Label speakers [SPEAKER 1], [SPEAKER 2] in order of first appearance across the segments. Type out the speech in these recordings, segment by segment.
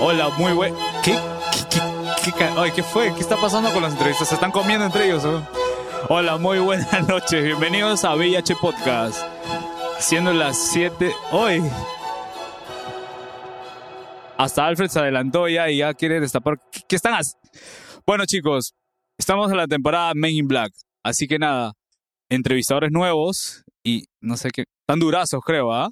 [SPEAKER 1] Hola, muy buen. ¿Qué? ¿Qué, qué, qué, ca- ay, ¿qué fue? ¿Qué está pasando con las entrevistas? Se están comiendo entre ellos. ¿no? Hola, muy buenas noches. Bienvenidos a VIH Podcast. Siendo las 7 hoy. Hasta Alfred se adelantó ya y ya quiere destapar. ¿Qué, qué están haciendo? Bueno, chicos, estamos en la temporada Men in Black. Así que nada, entrevistadores nuevos y no sé qué. Tan durazos, creo, ¿ah?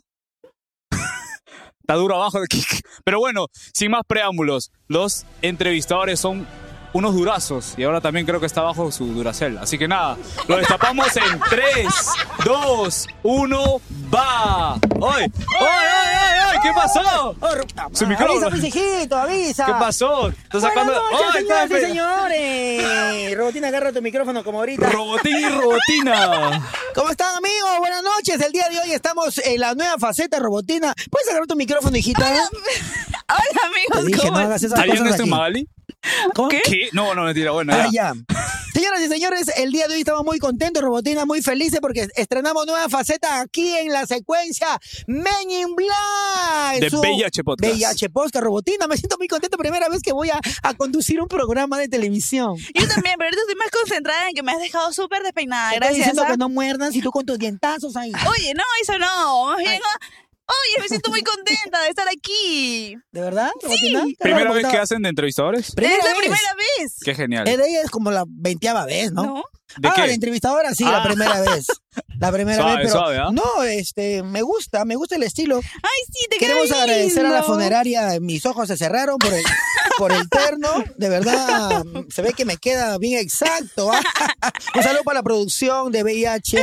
[SPEAKER 1] Está duro abajo. Pero bueno, sin más preámbulos, los entrevistadores son unos durazos y ahora también creo que está abajo su duracel. Así que nada, lo destapamos en 3, 2, 1, va. ¡Oy! ¡Oy, oy, oy, oy! ¿Qué pasó? Su
[SPEAKER 2] Avisa,
[SPEAKER 1] micrófono.
[SPEAKER 2] pues,
[SPEAKER 1] ¿Qué
[SPEAKER 2] hijito, avisa.
[SPEAKER 1] pasó? Oh, Está
[SPEAKER 2] Buenas
[SPEAKER 1] sacando.
[SPEAKER 2] noches,
[SPEAKER 1] ¡Ay,
[SPEAKER 2] señoras y
[SPEAKER 1] está-
[SPEAKER 2] señores. Robotín, agarra tu micrófono como ahorita.
[SPEAKER 1] Robotín y robotina.
[SPEAKER 2] ¿Cómo están, amigos? Buenas noches. El día de hoy estamos en la nueva faceta robotina. ¿Puedes agarrar tu micrófono, hijita?
[SPEAKER 3] Hola
[SPEAKER 2] Te
[SPEAKER 3] amigos,
[SPEAKER 2] dije, no
[SPEAKER 3] ¿cómo
[SPEAKER 2] hagas esas
[SPEAKER 3] están?
[SPEAKER 1] ¿Está viendo
[SPEAKER 2] cosas
[SPEAKER 1] esto en
[SPEAKER 2] aquí.
[SPEAKER 1] Magali?
[SPEAKER 2] ¿Cómo?
[SPEAKER 3] ¿Qué?
[SPEAKER 1] este ¿Qué? No, no, mentira. Bueno,
[SPEAKER 2] Ah,
[SPEAKER 1] ya.
[SPEAKER 2] ya. Señoras y señores, el día de hoy estamos muy contentos, Robotina, muy felices porque estrenamos nueva faceta aquí en la secuencia Men in Black.
[SPEAKER 1] De
[SPEAKER 2] su
[SPEAKER 1] VIH Podcast.
[SPEAKER 2] VIH Podcast, Robotina. Me siento muy contento, primera vez que voy a, a conducir un programa de televisión.
[SPEAKER 3] Yo también, pero ahorita estoy más concentrada en que me has dejado súper despeinada.
[SPEAKER 2] Te estoy
[SPEAKER 3] Gracias.
[SPEAKER 2] diciendo
[SPEAKER 3] ¿ah?
[SPEAKER 2] que no muerdas y tú con tus dientazos ahí.
[SPEAKER 3] Oye, no, eso no. Más bien, ah, Oye, me siento muy contenta de estar aquí.
[SPEAKER 2] ¿De verdad, Robotina? Qué
[SPEAKER 1] ¿Primera
[SPEAKER 2] raro,
[SPEAKER 1] vez
[SPEAKER 2] ¿no?
[SPEAKER 1] que hacen de entrevistadores?
[SPEAKER 2] Primera
[SPEAKER 3] es la
[SPEAKER 2] vez.
[SPEAKER 3] primera vez.
[SPEAKER 1] Qué genial.
[SPEAKER 2] Eh, de ella es como la veinteava vez, ¿no?
[SPEAKER 1] ¿De
[SPEAKER 2] ah,
[SPEAKER 1] qué?
[SPEAKER 2] la entrevistadora sí, la
[SPEAKER 1] Ah.
[SPEAKER 2] primera vez. La primera
[SPEAKER 1] Suave,
[SPEAKER 2] vez, pero
[SPEAKER 1] suave, ¿ah?
[SPEAKER 2] no, este, me gusta, me gusta el estilo.
[SPEAKER 3] Ay, sí, te queda
[SPEAKER 2] Queremos
[SPEAKER 3] lindo.
[SPEAKER 2] agradecer a la funeraria. Mis ojos se cerraron por el, por el terno. De verdad, se ve que me queda bien exacto. ¿ah? Un saludo para la producción de VIH.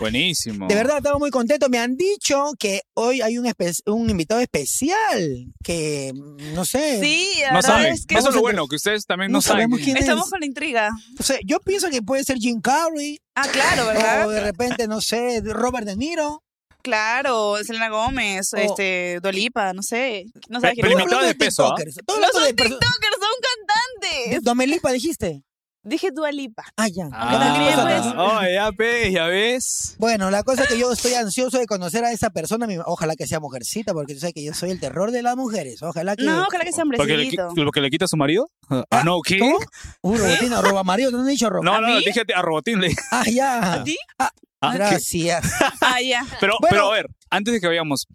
[SPEAKER 1] Buenísimo.
[SPEAKER 2] De verdad, estamos muy contentos. Me han dicho que hoy hay un, espe- un invitado especial que, no sé.
[SPEAKER 3] Sí, la
[SPEAKER 1] No
[SPEAKER 3] verdad
[SPEAKER 1] saben.
[SPEAKER 3] es que
[SPEAKER 1] Eso es
[SPEAKER 2] Vamos a
[SPEAKER 1] lo bueno, que ustedes también no,
[SPEAKER 2] No
[SPEAKER 1] saben.
[SPEAKER 2] sabemos quién
[SPEAKER 3] estamos
[SPEAKER 2] es.
[SPEAKER 3] con la intriga.
[SPEAKER 2] O sea, yo pienso que puede ser Jim Carrey.
[SPEAKER 3] Ah, claro,
[SPEAKER 2] O
[SPEAKER 3] ¿verdad?
[SPEAKER 2] de repente, no sé, Robert De Niro.
[SPEAKER 3] Claro, Selena Gómez,
[SPEAKER 2] O-
[SPEAKER 3] este, Dolipa, no sé. No sabes
[SPEAKER 1] Pe-
[SPEAKER 3] quién
[SPEAKER 1] pero
[SPEAKER 3] es.
[SPEAKER 1] invitado de peso, ¿ah?
[SPEAKER 2] tiktokers. Todo
[SPEAKER 3] No
[SPEAKER 2] hablando
[SPEAKER 3] son
[SPEAKER 2] de perso-
[SPEAKER 3] tiktokers, son
[SPEAKER 2] de
[SPEAKER 3] cantantes.
[SPEAKER 2] Domelipa, dijiste.
[SPEAKER 3] Dije Dualipa.
[SPEAKER 2] Ah, ya.
[SPEAKER 1] Ah,
[SPEAKER 3] Pero también,
[SPEAKER 2] Bueno,
[SPEAKER 3] pues-
[SPEAKER 1] oh, ya ves, ya ves.
[SPEAKER 2] Bueno, la cosa es que yo estoy ansioso de conocer a esa persona. mi- Ojalá que sea mujercita, porque tú sabes que yo soy el terror de las mujeres. Ojalá que.
[SPEAKER 3] No, ojalá que sea
[SPEAKER 1] Porque le, qui-
[SPEAKER 3] hombrecito.
[SPEAKER 1] lo que le quita a su marido. Ah, no, ¿qué?
[SPEAKER 2] ¿Cómo? Uh, robotina, roba marido, no han dicho roba.
[SPEAKER 1] No,
[SPEAKER 3] ¿A
[SPEAKER 1] no, no,
[SPEAKER 3] mí?
[SPEAKER 1] dije a Robotín. le-
[SPEAKER 2] Ah, ya.
[SPEAKER 3] ¿A ti?
[SPEAKER 1] Ah, ¿qué?
[SPEAKER 2] Gracias.
[SPEAKER 3] Ah, ya.
[SPEAKER 1] Pero,
[SPEAKER 2] Bueno.
[SPEAKER 1] pero a ver, antes de que vayamos,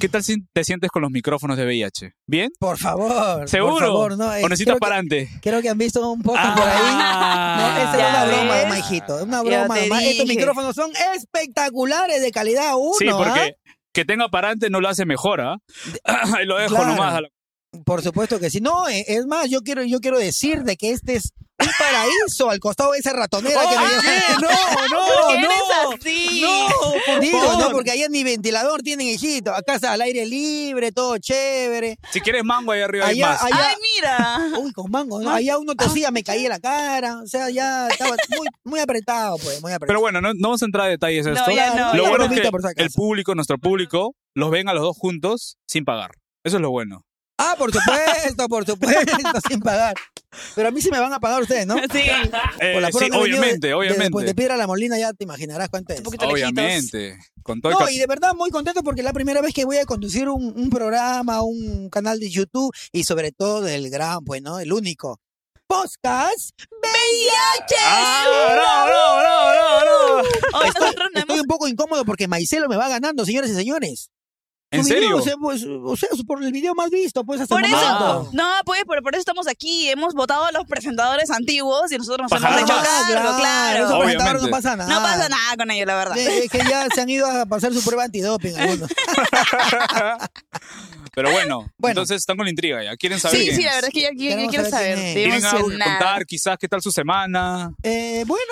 [SPEAKER 1] ¿qué tal si te sientes con los micrófonos de VIH? ¿Bien?
[SPEAKER 2] Por favor. Por
[SPEAKER 1] ¿Seguro?
[SPEAKER 2] favor, no. eh,
[SPEAKER 1] ¿O necesitas Ah,
[SPEAKER 2] creo que-
[SPEAKER 1] parante?
[SPEAKER 2] Creo que han visto un poco por ahí. No, esa
[SPEAKER 3] Ah. ya
[SPEAKER 2] era una
[SPEAKER 3] ves.
[SPEAKER 2] broma, mamá, hijito. Es una
[SPEAKER 3] Ya
[SPEAKER 2] broma,
[SPEAKER 3] te
[SPEAKER 2] mamá. Estos
[SPEAKER 3] dije.
[SPEAKER 2] micrófonos son espectaculares de calidad uno.
[SPEAKER 1] Sí, porque
[SPEAKER 2] ¿ah?
[SPEAKER 1] que tenga parante no lo hace mejor, ¿ah? y lo dejo
[SPEAKER 2] Claro.
[SPEAKER 1] nomás. a la-
[SPEAKER 2] Por supuesto que sí. No, eh, es más, yo quiero, yo quiero decir de que este es un paraíso al costado de esa ratonera que me
[SPEAKER 1] ¡Ay,
[SPEAKER 2] lleva.
[SPEAKER 1] no,
[SPEAKER 3] ¿Por
[SPEAKER 1] no, no.
[SPEAKER 3] qué eres así?
[SPEAKER 1] por
[SPEAKER 2] Digo,
[SPEAKER 1] favor.
[SPEAKER 2] no, porque allá ni ventilador tienen, hijito. Acá está al aire libre, todo chévere.
[SPEAKER 1] Si quieres mango ahí arriba hay
[SPEAKER 2] Allá-
[SPEAKER 1] más.
[SPEAKER 2] allá-
[SPEAKER 3] Ay, mira.
[SPEAKER 2] Uy, con mango, ¿no? Allá uno tosía, me caía la cara. O sea, ya estaba muy, muy apretado, pues, muy apretado.
[SPEAKER 1] Pero bueno, no, no vamos a entrar a detalles de
[SPEAKER 3] No,
[SPEAKER 1] esto.
[SPEAKER 3] ya no,
[SPEAKER 1] lo
[SPEAKER 3] ya
[SPEAKER 1] bueno
[SPEAKER 3] no.
[SPEAKER 1] es que
[SPEAKER 2] Por si acaso.
[SPEAKER 1] el público, nuestro público, los ven a los dos juntos sin pagar. Eso es lo bueno.
[SPEAKER 2] Ah, por supuesto, por supuesto, sin pagar. Pero a mí sí me van a pagar ustedes, ¿no?
[SPEAKER 3] Sí.
[SPEAKER 1] Eh,
[SPEAKER 2] Por la
[SPEAKER 1] sí,
[SPEAKER 2] pura que he venido
[SPEAKER 1] obviamente,
[SPEAKER 2] de- Desde Puente
[SPEAKER 1] obviamente.
[SPEAKER 2] Piedra a la Molina ya te imaginarás cuánto es.
[SPEAKER 3] Un poquito lejitos.
[SPEAKER 1] Obviamente. Con todo y
[SPEAKER 2] No,
[SPEAKER 1] ca-
[SPEAKER 2] y de verdad muy contento porque es la primera vez que voy a conducir un, un programa, un canal de YouTube y sobre todo del gran, pues, ¿no? El único. Podcast VIH.
[SPEAKER 1] ¡Ah, no, no, no, no, no!
[SPEAKER 3] Hoy
[SPEAKER 2] Estoy,
[SPEAKER 3] nosotros no
[SPEAKER 2] estoy
[SPEAKER 3] hemos...
[SPEAKER 2] un poco incómodo porque Maicelo me va ganando, señores y señores.
[SPEAKER 1] ¿En
[SPEAKER 2] Su video,
[SPEAKER 1] serio?
[SPEAKER 2] o sea, pues, o sea, por el video más visto, pues hasta
[SPEAKER 3] Por
[SPEAKER 2] el
[SPEAKER 3] eso,
[SPEAKER 2] momento.
[SPEAKER 3] no, pues, por, por eso estamos aquí. Hemos votado a los presentadores antiguos y nosotros nos
[SPEAKER 1] Pajadas.
[SPEAKER 3] hemos hecho
[SPEAKER 2] Ah,
[SPEAKER 3] cargo, claro.
[SPEAKER 2] Esos
[SPEAKER 1] Obviamente.
[SPEAKER 2] presentadores no pasa nada.
[SPEAKER 3] No pasa nada con ello, la verdad.
[SPEAKER 2] Eh, Es que ya se han ido a pasar su prueba antidoping algunos.
[SPEAKER 1] Pero bueno,
[SPEAKER 2] Bueno.
[SPEAKER 1] entonces están con la intriga ya. Quieren saber
[SPEAKER 3] Sí,
[SPEAKER 1] quién
[SPEAKER 3] sí,
[SPEAKER 1] es.
[SPEAKER 3] la verdad es que ya, ya- ya
[SPEAKER 2] Queremos
[SPEAKER 3] quiero
[SPEAKER 2] saber
[SPEAKER 3] saber.
[SPEAKER 2] quién es.
[SPEAKER 3] Estoy
[SPEAKER 1] Tienen algo que
[SPEAKER 3] emocionada.
[SPEAKER 1] contar, quizás, qué tal su semana.
[SPEAKER 2] Eh, bueno,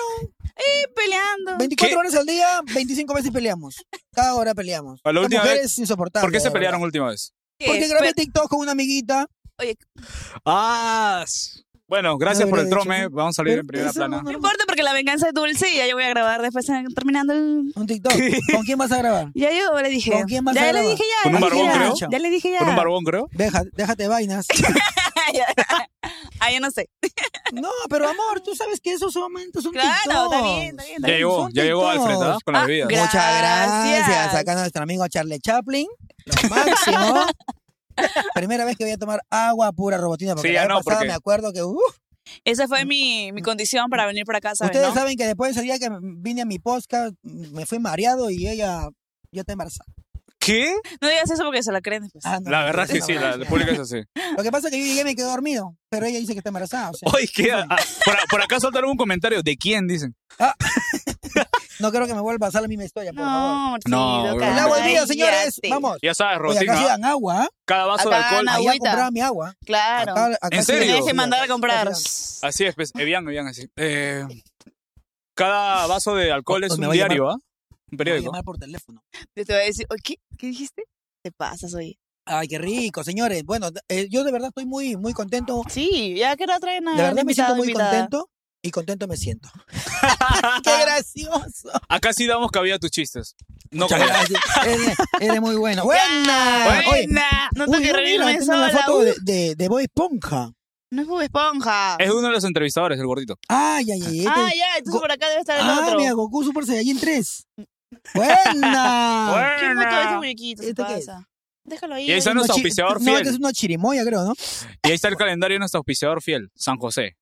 [SPEAKER 3] Estoy peleando.
[SPEAKER 2] 24
[SPEAKER 1] ¿Qué?
[SPEAKER 2] horas al día, 25 veces peleamos. Cada hora peleamos.
[SPEAKER 1] A la
[SPEAKER 2] Las
[SPEAKER 1] última
[SPEAKER 2] mujeres
[SPEAKER 1] vez-
[SPEAKER 2] insoportables.
[SPEAKER 1] ¿Por qué se
[SPEAKER 2] de
[SPEAKER 1] pelearon
[SPEAKER 2] verdad.
[SPEAKER 1] última vez?
[SPEAKER 2] Porque
[SPEAKER 3] ¿Qué?
[SPEAKER 2] grabé
[SPEAKER 3] Pero-
[SPEAKER 2] TikTok con una amiguita.
[SPEAKER 3] Oye,
[SPEAKER 1] Ah, s- bueno, gracias
[SPEAKER 2] No
[SPEAKER 1] por el
[SPEAKER 2] hubiera dicho
[SPEAKER 1] trome.
[SPEAKER 2] eso.
[SPEAKER 1] Vamos a salir
[SPEAKER 2] Pero
[SPEAKER 1] en primera
[SPEAKER 2] Eh, eso
[SPEAKER 1] plana.
[SPEAKER 3] no importa porque la venganza es dulce y ya yo voy a grabar después eh, terminando el...
[SPEAKER 2] Un TikTok. ¿Con quién vas a grabar?
[SPEAKER 3] Ya yo le dije.
[SPEAKER 2] ¿Con quién vas a
[SPEAKER 3] Ya le
[SPEAKER 2] grabar?
[SPEAKER 3] dije ya.
[SPEAKER 1] Con
[SPEAKER 3] le
[SPEAKER 1] un
[SPEAKER 3] dije
[SPEAKER 1] barbón,
[SPEAKER 3] ya,
[SPEAKER 2] creo.
[SPEAKER 3] Ya le dije ya.
[SPEAKER 1] Con un barbón, creo.
[SPEAKER 2] Deja, déjate vainas.
[SPEAKER 3] ah, yo no sé.
[SPEAKER 2] No, pero amor, tú sabes que esos momentos son
[SPEAKER 3] Claro,
[SPEAKER 2] TikToks.
[SPEAKER 3] está bien, está bien,
[SPEAKER 1] Ya
[SPEAKER 3] está bien.
[SPEAKER 1] llegó,
[SPEAKER 2] Son
[SPEAKER 1] ya llegó
[SPEAKER 2] TikToks.
[SPEAKER 1] Alfred, ¿ah? Con las
[SPEAKER 3] Ah,
[SPEAKER 1] bebidas.
[SPEAKER 3] gra-
[SPEAKER 2] Muchas gracias.
[SPEAKER 3] Gracias.
[SPEAKER 2] Acá nuestro amigo Charlie Chaplin. Lo máximo. Primera vez que voy a tomar agua pura robotina, porque
[SPEAKER 1] Sí,
[SPEAKER 2] la
[SPEAKER 1] ya
[SPEAKER 2] vez
[SPEAKER 1] no,
[SPEAKER 2] pasada
[SPEAKER 1] porque-
[SPEAKER 2] me acuerdo que, uh,
[SPEAKER 3] Esa fue mi, mi condición para venir para acá, ¿sabes?
[SPEAKER 2] ustedes
[SPEAKER 3] no?
[SPEAKER 2] saben que después del día que vine a mi podcast, me fui mareado y ella, yo te embarazada.
[SPEAKER 1] ¿Qué?
[SPEAKER 3] No digas eso porque se la creen después.
[SPEAKER 2] Ah, no,
[SPEAKER 1] La
[SPEAKER 2] no,
[SPEAKER 1] verdad es que
[SPEAKER 2] no,
[SPEAKER 1] sí,
[SPEAKER 2] no,
[SPEAKER 1] la
[SPEAKER 2] no.
[SPEAKER 1] la pública es así.
[SPEAKER 2] Lo que pasa es que yo llegué y me quedé dormido, pero ella dice que está embarazada. o sea,
[SPEAKER 1] Oye, ¿qué? Ah, por, por acá soltaron un comentario. ¿De quién? Dicen.
[SPEAKER 2] no creo que me vuelva a pasar la misma historia, por favor.
[SPEAKER 3] No, Marcito,
[SPEAKER 1] No, bro.
[SPEAKER 2] El agua es mía, señores.
[SPEAKER 3] cállate.
[SPEAKER 2] Vamos.
[SPEAKER 1] Ya sabes,
[SPEAKER 2] Oye, acá sí
[SPEAKER 1] Rotina.
[SPEAKER 2] dan agua. ¿ah?
[SPEAKER 1] Cada vaso de
[SPEAKER 3] Acá,
[SPEAKER 1] alcohol.
[SPEAKER 3] Ana.
[SPEAKER 2] Allá
[SPEAKER 3] Agüita.
[SPEAKER 2] compraba mi agua.
[SPEAKER 3] Claro.
[SPEAKER 2] Acá- acá
[SPEAKER 1] ¿En
[SPEAKER 2] sí dan
[SPEAKER 1] serio?
[SPEAKER 3] Tienes
[SPEAKER 2] agua.
[SPEAKER 3] que mandar a comprar.
[SPEAKER 2] Sí,
[SPEAKER 1] Así es, pues, Evian, Evian, así. Eh, cada vaso de alcohol
[SPEAKER 2] Pues
[SPEAKER 1] es
[SPEAKER 2] me
[SPEAKER 1] un
[SPEAKER 2] va a llamar-
[SPEAKER 1] diario, ¿ah? Un
[SPEAKER 2] dan. Voy a
[SPEAKER 1] periódico.
[SPEAKER 2] llamar por teléfono.
[SPEAKER 3] Yo te voy a decir, "Oye, ¿qué, ¿Qué dijiste? Te pasas, oye.
[SPEAKER 2] Ay, qué rico, señores. Bueno, eh, yo de verdad estoy muy, muy contento.
[SPEAKER 3] Sí, ya que no traen nada.
[SPEAKER 2] De verdad me siento muy contento y contento me siento. ¡Qué gracioso!
[SPEAKER 1] Acá sí damos cabida a tus chistes. No,
[SPEAKER 2] Muchas gracias. Eres, eres muy bueno. ¡Buena! Oye,
[SPEAKER 3] Buena. No tengo
[SPEAKER 2] uy,
[SPEAKER 3] que
[SPEAKER 2] yo mira,
[SPEAKER 3] reírme
[SPEAKER 2] tengo la
[SPEAKER 3] sola.
[SPEAKER 2] foto
[SPEAKER 3] uh.
[SPEAKER 2] de, de, de Bob Esponja.
[SPEAKER 3] No es Bob Esponja.
[SPEAKER 1] es uno de los entrevistadores, el gordito.
[SPEAKER 2] Ay, ay, ay.
[SPEAKER 3] Ah,
[SPEAKER 2] este-
[SPEAKER 3] ya, entonces
[SPEAKER 2] Go-
[SPEAKER 3] por acá debe estar el
[SPEAKER 2] ah,
[SPEAKER 3] otro.
[SPEAKER 2] mira, Goku Super Saiyajin 3. ¡Buena!
[SPEAKER 3] ¿Quién mató a este
[SPEAKER 1] Buena.
[SPEAKER 3] muñequito?
[SPEAKER 2] ¿Este qué es?
[SPEAKER 3] pasa? Déjalo ahí.
[SPEAKER 1] Y ahí
[SPEAKER 3] ahí.
[SPEAKER 1] está nuestro
[SPEAKER 2] chi-
[SPEAKER 1] auspiciador
[SPEAKER 2] No,
[SPEAKER 1] fiel.
[SPEAKER 2] este es una chirimoya, creo, ¿no?
[SPEAKER 1] Y ahí está el calendario de nuestro auspiciador fiel, San José.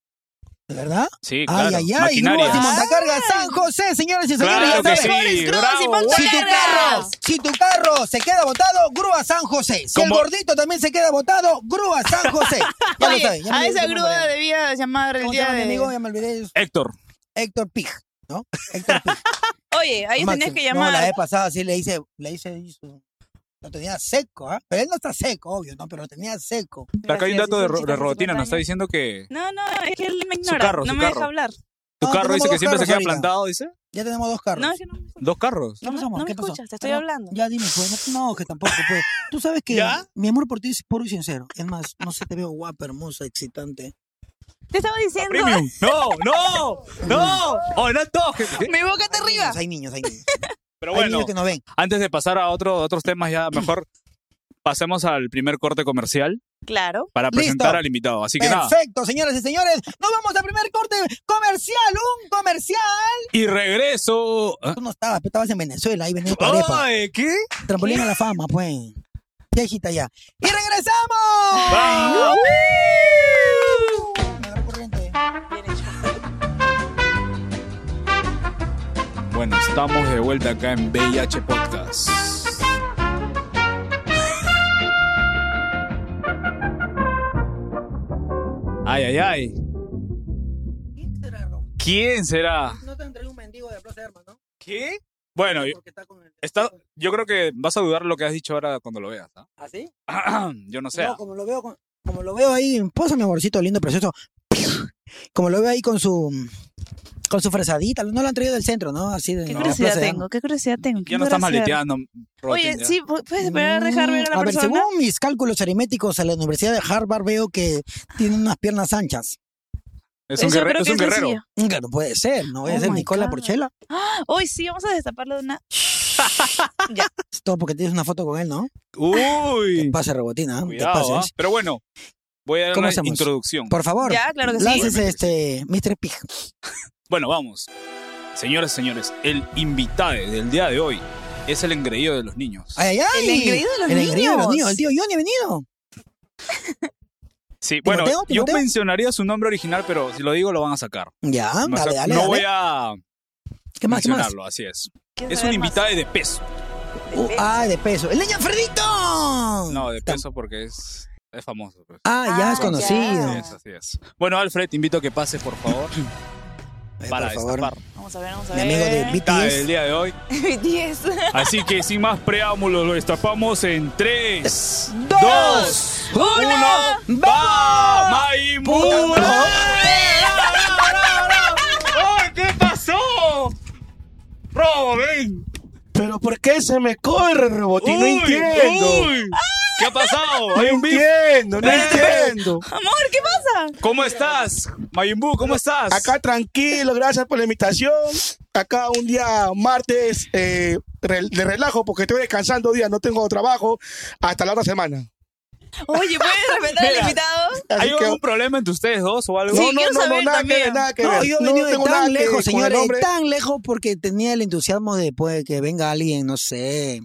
[SPEAKER 2] ¿De verdad?
[SPEAKER 1] Sí,
[SPEAKER 2] Ay,
[SPEAKER 1] claro.
[SPEAKER 2] ay, ay.
[SPEAKER 1] Maquinaria.
[SPEAKER 3] Ah.
[SPEAKER 2] Grúas y montacargas San José, señores y señores.
[SPEAKER 1] Claro
[SPEAKER 2] ya
[SPEAKER 1] que
[SPEAKER 2] saben.
[SPEAKER 1] sí,
[SPEAKER 3] Grúas y
[SPEAKER 1] bravo.
[SPEAKER 2] Si tu carro,
[SPEAKER 3] montacargas.
[SPEAKER 2] si tu carro se queda botado, grúa San José. Si
[SPEAKER 1] Como-
[SPEAKER 2] el gordito también se queda botado, grúa San José. Ya lo
[SPEAKER 3] Oye,
[SPEAKER 2] saben, ya me
[SPEAKER 3] a
[SPEAKER 2] olvidé
[SPEAKER 3] esa
[SPEAKER 2] cómo
[SPEAKER 3] grúa
[SPEAKER 2] era.
[SPEAKER 3] debía llamar el
[SPEAKER 2] ¿Cómo se
[SPEAKER 3] día
[SPEAKER 2] llama mi
[SPEAKER 3] de...
[SPEAKER 2] amigo? Ya me olvidé. es
[SPEAKER 1] Héctor.
[SPEAKER 2] Héctor Pig, ¿no? Héctor Pig.
[SPEAKER 3] Oye, ahí tenías
[SPEAKER 2] máximo.
[SPEAKER 3] que
[SPEAKER 2] No, la
[SPEAKER 3] llamar.
[SPEAKER 2] vez pasada sí le hice, le hice, hizo- lo tenía seco, ¿ah? Pero él no está seco, obvio, ¿no? Pero lo tenía seco.
[SPEAKER 1] Acá hay un
[SPEAKER 3] Gracias,
[SPEAKER 1] dato de,
[SPEAKER 3] es un
[SPEAKER 1] ro-
[SPEAKER 3] chico
[SPEAKER 1] de
[SPEAKER 3] de
[SPEAKER 1] Robotina.
[SPEAKER 3] 50
[SPEAKER 1] Nos está
[SPEAKER 3] años.
[SPEAKER 1] diciendo que
[SPEAKER 3] No, no, es que él me ignora.
[SPEAKER 1] carro,
[SPEAKER 3] no
[SPEAKER 1] su
[SPEAKER 3] me
[SPEAKER 1] carro.
[SPEAKER 3] deja hablar.
[SPEAKER 1] tu carro
[SPEAKER 2] No, tenemos
[SPEAKER 1] dice que
[SPEAKER 2] dos
[SPEAKER 1] siempre se
[SPEAKER 2] carros
[SPEAKER 1] queda
[SPEAKER 2] ahorita.
[SPEAKER 1] plantado, dice.
[SPEAKER 2] Ya tenemos dos carros.
[SPEAKER 3] No, es que no me escucha.
[SPEAKER 1] Dos carros.
[SPEAKER 2] ¿Qué
[SPEAKER 3] No,
[SPEAKER 2] pasó, amor?
[SPEAKER 3] no me
[SPEAKER 2] ¿Qué pasó?
[SPEAKER 3] escuchas, te estoy
[SPEAKER 2] Ah,
[SPEAKER 3] hablando.
[SPEAKER 2] Ya dime, pues. No, no, que tampoco, pues. Tú sabes que
[SPEAKER 1] ¿Ya?
[SPEAKER 2] mi amor por ti es puro y sincero. Es más, no sé, te veo guapa, hermosa, excitante.
[SPEAKER 3] Te estaba diciendo.
[SPEAKER 1] Premium. No, no, no. Oh, no toques.
[SPEAKER 3] Mi boca está arriba.
[SPEAKER 2] Hay niños, hay niños.
[SPEAKER 1] Pero
[SPEAKER 2] Hay
[SPEAKER 1] bueno,
[SPEAKER 2] niños que no ven.
[SPEAKER 1] antes de pasar a otro- otros temas, ya mejor pasemos al primer corte comercial
[SPEAKER 3] Claro.
[SPEAKER 1] para
[SPEAKER 2] Listo.
[SPEAKER 1] presentar al invitado. Así que nada.
[SPEAKER 2] Perfecto, señoras y señores. Nos vamos al primer corte comercial, un comercial.
[SPEAKER 1] Y regreso. ¿Ah?
[SPEAKER 2] Tú no estabas, tú estabas en Venezuela, ahí venía tu arepa.
[SPEAKER 1] Ay, ¿Qué?
[SPEAKER 2] Trampolín a la fama, pues. Ya, hijita, ya. ¡Y regresamos!
[SPEAKER 1] Va.
[SPEAKER 2] Me agarró corriente.
[SPEAKER 3] Bien hecho.
[SPEAKER 1] Bueno, estamos de vuelta acá en VIH Podcast. Ay, ay, ay.
[SPEAKER 2] ¿Quién será, Ro?
[SPEAKER 1] ¿Quién será?
[SPEAKER 2] No te han traído un mendigo de Plaza de Armas, ¿no?
[SPEAKER 1] ¿Qué? Bueno, yo,
[SPEAKER 2] Porque está con el...
[SPEAKER 1] está- yo creo que vas a dudar lo que has dicho ahora cuando lo veas. ¿no?
[SPEAKER 2] ¿Así?
[SPEAKER 1] Yo no sé.
[SPEAKER 2] ¿Ah, no, como lo veo con- como lo veo ahí, posa mi amorcito lindo, precioso. Como lo veo ahí con su con su fresadita, no lo han traído del centro, ¿no? Así de
[SPEAKER 3] Qué
[SPEAKER 2] de la
[SPEAKER 3] curiosidad
[SPEAKER 2] plaza de
[SPEAKER 3] tengo, qué curiosidad tengo. qué
[SPEAKER 1] ya no estás
[SPEAKER 3] curiosidad.
[SPEAKER 1] maleteando.
[SPEAKER 3] Oye,
[SPEAKER 1] Rotin, ya.
[SPEAKER 3] sí, pu-
[SPEAKER 2] Armas.
[SPEAKER 3] puedes esperar a dejar ver a la
[SPEAKER 2] ver,
[SPEAKER 3] persona.
[SPEAKER 2] según mis cálculos aritméticos en la Universidad de Harvard veo que tiene unas piernas anchas.
[SPEAKER 1] Es un,
[SPEAKER 3] Eso
[SPEAKER 1] guerre-
[SPEAKER 3] creo
[SPEAKER 1] es
[SPEAKER 3] que
[SPEAKER 1] un
[SPEAKER 3] es
[SPEAKER 1] guerrero.
[SPEAKER 3] sencillo.
[SPEAKER 2] Claro, puede ser, ¿no? Voy
[SPEAKER 3] Oh
[SPEAKER 2] a ser
[SPEAKER 3] my
[SPEAKER 2] Nicola
[SPEAKER 3] God.
[SPEAKER 2] Porchela.
[SPEAKER 3] Hoy sí, vamos a destaparlo de una.
[SPEAKER 2] Es todo porque tienes una foto con él, ¿no?
[SPEAKER 1] Uy.
[SPEAKER 2] Te pasa rebotina, ¿eh? te
[SPEAKER 1] Cuidado,
[SPEAKER 2] pases.
[SPEAKER 1] ¿ah? Pero bueno, voy a dar
[SPEAKER 2] ¿Cómo
[SPEAKER 1] una
[SPEAKER 2] hacemos?
[SPEAKER 1] introducción.
[SPEAKER 2] Por favor,
[SPEAKER 3] Ya, claro que sí.
[SPEAKER 2] lances este Mr. Pig.
[SPEAKER 1] Bueno, vamos. Señoras y señores, el invitado del día de hoy es el engreído de los niños.
[SPEAKER 2] Ay, ay, ay.
[SPEAKER 3] El engreído de los
[SPEAKER 2] El engreído de los
[SPEAKER 3] niños.
[SPEAKER 2] niños. El tío Johnny ha venido.
[SPEAKER 1] Sí, bueno,
[SPEAKER 2] ¿Timoteo?
[SPEAKER 1] yo
[SPEAKER 2] ¿Timoteo?
[SPEAKER 1] mencionaría su nombre original, pero si lo digo lo van a sacar.
[SPEAKER 2] Ya,
[SPEAKER 1] No,
[SPEAKER 2] dale,
[SPEAKER 1] sa-
[SPEAKER 2] dale.
[SPEAKER 1] no
[SPEAKER 2] dale.
[SPEAKER 1] voy a
[SPEAKER 2] ¿Qué más? ¿Qué más?
[SPEAKER 1] mencionarlo, así es.
[SPEAKER 3] ¿Quieres
[SPEAKER 1] Es un
[SPEAKER 3] saber más?
[SPEAKER 1] invitado de peso.
[SPEAKER 2] Uh, ah, de peso. ¡El niño Alfredito!
[SPEAKER 1] No, de peso porque es, es famoso. pues.
[SPEAKER 2] Ah, ya
[SPEAKER 3] Ah,
[SPEAKER 2] es
[SPEAKER 3] ya.
[SPEAKER 2] conocido.
[SPEAKER 1] Así es, así es. Bueno, Alfred, te invito a que pases, por favor,
[SPEAKER 2] Eh,
[SPEAKER 1] para
[SPEAKER 2] por favor,
[SPEAKER 1] destapar
[SPEAKER 3] Vamos a ver, vamos a
[SPEAKER 2] mi
[SPEAKER 3] ver.
[SPEAKER 2] amigo de
[SPEAKER 1] la del
[SPEAKER 2] BTS.
[SPEAKER 1] día de hoy.
[SPEAKER 3] BTS.
[SPEAKER 1] Así que sin más preámbulos, lo destapamos en 3,
[SPEAKER 2] Dos,
[SPEAKER 1] 2, 1,
[SPEAKER 2] uno,
[SPEAKER 1] ¡va! Maimuna.
[SPEAKER 2] Puta madre.
[SPEAKER 1] ¡Ay, qué pasó! ¡Robo, ven!
[SPEAKER 4] Pero ¿por qué se me corre, Rebotín? No
[SPEAKER 1] Uy,
[SPEAKER 4] entiendo.
[SPEAKER 1] uy. ¿Qué ha pasado?
[SPEAKER 4] No
[SPEAKER 1] ¿Hay un beef?
[SPEAKER 4] entiendo, no
[SPEAKER 1] Eh.
[SPEAKER 4] entiendo.
[SPEAKER 3] Amor, ¿qué pasa?
[SPEAKER 1] ¿Cómo estás? Mayimbu, ¿cómo estás?
[SPEAKER 4] Acá tranquilo, gracias por la invitación. Acá un día martes eh, re- de relajo porque estoy descansando día, no tengo trabajo hasta la otra semana.
[SPEAKER 3] Oye, ¿puedes respetar al
[SPEAKER 1] Mira.
[SPEAKER 3] invitado?
[SPEAKER 4] Así
[SPEAKER 1] ¿Hay
[SPEAKER 4] que
[SPEAKER 1] algún problema entre ustedes dos o algo?
[SPEAKER 3] Sí,
[SPEAKER 4] no, no,
[SPEAKER 3] quiero
[SPEAKER 4] no, no,
[SPEAKER 3] saber
[SPEAKER 4] nada que
[SPEAKER 3] también.
[SPEAKER 4] ver, nada que
[SPEAKER 2] No,
[SPEAKER 4] ver.
[SPEAKER 2] yo he venido de
[SPEAKER 4] tengo nada
[SPEAKER 2] tan
[SPEAKER 4] que-
[SPEAKER 2] lejos,
[SPEAKER 4] con el
[SPEAKER 2] señores, de
[SPEAKER 4] hombre.
[SPEAKER 2] tan lejos porque tenía el entusiasmo de pues, que venga alguien, no sé,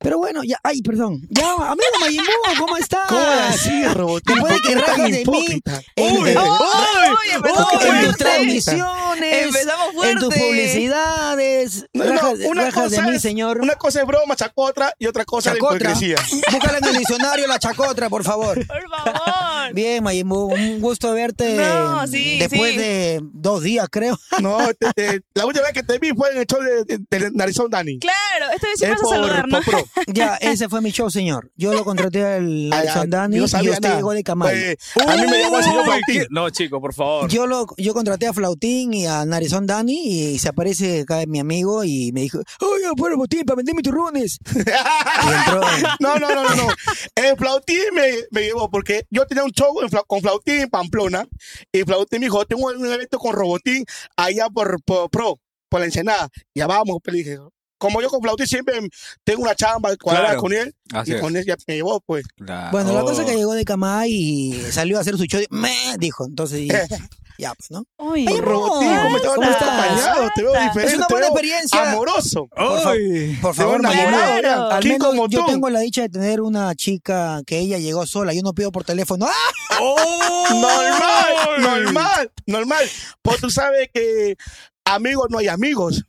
[SPEAKER 2] Pero bueno, ya, ay, perdón. Ya, amigo Majin Buu, ¿cómo estás?
[SPEAKER 4] ¿Cómo así, Robotín?
[SPEAKER 2] Después de
[SPEAKER 4] ¿Por qué
[SPEAKER 2] que
[SPEAKER 4] eres
[SPEAKER 2] rajas
[SPEAKER 4] tan
[SPEAKER 2] de mí,
[SPEAKER 4] hipócrita?
[SPEAKER 2] en-
[SPEAKER 4] Uy,
[SPEAKER 2] en-
[SPEAKER 4] uy,
[SPEAKER 3] ¡Ay, empezamos
[SPEAKER 4] ¡Uy!
[SPEAKER 2] en tus
[SPEAKER 3] fuerte!
[SPEAKER 2] transmisiones,
[SPEAKER 3] Empezamos fuerte.
[SPEAKER 2] en tus publicidades,
[SPEAKER 4] No, no,
[SPEAKER 2] rajas,
[SPEAKER 4] una
[SPEAKER 2] rajas de
[SPEAKER 4] cosa
[SPEAKER 2] mí,
[SPEAKER 4] es-
[SPEAKER 2] señor.
[SPEAKER 4] Una cosa es broma, chacotra, y otra cosa es la
[SPEAKER 2] chacotra.
[SPEAKER 4] hipocresía.
[SPEAKER 2] Búscala en el diccionario, la chacotra, por favor.
[SPEAKER 3] Por favor.
[SPEAKER 2] Bien, Mayimbu, un gusto verte
[SPEAKER 3] No, sí,
[SPEAKER 2] después
[SPEAKER 3] sí.
[SPEAKER 2] de dos días, creo.
[SPEAKER 4] No, te- te- la última vez que te vi fue en el show de, de- del Narizón Dani.
[SPEAKER 3] Claro, esta vez sí
[SPEAKER 4] Es
[SPEAKER 3] vas a
[SPEAKER 4] por-
[SPEAKER 3] saludar, ¿no?
[SPEAKER 4] por pro.
[SPEAKER 2] Ya, ese fue mi show, señor. Yo lo contraté al
[SPEAKER 4] Ay,
[SPEAKER 2] al
[SPEAKER 4] ay,
[SPEAKER 2] Sandani
[SPEAKER 4] yo
[SPEAKER 2] y
[SPEAKER 4] sabía
[SPEAKER 2] usted
[SPEAKER 4] nada.
[SPEAKER 2] llegó de Camal.
[SPEAKER 4] Oye, a mí me llamó el señor
[SPEAKER 1] Uy,
[SPEAKER 4] Martín.
[SPEAKER 1] qué- No, chico, por favor.
[SPEAKER 2] Yo lo, yo contraté a Flautín y a Narizón Dani y se aparece acá mi amigo y me dijo, oye, bueno, botín, para vender mis turrones. Y entró,
[SPEAKER 4] No, no, no, no, no. El Flautín me, me llevó porque yo tenía un show en Fla- con Flautín en Pamplona y Flautín me dijo, tengo un evento con Robotín allá por, por Pro, por la Ensenada. Ya vamos, pero dije, como yo con Flautín siempre tengo una chamba cuadrada
[SPEAKER 1] Claro.
[SPEAKER 4] con él
[SPEAKER 1] Así
[SPEAKER 4] y
[SPEAKER 1] es. Oh.
[SPEAKER 4] con él ya me llevó, pues.
[SPEAKER 1] Claro.
[SPEAKER 2] bueno, la cosa es
[SPEAKER 4] Oh.
[SPEAKER 2] que llegó de Camay y salió a hacer su show, y me dijo, entonces, y- ya, pues, ¿no?
[SPEAKER 3] Uy,
[SPEAKER 2] Ay,
[SPEAKER 4] Robotín, ¿cómo estás?
[SPEAKER 2] ¿Cómo estás?
[SPEAKER 4] acompañado? Te veo
[SPEAKER 3] Es una
[SPEAKER 4] diferente.
[SPEAKER 2] buena
[SPEAKER 4] te veo
[SPEAKER 2] experiencia.
[SPEAKER 4] Amoroso.
[SPEAKER 1] ¡Ay!
[SPEAKER 2] Por
[SPEAKER 4] Te veo
[SPEAKER 2] favor,
[SPEAKER 4] enamorado.
[SPEAKER 2] Mayimbu,
[SPEAKER 3] Claro.
[SPEAKER 2] al
[SPEAKER 4] ¿Quién
[SPEAKER 2] menos
[SPEAKER 4] como
[SPEAKER 2] yo
[SPEAKER 4] tú?
[SPEAKER 2] tengo la dicha de tener una chica que ella llegó sola, yo no pido por teléfono. ¡Ah!
[SPEAKER 1] ¡Oh!
[SPEAKER 4] Normal, normal, normal. Pues tú sabes que amigos no hay amigos.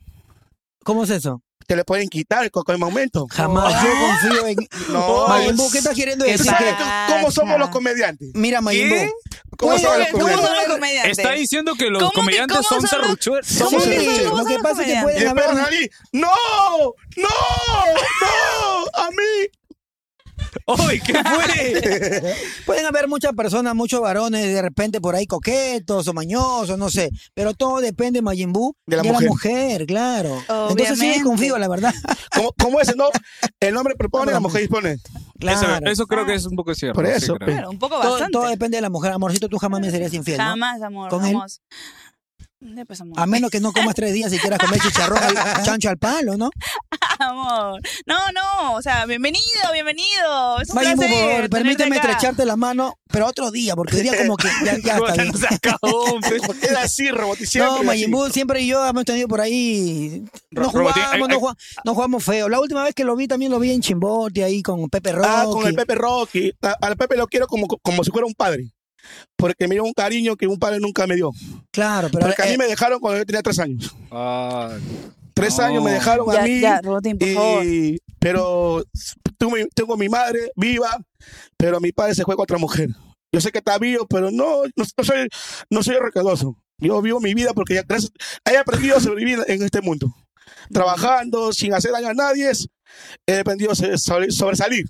[SPEAKER 2] ¿Cómo es eso?
[SPEAKER 4] Te le pueden quitar en cualquier momento.
[SPEAKER 2] Jamás, yo confío en...
[SPEAKER 4] Ah. No.
[SPEAKER 2] Mayimbu, ¿qué estás queriendo
[SPEAKER 4] ¿Tú
[SPEAKER 2] decir?
[SPEAKER 4] sabes
[SPEAKER 2] Que-
[SPEAKER 4] que- cómo somos los comediantes?
[SPEAKER 2] Mira, Mayimbu,
[SPEAKER 1] ¿Qué?
[SPEAKER 4] ¿Cómo
[SPEAKER 3] ¿Cómo
[SPEAKER 4] somos los
[SPEAKER 3] son
[SPEAKER 2] ¿cómo
[SPEAKER 4] comediantes?
[SPEAKER 3] los comediantes?
[SPEAKER 1] Está diciendo que los
[SPEAKER 3] ¿Cómo que-
[SPEAKER 1] comediantes
[SPEAKER 3] cómo
[SPEAKER 1] son
[SPEAKER 3] son los-
[SPEAKER 1] serruchueros.
[SPEAKER 4] ¿Cómo
[SPEAKER 2] sí,
[SPEAKER 4] que
[SPEAKER 3] son? ¿Cómo
[SPEAKER 2] lo
[SPEAKER 3] son
[SPEAKER 2] que
[SPEAKER 3] los
[SPEAKER 2] pasa es que
[SPEAKER 4] Y
[SPEAKER 2] pueden
[SPEAKER 4] el
[SPEAKER 2] haber...
[SPEAKER 4] perro Jalí, ¡No! ¡No! ¡No! ¡A mí!
[SPEAKER 1] ¡Ay, qué fue!
[SPEAKER 2] Pueden haber muchas personas, muchos varones de repente por ahí coquetos o mañosos, no sé. Pero todo depende, Majin Buu,
[SPEAKER 4] De la mujer.
[SPEAKER 2] claro. Entonces sí
[SPEAKER 3] Obviamente.
[SPEAKER 2] desconfío, la verdad.
[SPEAKER 4] ¿Cómo, cómo es? ¿No? El hombre propone, la mujer dispone.
[SPEAKER 1] Eso,
[SPEAKER 2] Claro.
[SPEAKER 1] eso creo que es un poco cierto.
[SPEAKER 4] Por
[SPEAKER 1] sí,
[SPEAKER 4] eso,
[SPEAKER 1] creo.
[SPEAKER 3] Claro, un poco
[SPEAKER 2] todo,
[SPEAKER 3] bastante.
[SPEAKER 2] todo depende de la mujer. Amorcito, tú jamás me serías infiel, ¿no?
[SPEAKER 3] Jamás, amor.
[SPEAKER 2] ¿Con él?
[SPEAKER 3] vamos. Ya, pues, amor.
[SPEAKER 2] A menos que no comas tres días si quieras comer chicharrón al chancho al palo, ¿no?
[SPEAKER 3] Amor. No, no. O sea, bienvenido, bienvenido. Es un
[SPEAKER 2] Majin Buu, por
[SPEAKER 3] placer
[SPEAKER 2] favor,
[SPEAKER 3] tenerte
[SPEAKER 2] permíteme
[SPEAKER 3] acá.
[SPEAKER 2] estrecharte la mano, pero otro día, porque hoy día como que pues, ya, ya está bien.
[SPEAKER 1] Se acabó, pe.
[SPEAKER 4] Porque era pues, así, Robotín, siempre
[SPEAKER 2] No,
[SPEAKER 4] era
[SPEAKER 2] Majin
[SPEAKER 4] así.
[SPEAKER 2] Buu siempre y yo hemos tenido por ahí. No
[SPEAKER 1] Ro- Robotín, ay,
[SPEAKER 2] jugamos,
[SPEAKER 1] ay.
[SPEAKER 2] no jugamos, no jugamos feo. La última vez que lo vi también lo vi en Chimbote ahí con Pepe Rocky.
[SPEAKER 4] Ah, con el Pepe Rocky. A- Al Pepe lo quiero como, como si fuera un padre. Porque me dio un cariño que un padre nunca me dio.
[SPEAKER 2] Claro, pero.
[SPEAKER 4] Porque a mí
[SPEAKER 2] eh,
[SPEAKER 4] me dejaron cuando yo tenía tres años.
[SPEAKER 1] Ah,
[SPEAKER 4] Tres
[SPEAKER 1] No.
[SPEAKER 4] años me dejaron a
[SPEAKER 3] Ya,
[SPEAKER 4] mí.
[SPEAKER 3] ya, Robotín, por
[SPEAKER 4] y-
[SPEAKER 3] favor.
[SPEAKER 4] pero tengo mi, tengo mi madre viva, pero mi padre se fue con otra mujer. Yo sé que está vivo, pero no, no, no soy, no soy recadoso. Yo vivo mi vida porque ya gracias- he aprendido a sobrevivir en este mundo. Trabajando, sin hacer daño a nadie, he aprendido a sobre- sobre- sobresalir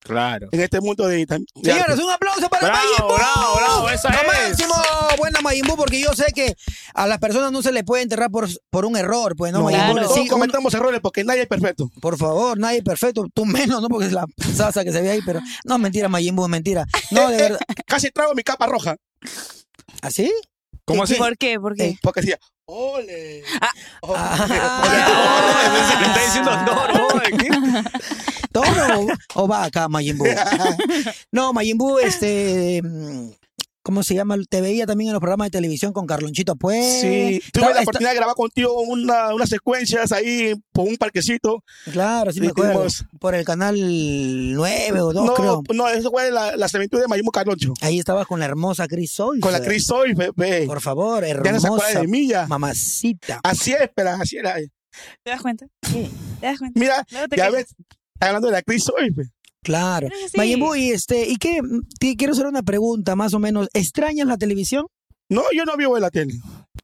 [SPEAKER 1] claro.
[SPEAKER 4] en este mundo de... de arte.
[SPEAKER 2] Señores, un aplauso para
[SPEAKER 1] Bravo,
[SPEAKER 2] Majin Buu.
[SPEAKER 1] bravo, bravo, esa
[SPEAKER 2] Lo
[SPEAKER 1] es.
[SPEAKER 2] máximo, buena Majin Buu, porque yo sé que a las personas no se les puede enterrar por, por un error, pues, ¿no,
[SPEAKER 4] No,
[SPEAKER 2] Majin Buu?
[SPEAKER 3] claro.
[SPEAKER 4] todos
[SPEAKER 2] Sí, un-
[SPEAKER 4] cometemos errores porque nadie es perfecto.
[SPEAKER 2] por favor, nadie es perfecto, tú menos, ¿no? Porque es la salsa que se ve ahí, pero. No, mentira, Majin Buu, mentira. No, de verdad. ¿Ah,
[SPEAKER 4] Casi trago mi capa roja
[SPEAKER 2] ¿Así?
[SPEAKER 1] ¿Cómo así?
[SPEAKER 3] ¿Por qué? ¿Por qué?
[SPEAKER 4] porque decía, ole. ole,
[SPEAKER 2] Ah.
[SPEAKER 4] ole".
[SPEAKER 1] Le está diciendo toro, ¿qué?
[SPEAKER 2] ¿Toro o, o vaca, Majin Buu? No, Majin Buu, este... mm, ¿Cómo se llama? Te veía también en los programas de televisión con Carlonchito, pues.
[SPEAKER 4] Sí, tuve
[SPEAKER 2] Estaba-
[SPEAKER 4] la
[SPEAKER 2] esta-
[SPEAKER 4] oportunidad de grabar contigo una, unas secuencias ahí por un parquecito.
[SPEAKER 2] Claro, sí me
[SPEAKER 4] Sí,
[SPEAKER 2] acuerdo.
[SPEAKER 4] tuvimos-
[SPEAKER 2] Por el canal 9 o 2,
[SPEAKER 4] no,
[SPEAKER 2] creo.
[SPEAKER 4] no, eso fue la, las aventuras de Mayimo Carloncho.
[SPEAKER 2] Ahí estabas con la hermosa Cris Soy.
[SPEAKER 4] Con la Cris Soy, bebé.
[SPEAKER 2] Por favor,
[SPEAKER 4] Ya no se acuerda
[SPEAKER 2] hermosa.
[SPEAKER 4] de mí Ah. ya.
[SPEAKER 2] Mamacita.
[SPEAKER 4] Así es, pero así era.
[SPEAKER 3] ¿Te das cuenta? ¿Te das cuenta?
[SPEAKER 4] Mira,
[SPEAKER 3] Luego te
[SPEAKER 4] ya
[SPEAKER 3] quejas.
[SPEAKER 4] ves, hablando de la Cris Soy. pe.
[SPEAKER 2] Claro.
[SPEAKER 3] Creo que sí.
[SPEAKER 2] Majin Buu, y este, ¿y qué? Te quiero hacer una pregunta, más o menos. ¿Extrañas la televisión?
[SPEAKER 4] No, yo no vivo en la tele.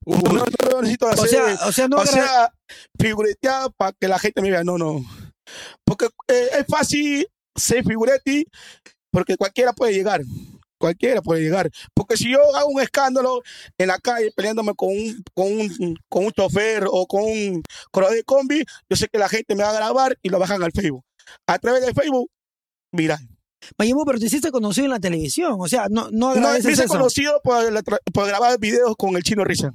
[SPEAKER 4] No, no necesito
[SPEAKER 2] Uh.
[SPEAKER 4] hacer...
[SPEAKER 2] O sea, o sea, no
[SPEAKER 4] Ah, o
[SPEAKER 2] agra-
[SPEAKER 4] sea, figuretear para que la gente me vea. No, no. Porque eh, es fácil ser figuretti porque cualquiera puede llegar. Cualquiera puede llegar. Porque si yo hago un escándalo en la calle peleándome con un, con un, con un chofer o con un corredor de combi, yo sé que la gente me va a grabar y lo bajan al Facebook. A través de Facebook, mira.
[SPEAKER 2] Majin Buu, pero te hiciste conocido en la televisión. O sea, no, no
[SPEAKER 4] No,
[SPEAKER 2] agradeces
[SPEAKER 4] me hice
[SPEAKER 2] eso.
[SPEAKER 4] conocido por, la tra- por grabar videos con el chino Risa.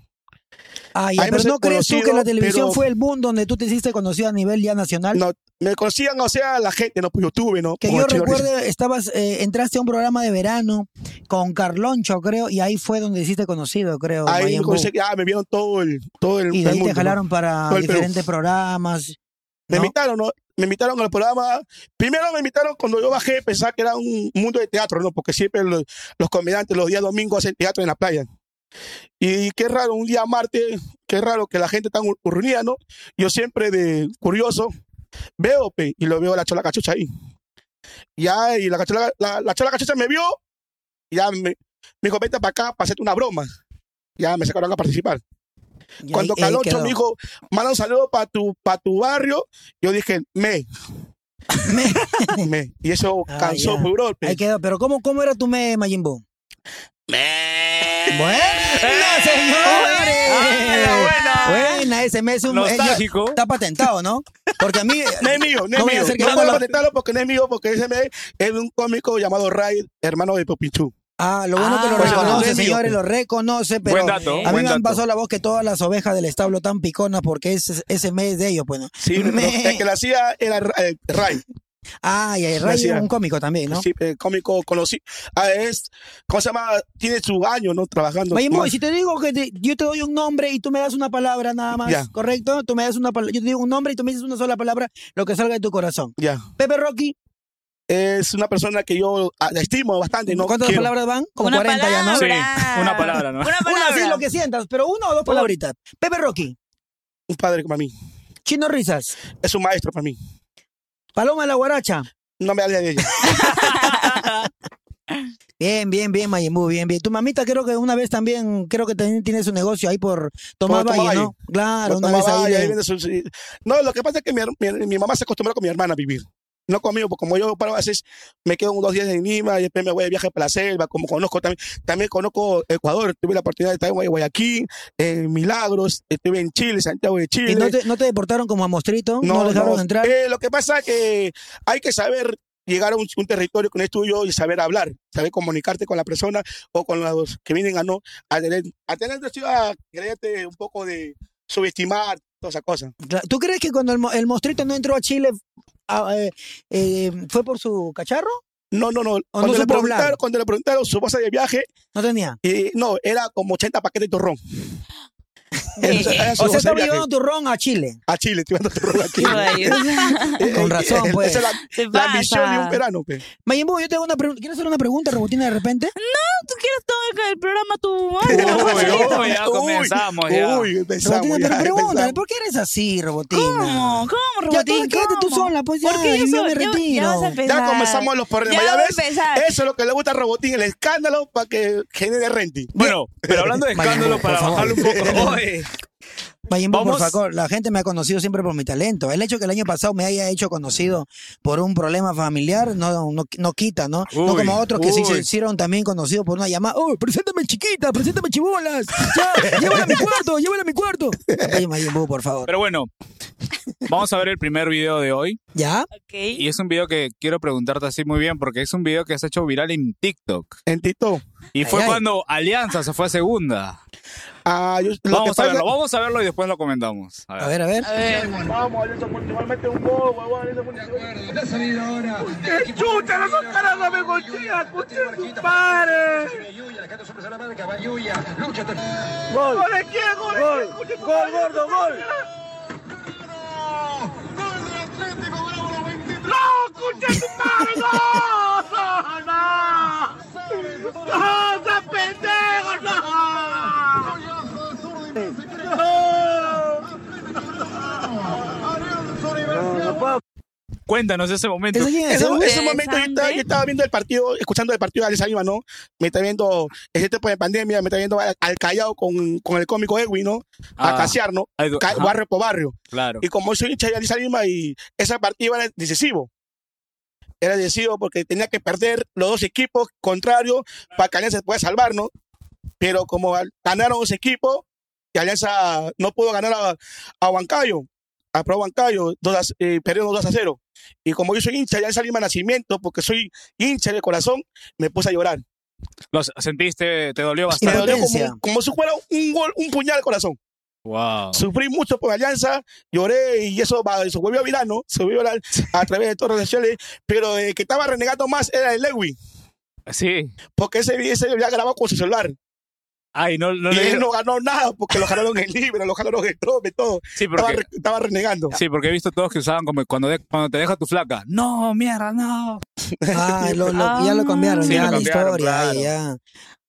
[SPEAKER 2] Ah, ya,
[SPEAKER 4] Ahí me
[SPEAKER 2] pero
[SPEAKER 4] hice
[SPEAKER 2] ¿no crees tú que
[SPEAKER 4] conocido,
[SPEAKER 2] la televisión
[SPEAKER 4] pero-
[SPEAKER 2] fue el boom donde tú te hiciste conocido a nivel ya nacional?
[SPEAKER 4] No, me conocían, o sea, la gente, no por YouTube, ¿no?
[SPEAKER 2] Que
[SPEAKER 4] Con
[SPEAKER 2] yo
[SPEAKER 4] el Chino Risa.
[SPEAKER 2] recuerde, estabas, eh, entraste a un programa de verano con Carloncho, creo, y ahí fue donde hiciste conocido, creo.
[SPEAKER 4] Ahí
[SPEAKER 2] Mayen Buu.
[SPEAKER 4] comencé que ah, me vieron todo el todo el,
[SPEAKER 2] y
[SPEAKER 4] el
[SPEAKER 2] de ahí te
[SPEAKER 4] mundo, ¿no?
[SPEAKER 2] jalaron para
[SPEAKER 4] Todo el Perú.
[SPEAKER 2] diferentes programas. ¿no?
[SPEAKER 4] Me invitaron, ¿no? me invitaron al programa. Primero me invitaron cuando yo bajé, pensaba que era un mundo de teatro, ¿no? Porque siempre los, los comediantes los días domingos hacen teatro en la playa. Y qué raro, un día martes, qué raro que la gente tan u- reunida, ¿no? Yo siempre de curioso veo, pe, y lo veo a la chola cachucha ahí. Ya, y la chola, la, la chola cachucha me vio, y ya me, me dijo, vente para acá para hacerte una broma. Ya me sacaron a participar.
[SPEAKER 2] Y ahí-
[SPEAKER 4] Cuando
[SPEAKER 2] y ahí
[SPEAKER 4] Caloncho
[SPEAKER 2] quedó.
[SPEAKER 4] me dijo, manda un saludo para tu, pa tu barrio, yo dije, me,
[SPEAKER 2] Me-
[SPEAKER 4] me. Y eso
[SPEAKER 2] Ah,
[SPEAKER 4] cansó,
[SPEAKER 2] ya.
[SPEAKER 4] muy bro, pe.
[SPEAKER 2] ahí quedó. Pero ¿cómo, cómo era tu me, Majimbo? Bueno,
[SPEAKER 1] Eh,
[SPEAKER 2] señores. Buena, ese me es un...
[SPEAKER 1] ah,
[SPEAKER 2] eh,
[SPEAKER 1] Nostálgico.
[SPEAKER 2] Está patentado, ¿no? Porque a mí...
[SPEAKER 4] No es mío, no
[SPEAKER 2] No
[SPEAKER 4] es
[SPEAKER 2] voy a
[SPEAKER 4] mío.
[SPEAKER 2] hacer que
[SPEAKER 4] No
[SPEAKER 2] ponga
[SPEAKER 4] puedo
[SPEAKER 2] la-
[SPEAKER 4] contestarlo porque no es mío, porque ese me- es un cómico llamado Ray, hermano de Popichú.
[SPEAKER 2] Ah, lo bueno que lo
[SPEAKER 4] Ah, bueno,
[SPEAKER 2] reconoce,
[SPEAKER 4] es mío.
[SPEAKER 2] señores, lo reconoce, pero...
[SPEAKER 1] Buen dato,
[SPEAKER 2] A mí
[SPEAKER 1] buen
[SPEAKER 2] me han
[SPEAKER 1] dato.
[SPEAKER 2] pasado la voz que todas las ovejas del establo tan piconas porque ese, ese me es de ellos, pues, ¿no?
[SPEAKER 4] Sí,
[SPEAKER 2] Me-
[SPEAKER 4] pero el que lo hacía era eh, Ray.
[SPEAKER 2] Ah, y el
[SPEAKER 4] Me
[SPEAKER 2] Ray
[SPEAKER 4] hacía-
[SPEAKER 2] es un cómico también, ¿no?
[SPEAKER 4] Sí, eh, cómico conocido. Ah, es, ¿cómo se llama? Tiene su año, ¿no? Trabajando.
[SPEAKER 2] Oye, Moy,
[SPEAKER 4] Más-
[SPEAKER 2] si te digo que te- yo te doy un nombre y tú me das una palabra nada más,
[SPEAKER 4] Ya.
[SPEAKER 2] ¿correcto? Tú me das una pala- yo te digo un nombre y tú me dices una sola palabra, lo que salga de tu corazón.
[SPEAKER 4] Ya.
[SPEAKER 2] Pepe Rocky,
[SPEAKER 4] Es una persona que yo ah, la estimo bastante, ¿no?
[SPEAKER 2] ¿cuántas
[SPEAKER 4] Quiero.
[SPEAKER 2] palabras van? Como 40 ya,
[SPEAKER 1] palabra.
[SPEAKER 2] ¿no?
[SPEAKER 1] Sí, una palabra, ¿no?
[SPEAKER 3] Una
[SPEAKER 2] Una
[SPEAKER 3] palabra.
[SPEAKER 2] así lo que sientas, pero una o dos palabritas. Pepe Rocky,
[SPEAKER 4] Un padre para mí.
[SPEAKER 2] Chino Risas,
[SPEAKER 4] Es un maestro para mí.
[SPEAKER 2] Paloma la Guaracha.
[SPEAKER 4] No me hables de ella.
[SPEAKER 2] Bien, bien, bien, Mayimbu, bien, bien. Tu mamita creo que una vez también, creo que también tiene su negocio ahí por Tomás
[SPEAKER 4] Por Tomás
[SPEAKER 2] Valle,
[SPEAKER 4] Valle.
[SPEAKER 2] ¿no? Claro,
[SPEAKER 4] Cuando
[SPEAKER 2] una vez
[SPEAKER 4] mamá
[SPEAKER 2] ahí.
[SPEAKER 4] vaya, ahí
[SPEAKER 2] de-
[SPEAKER 4] viene su- su- No, lo que pasa es que mi, her- mi- mi mamá se acostumbró con mi hermana a vivir. No conmigo, porque como yo para veces me quedo unos dos días en Lima y después me voy de viaje para la selva, como conozco también, también conozco Ecuador, tuve la oportunidad de estar en Guay- Guayaquil, en Milagros, estuve en Chile, Santiago de Chile.
[SPEAKER 2] ¿Y no te, no te deportaron como a Mostrito? ¿No, dejaron
[SPEAKER 4] no.
[SPEAKER 2] entrar?
[SPEAKER 4] Eh, lo que pasa es que hay que saber llegar a un, un territorio que no es tuyo y saber hablar, saber comunicarte con la persona o con los que vienen a no, a tener, a tener a creerte un poco de subestimar, todas esas cosas.
[SPEAKER 2] Claro. ¿Tú crees que cuando el, mo- el Mostrito no entró a Chile ah, eh, eh, fue por su cacharro?
[SPEAKER 4] No, no, no. Cuando, le
[SPEAKER 2] supo hablar.
[SPEAKER 4] preguntaron, cuando le preguntaron su bolsa de viaje,
[SPEAKER 2] No tenía.
[SPEAKER 4] eh, no, era como 80 paquetes de turrón. Era
[SPEAKER 2] O
[SPEAKER 4] su
[SPEAKER 2] sea,
[SPEAKER 4] bolsa de
[SPEAKER 2] estaba
[SPEAKER 4] viaje
[SPEAKER 2] llevando tu ron a Chile.
[SPEAKER 4] a Chile, estoy llevando turrón a Chile. Eh,
[SPEAKER 2] Con
[SPEAKER 4] eh,
[SPEAKER 2] razón,
[SPEAKER 4] eh,
[SPEAKER 2] pues.
[SPEAKER 4] Esa es la,
[SPEAKER 3] Se
[SPEAKER 4] la
[SPEAKER 3] pasa.
[SPEAKER 4] misión de un verano, pe.
[SPEAKER 2] Mayimbu, yo te hago una pregunta. ¿Quieres hacer una pregunta, Robotina, de repente?
[SPEAKER 3] ¿Tú quieres todo el, el programa tú? Ay,
[SPEAKER 4] Uy,
[SPEAKER 3] no, facilito.
[SPEAKER 1] uy, ya comenzamos,
[SPEAKER 4] uy,
[SPEAKER 1] ya.
[SPEAKER 4] Uy, empezamos,
[SPEAKER 2] Robotina,
[SPEAKER 4] ya,
[SPEAKER 2] pero pregúntale,
[SPEAKER 4] empezamos.
[SPEAKER 2] ¿por qué eres así, Robotina?
[SPEAKER 3] ¿Cómo? ¿Cómo,
[SPEAKER 2] Ya, tú,
[SPEAKER 3] Robotín?
[SPEAKER 2] quédate tú
[SPEAKER 3] ¿Cómo?
[SPEAKER 2] sola, pues ya,
[SPEAKER 3] ¿Por qué
[SPEAKER 2] yo
[SPEAKER 3] sola?
[SPEAKER 2] me
[SPEAKER 3] Ya-
[SPEAKER 2] retiro.
[SPEAKER 3] Ya, vas
[SPEAKER 2] Ya
[SPEAKER 3] a
[SPEAKER 4] Ya
[SPEAKER 3] empezar.
[SPEAKER 4] comenzamos los problemas.
[SPEAKER 3] Ya
[SPEAKER 4] ¿Ya
[SPEAKER 3] vas a
[SPEAKER 4] ves?
[SPEAKER 3] empezar.
[SPEAKER 4] Eso es lo que le gusta a Robotín, el escándalo para que genere renting.
[SPEAKER 1] Bueno, pero hablando de escándalo,
[SPEAKER 2] Mayimbu,
[SPEAKER 1] para
[SPEAKER 2] por favor.
[SPEAKER 1] bajarlo un poco. Oye,
[SPEAKER 2] Mayimbu, por
[SPEAKER 1] Vamos.
[SPEAKER 2] favor, la gente me ha conocido siempre por mi talento. El hecho que el año pasado me haya hecho conocido por un problema familiar no, no, no quita, ¿no? no
[SPEAKER 1] Uy,
[SPEAKER 2] como otros que sí se
[SPEAKER 1] uy.
[SPEAKER 2] hicieron también conocidos por una llamada. ¡Oh, preséntame chiquita! ¡Preséntame chibolas! ¡Ya! ¡Llévala a mi cuarto! ¡Llévala a mi cuarto! Oye, Mayimbu, por favor.
[SPEAKER 1] pero bueno, vamos a ver el primer video de hoy.
[SPEAKER 2] ¿Ya?
[SPEAKER 1] Y
[SPEAKER 3] Ok.
[SPEAKER 1] es un video que quiero preguntarte así muy bien, porque es un video que se ha hecho viral en TikTok.
[SPEAKER 4] En TikTok.
[SPEAKER 1] Y fue
[SPEAKER 2] ay.
[SPEAKER 1] cuando Alianza se fue a segunda.
[SPEAKER 4] Ah, yo- lo
[SPEAKER 1] Vamos
[SPEAKER 4] que
[SPEAKER 1] a
[SPEAKER 4] pasa-
[SPEAKER 1] verlo, vamos a verlo y después lo comentamos. A ver.
[SPEAKER 2] A ver, a ver.
[SPEAKER 3] A ver.
[SPEAKER 4] Vamos, Alianza Multival, mete un gol, huevón, Alianza Multival.
[SPEAKER 5] ¡Qué chucha! ¡La dos caras no me golpea! ¡Concha su madre! ¡Gol! ¡Gol de quién, ¡Gol! ¡Gol! ¡Gol, gordo, gol! ¡No, concha tu madre! ¡No! ¡No! ¡No! ¡No, estás pendejo! ¡No! ¡No! ¡No puedo
[SPEAKER 1] Cuéntanos ese momento.
[SPEAKER 2] ¿Ese quién es?
[SPEAKER 4] Ese,
[SPEAKER 2] ¿Ese-
[SPEAKER 4] ese momento yo estaba, yo estaba viendo el partido, escuchando el partido de Alianza Lima, ¿no? Me está viendo ese tiempo de pandemia, me está viendo al, al Callao con, con el cómico Edwin, ¿no? A
[SPEAKER 1] Ah.
[SPEAKER 4] casear, ¿no?
[SPEAKER 1] Ay, du-
[SPEAKER 4] Ca-
[SPEAKER 1] ajá,
[SPEAKER 4] barrio por barrio.
[SPEAKER 1] claro.
[SPEAKER 4] Y como soy hincha de Alianza Lima y ese partido era decisivo. Era decisivo porque tenía que perder los dos equipos contrarios para que Alianza se pueda salvar, ¿no? Pero como al- ganaron los equipos, y Alianza no pudo ganar a, a Huancayo, a Pro Huancayo, dos a- eh, perdieron 2 a 0. Y como yo soy hincha de Alianza Lima Nacimiento, porque soy hincha de corazón, me puse a llorar.
[SPEAKER 1] ¿Lo sentiste? ¿Te dolió
[SPEAKER 4] Me
[SPEAKER 1] bastante?
[SPEAKER 4] dolió
[SPEAKER 2] Impotencia.
[SPEAKER 4] como, como si fuera un gol, un puñal al corazón.
[SPEAKER 1] Wow.
[SPEAKER 4] Sufrí mucho por Alianza, lloré y eso, va- eso volvió a virar, ¿no? Se volvió a virar a través de todas las redes sociales, pero el que estaba renegando más era el Lewin,
[SPEAKER 1] Sí.
[SPEAKER 4] porque ese, ese lo había grabado con su celular.
[SPEAKER 1] Ay, no, no
[SPEAKER 4] y
[SPEAKER 1] le
[SPEAKER 4] él no ganó nada porque lo jalaron en libre, lo jalaron en todo, todo.
[SPEAKER 1] Sí,
[SPEAKER 4] Estaba,
[SPEAKER 1] porque,
[SPEAKER 4] re- estaba renegando.
[SPEAKER 1] sí, porque he visto todos que usaban como cuando, de- cuando te deja tu flaca. No, mierda, no.
[SPEAKER 2] Ah, lo- lo- ya lo cambiaron,
[SPEAKER 1] Sí,
[SPEAKER 2] ya
[SPEAKER 1] lo
[SPEAKER 2] la
[SPEAKER 1] cambiaron,
[SPEAKER 2] historia,
[SPEAKER 4] claro.
[SPEAKER 2] ay, ya.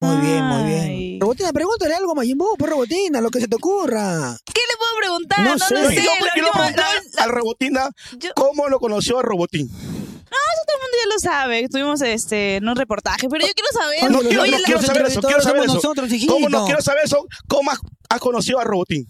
[SPEAKER 2] Muy bien, muy
[SPEAKER 3] Ay.
[SPEAKER 2] bien. Robotina, pregúntale algo, Majin Buu, por Robotina, lo que se te ocurra.
[SPEAKER 3] ¿Qué le puedo preguntar?
[SPEAKER 2] No
[SPEAKER 3] No, no
[SPEAKER 2] sé.
[SPEAKER 3] sé.
[SPEAKER 4] Yo me
[SPEAKER 3] lo
[SPEAKER 4] quiero
[SPEAKER 3] último-
[SPEAKER 4] preguntar
[SPEAKER 3] lo-
[SPEAKER 4] al Robotina
[SPEAKER 3] yo-
[SPEAKER 4] cómo lo conoció a Robotín.
[SPEAKER 3] todo el mundo ya lo sabe. Tuvimos este, no reportaje, pero yo quiero saber.
[SPEAKER 4] No
[SPEAKER 2] Oye,
[SPEAKER 4] quiero-
[SPEAKER 2] los-
[SPEAKER 4] no
[SPEAKER 3] la-
[SPEAKER 4] quiero
[SPEAKER 2] los
[SPEAKER 4] saber eso, quiero
[SPEAKER 2] entrevistadores
[SPEAKER 4] saber
[SPEAKER 2] somos
[SPEAKER 4] eso.
[SPEAKER 2] nosotros,
[SPEAKER 4] ¿Cómo no
[SPEAKER 2] hijito.
[SPEAKER 4] quiero saber eso? ¿Cómo has, has conocido a Robotín?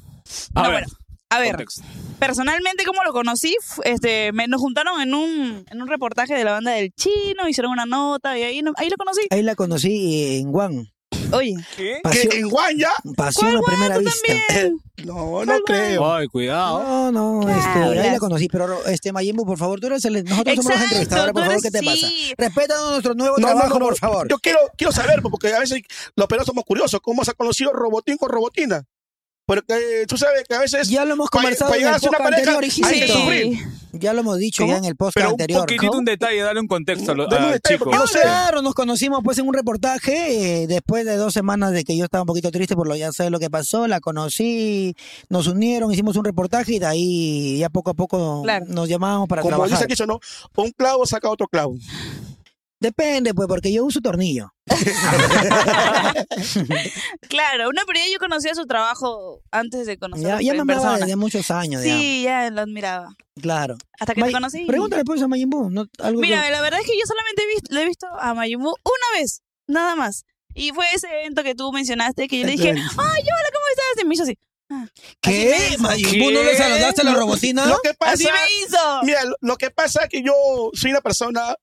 [SPEAKER 1] A
[SPEAKER 3] No,
[SPEAKER 1] ver,
[SPEAKER 3] bueno, a ver,
[SPEAKER 1] contexto.
[SPEAKER 3] personalmente como lo conocí, F- este, me nos juntaron en un, en un reportaje de la banda del chino, hicieron una nota y ahí, no- ahí lo conocí.
[SPEAKER 2] Ahí la conocí en Guan.
[SPEAKER 3] Oye,
[SPEAKER 1] ¿Qué?
[SPEAKER 2] Pasión,
[SPEAKER 4] Que en Guaya.
[SPEAKER 2] pasión a primera
[SPEAKER 3] tú
[SPEAKER 2] vista.
[SPEAKER 3] también.
[SPEAKER 4] No, no creo.
[SPEAKER 1] Ay, cuidado.
[SPEAKER 2] No, no,
[SPEAKER 4] Ah,
[SPEAKER 2] este, ahí la
[SPEAKER 3] hablas?
[SPEAKER 2] conocí, pero este Majin Buu, por favor, tú eres el, nosotros somos los
[SPEAKER 3] Exacto,
[SPEAKER 2] entrevistadores, por
[SPEAKER 3] tú
[SPEAKER 2] favor, ¿qué
[SPEAKER 3] eres-
[SPEAKER 2] te pasa?
[SPEAKER 3] sí.
[SPEAKER 2] Respeta nuestro nuevo
[SPEAKER 4] No,
[SPEAKER 2] trabajo,
[SPEAKER 4] no, no,
[SPEAKER 2] por favor.
[SPEAKER 4] Yo quiero, quiero saber, porque a veces los peruanos somos curiosos. ¿Cómo se ha conocido Robotín con Robotina? Porque eh, tú sabes que a veces.
[SPEAKER 2] ya lo hemos
[SPEAKER 4] pa-
[SPEAKER 2] conversado
[SPEAKER 4] pa
[SPEAKER 2] en
[SPEAKER 4] llegar
[SPEAKER 2] el
[SPEAKER 4] a ser una
[SPEAKER 2] podcast
[SPEAKER 4] pareja,
[SPEAKER 2] anterior,
[SPEAKER 4] hay que
[SPEAKER 2] hijito.
[SPEAKER 4] sufrir.
[SPEAKER 2] Ya lo hemos dicho ya en el podcast
[SPEAKER 1] Pero un
[SPEAKER 2] anterior.
[SPEAKER 1] poquitito un detalle, dale un contexto al,
[SPEAKER 4] Dale un
[SPEAKER 1] al
[SPEAKER 4] detalle,
[SPEAKER 1] chico.
[SPEAKER 4] porque no sé.
[SPEAKER 2] Claro, nos conocimos pues en un reportaje eh, después de dos semanas de que yo estaba un poquito triste por lo ya sé lo que pasó, la conocí, nos unieron, hicimos un reportaje y de ahí ya poco a poco
[SPEAKER 3] Claro.
[SPEAKER 2] nos llamábamos para
[SPEAKER 4] Como dice
[SPEAKER 2] trabajar.
[SPEAKER 4] aquí, ¿no? Un clavo saca otro clavo.
[SPEAKER 2] Depende pues porque yo uso tornillo.
[SPEAKER 3] Claro, no, pero ya yo conocía su trabajo antes de
[SPEAKER 2] Ya,
[SPEAKER 3] conocerlo
[SPEAKER 2] ya me
[SPEAKER 3] en
[SPEAKER 2] amaba
[SPEAKER 3] persona.
[SPEAKER 2] desde muchos años
[SPEAKER 3] Sí, ya lo admiraba.
[SPEAKER 2] ya. Claro.
[SPEAKER 3] Hasta que
[SPEAKER 2] Ma-
[SPEAKER 3] te conocí.
[SPEAKER 2] Pregúntale pues a Majin Buu, ¿no? algo que-
[SPEAKER 3] Mira, la verdad es que yo solamente he visto, le he visto a Mayimbu una vez, nada más. Y fue ese evento que tú mencionaste que yo le dije, ay,
[SPEAKER 2] Entonces-
[SPEAKER 3] hola, ¿cómo estás? Y me hizo así. así me
[SPEAKER 2] ¿Qué?
[SPEAKER 3] hizo.
[SPEAKER 2] Majin Buu, ¿no le
[SPEAKER 1] ¿Qué?
[SPEAKER 2] saludaste a la robotina?
[SPEAKER 4] Lo que pasa.
[SPEAKER 3] Así me hizo.
[SPEAKER 4] Mira, lo- lo que pasa es que yo soy una persona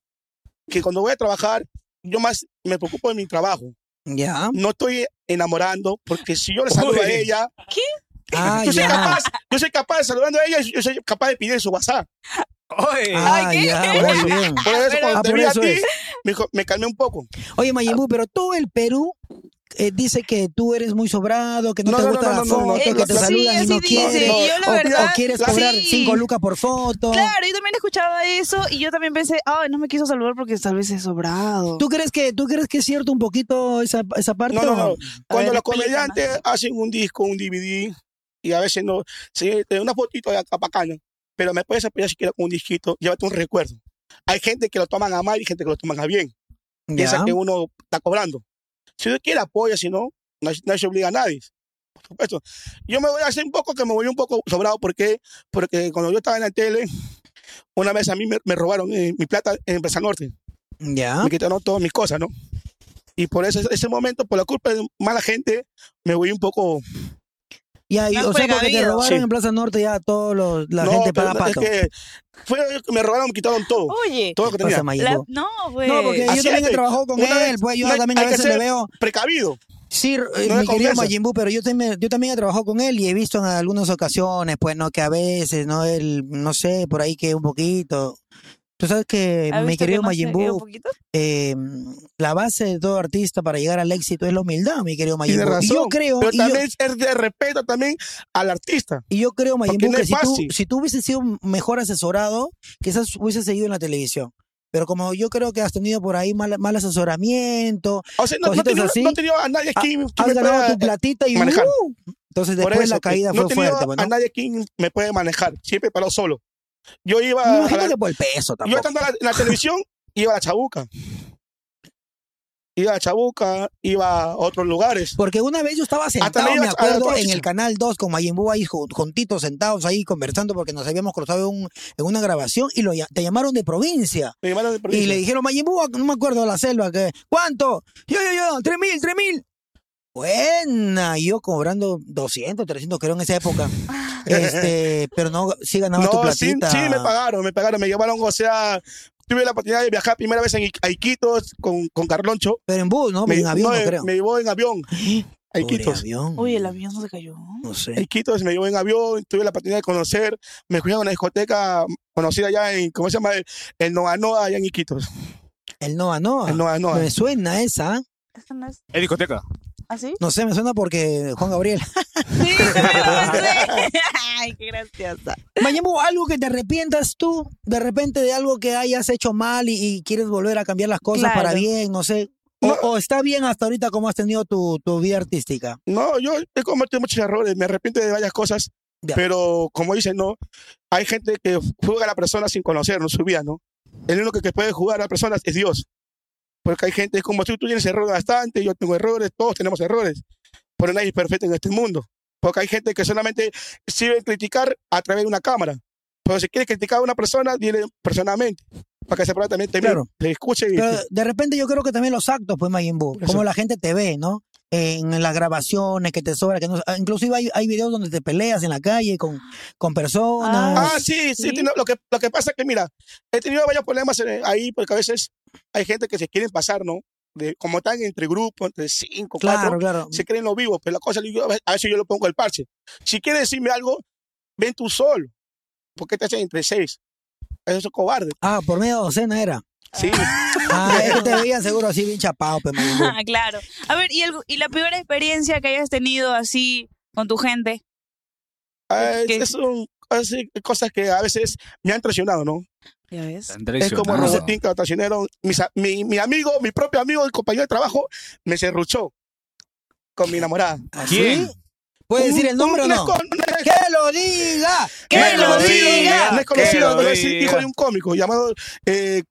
[SPEAKER 4] que cuando voy a trabajar, yo más me preocupo de mi trabajo.
[SPEAKER 2] Ya.
[SPEAKER 4] No estoy enamorando, porque si yo le saludo a
[SPEAKER 1] Uy.
[SPEAKER 4] ella,
[SPEAKER 2] Ah,
[SPEAKER 4] yo soy,
[SPEAKER 2] ya.
[SPEAKER 4] capaz, yo soy capaz de saludando a ella, yo soy capaz de pedir su WhatsApp.
[SPEAKER 1] Oye,
[SPEAKER 2] Ah,
[SPEAKER 3] Ay, ¿qué?
[SPEAKER 2] ya, muy bien.
[SPEAKER 4] Por eso,
[SPEAKER 3] pero-
[SPEAKER 4] cuando
[SPEAKER 2] Ah,
[SPEAKER 4] te
[SPEAKER 2] por
[SPEAKER 4] vi a
[SPEAKER 2] eso
[SPEAKER 4] ti,
[SPEAKER 2] es.
[SPEAKER 4] me, dijo- me calmé un poco.
[SPEAKER 2] Oye, Mayimbu, pero todo el Perú eh, dice que tú eres muy sobrado, que no,
[SPEAKER 4] No,
[SPEAKER 2] te
[SPEAKER 4] no,
[SPEAKER 2] gusta
[SPEAKER 4] no,
[SPEAKER 2] la
[SPEAKER 4] no, no, no,
[SPEAKER 2] foto,
[SPEAKER 4] no,
[SPEAKER 2] que
[SPEAKER 4] no,
[SPEAKER 2] te
[SPEAKER 4] no,
[SPEAKER 2] saludan y
[SPEAKER 3] Eh, sí,
[SPEAKER 2] no
[SPEAKER 3] así dice.
[SPEAKER 2] quieren.
[SPEAKER 3] Y yo la
[SPEAKER 2] o,
[SPEAKER 3] verdad,
[SPEAKER 2] o quieres
[SPEAKER 3] sí.
[SPEAKER 2] cobrar cinco lucas por foto.
[SPEAKER 3] Claro, yo también escuchaba eso y yo también pensé, ay, no me quiso saludar porque tal vez es sobrado.
[SPEAKER 2] ¿Tú crees que tú crees que es cierto un poquito esa, esa parte?
[SPEAKER 4] No, no,
[SPEAKER 2] o
[SPEAKER 4] no. Cuando
[SPEAKER 3] ver,
[SPEAKER 4] los
[SPEAKER 3] explícame.
[SPEAKER 4] comediantes hacen un disco, un DVD, y a veces no, sí, te dan una fotito de acá para acá, ¿no? pero me puedes apoyar si quieres con un disquito, llévate un recuerdo. Hay gente que lo toman a mal y gente que lo toman a bien. piensa
[SPEAKER 2] Ya.
[SPEAKER 4] que uno está cobrando. Si usted quiere, apoya, si no, no, no se obliga a nadie. Por supuesto. Yo me voy a hacer un poco que me voy un poco sobrado. ¿Por qué? Porque cuando yo estaba en la tele, una vez a mí me, me robaron eh, mi plata en Empresa Norte.
[SPEAKER 2] Ya.
[SPEAKER 4] Me quitaron todas mis cosas, ¿no? Y por eso, ese momento, por la culpa de mala gente, me voy un poco.
[SPEAKER 2] Ya, y,
[SPEAKER 3] Más
[SPEAKER 2] o sea, porque te
[SPEAKER 3] precavido.
[SPEAKER 2] robaron
[SPEAKER 4] Sí.
[SPEAKER 2] en Plaza Norte ya todos los la
[SPEAKER 4] No,
[SPEAKER 2] gente
[SPEAKER 4] pero
[SPEAKER 2] paga
[SPEAKER 4] no, es
[SPEAKER 2] pato.
[SPEAKER 4] que fue que me robaron, me quitaron todo.
[SPEAKER 3] Oye,
[SPEAKER 4] Todo lo que
[SPEAKER 2] Pasa,
[SPEAKER 4] tenía.
[SPEAKER 2] Mayimbu.
[SPEAKER 3] la- no, pues.
[SPEAKER 2] No, porque yo
[SPEAKER 4] Así
[SPEAKER 2] también he
[SPEAKER 4] es.
[SPEAKER 2] trabajado con
[SPEAKER 4] Una
[SPEAKER 2] él,
[SPEAKER 4] vez-
[SPEAKER 2] pues yo
[SPEAKER 4] no hay-
[SPEAKER 2] también a
[SPEAKER 4] hay que
[SPEAKER 2] veces le
[SPEAKER 4] ser
[SPEAKER 2] veo
[SPEAKER 4] Precavido.
[SPEAKER 2] Sí, eh,
[SPEAKER 4] le
[SPEAKER 2] mi querido
[SPEAKER 4] confianza.
[SPEAKER 2] Majin Buu, pero yo también, yo también he trabajado con él y he visto en algunas ocasiones, pues, ¿no? Que a veces, ¿no? Él, no sé, por ahí que un poquito. Tú sabes que
[SPEAKER 3] ¿has
[SPEAKER 2] mi
[SPEAKER 3] visto que
[SPEAKER 2] querido
[SPEAKER 3] no
[SPEAKER 2] Majin
[SPEAKER 3] se- que un
[SPEAKER 2] Buu,
[SPEAKER 3] poquito?
[SPEAKER 2] eh, la base de todo artista para llegar al éxito es la humildad, mi querido Majin
[SPEAKER 4] Tiene
[SPEAKER 2] Buu. Y
[SPEAKER 4] razón.
[SPEAKER 2] yo creo,
[SPEAKER 4] Pero
[SPEAKER 2] y yo,
[SPEAKER 4] también es de respeto también al artista.
[SPEAKER 2] y yo creo, Majin
[SPEAKER 4] porque
[SPEAKER 2] Buu,
[SPEAKER 4] no
[SPEAKER 2] que
[SPEAKER 4] es
[SPEAKER 2] si tú,
[SPEAKER 4] fácil.
[SPEAKER 2] si tú hubieses sido mejor asesorado, quizás hubieses seguido en la televisión. Pero como yo creo que has tenido por ahí mal, mal asesoramiento,
[SPEAKER 4] O sea, no, no,
[SPEAKER 2] Cositas
[SPEAKER 4] tenía,
[SPEAKER 2] así.
[SPEAKER 4] no tenía a nadie
[SPEAKER 2] Ah,
[SPEAKER 4] que, que
[SPEAKER 2] has
[SPEAKER 4] me
[SPEAKER 2] ganado
[SPEAKER 4] pueda...
[SPEAKER 2] tu platita y
[SPEAKER 4] manejar.
[SPEAKER 2] ¡uh! entonces
[SPEAKER 4] eh, por
[SPEAKER 2] después
[SPEAKER 4] eso,
[SPEAKER 2] la caída
[SPEAKER 4] que no
[SPEAKER 2] fue
[SPEAKER 4] tenía
[SPEAKER 2] fuerte. pues, ¿no?
[SPEAKER 4] a nadie que me puede manejar. Siempre paró solo. Yo iba...
[SPEAKER 2] Me
[SPEAKER 4] a
[SPEAKER 2] imagino
[SPEAKER 4] la-
[SPEAKER 2] que por el peso
[SPEAKER 4] yo
[SPEAKER 2] tampoco.
[SPEAKER 4] estando en la, en la televisión, iba a la Chabuca. Iba a la Chabuca, iba a otros lugares.
[SPEAKER 2] Porque una vez yo estaba sentado, me
[SPEAKER 4] me ibas a dar
[SPEAKER 2] acuerdo,
[SPEAKER 4] otro
[SPEAKER 2] en el
[SPEAKER 4] chicha.
[SPEAKER 2] Canal 2 con Majin Buu ahí ju- juntitos, sentados ahí conversando porque nos habíamos cruzado en un- en una grabación y lo, ll- te llamaron de provincia.
[SPEAKER 4] Me llamaron de
[SPEAKER 2] Y
[SPEAKER 4] provincia.
[SPEAKER 2] le dijeron, Majin Buu, no me acuerdo de la selva, que, ¿cuánto? Yo, yo, yo, tres mil, tres mil. Buena, y yo cobrando 200, 300 creo en esa época. Este, pero no, sí ganaba tu
[SPEAKER 4] no, sí,
[SPEAKER 2] platita.
[SPEAKER 4] sí, me pagaron, me pagaron. Me llevaron, o sea... Tuve la oportunidad de viajar primera vez en I- a Iquitos con, con Carloncho.
[SPEAKER 2] Pero en bus, ¿no?
[SPEAKER 4] me,
[SPEAKER 2] en avión, no,
[SPEAKER 4] no, eh,
[SPEAKER 2] creo.
[SPEAKER 4] me llevó en avión a
[SPEAKER 2] Pobre
[SPEAKER 4] Iquitos.
[SPEAKER 2] avión.
[SPEAKER 3] Uy, el avión no se cayó.
[SPEAKER 2] No sé.
[SPEAKER 4] En Quito me llevó en avión, tuve la oportunidad de conocer, me fui a una discoteca conocida allá en, ¿cómo se llama? El Noa Noa allá en Iquitos.
[SPEAKER 2] El Noa Noa.
[SPEAKER 4] El Noa Noa.
[SPEAKER 2] Me suena esa. ¿eh?
[SPEAKER 3] ¿Eso no es
[SPEAKER 1] es discoteca.
[SPEAKER 3] así?
[SPEAKER 2] No sé, me suena porque Juan Gabriel.
[SPEAKER 3] Sí, también lo pensé. Ay, qué graciosa.
[SPEAKER 2] Mayimbu, algo que te arrepientas tú, de repente de algo que hayas hecho mal y, y quieres volver a cambiar las cosas
[SPEAKER 3] Claro.
[SPEAKER 2] para bien, no sé. O,
[SPEAKER 4] No.
[SPEAKER 2] o está bien hasta ahorita como has tenido tu, tu vida artística.
[SPEAKER 4] No, yo he cometido muchos errores, me arrepiento de varias cosas,
[SPEAKER 2] Ya.
[SPEAKER 4] pero como dicen, no, hay gente que juega a la persona sin conocer, no su vida, ¿no? El único que puede jugar a la persona es Dios. Porque hay gente, como tú, tú tienes errores bastante, yo tengo errores, todos tenemos errores, pero nadie es perfecto en este mundo. Porque hay gente que solamente sirve criticar a través de una cámara. Pero si quieres criticar a una persona, dile personalmente, para que esa persona también te, mire,
[SPEAKER 2] Claro.
[SPEAKER 4] te escuche. Y,
[SPEAKER 2] Pero de repente yo creo que también los actos, pues, Majin Buu,
[SPEAKER 4] Eso.
[SPEAKER 2] como la gente te ve, ¿no? En las grabaciones que te sobra, que no, ah, inclusive hay, hay videos donde te peleas en la calle con, con personas.
[SPEAKER 4] Ah, sí, sí.
[SPEAKER 3] Sí.
[SPEAKER 4] tiene- lo, que, lo que pasa es que, mira, he tenido varios problemas eh, ahí porque a veces hay gente que se quieren pasar, ¿no? De, como están entre grupos, entre cinco,
[SPEAKER 2] claro,
[SPEAKER 4] cuatro,
[SPEAKER 2] claro.
[SPEAKER 4] se creen los vivos, pero la cosa, yo- a veces yo le pongo el parche. Si quieres decirme algo, ven tú solo. ¿Por qué te hacen entre seis? Eso es cobarde.
[SPEAKER 2] Ah, por media docena era.
[SPEAKER 4] Sí.
[SPEAKER 2] Ah, es que te veían seguro así bien chapado, pues, Majin Buu.
[SPEAKER 3] Ah, claro. A ver, ¿y, el- y la peor experiencia que hayas tenido así con tu gente?
[SPEAKER 4] Ah,
[SPEAKER 3] ¿Qué?
[SPEAKER 4] es- son así, cosas que a veces me han traicionado, ¿no?
[SPEAKER 3] Ya ves.
[SPEAKER 4] Es como
[SPEAKER 1] Traicionado.
[SPEAKER 4] Rosetín que lo traicionaron. Mis a- mi, mi amigo, mi propio amigo, el compañero de trabajo, me cerruchó con mi enamorada.
[SPEAKER 2] ¿Ah,
[SPEAKER 1] ¿Quién?
[SPEAKER 2] sí? ¿Puedes decir el nombre o
[SPEAKER 4] Un- un-
[SPEAKER 2] no?
[SPEAKER 4] un- un-
[SPEAKER 2] ¡Que lo diga!
[SPEAKER 3] ¡Que
[SPEAKER 2] ¡Que
[SPEAKER 3] lo
[SPEAKER 2] lo
[SPEAKER 3] diga!
[SPEAKER 2] diga!
[SPEAKER 4] No es conocido,
[SPEAKER 1] lo
[SPEAKER 4] pero es hijo
[SPEAKER 1] diga.
[SPEAKER 4] de un cómico llamado eh,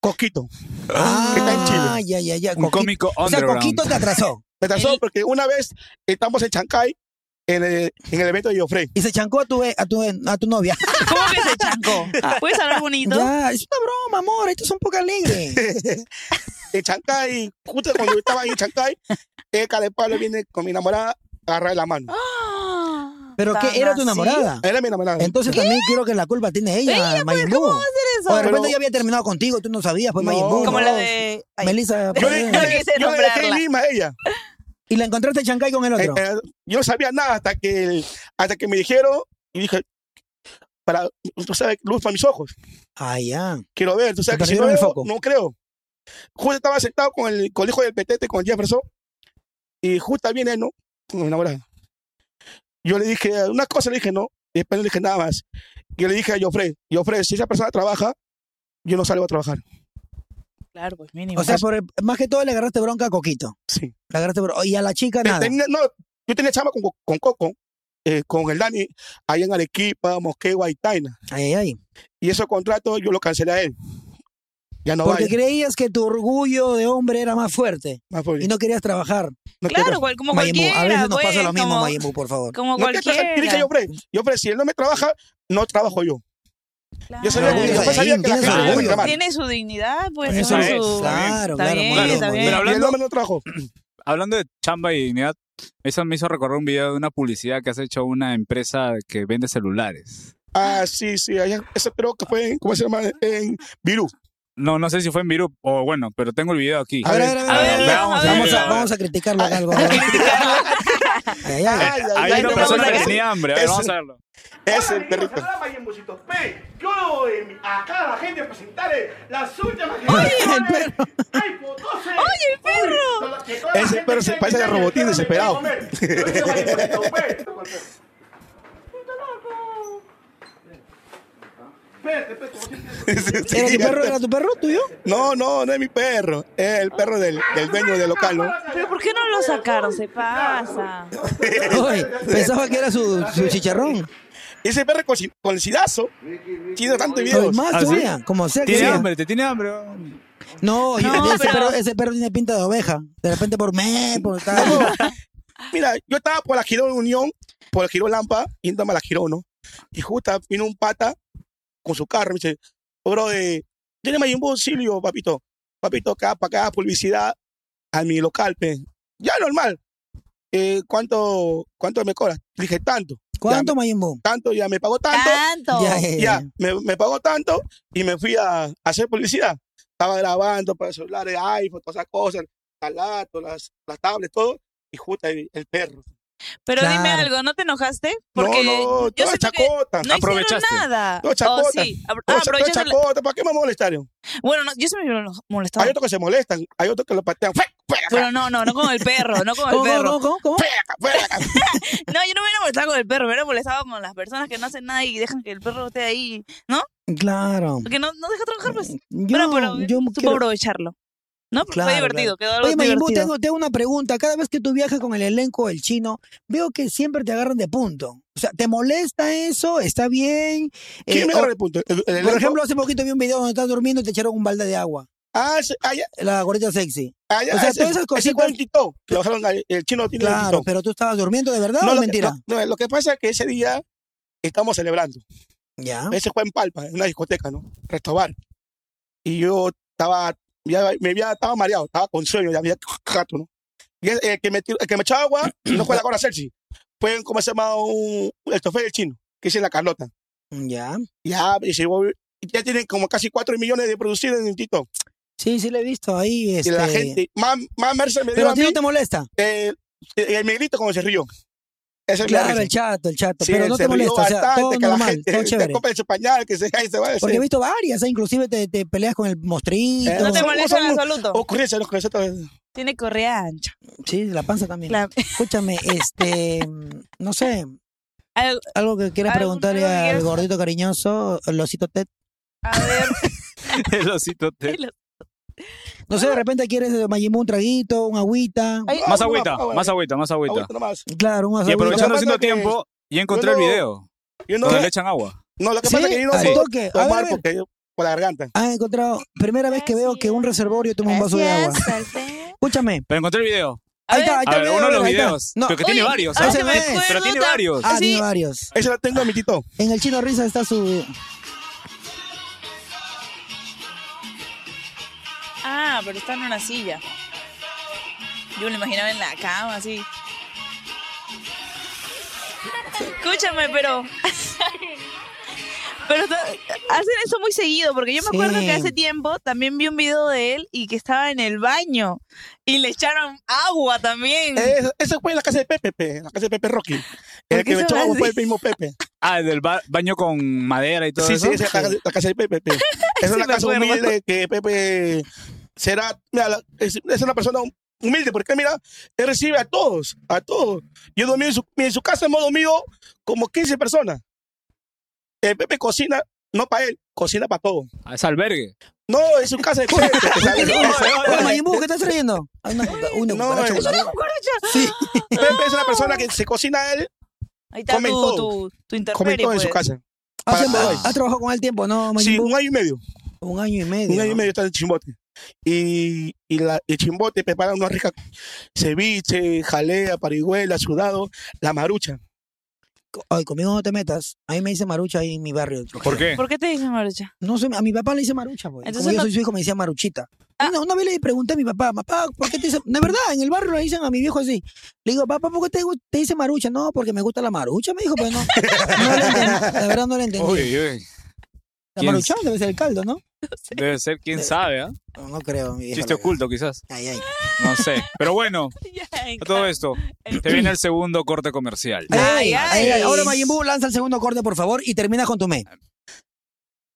[SPEAKER 4] Coquito. Que está en
[SPEAKER 2] Ah,
[SPEAKER 4] Chile.
[SPEAKER 2] ya, ya, ya.
[SPEAKER 1] Un
[SPEAKER 2] Coquito.
[SPEAKER 1] cómico
[SPEAKER 2] O sea,
[SPEAKER 1] underground.
[SPEAKER 2] Coquito te atrasó.
[SPEAKER 4] Me trazó
[SPEAKER 2] Eh.
[SPEAKER 3] El-
[SPEAKER 4] porque una vez estamos en Chancay, en el, en el evento de Yofrey.
[SPEAKER 2] Y se chancó a tu, a tu, a tu novia.
[SPEAKER 3] ¿Cómo que se chancó? ¿Puedes hablar bonito?
[SPEAKER 2] Ya, es una broma, amor. Estos son poco alegres.
[SPEAKER 4] En Chancay, justo cuando yo estaba ahí en Chancay, el cara de Pablo viene con mi enamorada a agarrar la mano.
[SPEAKER 3] Ah,
[SPEAKER 2] Pero
[SPEAKER 3] ¿tan
[SPEAKER 2] que era tu
[SPEAKER 3] así?
[SPEAKER 2] enamorada.
[SPEAKER 4] Era mi enamorada.
[SPEAKER 2] Entonces también creo que la culpa tiene ella, Mayimbu.
[SPEAKER 3] eso?
[SPEAKER 2] O de repente
[SPEAKER 4] Pero-
[SPEAKER 2] ya había terminado contigo y tú no sabías, pues
[SPEAKER 4] No,
[SPEAKER 2] Mayimbu.
[SPEAKER 3] Como
[SPEAKER 4] no.
[SPEAKER 3] la de... ay,
[SPEAKER 2] Melissa. pues,
[SPEAKER 4] Yo le, yo le-
[SPEAKER 3] No quise
[SPEAKER 4] yo le dejé en
[SPEAKER 3] nombrarla.
[SPEAKER 4] Lima a ella.
[SPEAKER 2] Y la encontraste en Chancay con el otro.
[SPEAKER 4] Eh, eh, yo no sabía nada hasta que, el- hasta que me dijeron y dije, para, tú sabes, luz para mis ojos,
[SPEAKER 2] Ah, ya.
[SPEAKER 4] quiero ver, tú sabes
[SPEAKER 2] Te
[SPEAKER 4] que si no,
[SPEAKER 2] perdieron el
[SPEAKER 4] veo,
[SPEAKER 2] foco.
[SPEAKER 4] no creo. Justo estaba sentado con el, con el hijo del petete, con Jefferson, y justo viene, ¿no? Con mi enamorada. Yo le dije, una cosa le dije, no, y después no le dije nada más. Yo le dije a Jofre, Jofre, si esa persona trabaja, yo no salgo a trabajar.
[SPEAKER 3] Claro, pues mínimo.
[SPEAKER 2] O sea, por el- más que todo le agarraste bronca a Coquito.
[SPEAKER 4] Sí.
[SPEAKER 2] Le agarraste bronca. Y a la chica
[SPEAKER 4] Te-
[SPEAKER 2] nada.
[SPEAKER 4] tenía- no, yo tenía chama con, con Coco, eh, con el Dani, allá en Arequipa, Mosquegua y Taina.
[SPEAKER 2] Ay, ay, ay.
[SPEAKER 4] Y esos contratos yo lo cancelé a él. Ya no
[SPEAKER 2] Porque
[SPEAKER 4] vaya.
[SPEAKER 2] creías que tu orgullo de hombre era más fuerte
[SPEAKER 4] Más por-
[SPEAKER 2] y no querías trabajar.
[SPEAKER 4] no
[SPEAKER 3] claro,
[SPEAKER 4] quiero-
[SPEAKER 3] cual- como
[SPEAKER 2] Mayimbu,
[SPEAKER 3] cualquiera.
[SPEAKER 2] a veces nos pasa
[SPEAKER 3] pues,
[SPEAKER 2] lo mismo,
[SPEAKER 3] como,
[SPEAKER 2] Mayimbu, por favor.
[SPEAKER 3] Como
[SPEAKER 4] no quiero trabajar. Yo dije,
[SPEAKER 3] cualquiera.
[SPEAKER 4] yo, pre, yo, pre, si él no me trabaja, no trabajo yo. Yo sabía
[SPEAKER 2] Claro.
[SPEAKER 4] que, yo
[SPEAKER 2] Orgullo
[SPEAKER 4] sabía
[SPEAKER 2] de
[SPEAKER 4] que la
[SPEAKER 2] él,
[SPEAKER 4] gente
[SPEAKER 1] tiene
[SPEAKER 4] me iba a
[SPEAKER 1] orgullo.
[SPEAKER 4] reclamar.
[SPEAKER 3] Tiene su dignidad, pues.
[SPEAKER 1] Eso
[SPEAKER 3] tiene
[SPEAKER 1] es,
[SPEAKER 3] su-
[SPEAKER 2] Claro,
[SPEAKER 3] Está
[SPEAKER 2] claro,
[SPEAKER 3] bien,
[SPEAKER 2] muy bien,
[SPEAKER 3] está
[SPEAKER 2] muy bien.
[SPEAKER 3] bien.
[SPEAKER 1] Pero
[SPEAKER 4] Y el
[SPEAKER 1] hablando,
[SPEAKER 4] hombre no trabajó.
[SPEAKER 1] hablando de chamba y dignidad, eso me hizo recordar un video de una publicidad que has hecho una empresa que vende celulares.
[SPEAKER 4] Ah, sí, sí. allá- Eso creo que fue en, ¿cómo se llama? En Virú.
[SPEAKER 1] No, no sé si fue en Viru o bueno, pero tengo el video aquí.
[SPEAKER 2] A ver, a ver, a ver, a ver.
[SPEAKER 1] Veamos,
[SPEAKER 2] Vamos a,
[SPEAKER 1] veamos.
[SPEAKER 2] vamos a criticarlo acá algo. Ay, ay, ay.
[SPEAKER 4] ay, ay,
[SPEAKER 1] Eh, Hay
[SPEAKER 4] ay,
[SPEAKER 1] una
[SPEAKER 4] no
[SPEAKER 1] persona
[SPEAKER 4] vamos a
[SPEAKER 1] que
[SPEAKER 4] ver.
[SPEAKER 1] tenía hambre. A ver,
[SPEAKER 4] Eso.
[SPEAKER 1] vamos a verlo.
[SPEAKER 4] Es
[SPEAKER 5] Hola,
[SPEAKER 4] el
[SPEAKER 5] amigos,
[SPEAKER 4] perrito.
[SPEAKER 5] acá la Mayimbucito. Ve, Yo eh, acá a la gente presentaré las últimas
[SPEAKER 2] el perro.
[SPEAKER 5] ¡Ay, potose! ¡Oye,
[SPEAKER 3] el perro!
[SPEAKER 4] Ese perro se parece a Robotín desesperado.
[SPEAKER 5] pues,
[SPEAKER 2] ¿Era tu perro? ¿Era tu perro tuyo?
[SPEAKER 4] No, no, no es mi perro. Es el perro del, del dueño del local, ¿no?
[SPEAKER 3] Pero ¿por qué no lo sacaron? Se pasa.
[SPEAKER 2] Ay, pensaba que era su, su chicharrón.
[SPEAKER 4] Ese perro con, si- con el sidazo. Tiene tantos
[SPEAKER 2] Ay,
[SPEAKER 4] videos.
[SPEAKER 2] más
[SPEAKER 1] ¿Ah, sí?
[SPEAKER 2] todavía, como sea que
[SPEAKER 1] Tiene
[SPEAKER 2] sea.
[SPEAKER 1] hambre, te tiene hambre. weón.
[SPEAKER 2] No, yo-
[SPEAKER 3] No,
[SPEAKER 2] ese,
[SPEAKER 3] pero-
[SPEAKER 2] perro, ese perro tiene pinta de oveja. De repente por me, por tal.
[SPEAKER 4] No, Mira, yo estaba por la Girón Unión, por la Girón Lampa, índome a la Girón, ¿no? Y justo vino un pata con su carro y me dice, bro, eh, tienes un bolsillo, papito. Papito, acá para acá, publicidad a mi local, pe. Ya normal. Eh, ¿cuánto, ¿Cuánto me cobras? Le dije, tanto.
[SPEAKER 2] ¿Cuánto, Mayimbo?
[SPEAKER 4] Tanto, ya me pagó tanto.
[SPEAKER 3] Tanto.
[SPEAKER 2] Ya, ya,
[SPEAKER 4] Ya,
[SPEAKER 2] ya.
[SPEAKER 4] me, me pagó tanto y me fui a, a hacer publicidad. Estaba grabando para celulares, iPhone, todas esas cosas, las laptops, las, las tablets, todo. Y justo ahí el perro.
[SPEAKER 3] Pero dime
[SPEAKER 2] Claro.
[SPEAKER 3] algo, ¿no te enojaste? Porque
[SPEAKER 4] no, no,
[SPEAKER 3] yo
[SPEAKER 4] toda
[SPEAKER 3] siento que
[SPEAKER 4] chacota.
[SPEAKER 3] no hicieron
[SPEAKER 1] Aprovechaste.
[SPEAKER 3] nada.
[SPEAKER 4] Toda chacota.
[SPEAKER 3] Oh, sí. Apro- ah,
[SPEAKER 4] Todo cha- todo
[SPEAKER 3] aprovechaste la-
[SPEAKER 4] chacota, ¿para qué me molestaron?
[SPEAKER 3] Bueno, no, yo siempre me molestaba.
[SPEAKER 4] Hay otros que se molestan, hay otros que lo patean. ¡Fuera, fuera acá!
[SPEAKER 3] Bueno, no, no, no con el perro, no con el
[SPEAKER 2] ¿Cómo, cómo,
[SPEAKER 3] perro.
[SPEAKER 2] cómo, cómo, cómo?
[SPEAKER 4] ¡Fuera acá! ¡Fuera acá!
[SPEAKER 3] No, yo no me hubiera molestado con el perro, me hubiera molestado con las personas que no hacen nada y dejan que el perro esté ahí, ¿no?
[SPEAKER 2] Claro.
[SPEAKER 3] Porque no, no deja trabajar, pues.
[SPEAKER 2] Yo,
[SPEAKER 3] Bueno, pero
[SPEAKER 2] yo
[SPEAKER 3] supo
[SPEAKER 2] quiero-
[SPEAKER 3] aprovecharlo. ¿no? Porque
[SPEAKER 2] Claro,
[SPEAKER 3] fue divertido, quedó algo
[SPEAKER 2] Oye, Mayimbu,
[SPEAKER 3] divertido.
[SPEAKER 2] tengo, tengo una pregunta. Cada vez que tú viajas con el elenco del chino, veo que siempre te agarran de punto. O sea, ¿te molesta eso? ¿Está bien?
[SPEAKER 4] ¿Quién
[SPEAKER 2] Eh,
[SPEAKER 4] me
[SPEAKER 2] o-
[SPEAKER 4] agarra el punto? ¿El- el
[SPEAKER 2] por
[SPEAKER 4] elenco?
[SPEAKER 2] ejemplo, hace poquito vi un video donde estás durmiendo y te echaron un balde de agua.
[SPEAKER 4] Ah, ese- ah, ya,
[SPEAKER 2] La gorrita sexy.
[SPEAKER 4] ah, ya,
[SPEAKER 2] O sea,
[SPEAKER 4] ese-
[SPEAKER 2] todas esas
[SPEAKER 4] ese
[SPEAKER 2] cositas-
[SPEAKER 4] fue en TikTok. Lo dejaron ahí, el chino tiene el
[SPEAKER 2] Claro,
[SPEAKER 4] TikTok.
[SPEAKER 2] pero tú estabas durmiendo de verdad o
[SPEAKER 4] lo que-
[SPEAKER 2] mentira.
[SPEAKER 4] no, no, lo que pasa es que ese día estamos celebrando.
[SPEAKER 2] Ya.
[SPEAKER 4] Ese fue en Palpa, en una discoteca, ¿no? Restobar. Y yo estaba, ya, me había, estaba mareado, estaba con sueño, ya había rato, ¿no? Y el, el que me, tiró- el que me echó agua no fue la Cora Celsi. Fue, como se llama? Un, el tofe del chino, que es en la Carlota. Eh.
[SPEAKER 2] Ya.
[SPEAKER 4] Ya, y se llevó- ya tienen como casi 4 millones de producidos en TikTok.
[SPEAKER 2] Sí, sí, lo he visto ahí. Este...
[SPEAKER 4] Y la gente, más, más merce me dio
[SPEAKER 2] Pero
[SPEAKER 4] a
[SPEAKER 2] a ti
[SPEAKER 4] mí,
[SPEAKER 2] no te molesta.
[SPEAKER 4] eh, eh, me grito como se rió. Ese es
[SPEAKER 2] Claro,
[SPEAKER 4] la
[SPEAKER 2] el chato, el chato.
[SPEAKER 4] Sí,
[SPEAKER 2] pero no
[SPEAKER 4] se
[SPEAKER 2] te
[SPEAKER 4] rió
[SPEAKER 2] molesta. O sea,
[SPEAKER 4] bastante,
[SPEAKER 2] todo
[SPEAKER 4] que la
[SPEAKER 2] normal,
[SPEAKER 4] gente
[SPEAKER 2] todo
[SPEAKER 4] Se
[SPEAKER 2] chévere.
[SPEAKER 4] compra su pañal, que se, ahí se va a
[SPEAKER 2] Porque he visto varias, ¿eh? inclusive te, te peleas con el mostrito.
[SPEAKER 4] Eh,
[SPEAKER 3] No te
[SPEAKER 4] Somos-
[SPEAKER 3] molesta en
[SPEAKER 4] somos-
[SPEAKER 3] absoluto.
[SPEAKER 4] Ocurrencia, Oh, los que nosotros-
[SPEAKER 3] Tiene correa ancha.
[SPEAKER 2] Sí, la panza también.
[SPEAKER 3] La-
[SPEAKER 2] Escúchame, este, mm, no sé,
[SPEAKER 3] Al-
[SPEAKER 2] algo que quieras
[SPEAKER 3] Algo-
[SPEAKER 2] preguntarle
[SPEAKER 3] algo que
[SPEAKER 2] al
[SPEAKER 3] quieras-
[SPEAKER 2] gordito cariñoso, al osito Ted.
[SPEAKER 3] a ver,
[SPEAKER 1] El osito te-
[SPEAKER 2] No sé, de repente quieres eh, Majimú un traguito, un agüita.
[SPEAKER 3] Ay,
[SPEAKER 1] Más
[SPEAKER 4] Ah, bueno,
[SPEAKER 1] agüita,
[SPEAKER 4] ah, bueno.
[SPEAKER 1] más agüita, más agüita.
[SPEAKER 4] Ahorita nomás.
[SPEAKER 2] Claro, un
[SPEAKER 1] Y aprovechando
[SPEAKER 2] agüita.
[SPEAKER 4] Lo que
[SPEAKER 1] haciendo
[SPEAKER 4] pasa es que
[SPEAKER 1] tiempo, ya encontré el
[SPEAKER 4] yo no-
[SPEAKER 1] video
[SPEAKER 4] Yo no,
[SPEAKER 1] donde le echan agua.
[SPEAKER 4] no, lo que
[SPEAKER 2] ¿Sí?
[SPEAKER 4] pasa es que yo no
[SPEAKER 2] Al
[SPEAKER 4] puedo
[SPEAKER 2] toque. A ver, a
[SPEAKER 4] tomar
[SPEAKER 2] ver.
[SPEAKER 4] porque yo- por la garganta.
[SPEAKER 2] Ah, he encontrado, primera vez que veo que un reservorio toma un vaso de agua.
[SPEAKER 3] gracias, Alfredo.
[SPEAKER 2] Escúchame,
[SPEAKER 1] Pero encontré el video.
[SPEAKER 3] A
[SPEAKER 2] ahí
[SPEAKER 3] ver,
[SPEAKER 2] está, ahí
[SPEAKER 1] A
[SPEAKER 2] está
[SPEAKER 1] ver,
[SPEAKER 2] el video,
[SPEAKER 1] uno de los
[SPEAKER 2] ahí está.
[SPEAKER 1] videos.
[SPEAKER 2] No,
[SPEAKER 1] Creo que tiene
[SPEAKER 3] Oye,
[SPEAKER 1] varios.
[SPEAKER 3] ahora
[SPEAKER 1] ¿eh?
[SPEAKER 2] se me
[SPEAKER 1] Pero tiene
[SPEAKER 3] acuerdo.
[SPEAKER 1] varios.
[SPEAKER 2] ah,
[SPEAKER 3] sí.
[SPEAKER 2] tiene varios.
[SPEAKER 4] Eso lo tengo en mi tito.
[SPEAKER 2] En el Chino Risa está su...
[SPEAKER 3] Ah, pero está en una silla. Yo me lo imaginaba en la cama, así. Escúchame, pero. pero ta- hacen eso muy seguido, porque yo me acuerdo
[SPEAKER 2] Sí.
[SPEAKER 3] que hace tiempo también vi un video de él y que estaba en el baño y le echaron agua también.
[SPEAKER 4] Eso, eso fue en la casa de Pepe, pe, en la casa de Pepe Rocky. El
[SPEAKER 3] qué
[SPEAKER 4] que me
[SPEAKER 3] se
[SPEAKER 4] echó
[SPEAKER 3] va
[SPEAKER 4] agua
[SPEAKER 3] así?
[SPEAKER 4] fue el mismo Pepe.
[SPEAKER 1] Ah, del ba- baño con madera y todo
[SPEAKER 4] Sí,
[SPEAKER 1] eso.
[SPEAKER 4] sí, esa es la, casa- la casa de Pepe. pe. Esa es
[SPEAKER 3] Sí
[SPEAKER 4] la
[SPEAKER 3] me
[SPEAKER 4] casa
[SPEAKER 3] acuerdo.
[SPEAKER 4] humilde que Pepe será. Mira, la- es, es una persona humilde porque, mira, él recibe a todos, a todos. Yo dormí en su, en su casa, en modo mío, como 15 personas. El Pepe cocina, no para él, cocina para todos.
[SPEAKER 1] Ah, Es albergue.
[SPEAKER 4] No, es su casa pues, de Pepe. ¿sabes?
[SPEAKER 2] Oye, Majimú, ¿qué estás riendo? Hay Una, una
[SPEAKER 4] No,
[SPEAKER 2] cucaracha
[SPEAKER 1] eh,
[SPEAKER 4] es-
[SPEAKER 2] voladora.
[SPEAKER 4] Sí. Pepe es pues, una persona que se cocina él,
[SPEAKER 3] Ahí está
[SPEAKER 4] comen
[SPEAKER 3] tu,
[SPEAKER 4] todo.
[SPEAKER 3] tu, tu
[SPEAKER 4] come
[SPEAKER 3] interperie,
[SPEAKER 4] todo en su
[SPEAKER 3] pues.
[SPEAKER 4] casa.
[SPEAKER 2] Ah, siempre-
[SPEAKER 4] Para-
[SPEAKER 2] ¿Has trabajado con él tiempo, no,
[SPEAKER 4] Sí,
[SPEAKER 2] Majimú?
[SPEAKER 4] un año y medio.
[SPEAKER 2] Un año y medio.
[SPEAKER 4] Un año y
[SPEAKER 2] ¿no?
[SPEAKER 4] medio está en Chimbote. Y, y la, el Chimbote prepara una rica ceviche, jalea, parihuela, sudado, la marucha.
[SPEAKER 2] Ay, conmigo no te metas. A mí me dice Marucha ahí en mi barrio.
[SPEAKER 1] ¿Por qué?
[SPEAKER 3] ¿Por qué te dicen Marucha?
[SPEAKER 2] No sé, a mi papá le dice Marucha, pues.
[SPEAKER 3] Entonces
[SPEAKER 2] Como yo
[SPEAKER 3] no- Ah.
[SPEAKER 2] soy su hijo, me decía Maruchita. Una, una vez le pregunté a mi papá, papá, ¿por qué te dice? De verdad, en el barrio le dicen a mi viejo así. Le digo, papá, ¿por qué te, gu- te dice Marucha? No, porque me gusta la Marucha, me dijo, pero no. No le entendí, la verdad no le entendí.
[SPEAKER 1] Uy, uy.
[SPEAKER 2] la
[SPEAKER 1] ¿quién?
[SPEAKER 2] Maruchón debe ser el caldo, ¿no?
[SPEAKER 1] Debe ser, quién sabe, ¿ah?
[SPEAKER 2] No, no creo. mi vieja,
[SPEAKER 1] Chiste
[SPEAKER 2] la-
[SPEAKER 1] oculto, quizás.
[SPEAKER 2] Ay, ay.
[SPEAKER 1] No sé. Pero bueno,
[SPEAKER 3] Ya,
[SPEAKER 1] a todo esto, te viene el segundo corte comercial.
[SPEAKER 2] Ay,
[SPEAKER 3] Ay,
[SPEAKER 2] ay,
[SPEAKER 3] ay.
[SPEAKER 2] Ahora, Mayimbu, lanza el segundo corte, por favor, y termina con tu me.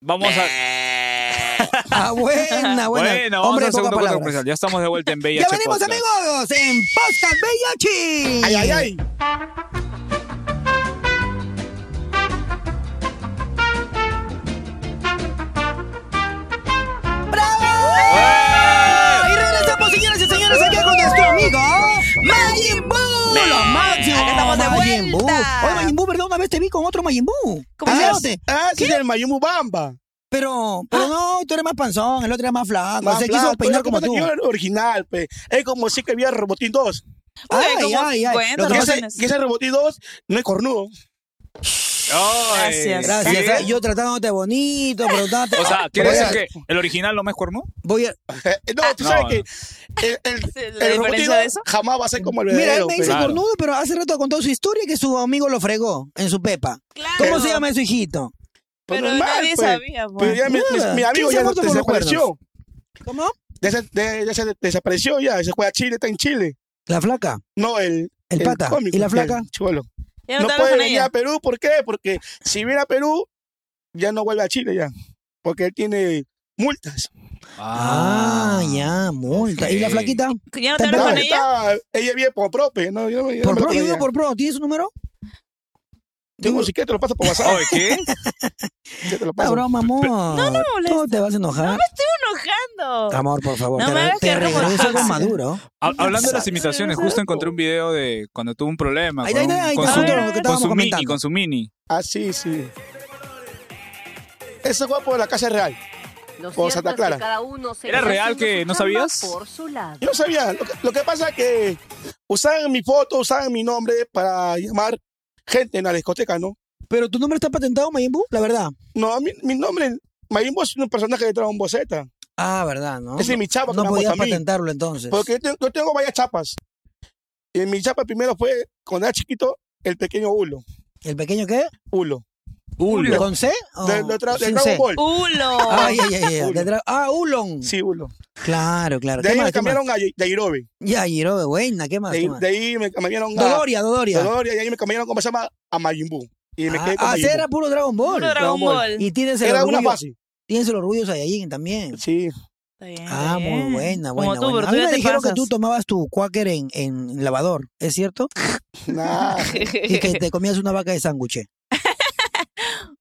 [SPEAKER 1] Vamos a.
[SPEAKER 2] Ah, buena, buena.
[SPEAKER 1] Bueno, vamos
[SPEAKER 2] Hombre,
[SPEAKER 1] al segundo corte
[SPEAKER 2] de pocas
[SPEAKER 1] pues,
[SPEAKER 2] palabras.
[SPEAKER 1] comercial. Ya estamos de vuelta en Bella
[SPEAKER 2] Ya venimos, amigos, en Podcast Bellachi.
[SPEAKER 4] ¡Ay, ay, ay!
[SPEAKER 2] Y regresamos, señoras y señores, aquí con nuestro amigo Majin Buu. Lo máximo.
[SPEAKER 3] Acá estamos de
[SPEAKER 2] Majin Buu.
[SPEAKER 3] vuelta.
[SPEAKER 2] Oye, Majin Buu, ¿verdad? Una vez te vi con otro Majin Buu.
[SPEAKER 3] ¿Cómo
[SPEAKER 2] Ah,
[SPEAKER 3] se
[SPEAKER 2] sí.
[SPEAKER 4] Ah, sí, es el Mayumu Bamba.
[SPEAKER 2] Pero, pero no, tú eres más panzón, el otro era más flaco.
[SPEAKER 4] Más
[SPEAKER 2] se
[SPEAKER 4] blanco.
[SPEAKER 2] quiso peinar
[SPEAKER 4] Lo que
[SPEAKER 2] como
[SPEAKER 4] pasa es
[SPEAKER 2] tú.
[SPEAKER 4] que Yo era el original, pe. Es como si que había Robotín 2.
[SPEAKER 2] Ay,
[SPEAKER 3] Oye, como
[SPEAKER 2] ay, ay.
[SPEAKER 3] cuenta,
[SPEAKER 2] Lo que
[SPEAKER 4] Que
[SPEAKER 3] ¿no?
[SPEAKER 2] pasa
[SPEAKER 4] ese,
[SPEAKER 3] tienes.
[SPEAKER 4] que ese Robotín 2 no es cornudo.
[SPEAKER 1] Ay,
[SPEAKER 3] Gracias.
[SPEAKER 1] ¿sí?
[SPEAKER 2] Gracias, ¿eh? yo tratándote bonito, preguntándote.
[SPEAKER 1] O sea,
[SPEAKER 2] voy
[SPEAKER 1] ¿quiere
[SPEAKER 2] a,
[SPEAKER 1] decir que el original lo más cuerno?
[SPEAKER 2] voy a-
[SPEAKER 4] Eh, No, tú
[SPEAKER 1] no,
[SPEAKER 4] sabes
[SPEAKER 1] no.
[SPEAKER 4] que el, el,
[SPEAKER 3] ¿La
[SPEAKER 4] el Robotín
[SPEAKER 3] diferencia de
[SPEAKER 4] 2
[SPEAKER 3] eso?
[SPEAKER 4] jamás va a ser como el
[SPEAKER 2] Mira, él
[SPEAKER 4] verdadero.
[SPEAKER 2] me
[SPEAKER 4] pues. pe.
[SPEAKER 2] dice
[SPEAKER 1] Claro.
[SPEAKER 2] cornudo, pero hace rato contó su historia que su amigo lo fregó en su pepa.
[SPEAKER 3] Claro.
[SPEAKER 2] ¿Cómo se llama su hijito?
[SPEAKER 3] Pero
[SPEAKER 4] Pues normal,
[SPEAKER 3] nadie
[SPEAKER 4] pe.
[SPEAKER 3] sabía, pues.
[SPEAKER 4] Pero ya mi,
[SPEAKER 2] Nada.
[SPEAKER 4] mi- mi amigo
[SPEAKER 2] ¿Quién se
[SPEAKER 4] ya
[SPEAKER 2] ha muerto por los
[SPEAKER 4] desapareció.
[SPEAKER 2] ¿Cómo?
[SPEAKER 4] Ya se, de- ya se desapareció ya. Se fue a Chile, está en Chile.
[SPEAKER 2] La flaca,
[SPEAKER 4] No, el,
[SPEAKER 2] el pata
[SPEAKER 4] cómico,
[SPEAKER 2] y la
[SPEAKER 4] el
[SPEAKER 2] flaca.
[SPEAKER 4] chibolo.
[SPEAKER 3] Ya no,
[SPEAKER 4] No
[SPEAKER 3] te hablas
[SPEAKER 4] puede
[SPEAKER 3] con
[SPEAKER 4] venir a
[SPEAKER 3] ella.
[SPEAKER 4] Perú, ¿por qué? Porque si viene a Perú, ya no vuelve a Chile ya. Porque él tiene multas.
[SPEAKER 2] Ah, ya, multa. ¿Y la
[SPEAKER 1] ok.
[SPEAKER 2] flaquita?
[SPEAKER 3] Ya no te
[SPEAKER 2] ¿Pero
[SPEAKER 4] No,
[SPEAKER 3] hablas con
[SPEAKER 2] ¿Tampoco
[SPEAKER 3] ella.
[SPEAKER 4] está- ella viene por prope. No, yo no- yo no
[SPEAKER 2] Por pro,
[SPEAKER 4] me lo
[SPEAKER 2] yo
[SPEAKER 4] conocía.
[SPEAKER 2] digo por pro, ¿tienes su número?
[SPEAKER 4] Tengo si quieres te lo paso por WhatsApp.
[SPEAKER 1] Oye, ¿qué?
[SPEAKER 4] si quieres te lo
[SPEAKER 2] No,
[SPEAKER 4] paso.
[SPEAKER 2] broma, amor. No, no,
[SPEAKER 3] molestes.
[SPEAKER 2] Tú te vas a enojar.
[SPEAKER 3] Estoy enojando.
[SPEAKER 2] Amor, por favor.
[SPEAKER 3] No
[SPEAKER 2] te
[SPEAKER 3] me
[SPEAKER 2] re-
[SPEAKER 3] hagas
[SPEAKER 2] te
[SPEAKER 3] quedar como
[SPEAKER 2] regreso
[SPEAKER 3] tóxica.
[SPEAKER 2] con Maduro.
[SPEAKER 1] Ha- Hablando de las
[SPEAKER 2] Exacto.
[SPEAKER 1] imitaciones, justo encontré un video de cuando tuvo un problema
[SPEAKER 2] Ahí,
[SPEAKER 1] con,
[SPEAKER 2] ahí,
[SPEAKER 1] un-
[SPEAKER 2] ahí,
[SPEAKER 1] con
[SPEAKER 2] está
[SPEAKER 1] su,
[SPEAKER 2] justo lo que
[SPEAKER 1] con
[SPEAKER 2] estábamos
[SPEAKER 1] su mini,
[SPEAKER 2] comentando.
[SPEAKER 1] con su mini.
[SPEAKER 4] Ah, sí, sí. Ese guapo de la Casa Real.
[SPEAKER 6] Lo
[SPEAKER 4] Por
[SPEAKER 6] cierto
[SPEAKER 4] Santa
[SPEAKER 6] es
[SPEAKER 4] Clara.
[SPEAKER 6] que cada uno se
[SPEAKER 1] ¿Era
[SPEAKER 6] está
[SPEAKER 1] real
[SPEAKER 6] haciendo
[SPEAKER 1] que
[SPEAKER 6] su
[SPEAKER 1] no
[SPEAKER 6] chamba
[SPEAKER 1] sabías?
[SPEAKER 6] Por su lado.
[SPEAKER 4] Yo no sabía. Lo que, lo que pasa es que usaban mi foto, usaban mi nombre para llamar gente en la discoteca, ¿no?
[SPEAKER 2] Pero tu nombre está patentado, Mayimbu, la verdad.
[SPEAKER 4] No, mi, mi nombre, Mayimbo es un personaje de Dragon Ball Z.
[SPEAKER 2] Ah, verdad, ¿no?
[SPEAKER 4] Ese es mi
[SPEAKER 2] no
[SPEAKER 4] chapa que me han
[SPEAKER 2] podías
[SPEAKER 4] puesto a mí.
[SPEAKER 2] patentarlo entonces.
[SPEAKER 4] Porque yo tengo, yo tengo varias chapas. Y mi chapa primero fue, cuando era chiquito, el pequeño Hulo.
[SPEAKER 2] ¿El pequeño qué?
[SPEAKER 4] Hulo.
[SPEAKER 1] Ulo.
[SPEAKER 2] ¿Con C? o
[SPEAKER 4] De, de tra- de
[SPEAKER 2] sin
[SPEAKER 4] Dragon
[SPEAKER 2] C?
[SPEAKER 4] Ball.
[SPEAKER 3] Ulo.
[SPEAKER 2] Ay, ay, ay, ay,
[SPEAKER 4] Ulo.
[SPEAKER 2] de tra- Ah, Ulon.
[SPEAKER 4] Sí, Hulo.
[SPEAKER 2] Claro, claro.
[SPEAKER 4] De
[SPEAKER 2] ¿Qué
[SPEAKER 4] ahí
[SPEAKER 2] más,
[SPEAKER 4] me
[SPEAKER 2] qué más?
[SPEAKER 4] cambiaron a Ye- Yairobe.
[SPEAKER 2] Ya, Girobe, buena, ¿qué más?
[SPEAKER 4] De,
[SPEAKER 2] ¿Qué
[SPEAKER 4] ahí-
[SPEAKER 2] más?
[SPEAKER 4] de ahí me cambiaron a
[SPEAKER 2] Dodoria, Dodoria.
[SPEAKER 4] Dodoria, Y ahí me cambiaron, ¿cómo se llama? A Majimbu. Y me
[SPEAKER 2] Ah,
[SPEAKER 4] quedé con
[SPEAKER 2] ah,
[SPEAKER 4] Majin
[SPEAKER 2] ese
[SPEAKER 4] Buu.
[SPEAKER 2] era puro Dragon Ball.
[SPEAKER 3] Puro Dragon
[SPEAKER 4] Dragon
[SPEAKER 3] Ball.
[SPEAKER 4] Ball.
[SPEAKER 2] Y tienes el
[SPEAKER 4] Era una
[SPEAKER 2] orgullo.
[SPEAKER 4] fase.
[SPEAKER 2] Tienes el orgullo Saiyajin también.
[SPEAKER 4] Sí.
[SPEAKER 3] Está bien,
[SPEAKER 2] Ah,
[SPEAKER 3] está
[SPEAKER 2] muy
[SPEAKER 3] bien.
[SPEAKER 2] buena,
[SPEAKER 3] Como
[SPEAKER 2] buena.
[SPEAKER 3] tú,
[SPEAKER 2] buena.
[SPEAKER 3] pero
[SPEAKER 2] A mí
[SPEAKER 3] ya
[SPEAKER 2] me
[SPEAKER 3] te
[SPEAKER 2] dijeron que
[SPEAKER 3] pasas.
[SPEAKER 2] tú tomabas tu quaker en, en lavador, ¿es cierto?
[SPEAKER 4] Nah.
[SPEAKER 2] Y que te comías una vaca de sándwich.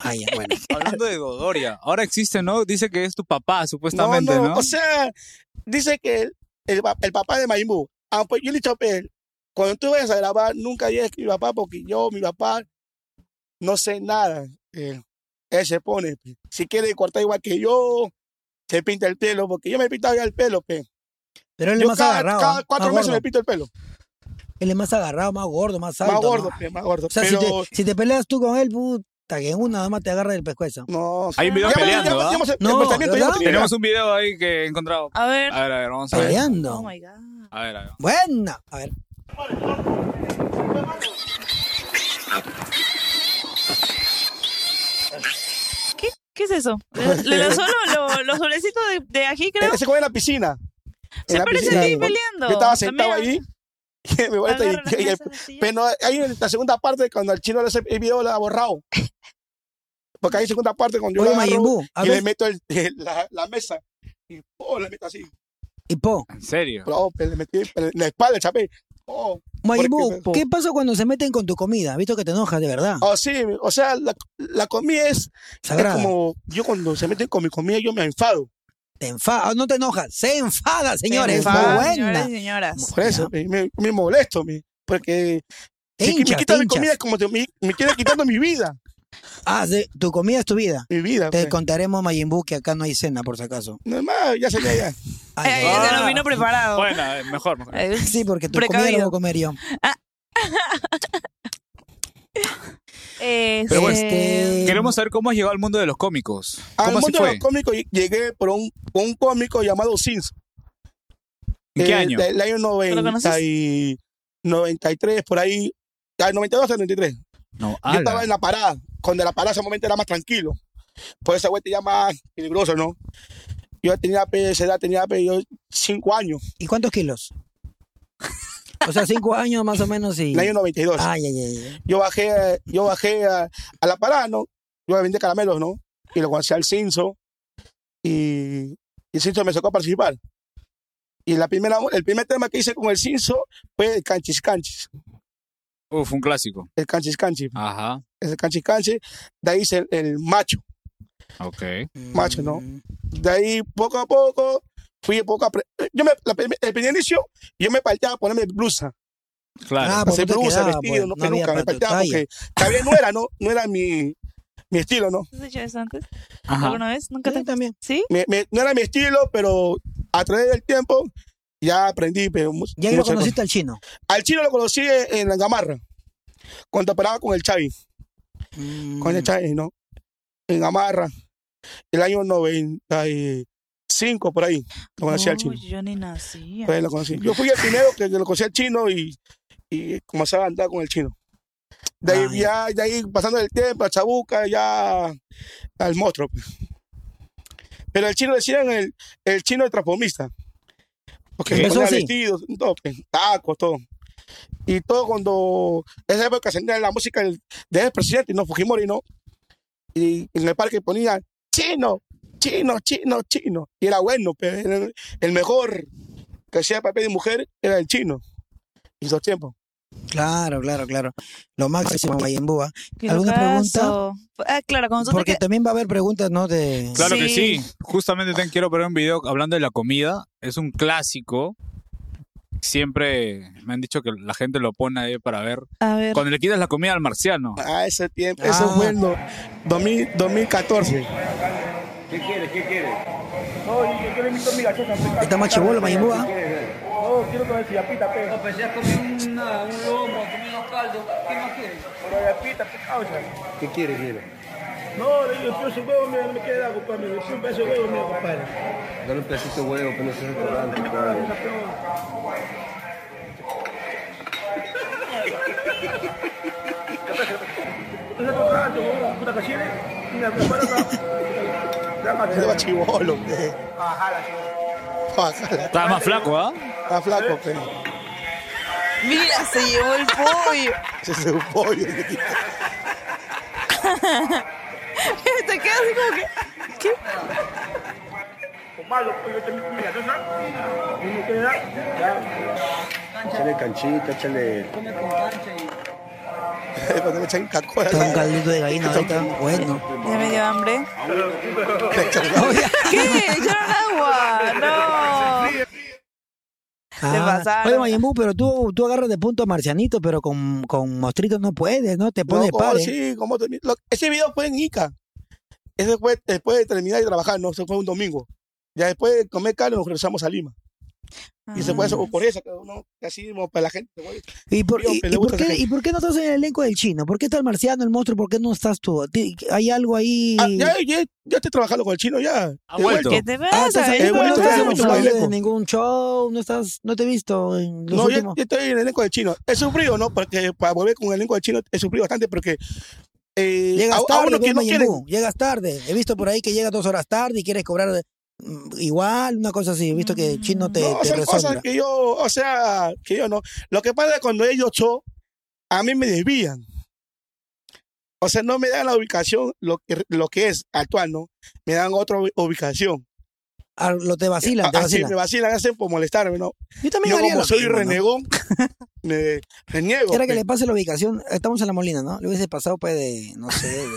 [SPEAKER 2] Ah, ya, bueno.
[SPEAKER 1] Hablando de Dodoria, ahora existe, ¿no? Dice que es tu papá, supuestamente, ¿no?
[SPEAKER 4] O sea, dice que el, el pa- el papá de Mayimbu, ah, pues yo le he dicho, pues, cuando tú vayas a grabar, nunca digas que mi papá, porque yo, mi papá, no sé nada. Eh, él se pone, pe. si quiere cortar igual que yo, se pinta el pelo, porque yo me he pintado ya el pelo, pe.
[SPEAKER 2] Pero él es
[SPEAKER 4] Yo
[SPEAKER 2] más
[SPEAKER 4] cada,
[SPEAKER 2] agarrado.
[SPEAKER 4] cada
[SPEAKER 2] ¿ah?
[SPEAKER 4] cuatro
[SPEAKER 2] más
[SPEAKER 4] meses
[SPEAKER 2] gordo.
[SPEAKER 4] me pinto el pelo.
[SPEAKER 2] Él es más agarrado, más gordo, más alto.
[SPEAKER 4] más gordo,
[SPEAKER 2] ¿no?
[SPEAKER 4] pe, más gordo.
[SPEAKER 2] O sea,
[SPEAKER 4] pero,
[SPEAKER 2] si, te, si te peleas tú con él, puta, que en una nada más te agarra del pescuezo.
[SPEAKER 4] no.
[SPEAKER 1] Hay un video
[SPEAKER 4] Ya me- ya
[SPEAKER 1] peleando,
[SPEAKER 4] me-
[SPEAKER 1] ¿ah?
[SPEAKER 4] ya hemos-
[SPEAKER 2] No,
[SPEAKER 4] el pensamiento ya
[SPEAKER 2] ¿verdad?
[SPEAKER 4] hemos terminado.
[SPEAKER 1] Tenemos un video ahí que he encontrado.
[SPEAKER 3] A ver.
[SPEAKER 2] Ah,
[SPEAKER 1] A ver, a ver, vamos a ver.
[SPEAKER 2] Peleando.
[SPEAKER 3] Oh my God.
[SPEAKER 1] A ver, a ver.
[SPEAKER 2] Buena. A ver.
[SPEAKER 3] ¿Qué, ¿Qué es eso? Le- Le lanzó lo- lo- los sobrecitos de, de ají, creo.
[SPEAKER 4] Ese coge en la piscina.
[SPEAKER 3] Se
[SPEAKER 4] en la
[SPEAKER 3] parece
[SPEAKER 4] piscina.
[SPEAKER 3] a ti peleando.
[SPEAKER 4] Yo estaba sentado
[SPEAKER 3] También
[SPEAKER 4] ahí. y me vuelta y-
[SPEAKER 3] agarra las
[SPEAKER 4] y- y-
[SPEAKER 3] mesas, las sillas.
[SPEAKER 4] pero hay en la segunda parte cuando el chino le hace el video la ha borrado. Porque hay segunda parte cuando yo
[SPEAKER 2] Oye,
[SPEAKER 4] la agarro
[SPEAKER 2] Mayimbu, a
[SPEAKER 4] y le
[SPEAKER 2] ver.
[SPEAKER 4] meto el- el- la, la mesa. Y oh, le meto así.
[SPEAKER 2] Y po.
[SPEAKER 1] ¿En serio?
[SPEAKER 4] Pero, oh, le metí en la espalda, chapé. Oh,
[SPEAKER 2] Mayimbu,
[SPEAKER 4] Porque-
[SPEAKER 2] ¿qué pasa cuando se meten con tu comida? Visto que te enojas, de verdad.
[SPEAKER 4] oh, sí, o sea, la, la comida es, es
[SPEAKER 2] Sagrada.
[SPEAKER 4] como yo cuando se meten con mi comida yo me enfado.
[SPEAKER 2] Te enfada. No te enojas. Se enfada, señores.
[SPEAKER 3] Se enfada,
[SPEAKER 2] buena.
[SPEAKER 3] Señoras y señoras.
[SPEAKER 4] Por eso, me, me- me molesto, me- porque
[SPEAKER 2] Te
[SPEAKER 4] si
[SPEAKER 2] hinchas,
[SPEAKER 4] me quitan
[SPEAKER 2] te
[SPEAKER 4] mi
[SPEAKER 2] hinchas.
[SPEAKER 4] comida es como que me, me quieren quitando mi vida.
[SPEAKER 2] Ah, sí, tu comida es tu vida.
[SPEAKER 4] Mi vida. pues.
[SPEAKER 2] Te
[SPEAKER 4] pe.
[SPEAKER 2] contaremos, Mayimbu, que acá no hay cena, por si acaso.
[SPEAKER 4] Normal, ya se ya.
[SPEAKER 2] Ay,
[SPEAKER 3] Ay,
[SPEAKER 2] no.
[SPEAKER 1] Ah.
[SPEAKER 3] ya no vino preparado.
[SPEAKER 1] Bueno, a ver, mejor, mejor.
[SPEAKER 4] Eh,
[SPEAKER 3] Ay,
[SPEAKER 2] Sí, porque tu comida la
[SPEAKER 3] Precavido.
[SPEAKER 2] voy a comer yo.
[SPEAKER 3] Este,
[SPEAKER 1] Pero bueno,
[SPEAKER 2] Este-
[SPEAKER 1] Queremos saber cómo has llegado al mundo de los cómicos.
[SPEAKER 4] Al
[SPEAKER 1] ¿Cómo así
[SPEAKER 4] mundo de
[SPEAKER 1] fue?
[SPEAKER 4] los cómicos llegué por un, por un cómico llamado Sins.
[SPEAKER 1] ¿En qué
[SPEAKER 4] Eh,
[SPEAKER 1] año?
[SPEAKER 4] Del año
[SPEAKER 3] lo
[SPEAKER 4] 90
[SPEAKER 3] conoces?
[SPEAKER 4] y 93, por ahí. ah, Al 92 hasta 93.
[SPEAKER 1] No,
[SPEAKER 4] Yo
[SPEAKER 1] ala.
[SPEAKER 4] estaba en la parada. Cuando la parada ese momento era más tranquilo. Por esa güey te llama peligroso, ¿no? Yo tenía pe, esa edad, tenía pe, yo 5 años,
[SPEAKER 2] ¿Y cuántos kilos? O sea, cinco años más o menos y...
[SPEAKER 4] el año 92.
[SPEAKER 2] Ay, ay, ay, ay.
[SPEAKER 4] Yo bajé, yo bajé a, a la parada, ¿no? Yo vendí caramelos, ¿no? Y lo conocí al Cinzo. Y, y Cinzo me sacó a participar. Y la primera, el primer tema que hice con el Cinzo fue el Canchis Canchis.
[SPEAKER 1] Uf, un clásico.
[SPEAKER 4] El Canchis Canchis.
[SPEAKER 1] Ajá,
[SPEAKER 4] El Canchis Canchis. De ahí hice el, el macho.
[SPEAKER 1] ok.
[SPEAKER 4] Mm. Macho, ¿no?
[SPEAKER 2] Mm.
[SPEAKER 4] De ahí poco a poco fui poco a. pre- Yo me, la prim- el primer inicio, yo me partía a ponerme blusa.
[SPEAKER 1] Claro.
[SPEAKER 2] Ah, pues
[SPEAKER 4] hacer
[SPEAKER 2] no te
[SPEAKER 4] blusa,
[SPEAKER 2] quedaba,
[SPEAKER 4] vestido,
[SPEAKER 2] pues,
[SPEAKER 4] no
[SPEAKER 2] no había
[SPEAKER 4] peluca. Me
[SPEAKER 2] para tu
[SPEAKER 4] partía porque todavía no era, ¿no? No era mi, mi estilo, ¿no?
[SPEAKER 3] ¿Has hecho eso antes?
[SPEAKER 1] Ajá.
[SPEAKER 3] ¿Alguna vez? ¿Nunca
[SPEAKER 2] Sí,
[SPEAKER 3] te
[SPEAKER 2] también.
[SPEAKER 3] ¿Sí?
[SPEAKER 4] me- me- no era mi estilo, pero a través del tiempo ya aprendí. Pero mu-
[SPEAKER 2] Ya que lo
[SPEAKER 4] muchas cosas.
[SPEAKER 2] conociste al chino.
[SPEAKER 4] Al chino lo conocí en la Gamarra, cuando operaba con el Chavi, con
[SPEAKER 2] Mm.
[SPEAKER 4] el Chavi, ¿no? En Gamarra, el año 95, por ahí, lo conocí al chino.
[SPEAKER 3] Uy, yo ni nacía.
[SPEAKER 4] Por ahí lo conocí. Yo fui el primero que lo conocí al chino y, y comenzaba a andar con el chino. De ahí,
[SPEAKER 2] Ah,
[SPEAKER 4] ya, de ahí pasando el tiempo, a Chabuca, ya al monstruo. pues. Pero el chino decían el, el chino de transformista. Porque se
[SPEAKER 2] Empezó
[SPEAKER 4] ponía
[SPEAKER 2] así.
[SPEAKER 4] vestidos, todo, pues, tacos, todo. Y todo cuando. Esa época se la música del, del presidente, no Fujimori, ¿no? Y en el parque ponían chino, chino, chino, chino. Y era bueno, pero era el, el mejor que hacía papel de mujer era el chino. Y los tiempos.
[SPEAKER 2] Claro, claro, claro. Lo máximo Mayimbu, ¿ah?
[SPEAKER 3] Qué
[SPEAKER 2] ¿Alguna
[SPEAKER 3] locazo. Ah, claro, con nosotros
[SPEAKER 2] Porque
[SPEAKER 3] que-
[SPEAKER 2] también va a haber preguntas, ¿no? De...
[SPEAKER 1] Claro que
[SPEAKER 3] Sí.
[SPEAKER 1] sí. Justamente te quiero poner un video hablando de la comida. Es un clásico. Siempre me han dicho que la gente lo pone ahí para ver.
[SPEAKER 3] A ver.
[SPEAKER 1] Cuando le quitas la comida al marciano.
[SPEAKER 4] Ah, ese tiempo, eso
[SPEAKER 2] Ah.
[SPEAKER 4] es bueno. 2000, 2014.
[SPEAKER 2] Está más chivolo Mayimbu, ¿ah?
[SPEAKER 5] No, le digo, yo su huevo me, me queda, compadre. Le pido un pedazo de huevo mío, compadre.
[SPEAKER 6] Dale un pedacito de huevo que no seas ignorante, compadre.
[SPEAKER 5] Entonces, por rato, huevón, puta cachile, mira, preparo acá. Ya, macho.
[SPEAKER 4] Estaba chivolo. pe. Bajala.
[SPEAKER 1] Estaba más flaco, ¿ah?
[SPEAKER 4] Está flaco, pe.
[SPEAKER 3] Mira, se llevó el pollo.
[SPEAKER 4] Ese es un pollo.
[SPEAKER 3] Te quedas así como que. ¿Qué?
[SPEAKER 5] Con malo, pues, yo también, mira, ¿tú sabes? Y me queda, ya.
[SPEAKER 6] Échale canchita, échale.
[SPEAKER 4] Cuando me echan cacola.
[SPEAKER 2] Está un caldito de gallina ahorita. Bueno.
[SPEAKER 3] Ya me dio hambre.
[SPEAKER 4] le echan la olla.
[SPEAKER 3] ¿Qué? ¡Echaron agua! ¡No! pasaron.
[SPEAKER 2] Ah. Oye, Mayimbu, pero tú, tú agarras de punto a Marcianito, pero con, con mostritos no puedes, ¿no? Te pones
[SPEAKER 4] No,
[SPEAKER 2] padre.
[SPEAKER 4] sí, como termi- lo- Ese video fue en Ica. Ese fue después de terminar de trabajar, ¿no? Eso fue un domingo. Ya después de comer carne nos regresamos a Lima. Y se fue
[SPEAKER 3] Ah.
[SPEAKER 4] eso,
[SPEAKER 2] Ah.
[SPEAKER 4] por eso, que uno, que así, como para la gente. güey.
[SPEAKER 2] ¿Y, por,
[SPEAKER 4] Digo,
[SPEAKER 2] y-
[SPEAKER 4] pero
[SPEAKER 2] y
[SPEAKER 4] le
[SPEAKER 2] por
[SPEAKER 4] gusta
[SPEAKER 2] qué,
[SPEAKER 4] esa
[SPEAKER 2] ¿Y por qué no estás en el elenco del chino? ¿Por qué está el marciano, el monstruo? ¿Por qué no estás tú? Ti- ¿Hay algo ahí?
[SPEAKER 4] Ah, ya, ya, ya estoy trabajando con el chino, ya.
[SPEAKER 1] Ha
[SPEAKER 4] He
[SPEAKER 1] vuelto.
[SPEAKER 3] ¿Qué te
[SPEAKER 2] Ah,
[SPEAKER 3] pasa?
[SPEAKER 2] estás
[SPEAKER 3] Ven,
[SPEAKER 2] ahí,
[SPEAKER 4] eh,
[SPEAKER 2] pero
[SPEAKER 4] bueno,
[SPEAKER 2] no
[SPEAKER 3] ven,
[SPEAKER 2] estás en
[SPEAKER 4] ya
[SPEAKER 3] ven.
[SPEAKER 4] hemos
[SPEAKER 2] los
[SPEAKER 4] tomado
[SPEAKER 2] bailes de
[SPEAKER 4] elenco.
[SPEAKER 2] ningún show, no estás, no te he visto en los
[SPEAKER 4] No, eh, yo,
[SPEAKER 2] últimos.
[SPEAKER 4] yo estoy en el elenco del chino. He sufrido, ¿no? Porque para volver con el elenco del chino he sufrido bastante porque. Eh,
[SPEAKER 2] Llegas
[SPEAKER 4] a, a
[SPEAKER 2] tarde,
[SPEAKER 4] uno que
[SPEAKER 2] pues,
[SPEAKER 4] no quiere.
[SPEAKER 2] Mayimbu, llegas tarde. He visto por ahí que llegas dos horas tarde y quieres cobrar mm, igual, una cosa así. He visto que el chino te,
[SPEAKER 4] No,
[SPEAKER 2] te
[SPEAKER 4] son cosas
[SPEAKER 2] resopla.
[SPEAKER 4] que yo, o sea, que yo no. Lo que pasa es que cuando ellos show, a mí me desvían. O sea, no me dan la ubicación, lo que, lo que es actual, ¿no? Me dan otra ubi- ubicación.
[SPEAKER 2] Ah, lo te vacilan, te
[SPEAKER 4] Así
[SPEAKER 2] vacilan.
[SPEAKER 4] me vacilan, hacen por molestarme, ¿no?
[SPEAKER 2] Yo también
[SPEAKER 4] Yo
[SPEAKER 2] haría
[SPEAKER 4] como
[SPEAKER 2] lo
[SPEAKER 4] soy
[SPEAKER 2] mismo, ¿no?
[SPEAKER 4] renegón, me, me niego.
[SPEAKER 2] Era que
[SPEAKER 4] pe.
[SPEAKER 2] le pase la ubicación. Estamos en la Molina, ¿no? Le hubiese pasado, pues, de, no sé, de,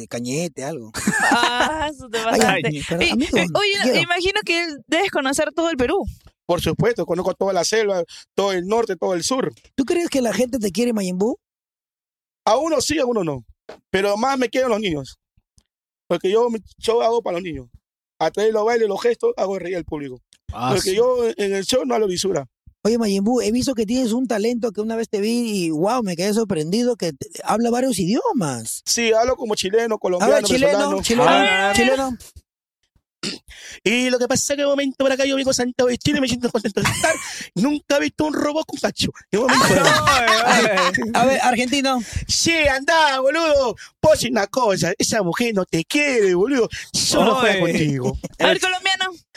[SPEAKER 2] de cañete, algo.
[SPEAKER 3] Ah, eso te pasaste.
[SPEAKER 2] Ay, pero,
[SPEAKER 3] Oye,
[SPEAKER 2] amigo,
[SPEAKER 3] Oye,
[SPEAKER 2] quiero.
[SPEAKER 3] imagino que debes conocer todo el Perú.
[SPEAKER 4] Por supuesto, conozco toda la selva, todo el norte, todo el sur.
[SPEAKER 2] ¿Tú crees que la gente te quiere, Mayimbu?
[SPEAKER 4] A uno sí, a uno no. Pero más me quieren los niños. Porque yo, mi show hago para los niños. A través de los bailes, los gestos, hago reír al público.
[SPEAKER 1] Ah,
[SPEAKER 4] Porque
[SPEAKER 1] sí.
[SPEAKER 4] yo en el show no hablo visura.
[SPEAKER 2] Oye, Mayimbu, he visto que tienes un talento que una vez te vi y, wow, me quedé sorprendido que te- habla varios idiomas.
[SPEAKER 4] Sí, hablo como chileno, colombiano,
[SPEAKER 2] Habla chileno,
[SPEAKER 4] venezolano.
[SPEAKER 2] chileno,
[SPEAKER 1] Ah.
[SPEAKER 2] chileno.
[SPEAKER 4] Y lo que pasa es que de momento para acá yo vengo a Santiago de Chile, me siento contento de estar. Nunca he visto un robot con cacho. De momento para acá. Eh,
[SPEAKER 2] A ver, argentino.
[SPEAKER 4] Sí, anda, boludo. Pues una cosa, esa mujer no te quiere, boludo. Solo
[SPEAKER 1] Oye.
[SPEAKER 4] juega contigo.
[SPEAKER 3] A ver, colombiano.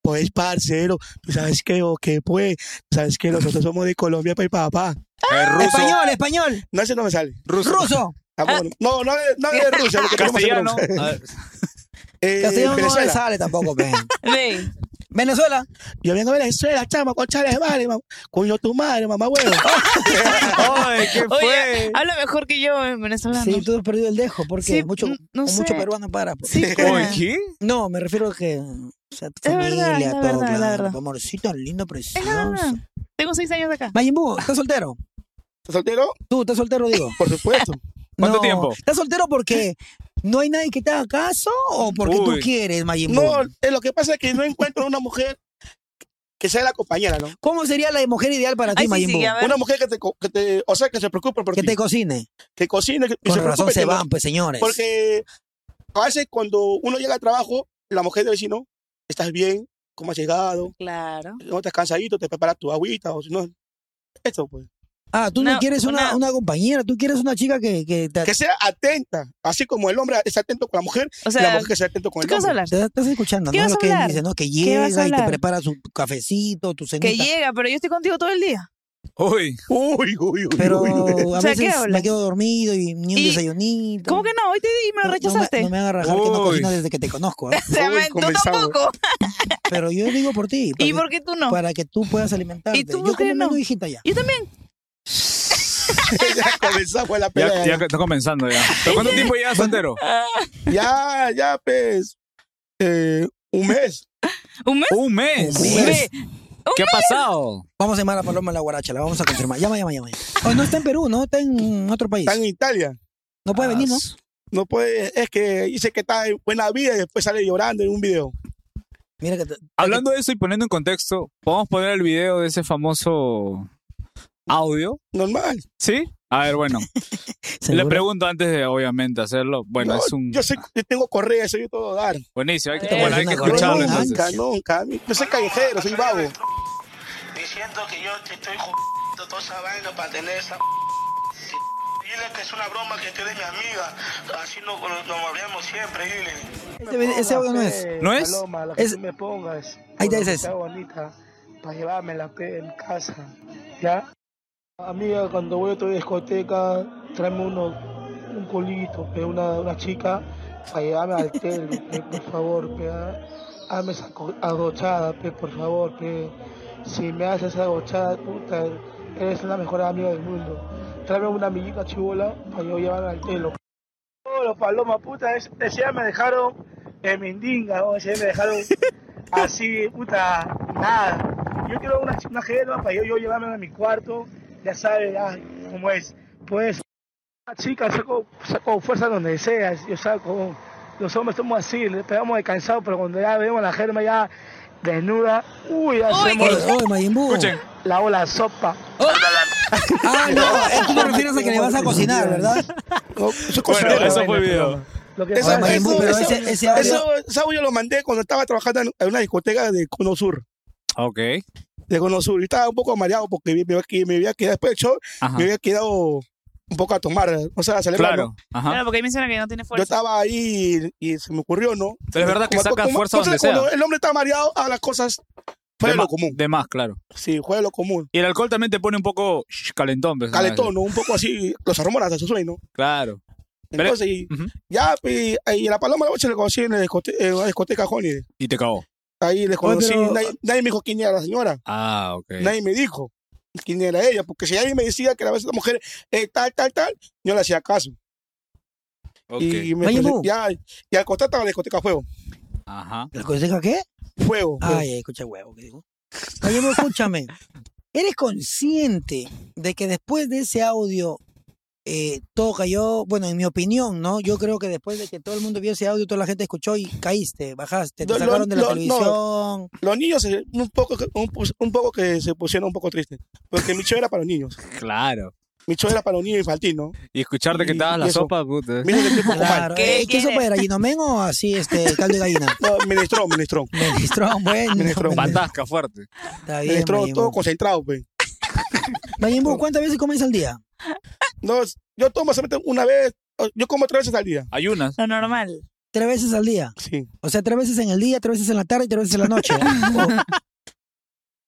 [SPEAKER 4] Pues, parcero, tú sabes que, o que pues, tú sabes que nosotros somos de Colombia, pa' y papá.
[SPEAKER 1] Eh, ruso,
[SPEAKER 2] Español, español.
[SPEAKER 4] No, ese no me sale.
[SPEAKER 1] ruso,
[SPEAKER 2] Ruso.
[SPEAKER 4] Tampoco, no, no, de- no de Rusia. porque tenemos en
[SPEAKER 1] castellano.
[SPEAKER 4] Rusia.
[SPEAKER 1] A ver,
[SPEAKER 4] Eh,
[SPEAKER 2] Castellano no le
[SPEAKER 4] Venezuela.
[SPEAKER 2] sale tampoco, ven.
[SPEAKER 3] Ven.
[SPEAKER 2] Venezuela.
[SPEAKER 4] Yo vengo de Venezuela, chama, con chales, vale, mamá. Coño tu madre, mamá, huevo.
[SPEAKER 1] Ay, ¿qué
[SPEAKER 3] Oye,
[SPEAKER 1] fue?
[SPEAKER 3] habla mejor que yo en venezolano.
[SPEAKER 2] Sí, tú has perdido el dejo, porque
[SPEAKER 3] Sí,
[SPEAKER 2] mucho,
[SPEAKER 3] n- no
[SPEAKER 2] mucho
[SPEAKER 3] sé.
[SPEAKER 2] peruano para. pues.
[SPEAKER 3] Sí,
[SPEAKER 1] Oye,
[SPEAKER 3] cara.
[SPEAKER 1] ¿qué?
[SPEAKER 2] No, me refiero a que. O sea, tu
[SPEAKER 3] Es
[SPEAKER 2] familia,
[SPEAKER 3] verdad, es
[SPEAKER 2] todo,
[SPEAKER 3] verdad, es
[SPEAKER 2] claro.
[SPEAKER 3] verdad.
[SPEAKER 2] Tu Amorcito, lindo,
[SPEAKER 3] Es la verdad.
[SPEAKER 2] precioso.
[SPEAKER 3] Tengo seis años de acá.
[SPEAKER 2] Mayimbu, ¿estás soltero?
[SPEAKER 4] ¿Soltero?
[SPEAKER 2] Tú, ¿estás soltero, digo?
[SPEAKER 4] Por supuesto.
[SPEAKER 1] ¿Cuánto
[SPEAKER 2] No,
[SPEAKER 1] tiempo?
[SPEAKER 2] ¿Estás soltero porque no hay nadie que te haga caso o porque tú
[SPEAKER 1] Uy.
[SPEAKER 2] quieres, Mayimbu?
[SPEAKER 4] No, eh, lo que pasa es que no encuentro una mujer que sea la compañera, ¿no?
[SPEAKER 2] ¿Cómo sería la mujer ideal para ti,
[SPEAKER 3] Ay, sí,
[SPEAKER 2] Mayimbu?
[SPEAKER 3] sí, a ver.
[SPEAKER 4] Una mujer que te, co- que te- o sea, que se preocupe por
[SPEAKER 2] que
[SPEAKER 4] ti,
[SPEAKER 2] te cocine.
[SPEAKER 4] que cocine, que y
[SPEAKER 2] Con
[SPEAKER 4] se
[SPEAKER 2] razón
[SPEAKER 4] preocupe
[SPEAKER 2] se
[SPEAKER 4] que no-
[SPEAKER 2] van, pues, señores.
[SPEAKER 4] Porque a veces cuando uno llega al trabajo, la mujer del vecino, estás bien, cómo has llegado,
[SPEAKER 3] Claro.
[SPEAKER 4] no estás cansadito, te preparas tu agüita, o si no, esto pues.
[SPEAKER 2] Ah, tú no,
[SPEAKER 3] Una-
[SPEAKER 2] quieres una,
[SPEAKER 3] una-
[SPEAKER 2] una compañera, tú quieres una chica que, que te,
[SPEAKER 4] Que sea atenta, así como el hombre es atento con la mujer,
[SPEAKER 3] O
[SPEAKER 4] la
[SPEAKER 3] sea,
[SPEAKER 4] mujer que sea atento con
[SPEAKER 3] ¿tú
[SPEAKER 4] el
[SPEAKER 3] qué vas a
[SPEAKER 4] hombre.
[SPEAKER 3] hablar?
[SPEAKER 2] te- estás escuchando,
[SPEAKER 3] ¿Qué
[SPEAKER 2] ¿no?
[SPEAKER 3] vas
[SPEAKER 2] Lo
[SPEAKER 3] a
[SPEAKER 2] que él
[SPEAKER 3] hablar?
[SPEAKER 2] dice, ¿no? Que
[SPEAKER 3] ¿Qué vas a
[SPEAKER 2] llega y te
[SPEAKER 3] hablar?
[SPEAKER 2] prepara su cafecito, tu
[SPEAKER 3] Que
[SPEAKER 2] cenita.
[SPEAKER 3] llega, pero yo estoy contigo todo el día.
[SPEAKER 1] Uy,
[SPEAKER 4] Uy, uy, uy.
[SPEAKER 2] Pero
[SPEAKER 4] uy, uy.
[SPEAKER 2] a
[SPEAKER 3] O sea, ¿qué
[SPEAKER 2] veces
[SPEAKER 3] hablas?
[SPEAKER 2] me quedo dormido y ni un
[SPEAKER 3] ¿Y
[SPEAKER 2] desayunito.
[SPEAKER 3] ¿Cómo que no? Hoy te di y me
[SPEAKER 2] No-
[SPEAKER 3] lo rechazaste.
[SPEAKER 2] No, me, no me hagan rajar que no
[SPEAKER 1] Uy.
[SPEAKER 2] cocino desde que te conozco. ¿eh?
[SPEAKER 3] O sea,
[SPEAKER 4] Uy,
[SPEAKER 3] me- tú
[SPEAKER 4] comenzamos.
[SPEAKER 3] tampoco.
[SPEAKER 2] Pero yo digo por ti.
[SPEAKER 3] ¿Y
[SPEAKER 2] porque-
[SPEAKER 3] por qué tú no?
[SPEAKER 2] Para que tú puedas alimentarte.
[SPEAKER 3] ¿Y tú
[SPEAKER 2] yo
[SPEAKER 3] por qué
[SPEAKER 2] como
[SPEAKER 3] no?
[SPEAKER 2] menos, hijita ya.
[SPEAKER 3] Yo también.
[SPEAKER 4] ya comenzamos la pelea.
[SPEAKER 1] Ya,
[SPEAKER 4] Ya,
[SPEAKER 1] ya que está comenzando ya. ¿Pero ¿Cuánto tiempo llevas soltero?
[SPEAKER 4] ya, ya, pues. eh, un mes.
[SPEAKER 3] ¿Un mes?
[SPEAKER 1] Oh, Un mes.
[SPEAKER 2] Un mes.
[SPEAKER 1] ¿Qué ha pasado?
[SPEAKER 2] Vamos a llamar a Paloma la guaracha, la vamos a confirmar. Llama, llama, llama. llama. Oh, no está en Perú, no está en otro país.
[SPEAKER 4] Está en Italia.
[SPEAKER 2] No puede venir, ¿no?
[SPEAKER 4] No puede, es que dice que está en buena vida y después sale llorando en un video.
[SPEAKER 2] Mira que te-
[SPEAKER 1] Hablando de eso y poniendo en contexto, ¿podemos poner el video de ese famoso audio?
[SPEAKER 4] Normal.
[SPEAKER 1] ¿Sí? A ver, bueno. Le
[SPEAKER 2] seguro.
[SPEAKER 1] pregunto antes de, obviamente, hacerlo. Bueno,
[SPEAKER 4] No,
[SPEAKER 1] es un...
[SPEAKER 4] Yo sé, yo tengo correa, eso yo todo dar.
[SPEAKER 1] Buenísimo. Hay que,
[SPEAKER 3] Eh,
[SPEAKER 1] bueno, hay
[SPEAKER 2] es
[SPEAKER 1] que
[SPEAKER 2] una
[SPEAKER 1] escucharlo
[SPEAKER 2] gran
[SPEAKER 4] no,
[SPEAKER 1] entonces.
[SPEAKER 4] nunca, nunca. Yo soy callejero, soy vago.
[SPEAKER 7] diciendo que yo te estoy jugando toda esa vaina para tener esa dile que es una broma que tú eres mi amiga así nos no hablamos siempre dile
[SPEAKER 2] Ese, ese audio no es.
[SPEAKER 1] ¿No es?
[SPEAKER 8] Paloma, la que
[SPEAKER 2] Es-
[SPEAKER 8] tú me pongas.
[SPEAKER 2] Ahí está,
[SPEAKER 8] por lo
[SPEAKER 2] ese
[SPEAKER 8] que
[SPEAKER 2] es.
[SPEAKER 8] sea bonita, para llevarme la pe en casa. ¿Ya? Amiga, cuando voy a tu discoteca, tráeme uno, un culito, pe, una, una chica, para llevarme al hotel, pe, por favor, pe. ¿ah? Hazme esa co- agochada, pe, por favor, pe. Si me haces esa agochada, puta, eres la mejor amiga del mundo. Tráeme una amiguita chivola para yo llevarme al telo. Oh, los palomas, puta, es- ese día me dejaron en Mindinga, o ese día me dejaron así, puta, nada. Yo quiero una, una jeva para yo, yo llevarme a mi cuarto, ya sabes, ya, cómo es. Pues, ah, chica, saco, saco fuerza donde deseas, yo saco. Los hombres somos así, le pegamos de cansado, pero cuando ya vemos a la germa ya desnuda, uy, ya
[SPEAKER 3] Uy,
[SPEAKER 8] hacemos
[SPEAKER 2] Oye, oye, Majin Buu.
[SPEAKER 1] Escuchen.
[SPEAKER 8] la ola sopa.
[SPEAKER 2] Ah, no, eh, tú te refieres a que le vas a cocinar, ¿verdad?
[SPEAKER 4] No,
[SPEAKER 1] Bueno,
[SPEAKER 4] soy cocinero.
[SPEAKER 1] eso fue el video.
[SPEAKER 8] Lo que
[SPEAKER 4] Eso-
[SPEAKER 2] Oye, Majin
[SPEAKER 4] eso-
[SPEAKER 2] Buu, pero
[SPEAKER 4] eso-
[SPEAKER 2] ese, ese audio.
[SPEAKER 4] Eso, ese audio lo mandé cuando estaba trabajando en- en una discoteca de Cono Sur.
[SPEAKER 1] Ok.
[SPEAKER 4] De Cono Sur. Yo estaba un poco mareado porque me, me, me había quedado después del show,
[SPEAKER 1] Ajá.
[SPEAKER 4] me había quedado un poco a tomar. O sea, a celebrar, ¿no?
[SPEAKER 1] Claro. Ajá.
[SPEAKER 4] Ah,
[SPEAKER 3] Claro, porque ahí menciona que no tiene
[SPEAKER 4] Yo
[SPEAKER 3] fuerza.
[SPEAKER 4] estaba ahí y, y se me ocurrió, ¿no?
[SPEAKER 1] Pero es verdad que saca fuerza
[SPEAKER 4] tú sabes,
[SPEAKER 1] donde
[SPEAKER 4] cuando
[SPEAKER 1] sea.
[SPEAKER 4] el hombre está mareado a las cosas fuera
[SPEAKER 1] De
[SPEAKER 4] de lo
[SPEAKER 1] más-
[SPEAKER 4] común.
[SPEAKER 1] De más, claro.
[SPEAKER 4] Sí, fuera de lo común.
[SPEAKER 1] Y el alcohol también te pone un poco shh, calentón. ¿ves?
[SPEAKER 4] Calentón, ¿no? Un poco así, los aromas de su sueño.
[SPEAKER 1] Claro. Pero-
[SPEAKER 4] Entonces, y,
[SPEAKER 1] Ujú.
[SPEAKER 4] ya, y, y la paloma de la noche le conocí en, la discote- eh, en una discoteca Honey.
[SPEAKER 1] Y te cagó.
[SPEAKER 4] Ahí le conocí,
[SPEAKER 2] pero-
[SPEAKER 4] nadie, nadie me dijo quién era la señora.
[SPEAKER 1] Ah, ok.
[SPEAKER 4] Nadie me dijo quién era ella, porque si alguien me decía que a veces la mujer eh, tal, tal, tal, yo le hacía caso.
[SPEAKER 1] Ok.
[SPEAKER 4] Y me
[SPEAKER 2] Oye,
[SPEAKER 4] presenté-
[SPEAKER 2] Mo.
[SPEAKER 4] ya, y al costado estaba la discoteca Fuego.
[SPEAKER 1] Ajá.
[SPEAKER 2] ¿La cosecha qué?
[SPEAKER 4] Fuego.
[SPEAKER 1] Ah,
[SPEAKER 2] Ay, ay, escucha huevo, que digo. Oye, no, escúchame. ¿Eres consciente de que después de ese audio eh, todo cayó? Bueno, en mi opinión, ¿no? Yo creo que después de que todo el mundo vio ese audio, toda la gente escuchó y caíste, bajaste, te
[SPEAKER 4] No, lo-
[SPEAKER 2] sacaron de la
[SPEAKER 4] lo- no.
[SPEAKER 2] televisión.
[SPEAKER 4] Los niños se- un poco, que- un, pus- un poco que se pusieron un poco tristes, porque mi show era para los niños.
[SPEAKER 1] Claro.
[SPEAKER 4] Mi show era para los niños infantil, ¿no?
[SPEAKER 1] Y escucharte que
[SPEAKER 4] Y-
[SPEAKER 1] te dabas
[SPEAKER 4] y
[SPEAKER 1] la
[SPEAKER 4] eso.
[SPEAKER 1] sopa, puta.
[SPEAKER 4] Me hizo sentir un poco mal.
[SPEAKER 2] Claro.
[SPEAKER 3] ¿Qué
[SPEAKER 2] ¿Qué, ¿Qué sopa
[SPEAKER 3] quieres?
[SPEAKER 2] era? ¿Ginomen o así, este, caldo de gallina?
[SPEAKER 4] No, Menestrón, menestrón.
[SPEAKER 2] Minestrón, bueno.
[SPEAKER 4] Minestrón.
[SPEAKER 2] bueno,
[SPEAKER 1] Fantasca fuerte.
[SPEAKER 2] Está bien,
[SPEAKER 4] Menestrón,
[SPEAKER 2] Majin
[SPEAKER 4] todo
[SPEAKER 2] Buu.
[SPEAKER 4] concentrado, pues.
[SPEAKER 2] Majin Buu, ¿cuántas veces comes al día?
[SPEAKER 4] No, yo tomo solamente una vez, yo como tres veces al día.
[SPEAKER 1] Ayunas.
[SPEAKER 3] Lo normal.
[SPEAKER 2] Tres veces al día.
[SPEAKER 4] Sí.
[SPEAKER 2] O sea, tres veces en el día, tres veces en la tarde y tres veces en la noche.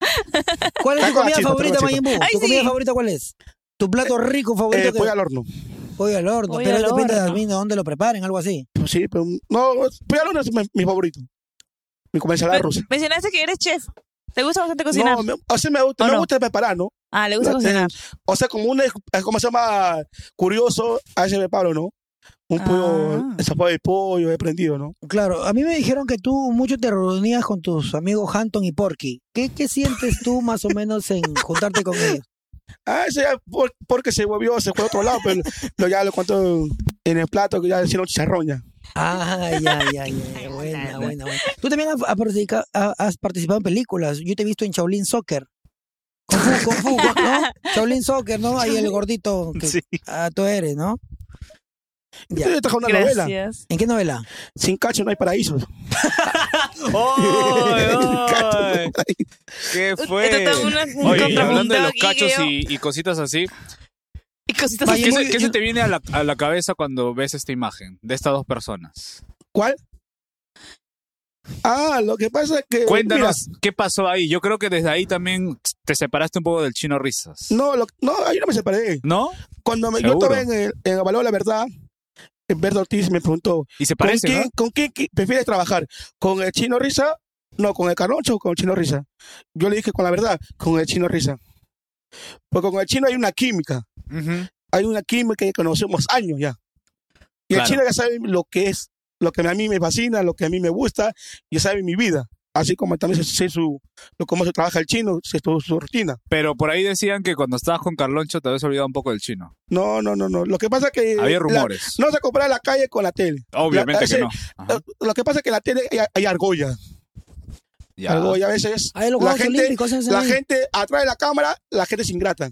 [SPEAKER 2] O- ¿Cuál es tu
[SPEAKER 4] Tranquilo,
[SPEAKER 2] comida
[SPEAKER 4] chico,
[SPEAKER 2] favorita, Mayimbu?
[SPEAKER 4] tranquilo,
[SPEAKER 3] Ay,
[SPEAKER 2] ¿Tu comida
[SPEAKER 3] sí.
[SPEAKER 2] favorita cuál es? ¿Tu plato rico favorito?
[SPEAKER 4] Eh,
[SPEAKER 2] que-
[SPEAKER 4] pollo al horno.
[SPEAKER 2] Pollo al horno.
[SPEAKER 3] Pollo
[SPEAKER 2] Pero
[SPEAKER 3] al
[SPEAKER 2] depende
[SPEAKER 3] horno.
[SPEAKER 2] también de dónde lo preparen, algo así.
[SPEAKER 4] Pues sí, pero no, pollo al horno es mi, mi favorito. Mi como ensalada
[SPEAKER 3] Me-
[SPEAKER 4] rusa.
[SPEAKER 3] Mencionaste que eres chef. ¿Te gusta bastante cocinar?
[SPEAKER 4] No, me, o sea, me gusta,
[SPEAKER 3] ¿O
[SPEAKER 4] me
[SPEAKER 3] no?
[SPEAKER 4] gusta preparar, ¿no?
[SPEAKER 3] Ah, le gusta
[SPEAKER 4] No,
[SPEAKER 3] cocinar.
[SPEAKER 4] O sea, como un, ¿cómo se llama? Curioso, a ese me paro, ¿no? Un pollo,
[SPEAKER 3] Ah.
[SPEAKER 4] zapado de pollo, he prendido, ¿no?
[SPEAKER 2] Claro, a mí me dijeron que tú mucho te reunías con tus amigos Hanton y Porky. ¿Qué, qué sientes tú más o menos en juntarte con ellos?
[SPEAKER 4] Ah, ese ya, por- porque se volvió, se fue a otro lado, pero lo, ya lo cuento en el plato que ya hicieron chicharrón ya.
[SPEAKER 2] Ay, ay, ay, ay, ay, buena, buena, buena. Tú también has, has participado- ha- has participado en películas. Yo te he visto en Shaolin Soccer. Kung Fu, Kung Fu, ¿no? Shaolin Soccer, ¿no? Ahí el gordito que
[SPEAKER 1] Sí.
[SPEAKER 2] ah, tú eres, ¿no? Ya.
[SPEAKER 4] Yo trajo una novela.
[SPEAKER 3] Gracias.
[SPEAKER 2] ¿En qué novela?
[SPEAKER 4] Sin cacho no hay paraíso.
[SPEAKER 1] ¡Oy,
[SPEAKER 4] Sin cacho no hay
[SPEAKER 1] oy!
[SPEAKER 4] paraíso.
[SPEAKER 1] qué
[SPEAKER 3] Esto
[SPEAKER 1] fue?
[SPEAKER 3] está una- un
[SPEAKER 1] Pues. Oye, y hablando de
[SPEAKER 3] contrapunto
[SPEAKER 1] los
[SPEAKER 3] aquí,
[SPEAKER 1] cachos
[SPEAKER 3] Guido.
[SPEAKER 1] y, y cositas así,
[SPEAKER 3] Y cositas
[SPEAKER 2] Vaya,
[SPEAKER 1] ¿qué
[SPEAKER 2] muy-
[SPEAKER 1] se, qué se te viene a la, a la cabeza cuando ves esta imagen de estas dos personas?
[SPEAKER 4] ¿Cuál? Ah, lo que pasa es que.
[SPEAKER 1] Cuéntanos qué pasó ahí. Yo creo que desde ahí también te separaste un poco del chino Risas.
[SPEAKER 4] mira, no, lo- no, ahí no me separé.
[SPEAKER 1] ¿No?
[SPEAKER 4] Cuando me- yo
[SPEAKER 1] Seguro.
[SPEAKER 4] estaba en el, en el Valor de la Verdad, Humberto Ortiz me preguntó:
[SPEAKER 1] Y se
[SPEAKER 4] ¿Con
[SPEAKER 1] parece,
[SPEAKER 4] quién,
[SPEAKER 1] ¿no?
[SPEAKER 4] ¿con quién qui- prefieres trabajar? ¿Con el chino Risa? No, con el Carloncho o con el chino Pues Risa. Yo le dije con la verdad, con el chino Risa. Porque con el chino hay una química.
[SPEAKER 1] Ujú.
[SPEAKER 4] Hay una química que conocemos años ya. Y
[SPEAKER 1] Claro.
[SPEAKER 4] el chino ya sabe lo que es, lo que a mí me fascina, lo que a mí me gusta, ya sabe mi vida. Así como también sé su, lo- cómo se trabaja el chino, sé su, su rutina.
[SPEAKER 1] Pero por ahí decían que cuando estabas con Carloncho te habías olvidado un poco del chino.
[SPEAKER 4] No, no, no, no. Lo que pasa es que...
[SPEAKER 1] Había
[SPEAKER 4] Eh, la-
[SPEAKER 1] rumores.
[SPEAKER 4] no se compara la calle con la tele.
[SPEAKER 1] Obviamente
[SPEAKER 4] la-
[SPEAKER 1] que
[SPEAKER 4] ese-
[SPEAKER 1] no. Ajá,
[SPEAKER 4] Lo, lo que pasa es que en la tele hay, hay argolla.
[SPEAKER 1] ya.
[SPEAKER 4] Argolla a veces.
[SPEAKER 2] Ahí Ah, los
[SPEAKER 4] la
[SPEAKER 2] Juegos
[SPEAKER 4] gente-
[SPEAKER 2] Olímpicos. ¿sabes?
[SPEAKER 4] La gente atrás de la cámara, la gente se ingrata.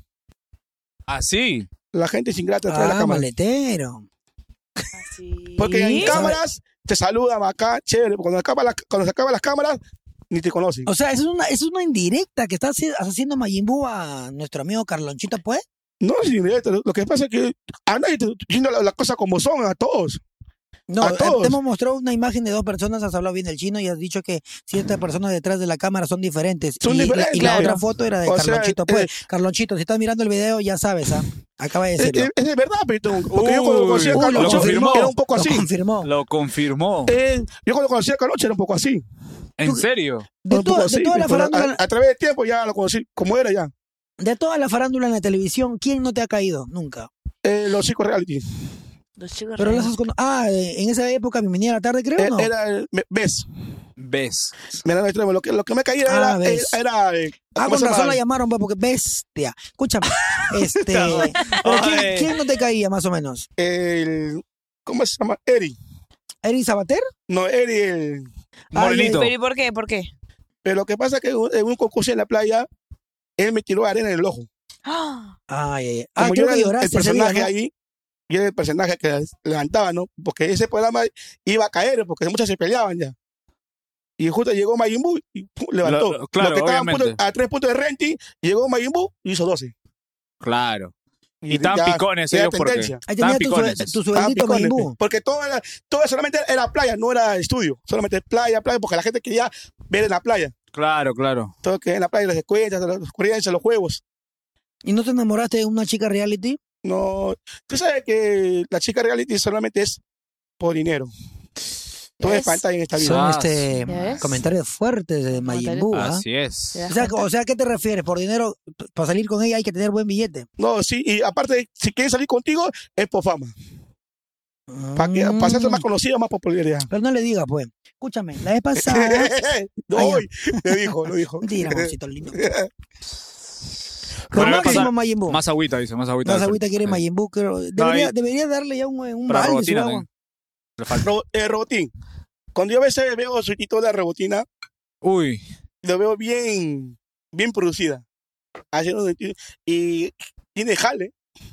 [SPEAKER 1] Ah, sí.
[SPEAKER 4] La gente se ingrata atrás de la
[SPEAKER 2] Ah,
[SPEAKER 4] cámara.
[SPEAKER 2] maletero.
[SPEAKER 3] Así.
[SPEAKER 4] Porque en
[SPEAKER 2] Sí.
[SPEAKER 4] cámaras te saludan acá, chévere. Cuando, acaba la- cuando se acaban las cámaras, ni te conocen.
[SPEAKER 2] O sea, es una, es una indirecta que está haci- haciendo Mayimbu a nuestro amigo Carlonchito, pues.
[SPEAKER 4] No, es indirecto. Lo- Lo que pasa es que a nadie te diciendo las cosas como son, a todos.
[SPEAKER 2] No,
[SPEAKER 4] A
[SPEAKER 2] eh,
[SPEAKER 4] todos.
[SPEAKER 2] te hemos mostrado una imagen de dos personas, has hablado bien del chino y has dicho que ciertas personas detrás de la cámara son diferentes.
[SPEAKER 4] Son
[SPEAKER 2] y, la-
[SPEAKER 4] diferentes,
[SPEAKER 2] y la
[SPEAKER 4] claro.
[SPEAKER 2] otra foto era de
[SPEAKER 4] O sea,
[SPEAKER 2] Carlonchito,
[SPEAKER 4] eh,
[SPEAKER 2] pues. Carlonchito, si estás mirando el video, ya sabes, ¿ah? Acaba de
[SPEAKER 4] Es,
[SPEAKER 2] decirlo.
[SPEAKER 4] es- es de verdad, Pito. Porque yo
[SPEAKER 1] Uy,
[SPEAKER 4] cuando conocí a
[SPEAKER 1] uy,
[SPEAKER 4] Carlos,
[SPEAKER 1] lo
[SPEAKER 4] yo-
[SPEAKER 1] confirmó.
[SPEAKER 4] eh, era un poco
[SPEAKER 2] Lo
[SPEAKER 4] así.
[SPEAKER 2] confirmó.
[SPEAKER 1] Lo confirmó.
[SPEAKER 4] Eh, yo cuando conocí a Carlos era un poco así.
[SPEAKER 1] ¿En serio?
[SPEAKER 2] De,
[SPEAKER 4] un poco
[SPEAKER 2] to- de
[SPEAKER 4] así,
[SPEAKER 2] toda la
[SPEAKER 4] pero
[SPEAKER 2] farándula,
[SPEAKER 4] a, a través del tiempo ya lo conocí como era ya.
[SPEAKER 2] de toda la farándula en la televisión, ¿quién no te ha caído? Nunca.
[SPEAKER 4] Eh, los chicos reality.
[SPEAKER 3] Los chicos
[SPEAKER 2] Pero
[SPEAKER 3] raros.
[SPEAKER 2] las has cono- Ah, eh, en esa época, bienvenida a la tarde, creo,
[SPEAKER 4] Eh,
[SPEAKER 2] ¿no?
[SPEAKER 4] Era el me- Bes.
[SPEAKER 1] Ves.
[SPEAKER 4] Me da un extremo. Lo que, lo que me caía
[SPEAKER 2] Ah,
[SPEAKER 4] era.
[SPEAKER 2] Bes.
[SPEAKER 4] era, era, eh,
[SPEAKER 2] Ah,
[SPEAKER 4] ¿cómo
[SPEAKER 2] con
[SPEAKER 4] se llama?
[SPEAKER 2] razón la llamaron, pues, porque bestia. Escúchame. Este, pero
[SPEAKER 1] Ay.
[SPEAKER 2] ¿quién, quién no te caía, más o menos?
[SPEAKER 4] El, ¿Cómo se llama? Eri.
[SPEAKER 2] ¿Erin Sabater?
[SPEAKER 4] No, Eri, el.
[SPEAKER 1] Morenito.
[SPEAKER 3] Pero ¿y por qué? ¿Por qué?
[SPEAKER 4] Pero lo que pasa es que un- en un concurso en la playa, él me tiró arena en el ojo.
[SPEAKER 3] ¡Ah!
[SPEAKER 2] Ay, ay, ay. Ah,
[SPEAKER 4] Como yo
[SPEAKER 2] creo
[SPEAKER 4] era
[SPEAKER 2] que
[SPEAKER 4] el,
[SPEAKER 2] lloraste
[SPEAKER 4] el
[SPEAKER 2] ese
[SPEAKER 4] personaje
[SPEAKER 2] día, ¿no?
[SPEAKER 4] ahí, yo era el personaje que levantaba, ¿no? Porque ese programa iba a caer, porque muchos se peleaban ya. Y justo llegó Mayimbu y pum, levantó.
[SPEAKER 1] Lo- claro,
[SPEAKER 4] Los que estaban
[SPEAKER 1] obviamente.
[SPEAKER 4] punto- a tres puntos de renting, llegó Mayimbu y hizo 12.
[SPEAKER 1] Claro. Y,
[SPEAKER 4] tan
[SPEAKER 1] tan picones ellos porque. tan
[SPEAKER 2] Ahí tenía tu,
[SPEAKER 1] picones.
[SPEAKER 2] sue- tu sueldito Maimbu.
[SPEAKER 4] Porque todo era, todo solamente era playa, no era estudio. Solamente playa, playa, porque la gente quería ver en la playa.
[SPEAKER 1] Claro, claro.
[SPEAKER 4] Todo que en la playa, las escuelas, las ocurrencias, los juegos.
[SPEAKER 2] ¿Y no te enamoraste de una chica reality?
[SPEAKER 4] No, tú sabes que la chica reality solamente es por dinero. Todo es
[SPEAKER 3] ¿Ves?
[SPEAKER 4] pantalla en esta vida.
[SPEAKER 2] Son
[SPEAKER 1] Ah,
[SPEAKER 2] este
[SPEAKER 3] ¿Ya ves?
[SPEAKER 2] comentarios fuertes de Mayimbu, ¿ah?
[SPEAKER 1] Así es.
[SPEAKER 3] Ya.
[SPEAKER 2] O sea, o sea, ¿qué te refieres? Por dinero, p- para salir con ella hay que tener buen billete.
[SPEAKER 4] No, sí, y aparte, si quieres salir contigo, es por fama. Para que
[SPEAKER 2] Mm.
[SPEAKER 4] para ser más conocido, más popularidad.
[SPEAKER 2] Pero no le digas, pues. Escúchame, la vez pasada...
[SPEAKER 4] no,
[SPEAKER 2] Ah, ya.
[SPEAKER 4] hoy, le dijo, lo dijo.
[SPEAKER 2] Mentira, amorcito lindo.
[SPEAKER 1] Pero
[SPEAKER 2] Lo
[SPEAKER 1] voy a
[SPEAKER 2] máximo
[SPEAKER 1] pasar-
[SPEAKER 2] Mayimbu.
[SPEAKER 1] Más agüita, dice, más agüita.
[SPEAKER 2] Más agüita quiere
[SPEAKER 1] Sí.
[SPEAKER 2] Mayimbu, creo.
[SPEAKER 1] ahí-
[SPEAKER 2] Debería, debería darle ya un, un
[SPEAKER 1] Para
[SPEAKER 2] balde, su
[SPEAKER 1] Robotina
[SPEAKER 2] agua.
[SPEAKER 1] también. Le falta-
[SPEAKER 4] Ro- eh, Robotín. Cuando yo a veces veo su título de Robotina,
[SPEAKER 1] Uy,
[SPEAKER 4] lo veo bien, bien producida. Haciendo de- y tiene jale,
[SPEAKER 3] ¿Ya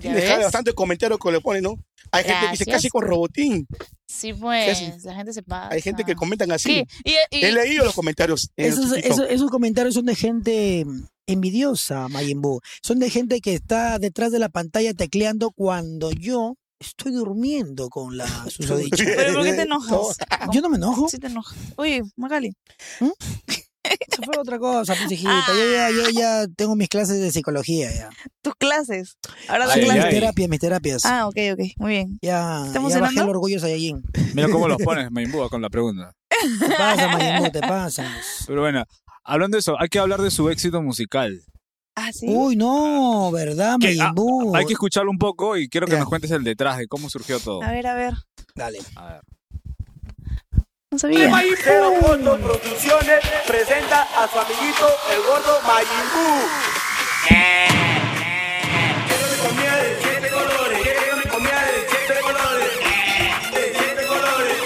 [SPEAKER 4] tiene jale
[SPEAKER 3] ves?
[SPEAKER 4] bastante comentario que le pone, ¿no? Hay gente que dice
[SPEAKER 3] Gracias.
[SPEAKER 4] casi con Robotín,
[SPEAKER 3] Sí, pues,
[SPEAKER 4] Casi.
[SPEAKER 3] la gente se pasa.
[SPEAKER 4] hay gente que comentan
[SPEAKER 3] Sí,
[SPEAKER 4] así.
[SPEAKER 3] y, y-
[SPEAKER 4] He leído los comentarios. eh, en
[SPEAKER 2] Esos,
[SPEAKER 4] TikTok.
[SPEAKER 2] esos- esos comentarios son de gente envidiosa, Mayimbu. Son de gente que está detrás de la pantalla tecleando cuando yo estoy durmiendo con la susodicha.
[SPEAKER 3] ¿Pero por qué
[SPEAKER 4] eh,
[SPEAKER 3] te enojas?
[SPEAKER 2] Yo no me enojo.
[SPEAKER 3] Sí te enojas. Oye, Magali.
[SPEAKER 2] Eso fue otra cosa, pues, hijita.
[SPEAKER 3] Ah.
[SPEAKER 2] Yo ya, yo ya tengo mis clases de psicología ya.
[SPEAKER 3] Tus clases. Ahora las
[SPEAKER 1] Ay,
[SPEAKER 2] Sí, mis
[SPEAKER 1] ay.
[SPEAKER 3] clases.
[SPEAKER 2] terapias, mis terapias.
[SPEAKER 3] Ah, ok, ok. Muy bien.
[SPEAKER 2] Ya,
[SPEAKER 3] ¿Estamos
[SPEAKER 2] ya bajé
[SPEAKER 3] cenando?
[SPEAKER 2] el orgullo Saiyajin.
[SPEAKER 1] mira cómo los pones, Mayimbu, con la pregunta.
[SPEAKER 2] Te pasas, Mayimbu, te pasas.
[SPEAKER 1] Pero bueno, hablando de eso, hay que hablar de su éxito musical.
[SPEAKER 3] Ah, sí.
[SPEAKER 2] Uy, no, ¿verdad,
[SPEAKER 1] Que, ah,
[SPEAKER 2] Mayimbu?
[SPEAKER 1] Hay que escucharlo un poco y quiero que
[SPEAKER 2] Ya.
[SPEAKER 1] nos cuentes el detrás de cómo surgió todo.
[SPEAKER 3] A ver, a ver.
[SPEAKER 2] Dale.
[SPEAKER 1] A ver.
[SPEAKER 3] No sabía.
[SPEAKER 5] Cero Fondo Producciones presenta a su amiguito el gordo Mayimbu. Quiero mi comida de siete colores. Quiero mi comida de siete colores. De siete colores.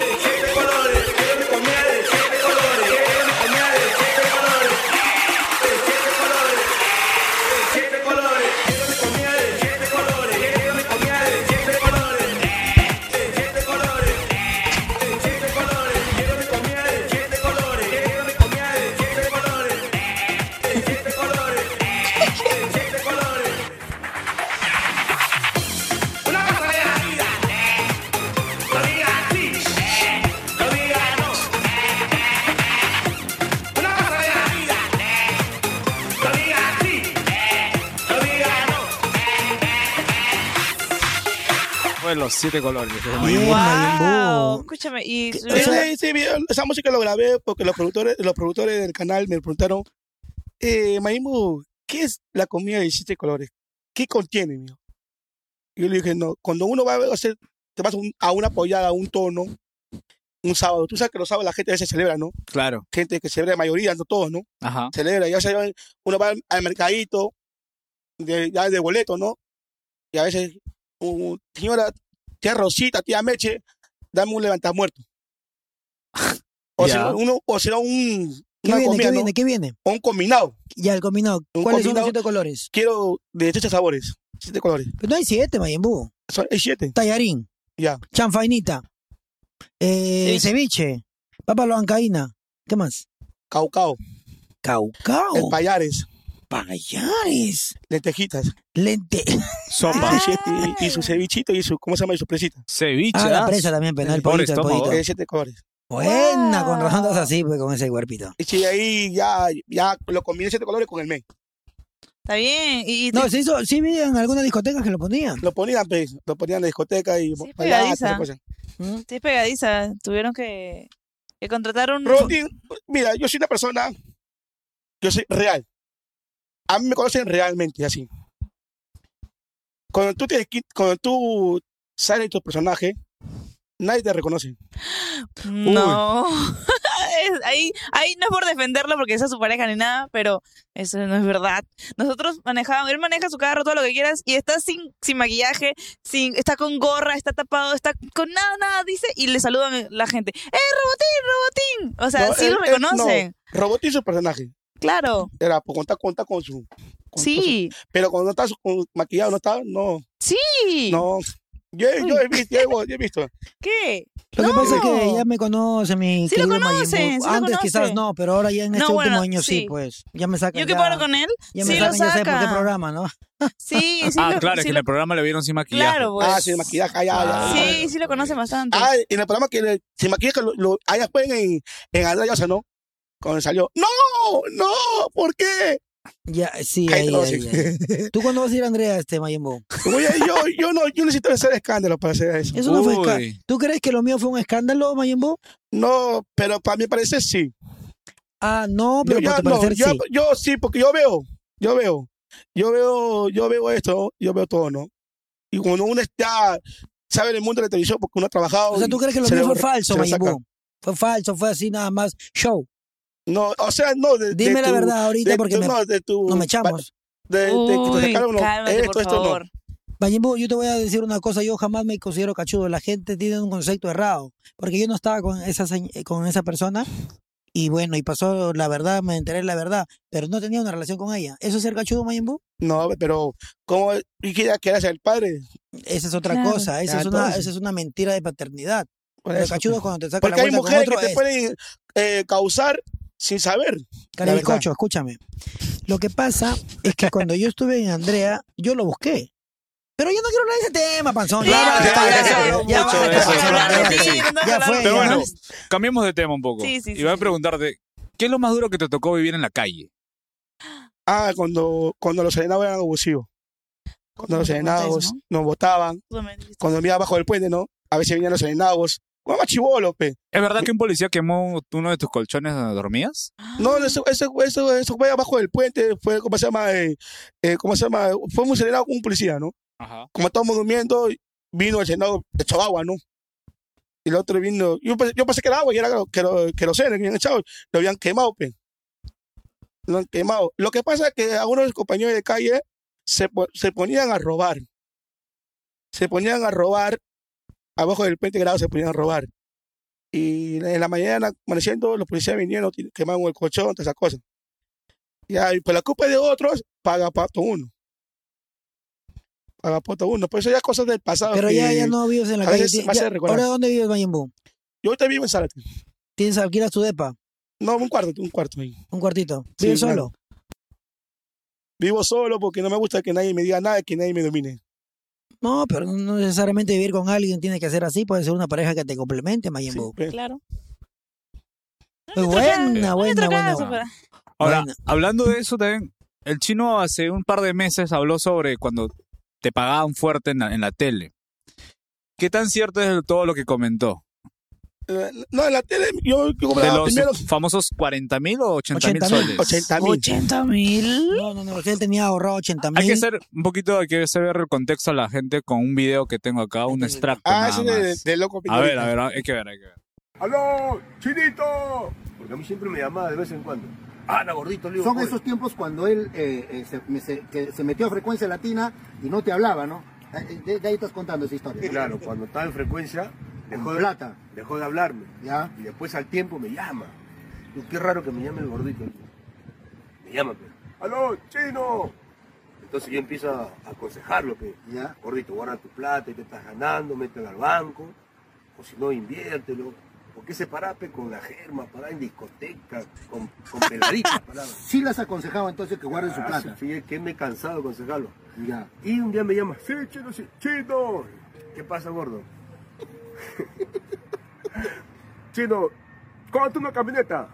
[SPEAKER 5] De siete colores. Quiero mi comida de siete colores. Quiero mi comida de siete colores. De siete colores. De siete colores. Quiero mi comida de siete colores. Quiero mi comida de siete colores. De siete colores. De siete colores. Quiero mi comida de siete colores. Quiero mi comida de siete colores. De siete colores. De siete colores. Una cosa de la vida. eh. No digas sí. eh. No digas no. eh. Una cosa de la vida. eh. No digas sí. eh. No digas no.
[SPEAKER 1] Fue los siete colores.
[SPEAKER 2] Bien,
[SPEAKER 3] Wow.
[SPEAKER 2] Mayimbu.
[SPEAKER 3] Escúchame. Y subieron-
[SPEAKER 4] Ese- ese video- esa música lo grabé porque los productores, los productores del canal me preguntaron, eh, Mayimbu, ¿qué es la comida de 17 colores? ¿Qué contiene, mijo? Yo le dije, no, cuando uno va a hacer, te vas a, un- a una pollada, a un tono, un sábado, tú sabes que los sábados la gente a veces celebra, ¿no?
[SPEAKER 1] Claro.
[SPEAKER 4] Gente que celebra, la mayoría, no todos, ¿no?
[SPEAKER 1] Ajá.
[SPEAKER 4] Celebra, ya se llevan- uno va al, al mercadito, de, ya de boleto, ¿no? Y a veces, un- señora, tía Rosita, tía Meche, dame un levantamuerto. O
[SPEAKER 1] Ya.
[SPEAKER 4] si no, uno, o si no, un,
[SPEAKER 2] ¿Qué
[SPEAKER 4] una
[SPEAKER 2] viene?
[SPEAKER 4] comida,
[SPEAKER 2] ¿Qué
[SPEAKER 4] ¿no?
[SPEAKER 2] viene? ¿Qué viene?
[SPEAKER 4] O un combinado.
[SPEAKER 2] Ya, el combinado.
[SPEAKER 4] Un
[SPEAKER 2] ¿Cuáles son los
[SPEAKER 4] combinado-
[SPEAKER 2] siete colores?
[SPEAKER 4] Quiero de 18 sabores, 7 colores.
[SPEAKER 2] Pero no hay siete, Mayimbu.
[SPEAKER 4] Son, es 7.
[SPEAKER 2] Tallarín.
[SPEAKER 4] Ya.
[SPEAKER 2] Chanfainita. eh, ceviche. Papa loancaína. ¿Qué más?
[SPEAKER 4] Caucao,
[SPEAKER 2] Caucao.
[SPEAKER 4] payares,
[SPEAKER 2] Payares.
[SPEAKER 4] lentejitas,
[SPEAKER 2] Lente.
[SPEAKER 1] Sopa.
[SPEAKER 2] Ah.
[SPEAKER 3] Ah.
[SPEAKER 4] y siete- y, y su cevichito y su, ¿cómo se llama? Y su presita.
[SPEAKER 1] Ceviche.
[SPEAKER 2] Ah, la
[SPEAKER 1] ah.
[SPEAKER 2] presa también, penal. El
[SPEAKER 1] Pobre
[SPEAKER 2] pollito, el
[SPEAKER 1] estómago.
[SPEAKER 2] pollito.
[SPEAKER 1] Oh.
[SPEAKER 4] De siete colores.
[SPEAKER 2] Buena, con razón estás así, pues, con ese cuerpito.
[SPEAKER 4] Y si ahí ya, ya lo combiné siete colores con el mes.
[SPEAKER 3] Está bien. Y, y
[SPEAKER 2] No, se hizo, sí vi en algunas discotecas que lo ponían.
[SPEAKER 4] Lo ponían, pues, lo ponían en la discoteca y
[SPEAKER 3] Sí,
[SPEAKER 4] bailaban,
[SPEAKER 3] pegadiza. Mm.
[SPEAKER 4] esas cosas.
[SPEAKER 3] Sí, es pegadiza. Tuvieron que, que contratar un...
[SPEAKER 4] Rodin, mira, yo soy una persona, yo soy real. A mí me conocen realmente así. Cuando tú, tienes, que- cuando tú sales de tu personaje, nadie te reconoce.
[SPEAKER 3] No. Es- ahí, ahí no es por defenderlo porque esa es su pareja ni nada, pero eso no es verdad. Nosotros manejamos, él maneja su carro, todo lo que quieras, y está sin, sin maquillaje, sin, está con gorra, está tapado, está con nada, nada, dice, y le saludan la gente. ¡Eh, Robotín, Robotín! O sea,
[SPEAKER 4] No,
[SPEAKER 3] sí
[SPEAKER 4] él-
[SPEAKER 3] lo
[SPEAKER 4] él- no,
[SPEAKER 3] reconocen.
[SPEAKER 4] Robotín es su personaje.
[SPEAKER 3] Claro.
[SPEAKER 4] Era por contar, contar con su. con- con su-
[SPEAKER 3] Sí.
[SPEAKER 4] pero cuando no estás con- maquillado, no está, no.
[SPEAKER 3] Sí.
[SPEAKER 4] No. Yo, yo he visto, yo, he visto.
[SPEAKER 3] ¿Qué?
[SPEAKER 2] Lo que
[SPEAKER 3] No.
[SPEAKER 2] pasa es que ya me conoce mi
[SPEAKER 3] Sí lo
[SPEAKER 2] querido Majin
[SPEAKER 3] conocen,
[SPEAKER 2] Buu.
[SPEAKER 3] sí lo
[SPEAKER 2] Antes
[SPEAKER 3] conocen.
[SPEAKER 2] quizás no, pero ahora ya en
[SPEAKER 3] No,
[SPEAKER 2] este último
[SPEAKER 3] bueno,
[SPEAKER 2] año sí.
[SPEAKER 3] sí.
[SPEAKER 2] pues. Ya me sacan
[SPEAKER 3] Yo qué
[SPEAKER 2] ya-
[SPEAKER 3] paro con él.
[SPEAKER 2] Ya me
[SPEAKER 3] Sí, lo
[SPEAKER 2] sacan, ya sé por qué
[SPEAKER 3] saca.
[SPEAKER 2] programa, ¿no?
[SPEAKER 3] Sí, sí.
[SPEAKER 1] Ah,
[SPEAKER 3] lo-
[SPEAKER 1] claro, es
[SPEAKER 3] sí
[SPEAKER 1] que en
[SPEAKER 3] lo-
[SPEAKER 1] el programa le vieron sin maquillaje.
[SPEAKER 3] Claro, pues.
[SPEAKER 4] Ah, sin maquillaje, ah, ya, ya, ya.
[SPEAKER 3] Sí, sí lo conocen bastante.
[SPEAKER 4] Ah, en el programa que le- sin maquillaje, lo, lo, ahí después en, en Andrea Llosa, ¿no? Cuando salió, ¡No! ¡No! ¿Por qué?
[SPEAKER 2] Ya, sí,
[SPEAKER 4] Ahí
[SPEAKER 2] ahí,
[SPEAKER 4] te lo
[SPEAKER 2] ahí, ahí. ¿Tú cuándo vas a ir, Andrea, este Mayimbo?
[SPEAKER 4] Oye, yo, yo no, yo necesito hacer escándalo para hacer eso.
[SPEAKER 2] Eso no fue esca-
[SPEAKER 1] Uy.
[SPEAKER 2] ¿Tú crees que lo mío fue un escándalo, Mayimbo?
[SPEAKER 4] No, pero para mí parece sí.
[SPEAKER 2] Ah, no, pero
[SPEAKER 4] Yo, ya
[SPEAKER 2] para tu
[SPEAKER 4] no,
[SPEAKER 2] parecer
[SPEAKER 4] yo,
[SPEAKER 2] sí.
[SPEAKER 4] yo sí, porque yo veo, yo veo, yo veo, yo veo esto, yo veo todo, ¿no? Y cuando uno está, sabe del mundo de la televisión porque uno ha trabajado.
[SPEAKER 2] O sea,
[SPEAKER 4] y
[SPEAKER 2] ¿tú crees que lo
[SPEAKER 4] se
[SPEAKER 2] mío
[SPEAKER 4] le-
[SPEAKER 2] fue falso,
[SPEAKER 4] se le saca.
[SPEAKER 2] Mayimbo? Fue falso, fue así nada más. Show.
[SPEAKER 4] No, o sea, no. De, de
[SPEAKER 2] Dime la
[SPEAKER 4] tu-
[SPEAKER 2] verdad ahorita
[SPEAKER 4] de
[SPEAKER 2] porque
[SPEAKER 4] tu-
[SPEAKER 2] me-
[SPEAKER 4] no, de tu-
[SPEAKER 2] nos me echamos.
[SPEAKER 4] De, de, de que te
[SPEAKER 3] Uy,
[SPEAKER 4] sacaron, no, Eh,
[SPEAKER 3] cálmate,
[SPEAKER 4] esto,
[SPEAKER 3] por
[SPEAKER 4] esto no.
[SPEAKER 3] favor.
[SPEAKER 2] Bayimbo, yo te voy a decir una cosa, yo jamás me considero cachudo, la gente tiene un concepto errado, porque yo no estaba con esa, señ- eh, con esa persona y bueno, y pasó la verdad, me enteré de la verdad, pero no tenía una relación con ella. ¿Eso es ser cachudo, Mayimbo?
[SPEAKER 4] No, pero ¿cómo y que ya quedas el padre?
[SPEAKER 2] Esa es otra
[SPEAKER 3] Claro.
[SPEAKER 2] cosa, esa
[SPEAKER 4] Ah,
[SPEAKER 2] es, una,
[SPEAKER 4] entonces.
[SPEAKER 2] esa es una mentira de paternidad.
[SPEAKER 4] Por
[SPEAKER 2] Los
[SPEAKER 4] eso. pues.
[SPEAKER 2] cachudos cuando te sacan
[SPEAKER 4] Porque
[SPEAKER 2] la
[SPEAKER 4] hay
[SPEAKER 2] vuelta con
[SPEAKER 4] mujeres que
[SPEAKER 2] otro
[SPEAKER 4] te
[SPEAKER 2] es-
[SPEAKER 4] pueden eh, causar sin saber.
[SPEAKER 2] Carabicocho, escúchame. Lo que pasa es que cuando yo estuve en Andrea, yo lo busqué. Pero yo no quiero hablar de ese tema, panzón.
[SPEAKER 3] Ya,
[SPEAKER 2] Ya, basta,
[SPEAKER 1] ya, ya,
[SPEAKER 2] ya,
[SPEAKER 1] ya,
[SPEAKER 2] ya,
[SPEAKER 1] mucho
[SPEAKER 2] basta,
[SPEAKER 1] de eso,
[SPEAKER 2] panzón,
[SPEAKER 1] claro
[SPEAKER 2] ya,
[SPEAKER 1] que
[SPEAKER 2] ya,
[SPEAKER 1] sí.
[SPEAKER 2] Ya fue.
[SPEAKER 1] Pero
[SPEAKER 2] ya
[SPEAKER 1] bueno,
[SPEAKER 2] basta.
[SPEAKER 1] cambiemos de tema un poco.
[SPEAKER 3] Sí, sí,
[SPEAKER 1] y
[SPEAKER 3] sí,
[SPEAKER 1] voy a
[SPEAKER 3] sí.
[SPEAKER 1] preguntarte, ¿qué es lo más duro que te tocó vivir en la calle?
[SPEAKER 4] Ah, cuando, cuando los serenados eran abusivos. Cuando los
[SPEAKER 3] ¿Te acuerdas de
[SPEAKER 4] serenados
[SPEAKER 3] eso,
[SPEAKER 4] nos votaban,
[SPEAKER 3] Tú también dijiste.
[SPEAKER 4] cuando me iba abajo del puente, ¿no? A veces venían los serenados. ¿Cómo más chivolo, pe?
[SPEAKER 1] ¿Es verdad que un policía quemó uno de tus colchones donde dormías?
[SPEAKER 2] Ah.
[SPEAKER 4] No, eso, eso, eso, eso fue abajo del puente, fue, ¿cómo se llama? Eh, eh, ¿Cómo se llama? Fue un serenado con un policía, ¿no?
[SPEAKER 1] Ajá.
[SPEAKER 4] Como estábamos durmiendo, vino el serenado echó agua, ¿no? Y el otro vino, yo pensé, yo pensé que era agua y era que lo, que lo que habían echado, lo habían quemado, pe. Lo han quemado. Lo que pasa es que algunos de mis compañeros de calle se, po- se ponían a robar. Se ponían a robar, abajo del 20 grados se ponían a robar. Y en la mañana, amaneciendo, los policías vinieron, ti- quemaron el colchón, todas esas cosas. Ya, y por la culpa de otros, paga pato uno. Paga pato uno. Por eso ya cosas del pasado.
[SPEAKER 2] Pero
[SPEAKER 4] que
[SPEAKER 2] ya, ya no vives en la
[SPEAKER 4] a
[SPEAKER 2] calle.
[SPEAKER 4] veces
[SPEAKER 2] Ti-
[SPEAKER 4] me hace
[SPEAKER 2] ya-
[SPEAKER 4] recordar.
[SPEAKER 2] ¿Ahora dónde vives, Mayimbu?
[SPEAKER 4] Yo ahorita vivo en Zárate.
[SPEAKER 2] ¿Tienes alquilas tu depa?
[SPEAKER 4] No, un cuarto, un cuarto ahí.
[SPEAKER 2] ¿Un cuartito?
[SPEAKER 4] Sí,
[SPEAKER 2] ¿Vives
[SPEAKER 4] claro.
[SPEAKER 2] solo?
[SPEAKER 4] Vivo solo porque no me gusta que nadie me diga nada, que nadie me domine.
[SPEAKER 2] No, pero no- no necesariamente vivir con alguien tiene que ser así. Puede ser una pareja que te complemente,
[SPEAKER 4] Sí,
[SPEAKER 2] Mayimbu.
[SPEAKER 4] pe.
[SPEAKER 3] Ah, Claro.
[SPEAKER 2] Pues
[SPEAKER 3] Otra-
[SPEAKER 2] buena, buena,
[SPEAKER 3] otra
[SPEAKER 2] buena.
[SPEAKER 3] cosa, pero-
[SPEAKER 1] Ahora,
[SPEAKER 2] Bueno.
[SPEAKER 1] hablando de eso también, el chino hace un par de meses habló sobre cuando te pagaban fuerte en la, en la tele. ¿Qué tan cierto es todo lo que comentó?
[SPEAKER 4] eh, No, en la tele yo, yo
[SPEAKER 1] De
[SPEAKER 4] compraba
[SPEAKER 1] los
[SPEAKER 4] primero
[SPEAKER 1] famosos 40 mil o 80 mil
[SPEAKER 2] 80.000.
[SPEAKER 1] soles.
[SPEAKER 4] 80 mil.
[SPEAKER 3] 80 mil.
[SPEAKER 2] No, no, no, porque él tenía ahorrado 80 mil.
[SPEAKER 1] Hay que ser un poquito, hay que hacer el contexto a la gente con un video que tengo acá, un extracto. nada
[SPEAKER 4] Ah, ese de, de,
[SPEAKER 1] más.
[SPEAKER 4] loco
[SPEAKER 1] A ver,
[SPEAKER 4] Piñorita.
[SPEAKER 1] a ver, hay que ver, hay que ver.
[SPEAKER 6] ¡Aló, chinito! Porque a mí siempre me llamaba de vez en cuando. Ana, gordito, le digo.
[SPEAKER 9] Son
[SPEAKER 6] "Oye".
[SPEAKER 9] esos tiempos cuando él eh, eh, se, me- se- que se metió a frecuencia latina y no te hablaba, ¿no? Eh, De, de ahí estás contando esa historia.
[SPEAKER 6] Claro, cuando estaba en frecuencia, dejó
[SPEAKER 9] Con
[SPEAKER 6] de,
[SPEAKER 9] plata.
[SPEAKER 6] dejó de hablarme.
[SPEAKER 9] Ya.
[SPEAKER 6] Y después al tiempo me llama. Digo, qué raro que me llame el gordito. Me llama, pero. ¡Aló, chino! Entonces yo empiezo a a aconsejarlo, que
[SPEAKER 9] Ya.
[SPEAKER 6] gordito, guarda tu plata y te estás ganando, métela al banco, o si no, inviértelo. ¿Por qué se parape con la germa, pará en discoteca, con, con peladitas, pará?
[SPEAKER 9] Sí las aconsejaba entonces que guarden su
[SPEAKER 6] Ah,
[SPEAKER 9] plata.
[SPEAKER 6] sí, es que me he cansado de aconsejarlo.
[SPEAKER 9] Ya.
[SPEAKER 6] Y un día me llama, sí, chino, sí, chino. ¿Qué pasa, gordo? chino, ¿cuánto una camioneta?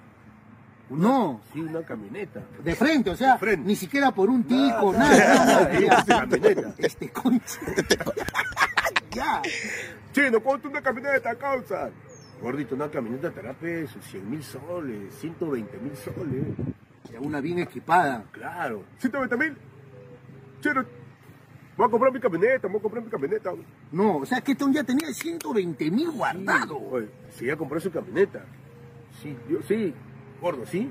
[SPEAKER 9] No.
[SPEAKER 6] Sí, una camioneta.
[SPEAKER 9] De frente, o sea,
[SPEAKER 6] De frente.
[SPEAKER 9] ni siquiera por un tico,
[SPEAKER 6] Nada,
[SPEAKER 9] nada.
[SPEAKER 6] nada,
[SPEAKER 9] Ya.
[SPEAKER 6] una camioneta.
[SPEAKER 9] Este concha. ya.
[SPEAKER 6] Chino, ¿cuánto una camioneta causa? Gordito, una camioneta estará peso, 100 mil soles, 120 mil soles.
[SPEAKER 9] Ya Una bien equipada.
[SPEAKER 6] Claro. 120 mil. Chino, voy a comprar mi camioneta, voy a comprar mi camioneta.
[SPEAKER 9] No, o sea, que este ya tenía 120 mil guardado.
[SPEAKER 6] Oye, si ya compró su camioneta. Sí, yo sí. Gordo, ¿sí?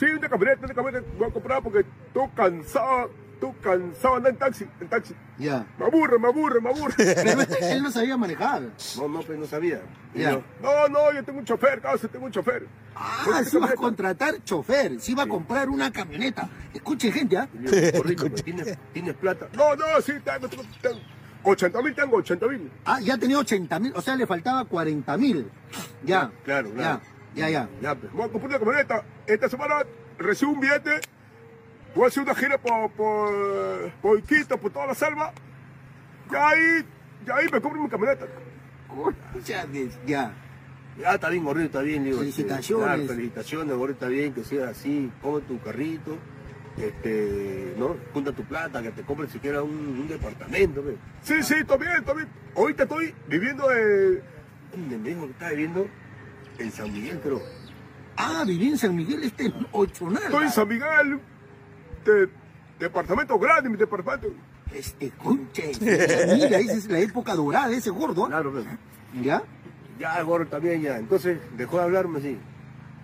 [SPEAKER 6] Sí, una camioneta, una camioneta voy a comprar porque estoy cansado, estoy cansado de andar en taxi, en taxi.
[SPEAKER 9] Ya.
[SPEAKER 6] Me aburre, me aburre, me aburre.
[SPEAKER 9] Pero este- él no sabía manejar.
[SPEAKER 6] No, no, pues no sabía. Y
[SPEAKER 9] Ya.
[SPEAKER 6] yo, No, no, yo tengo un chofer, casi tengo un chofer.
[SPEAKER 9] Ah, sí va a contratar chofer, sí va a comprar una camioneta. Escuchen, gente, ¿ah?
[SPEAKER 6] Y le digo, gordito, pero ¿tienes, ¿tienes plata? No, no, sí, tengo, tengo, tengo. 80 mil tengo, 80 mil.
[SPEAKER 9] Ah, ya tenía 80 mil, o sea, le faltaba 40 mil. Ya.
[SPEAKER 6] Claro, claro.
[SPEAKER 9] Ya, ya, ya.
[SPEAKER 6] Ya, pues. Voy a comprar una camioneta. Esta semana recibo un billete. Voy a hacer una gira por, por, por Iquitos, por toda la selva. Y ahí, y ahí me compro mi camioneta.
[SPEAKER 9] Concha de- Ya.
[SPEAKER 6] Ya, está bien, gordito, está bien, digo. este,
[SPEAKER 9] Felicitaciones.
[SPEAKER 6] claro, felicitaciones, gordito, está bien, que sigas así, come tu carrito, este, ¿no? Junta tu plata, que te compres siquiera un, un departamento, ve. Sí, sí, está bien, está bien. Ahorita estoy viviendo en... ¿Dónde me dijo que estaba viviendo? En San Miguel, creo.
[SPEAKER 9] Ah, viví en San Miguel este ochonal.
[SPEAKER 6] Estoy en San Miguel, de- departamento grande, mi departamento.
[SPEAKER 9] Este concha. de- Mira, esa es la época dorada de ese gordo. ¿ah?
[SPEAKER 6] Claro, pues.
[SPEAKER 9] ¿Ya?
[SPEAKER 6] ya el gordo también ya. Entonces dejó de hablarme así.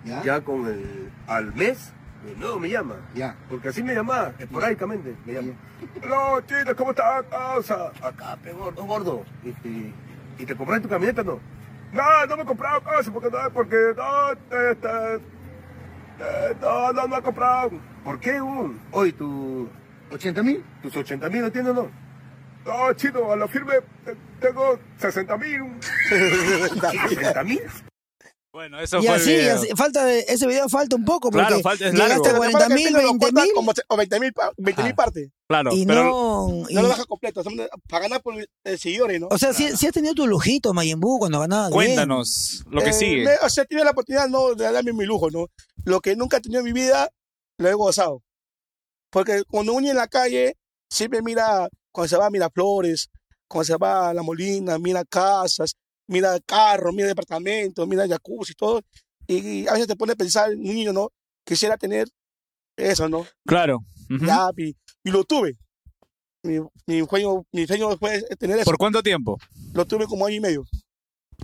[SPEAKER 9] ¿Ya?
[SPEAKER 6] Ya con el al mes, de nuevo me llama.
[SPEAKER 9] Ya.
[SPEAKER 6] Porque así me llamaba, esporádicamente me llama. Hola, chino, ¿cómo estás? Casa. Acá, pe gordo, gordo. Este, ¿Y te compraste tu camioneta no? No, no me he comprado casa porque no, porque no, este, eh, no, no, no he comprado. ¿Por qué, un? Hoy tu,
[SPEAKER 9] ¿80 mil?
[SPEAKER 6] ¿Tus 80 mil no tienes o no? No, chino, a la firme tengo 60 mil. ¿60 mil?
[SPEAKER 1] Bueno, eso
[SPEAKER 2] Y
[SPEAKER 1] fue el
[SPEAKER 2] así, y
[SPEAKER 1] video.
[SPEAKER 2] así, falta de, ese video falta un poco porque
[SPEAKER 1] Claro, falta- es largo.
[SPEAKER 2] llegaste a
[SPEAKER 1] Lo
[SPEAKER 4] Lo que
[SPEAKER 2] 40
[SPEAKER 4] pasa es que
[SPEAKER 2] mil,
[SPEAKER 4] el chino nos
[SPEAKER 2] 20
[SPEAKER 4] corta
[SPEAKER 2] mil
[SPEAKER 4] Como Ah. se- o 20 mil, pa- 20 mil
[SPEAKER 2] Ajá.
[SPEAKER 4] partes.
[SPEAKER 1] Claro,
[SPEAKER 2] y
[SPEAKER 1] pero
[SPEAKER 2] no... y-
[SPEAKER 4] No lo deja completo, son de- para ganar por eh, seguidores, ¿no?
[SPEAKER 2] o sea, sí, sí has tenido tu lujito, Mayimbu, cuando ganabas bien.
[SPEAKER 1] cuéntanos lo que
[SPEAKER 4] Eh,
[SPEAKER 1] sigue.
[SPEAKER 4] me- o sea, tiene la oportunidad ¿no? de darme mi lujo, ¿no? Lo que nunca he tenido en mi vida, lo he gozado. Porque cuando uno en la calle, siempre mira, cuando se va, mira flores, cuando se va a la molina, mira casas, mira carros, mira departamentos, mira jacuzzi, todo. Y, y a veces te pone a pensar, un niño, ¿no? Quisiera tener eso, ¿no?
[SPEAKER 1] Claro. Ujú.
[SPEAKER 4] Ya, y, y lo tuve. Mi, mi sueño, mi sueño fue tener eso.
[SPEAKER 1] ¿Por cuánto tiempo?
[SPEAKER 4] Lo tuve como año y medio,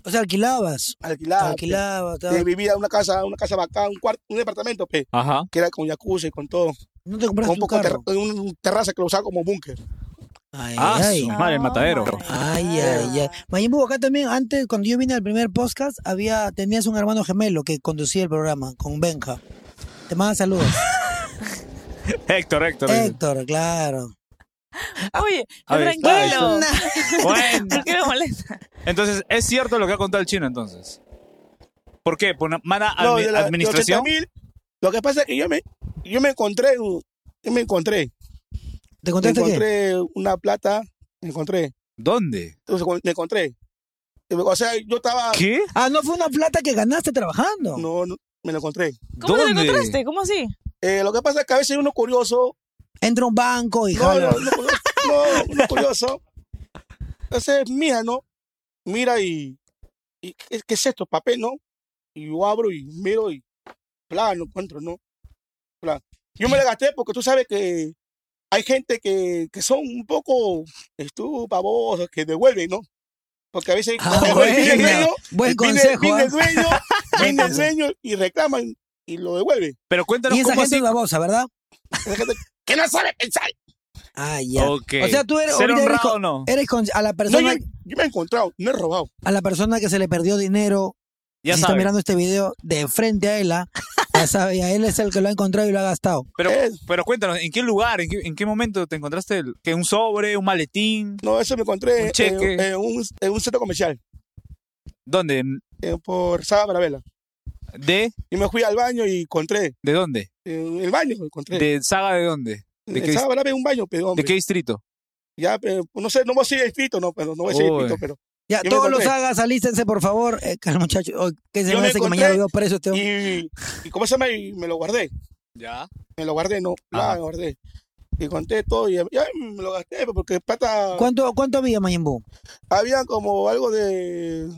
[SPEAKER 2] O sea, alquilabas.
[SPEAKER 4] alquilado.
[SPEAKER 2] alquilabas. tal.
[SPEAKER 4] Eh, vivía en una casa, una casa bacán, un cuarto, un departamento, pe,
[SPEAKER 1] Ajá.
[SPEAKER 4] que era con jacuzzi, con todo,
[SPEAKER 2] No te
[SPEAKER 4] con
[SPEAKER 2] compraste
[SPEAKER 4] un
[SPEAKER 2] un
[SPEAKER 4] poco de
[SPEAKER 2] carro.
[SPEAKER 4] terra- un- un terraza que lo usaba como búnker.
[SPEAKER 2] Ay,
[SPEAKER 1] Ah,
[SPEAKER 2] ay.
[SPEAKER 1] su madre, matadero.
[SPEAKER 2] Ay, ay,
[SPEAKER 4] Ah.
[SPEAKER 2] ay. Mayimbu, acá también, antes, cuando yo vine al primer podcast, había, tenías un hermano gemelo que conducía el programa con Benja. Te manda saludos.
[SPEAKER 1] Héctor, Héctor.
[SPEAKER 2] Héctor, claro.
[SPEAKER 3] Oye,
[SPEAKER 1] A ver,
[SPEAKER 3] tranquilo.
[SPEAKER 1] Bueno.
[SPEAKER 3] ¿Por qué lo molesta?
[SPEAKER 1] Entonces, ¿es cierto lo que ha contado el chino entonces? ¿Por qué? ¿Por una mala
[SPEAKER 4] No,
[SPEAKER 1] admi-
[SPEAKER 4] de la- de
[SPEAKER 1] administración?
[SPEAKER 4] 80.000, lo que pasa es que yo me, yo me encontré, un- yo me encontré,
[SPEAKER 2] ¿Te
[SPEAKER 4] me
[SPEAKER 2] contaste qué?
[SPEAKER 4] encontré una plata, me encontré,
[SPEAKER 1] ¿Dónde?
[SPEAKER 4] entonces, cu- me encontré. O sea, yo estaba,
[SPEAKER 1] ¿Qué?
[SPEAKER 2] Ah, no fue una plata que ganaste trabajando.
[SPEAKER 4] no, no, me lo encontré.
[SPEAKER 3] ¿Cómo te
[SPEAKER 1] ¿Dónde?
[SPEAKER 3] encontraste? ¿Cómo así?
[SPEAKER 4] Eh, lo que pasa es que a veces uno curioso,
[SPEAKER 2] Entra a un banco y
[SPEAKER 4] no,
[SPEAKER 2] jala.
[SPEAKER 4] no, uno curioso, no, uno curioso, entonces eh, mira, ¿no? Mira y ¿Y qué, qué es esto? Papel, ¿no? Y yo abro y miro y plan, no encuentro, ¿no? Plan. Yo me la gasté porque tú sabes que hay gente que, que son un poco estupabosos, que devuelven, ¿no? Porque a veces
[SPEAKER 2] Ah,
[SPEAKER 4] el- el-
[SPEAKER 2] bueno.
[SPEAKER 4] viene el dueño,
[SPEAKER 2] Buen
[SPEAKER 4] viene-
[SPEAKER 2] consejo,
[SPEAKER 4] viene
[SPEAKER 2] ¿ah?
[SPEAKER 4] el dueño, viene el
[SPEAKER 2] Buen
[SPEAKER 4] dueño y reclaman y lo devuelven.
[SPEAKER 1] Pero cuéntanos
[SPEAKER 2] Y esa
[SPEAKER 1] cómo
[SPEAKER 2] gente
[SPEAKER 1] así.
[SPEAKER 2] es babosa, ¿verdad?
[SPEAKER 4] Esa gente que no sabe pensar.
[SPEAKER 2] Ah, ya.
[SPEAKER 1] Ok.
[SPEAKER 2] O sea, tú eres,
[SPEAKER 1] ¿Ser
[SPEAKER 2] ahorita eres
[SPEAKER 1] honrado
[SPEAKER 2] con-
[SPEAKER 1] o no?
[SPEAKER 2] eres con- a la
[SPEAKER 4] No,
[SPEAKER 2] persona
[SPEAKER 4] yo, yo me he encontrado, no he robado.
[SPEAKER 2] a la persona que se le perdió dinero
[SPEAKER 1] Ya
[SPEAKER 2] si está
[SPEAKER 1] sabes.
[SPEAKER 2] mirando este video de frente a él, ah, ya sabe, y a él es el que lo ha encontrado y lo ha gastado.
[SPEAKER 1] Pero,
[SPEAKER 4] Eh.
[SPEAKER 1] pero cuéntanos, ¿en qué lugar, en qué, en qué momento te encontraste el- que un sobre, un maletín?
[SPEAKER 4] No, eso me encontré
[SPEAKER 1] Un
[SPEAKER 4] en-
[SPEAKER 1] cheque.
[SPEAKER 4] en, un, en un centro comercial,
[SPEAKER 1] ¿Dónde?
[SPEAKER 4] eh, por Saba Maravela.
[SPEAKER 1] ¿De?
[SPEAKER 4] Y me fui al baño y encontré,
[SPEAKER 1] ¿De dónde?
[SPEAKER 4] en el baño encontré.
[SPEAKER 1] ¿De saga de dónde? de
[SPEAKER 4] en
[SPEAKER 1] qué-
[SPEAKER 4] Saba Maravela un baño, pero
[SPEAKER 1] ¿De
[SPEAKER 4] Eh. hombre,
[SPEAKER 1] qué distrito?
[SPEAKER 4] ya, pero, no sé, no voy a ser escrito, no, pero no voy a ser
[SPEAKER 1] Uy.
[SPEAKER 4] escrito, pero...
[SPEAKER 2] Ya,
[SPEAKER 4] Yo me
[SPEAKER 2] todos los
[SPEAKER 4] encontré.
[SPEAKER 2] hagas, alístense, por favor. Eh, que el muchacho, oh, que se
[SPEAKER 4] Yo
[SPEAKER 2] me
[SPEAKER 4] me
[SPEAKER 2] hace que
[SPEAKER 4] encontré
[SPEAKER 2] mañana veo preso este hombre.
[SPEAKER 4] Y, y ¿cómo se llama? Y me lo guardé,
[SPEAKER 1] Ya.
[SPEAKER 4] me lo guardé, no,
[SPEAKER 1] Ajá.
[SPEAKER 4] la me guardé. Y conté todo y ya me lo gasté, porque plata...
[SPEAKER 2] ¿Cuánto, ¿Cuánto había, Mayimbu?
[SPEAKER 4] Había como algo de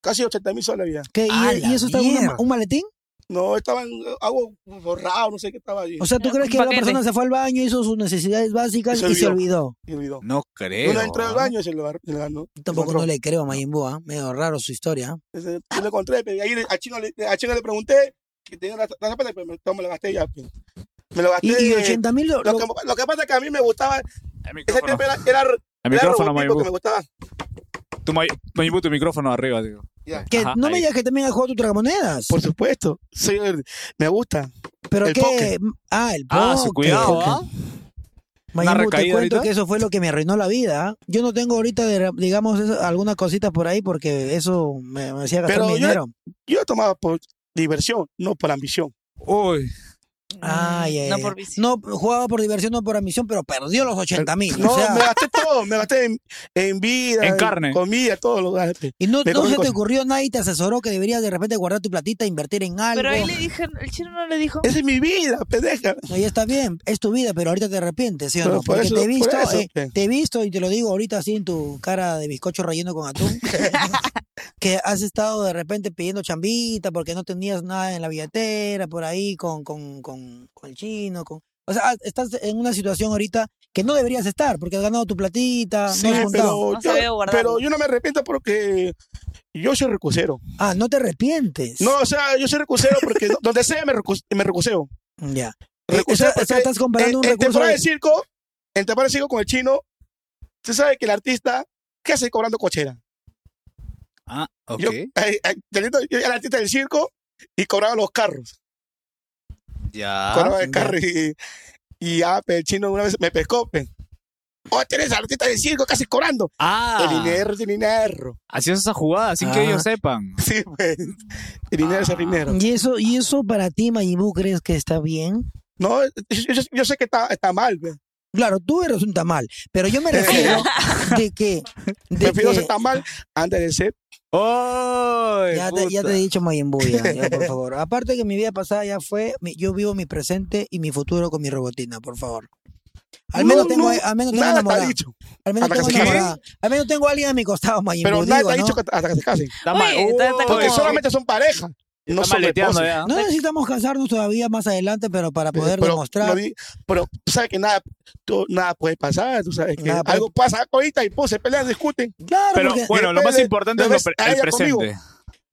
[SPEAKER 4] casi 80 mil soles había.
[SPEAKER 2] ¿Qué?
[SPEAKER 9] ¡A
[SPEAKER 2] ¿Y,
[SPEAKER 9] la
[SPEAKER 2] y eso está en una-
[SPEAKER 9] mierda!
[SPEAKER 2] un maletín?
[SPEAKER 4] No, estaban eh, algo borrado, no sé qué estaba allí.
[SPEAKER 2] O sea, ¿tú
[SPEAKER 3] Un
[SPEAKER 2] crees que la
[SPEAKER 3] paquete.
[SPEAKER 2] persona se fue al baño, hizo sus necesidades básicas
[SPEAKER 4] Y
[SPEAKER 2] y
[SPEAKER 4] se
[SPEAKER 2] se olvidó?
[SPEAKER 4] Y olvidó.
[SPEAKER 1] No creo.
[SPEAKER 4] Uno entró al baño y se lo, se lo ganó.
[SPEAKER 2] Yo Tampoco
[SPEAKER 4] Encontró.
[SPEAKER 2] no le creo a Mayimbu, ¿ah? medio raro su historia. ¿ah?
[SPEAKER 4] Entonces, yo lo encontré, pero ahí a Chino le, a Chino le pregunté que tenía la, la zapata, pero me, no, me lo gasté ya. pues. Me lo gasté.
[SPEAKER 2] Y, y
[SPEAKER 4] eh,
[SPEAKER 2] 80 mil lo,
[SPEAKER 4] lo,
[SPEAKER 2] lo-
[SPEAKER 4] que, lo que pasa es que a mí me gustaba,
[SPEAKER 1] El
[SPEAKER 4] ese
[SPEAKER 1] micrófono,
[SPEAKER 4] tiempo era, era,
[SPEAKER 1] el
[SPEAKER 4] era
[SPEAKER 1] micrófono
[SPEAKER 4] robótico que
[SPEAKER 1] Mayimbu.
[SPEAKER 4] me gustaba.
[SPEAKER 1] Tu, May- Mayimbu, tu micrófono arriba, digo.
[SPEAKER 4] Ya.
[SPEAKER 2] que
[SPEAKER 1] Ajá,
[SPEAKER 2] no me
[SPEAKER 1] ahí.
[SPEAKER 2] digas que también ha jugado tu tragamonedas.
[SPEAKER 4] Por supuesto, soy, me gusta.
[SPEAKER 2] Pero
[SPEAKER 4] el
[SPEAKER 2] que
[SPEAKER 4] póker.
[SPEAKER 2] ah, el póker.
[SPEAKER 1] Ah, su cuidado, ¿ah?
[SPEAKER 2] Mayimbu,
[SPEAKER 1] Una
[SPEAKER 2] te
[SPEAKER 1] recaída
[SPEAKER 2] cuento
[SPEAKER 1] ahorita.
[SPEAKER 2] que eso fue lo que me arruinó la vida. ¿ah? Yo no tengo ahorita, de- digamos, eso- algunas cositas por ahí porque eso me, me hacía gastar
[SPEAKER 4] Pero
[SPEAKER 2] mi
[SPEAKER 4] yo-
[SPEAKER 2] dinero.
[SPEAKER 4] Yo tomaba por diversión, no por ambición.
[SPEAKER 1] Uy,
[SPEAKER 2] Ay, ay,
[SPEAKER 3] Mm, No
[SPEAKER 2] ay.
[SPEAKER 3] por vicio.
[SPEAKER 2] No, jugaba por diversión, no por ambición, pero perdió los 80 mil.
[SPEAKER 4] Eh, No,
[SPEAKER 2] o sea,
[SPEAKER 4] me gasté todo, me gasté en, en vida,
[SPEAKER 1] En carne.
[SPEAKER 4] comida, todo lo gasté.
[SPEAKER 2] y no,
[SPEAKER 4] me
[SPEAKER 2] no
[SPEAKER 4] comí
[SPEAKER 2] se te
[SPEAKER 4] cosas.
[SPEAKER 2] ocurrió, nadie te asesoró que deberías de repente guardar tu platita, invertir en algo.
[SPEAKER 3] Pero ahí le dije, el chino no le dijo.
[SPEAKER 4] Esa es mi vida, pendeja.
[SPEAKER 2] Ahí está bien, es tu vida, pero ahorita te arrepientes, ¿sí o
[SPEAKER 4] Pero
[SPEAKER 2] no?
[SPEAKER 4] por
[SPEAKER 2] Porque
[SPEAKER 4] eso-
[SPEAKER 2] te he visto,
[SPEAKER 4] por eso,
[SPEAKER 2] eh,
[SPEAKER 4] ¿qué?
[SPEAKER 2] te he visto y te lo digo ahorita así en tu cara de bizcocho relleno con atún, que has estado de repente pidiendo chambita porque no tenías nada en la billetera, por ahí con, con, con, con el chino, con... O sea, ah, estás en una situación ahorita que no deberías estar porque has ganado tu platita,
[SPEAKER 4] Sí,
[SPEAKER 2] Ah, no has juntado.
[SPEAKER 4] pero,
[SPEAKER 3] No sabía
[SPEAKER 4] yo,
[SPEAKER 3] guardarlo.
[SPEAKER 4] pero yo no me arrepiento porque yo soy recusero.
[SPEAKER 2] Ah, no te arrepientes.
[SPEAKER 4] No, o sea, yo soy recusero porque do- donde sea me, recu- me recuseo.
[SPEAKER 2] Ya.
[SPEAKER 4] Recusero
[SPEAKER 2] Eh, Está- está-
[SPEAKER 4] porque eh,
[SPEAKER 2] estás comparando un
[SPEAKER 4] en, en
[SPEAKER 2] recurso
[SPEAKER 4] temporada
[SPEAKER 2] de-
[SPEAKER 4] de circo, en temporada de circo con el chino, se sabe que el artista, ¿qué hace cobrando cochera?
[SPEAKER 1] ah, ok.
[SPEAKER 4] Yo, eh, eh, teniendo- yo era el artista del circo y cobraba los carros.
[SPEAKER 1] ya. Ah,
[SPEAKER 4] cobraba el carro y, y ya, pe, el chino una vez me pescó. pe. Oh, tienes al artista del circo casi cobrando. El
[SPEAKER 1] Ah,
[SPEAKER 4] dinero es dinero.
[SPEAKER 1] hacías esa jugada sin que
[SPEAKER 2] Ah.
[SPEAKER 1] ellos sepan.
[SPEAKER 4] Sí, pues. El dinero
[SPEAKER 1] Ah.
[SPEAKER 4] es el dinero.
[SPEAKER 2] ¿Y eso, ¿Y eso para ti, Mayimú, crees que está bien?
[SPEAKER 4] No, yo, yo- yo sé que está, está mal, pe.
[SPEAKER 2] Claro, tú eres un tamal, pero yo me refiero de que... De
[SPEAKER 4] Prefiero
[SPEAKER 2] que
[SPEAKER 4] ser tan mal antes de ser.
[SPEAKER 1] ¡Oh!
[SPEAKER 2] ya, te, ya te he dicho Mayimbu, ya, ya, por favor. Aparte que mi vida pasada ya fue, mi- yo vivo mi presente y mi futuro con mi robotina, por favor. Al menos
[SPEAKER 4] No,
[SPEAKER 2] tengo,
[SPEAKER 4] no,
[SPEAKER 2] al menos tengo
[SPEAKER 4] Nada te ha
[SPEAKER 2] enamorada.
[SPEAKER 4] dicho.
[SPEAKER 2] Al menos
[SPEAKER 4] Hasta que
[SPEAKER 2] tengo
[SPEAKER 4] se case.
[SPEAKER 2] enamorada. Al menos tengo a alguien a mi costado, Mayimbu.
[SPEAKER 4] Pero nadie te ha
[SPEAKER 2] digo,
[SPEAKER 4] dicho
[SPEAKER 2] ¿no?
[SPEAKER 4] que- hasta que se casen.
[SPEAKER 1] Está
[SPEAKER 3] Oye,
[SPEAKER 1] mal.
[SPEAKER 3] está- está
[SPEAKER 1] Uy,
[SPEAKER 4] Porque
[SPEAKER 3] como-
[SPEAKER 4] solamente son pareja. No
[SPEAKER 1] está
[SPEAKER 4] son
[SPEAKER 1] maleteando
[SPEAKER 4] esposos.
[SPEAKER 1] ya.
[SPEAKER 2] No necesitamos casarnos todavía más adelante, pero para poder
[SPEAKER 4] Eh, pero,
[SPEAKER 2] demostrar...
[SPEAKER 4] no di- pero tú sabes que nada, tú- nada puede pasar. Tú sabes que
[SPEAKER 2] Nada puede-
[SPEAKER 4] algo pasa ahorita y pues, se pelean, discuten.
[SPEAKER 2] Claro,
[SPEAKER 1] Pero
[SPEAKER 2] porque-
[SPEAKER 1] bueno, lo
[SPEAKER 4] Depende-
[SPEAKER 1] más importante es
[SPEAKER 4] lo
[SPEAKER 1] lo
[SPEAKER 4] ves
[SPEAKER 1] pre-
[SPEAKER 4] a
[SPEAKER 1] el
[SPEAKER 4] ella conmigo.
[SPEAKER 1] presente.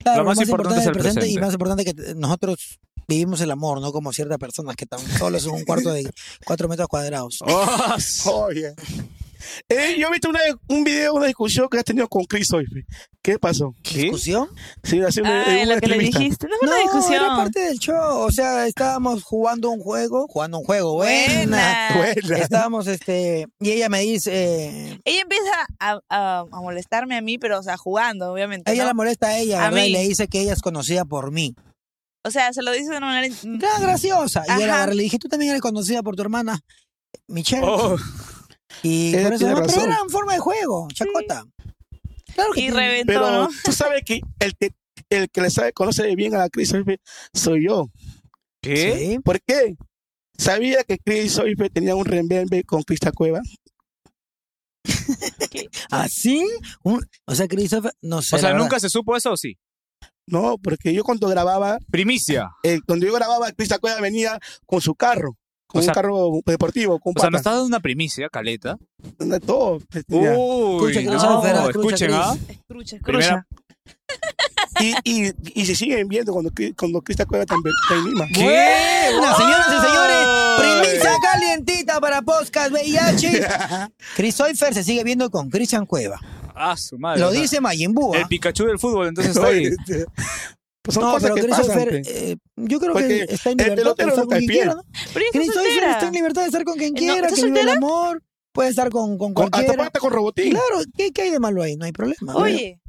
[SPEAKER 2] Claro,
[SPEAKER 1] Lo
[SPEAKER 2] lo más, importante, es el presente, y
[SPEAKER 1] presente.
[SPEAKER 2] más importante que t- nosotros vivimos el amor, ¿no? Como ciertas personas que tan solo es un cuarto de cuatro metros cuadrados.
[SPEAKER 1] Oh,
[SPEAKER 4] Oye. Eh, yo he visto una, un video, una discusión que has tenido con Chris hoy. fe. ¿Qué pasó?
[SPEAKER 1] ¿Qué?
[SPEAKER 2] ¿Discusión?
[SPEAKER 4] Sí, ha sido un-
[SPEAKER 3] Ah,
[SPEAKER 4] eh,
[SPEAKER 3] en
[SPEAKER 4] un
[SPEAKER 3] la que le
[SPEAKER 4] extremista.
[SPEAKER 3] dijiste. No fue
[SPEAKER 2] No,
[SPEAKER 3] una discusión.
[SPEAKER 2] era parte del show. O sea, estábamos jugando un juego. Jugando un juego, buena.
[SPEAKER 4] Buena.
[SPEAKER 2] Estábamos, este. Y ella me dice. eh,
[SPEAKER 3] Ella empieza a, a- a molestarme a mí, pero, o sea, jugando, obviamente.
[SPEAKER 2] ella
[SPEAKER 3] ¿no?
[SPEAKER 2] la molesta a ella,
[SPEAKER 3] A
[SPEAKER 2] ¿verdad? Y
[SPEAKER 3] mí.
[SPEAKER 2] le dice que ella es conocida por mí.
[SPEAKER 3] O sea, se lo dice de una manera.
[SPEAKER 2] Era graciosa. Y yo la
[SPEAKER 3] Ajá.
[SPEAKER 2] agarré y le dije, tú también eres conocida por tu hermana, Michelle.
[SPEAKER 1] Oh,
[SPEAKER 2] Y
[SPEAKER 4] Ella
[SPEAKER 2] por eso,
[SPEAKER 4] tiene
[SPEAKER 2] pero
[SPEAKER 4] razón.
[SPEAKER 2] era en forma de juego, chacota. Claro que
[SPEAKER 3] Y
[SPEAKER 2] tiene-
[SPEAKER 3] reventó,
[SPEAKER 4] Pero
[SPEAKER 3] ¿no?
[SPEAKER 4] tú sabes que el que, el que le sabe, conoce bien a la Chris Hoy soy yo.
[SPEAKER 1] ¿Qué?
[SPEAKER 2] Sí.
[SPEAKER 4] ¿Por qué? ¿Sabía que Chris Hoy tenía un rembembe con Crista Cueva?
[SPEAKER 3] ¿Qué?
[SPEAKER 2] ¿Así? ¿Ah, Un- o sea, Christopher, no sé.
[SPEAKER 1] O sea,
[SPEAKER 2] la
[SPEAKER 1] ¿nunca
[SPEAKER 2] verdad.
[SPEAKER 1] se supo eso o sí?
[SPEAKER 4] No, porque yo cuando grababa,
[SPEAKER 1] Primicia.
[SPEAKER 4] eh, cuando yo grababa, Cris Acuera venía con su carro, con
[SPEAKER 1] O
[SPEAKER 4] un
[SPEAKER 1] sea-
[SPEAKER 4] carro deportivo, con un
[SPEAKER 1] O sea,
[SPEAKER 4] pata.
[SPEAKER 1] nos está dando una primicia, caleta.
[SPEAKER 4] De todo. pues,
[SPEAKER 2] Uh.
[SPEAKER 4] tenía.
[SPEAKER 1] Uy,
[SPEAKER 2] Escucha,
[SPEAKER 1] no,
[SPEAKER 2] Christopher, escucha,
[SPEAKER 1] escuchen, ¿ah?
[SPEAKER 2] Chris.
[SPEAKER 3] Escrucha,
[SPEAKER 1] Primera-
[SPEAKER 3] escrucha.
[SPEAKER 4] Y, y, y se siguen viendo cuando, Cri- cuando Cris Acuera también está en Lima.
[SPEAKER 1] ¿Qué?
[SPEAKER 2] Bueno, señoras y señores,
[SPEAKER 1] Uy.
[SPEAKER 2] primicia calientita para podcast VIH. Christopher se sigue viendo con Christian Cueva.
[SPEAKER 1] Ah, su madre.
[SPEAKER 2] Lo
[SPEAKER 1] o sea,
[SPEAKER 2] dice Majin Buu, ¿ah?
[SPEAKER 1] El Pikachu del fútbol, entonces está ahí.
[SPEAKER 4] Oye, este, pues son
[SPEAKER 2] No,
[SPEAKER 4] cosas
[SPEAKER 2] pero
[SPEAKER 4] que pasan.
[SPEAKER 2] Christopher,
[SPEAKER 4] pues.
[SPEAKER 2] eh, yo creo
[SPEAKER 4] Porque
[SPEAKER 2] que está en
[SPEAKER 4] el
[SPEAKER 2] libertad de
[SPEAKER 4] pelotero
[SPEAKER 2] estar
[SPEAKER 4] nunca
[SPEAKER 2] con
[SPEAKER 4] es
[SPEAKER 2] quien
[SPEAKER 4] fiel.
[SPEAKER 2] quiera, ¿no?
[SPEAKER 3] Pero ella está
[SPEAKER 2] Christopher
[SPEAKER 3] soltera. Eh,
[SPEAKER 2] está en libertad de estar con quien
[SPEAKER 3] No,
[SPEAKER 2] quiera,
[SPEAKER 3] ¿está
[SPEAKER 2] que vive el
[SPEAKER 3] soltera?
[SPEAKER 2] amor, puede estar con, con
[SPEAKER 4] Con- hasta
[SPEAKER 2] cualquiera.
[SPEAKER 4] pata con robotín.
[SPEAKER 2] Claro, ¿qué, qué hay de malo ahí? No hay problema.
[SPEAKER 3] Oye,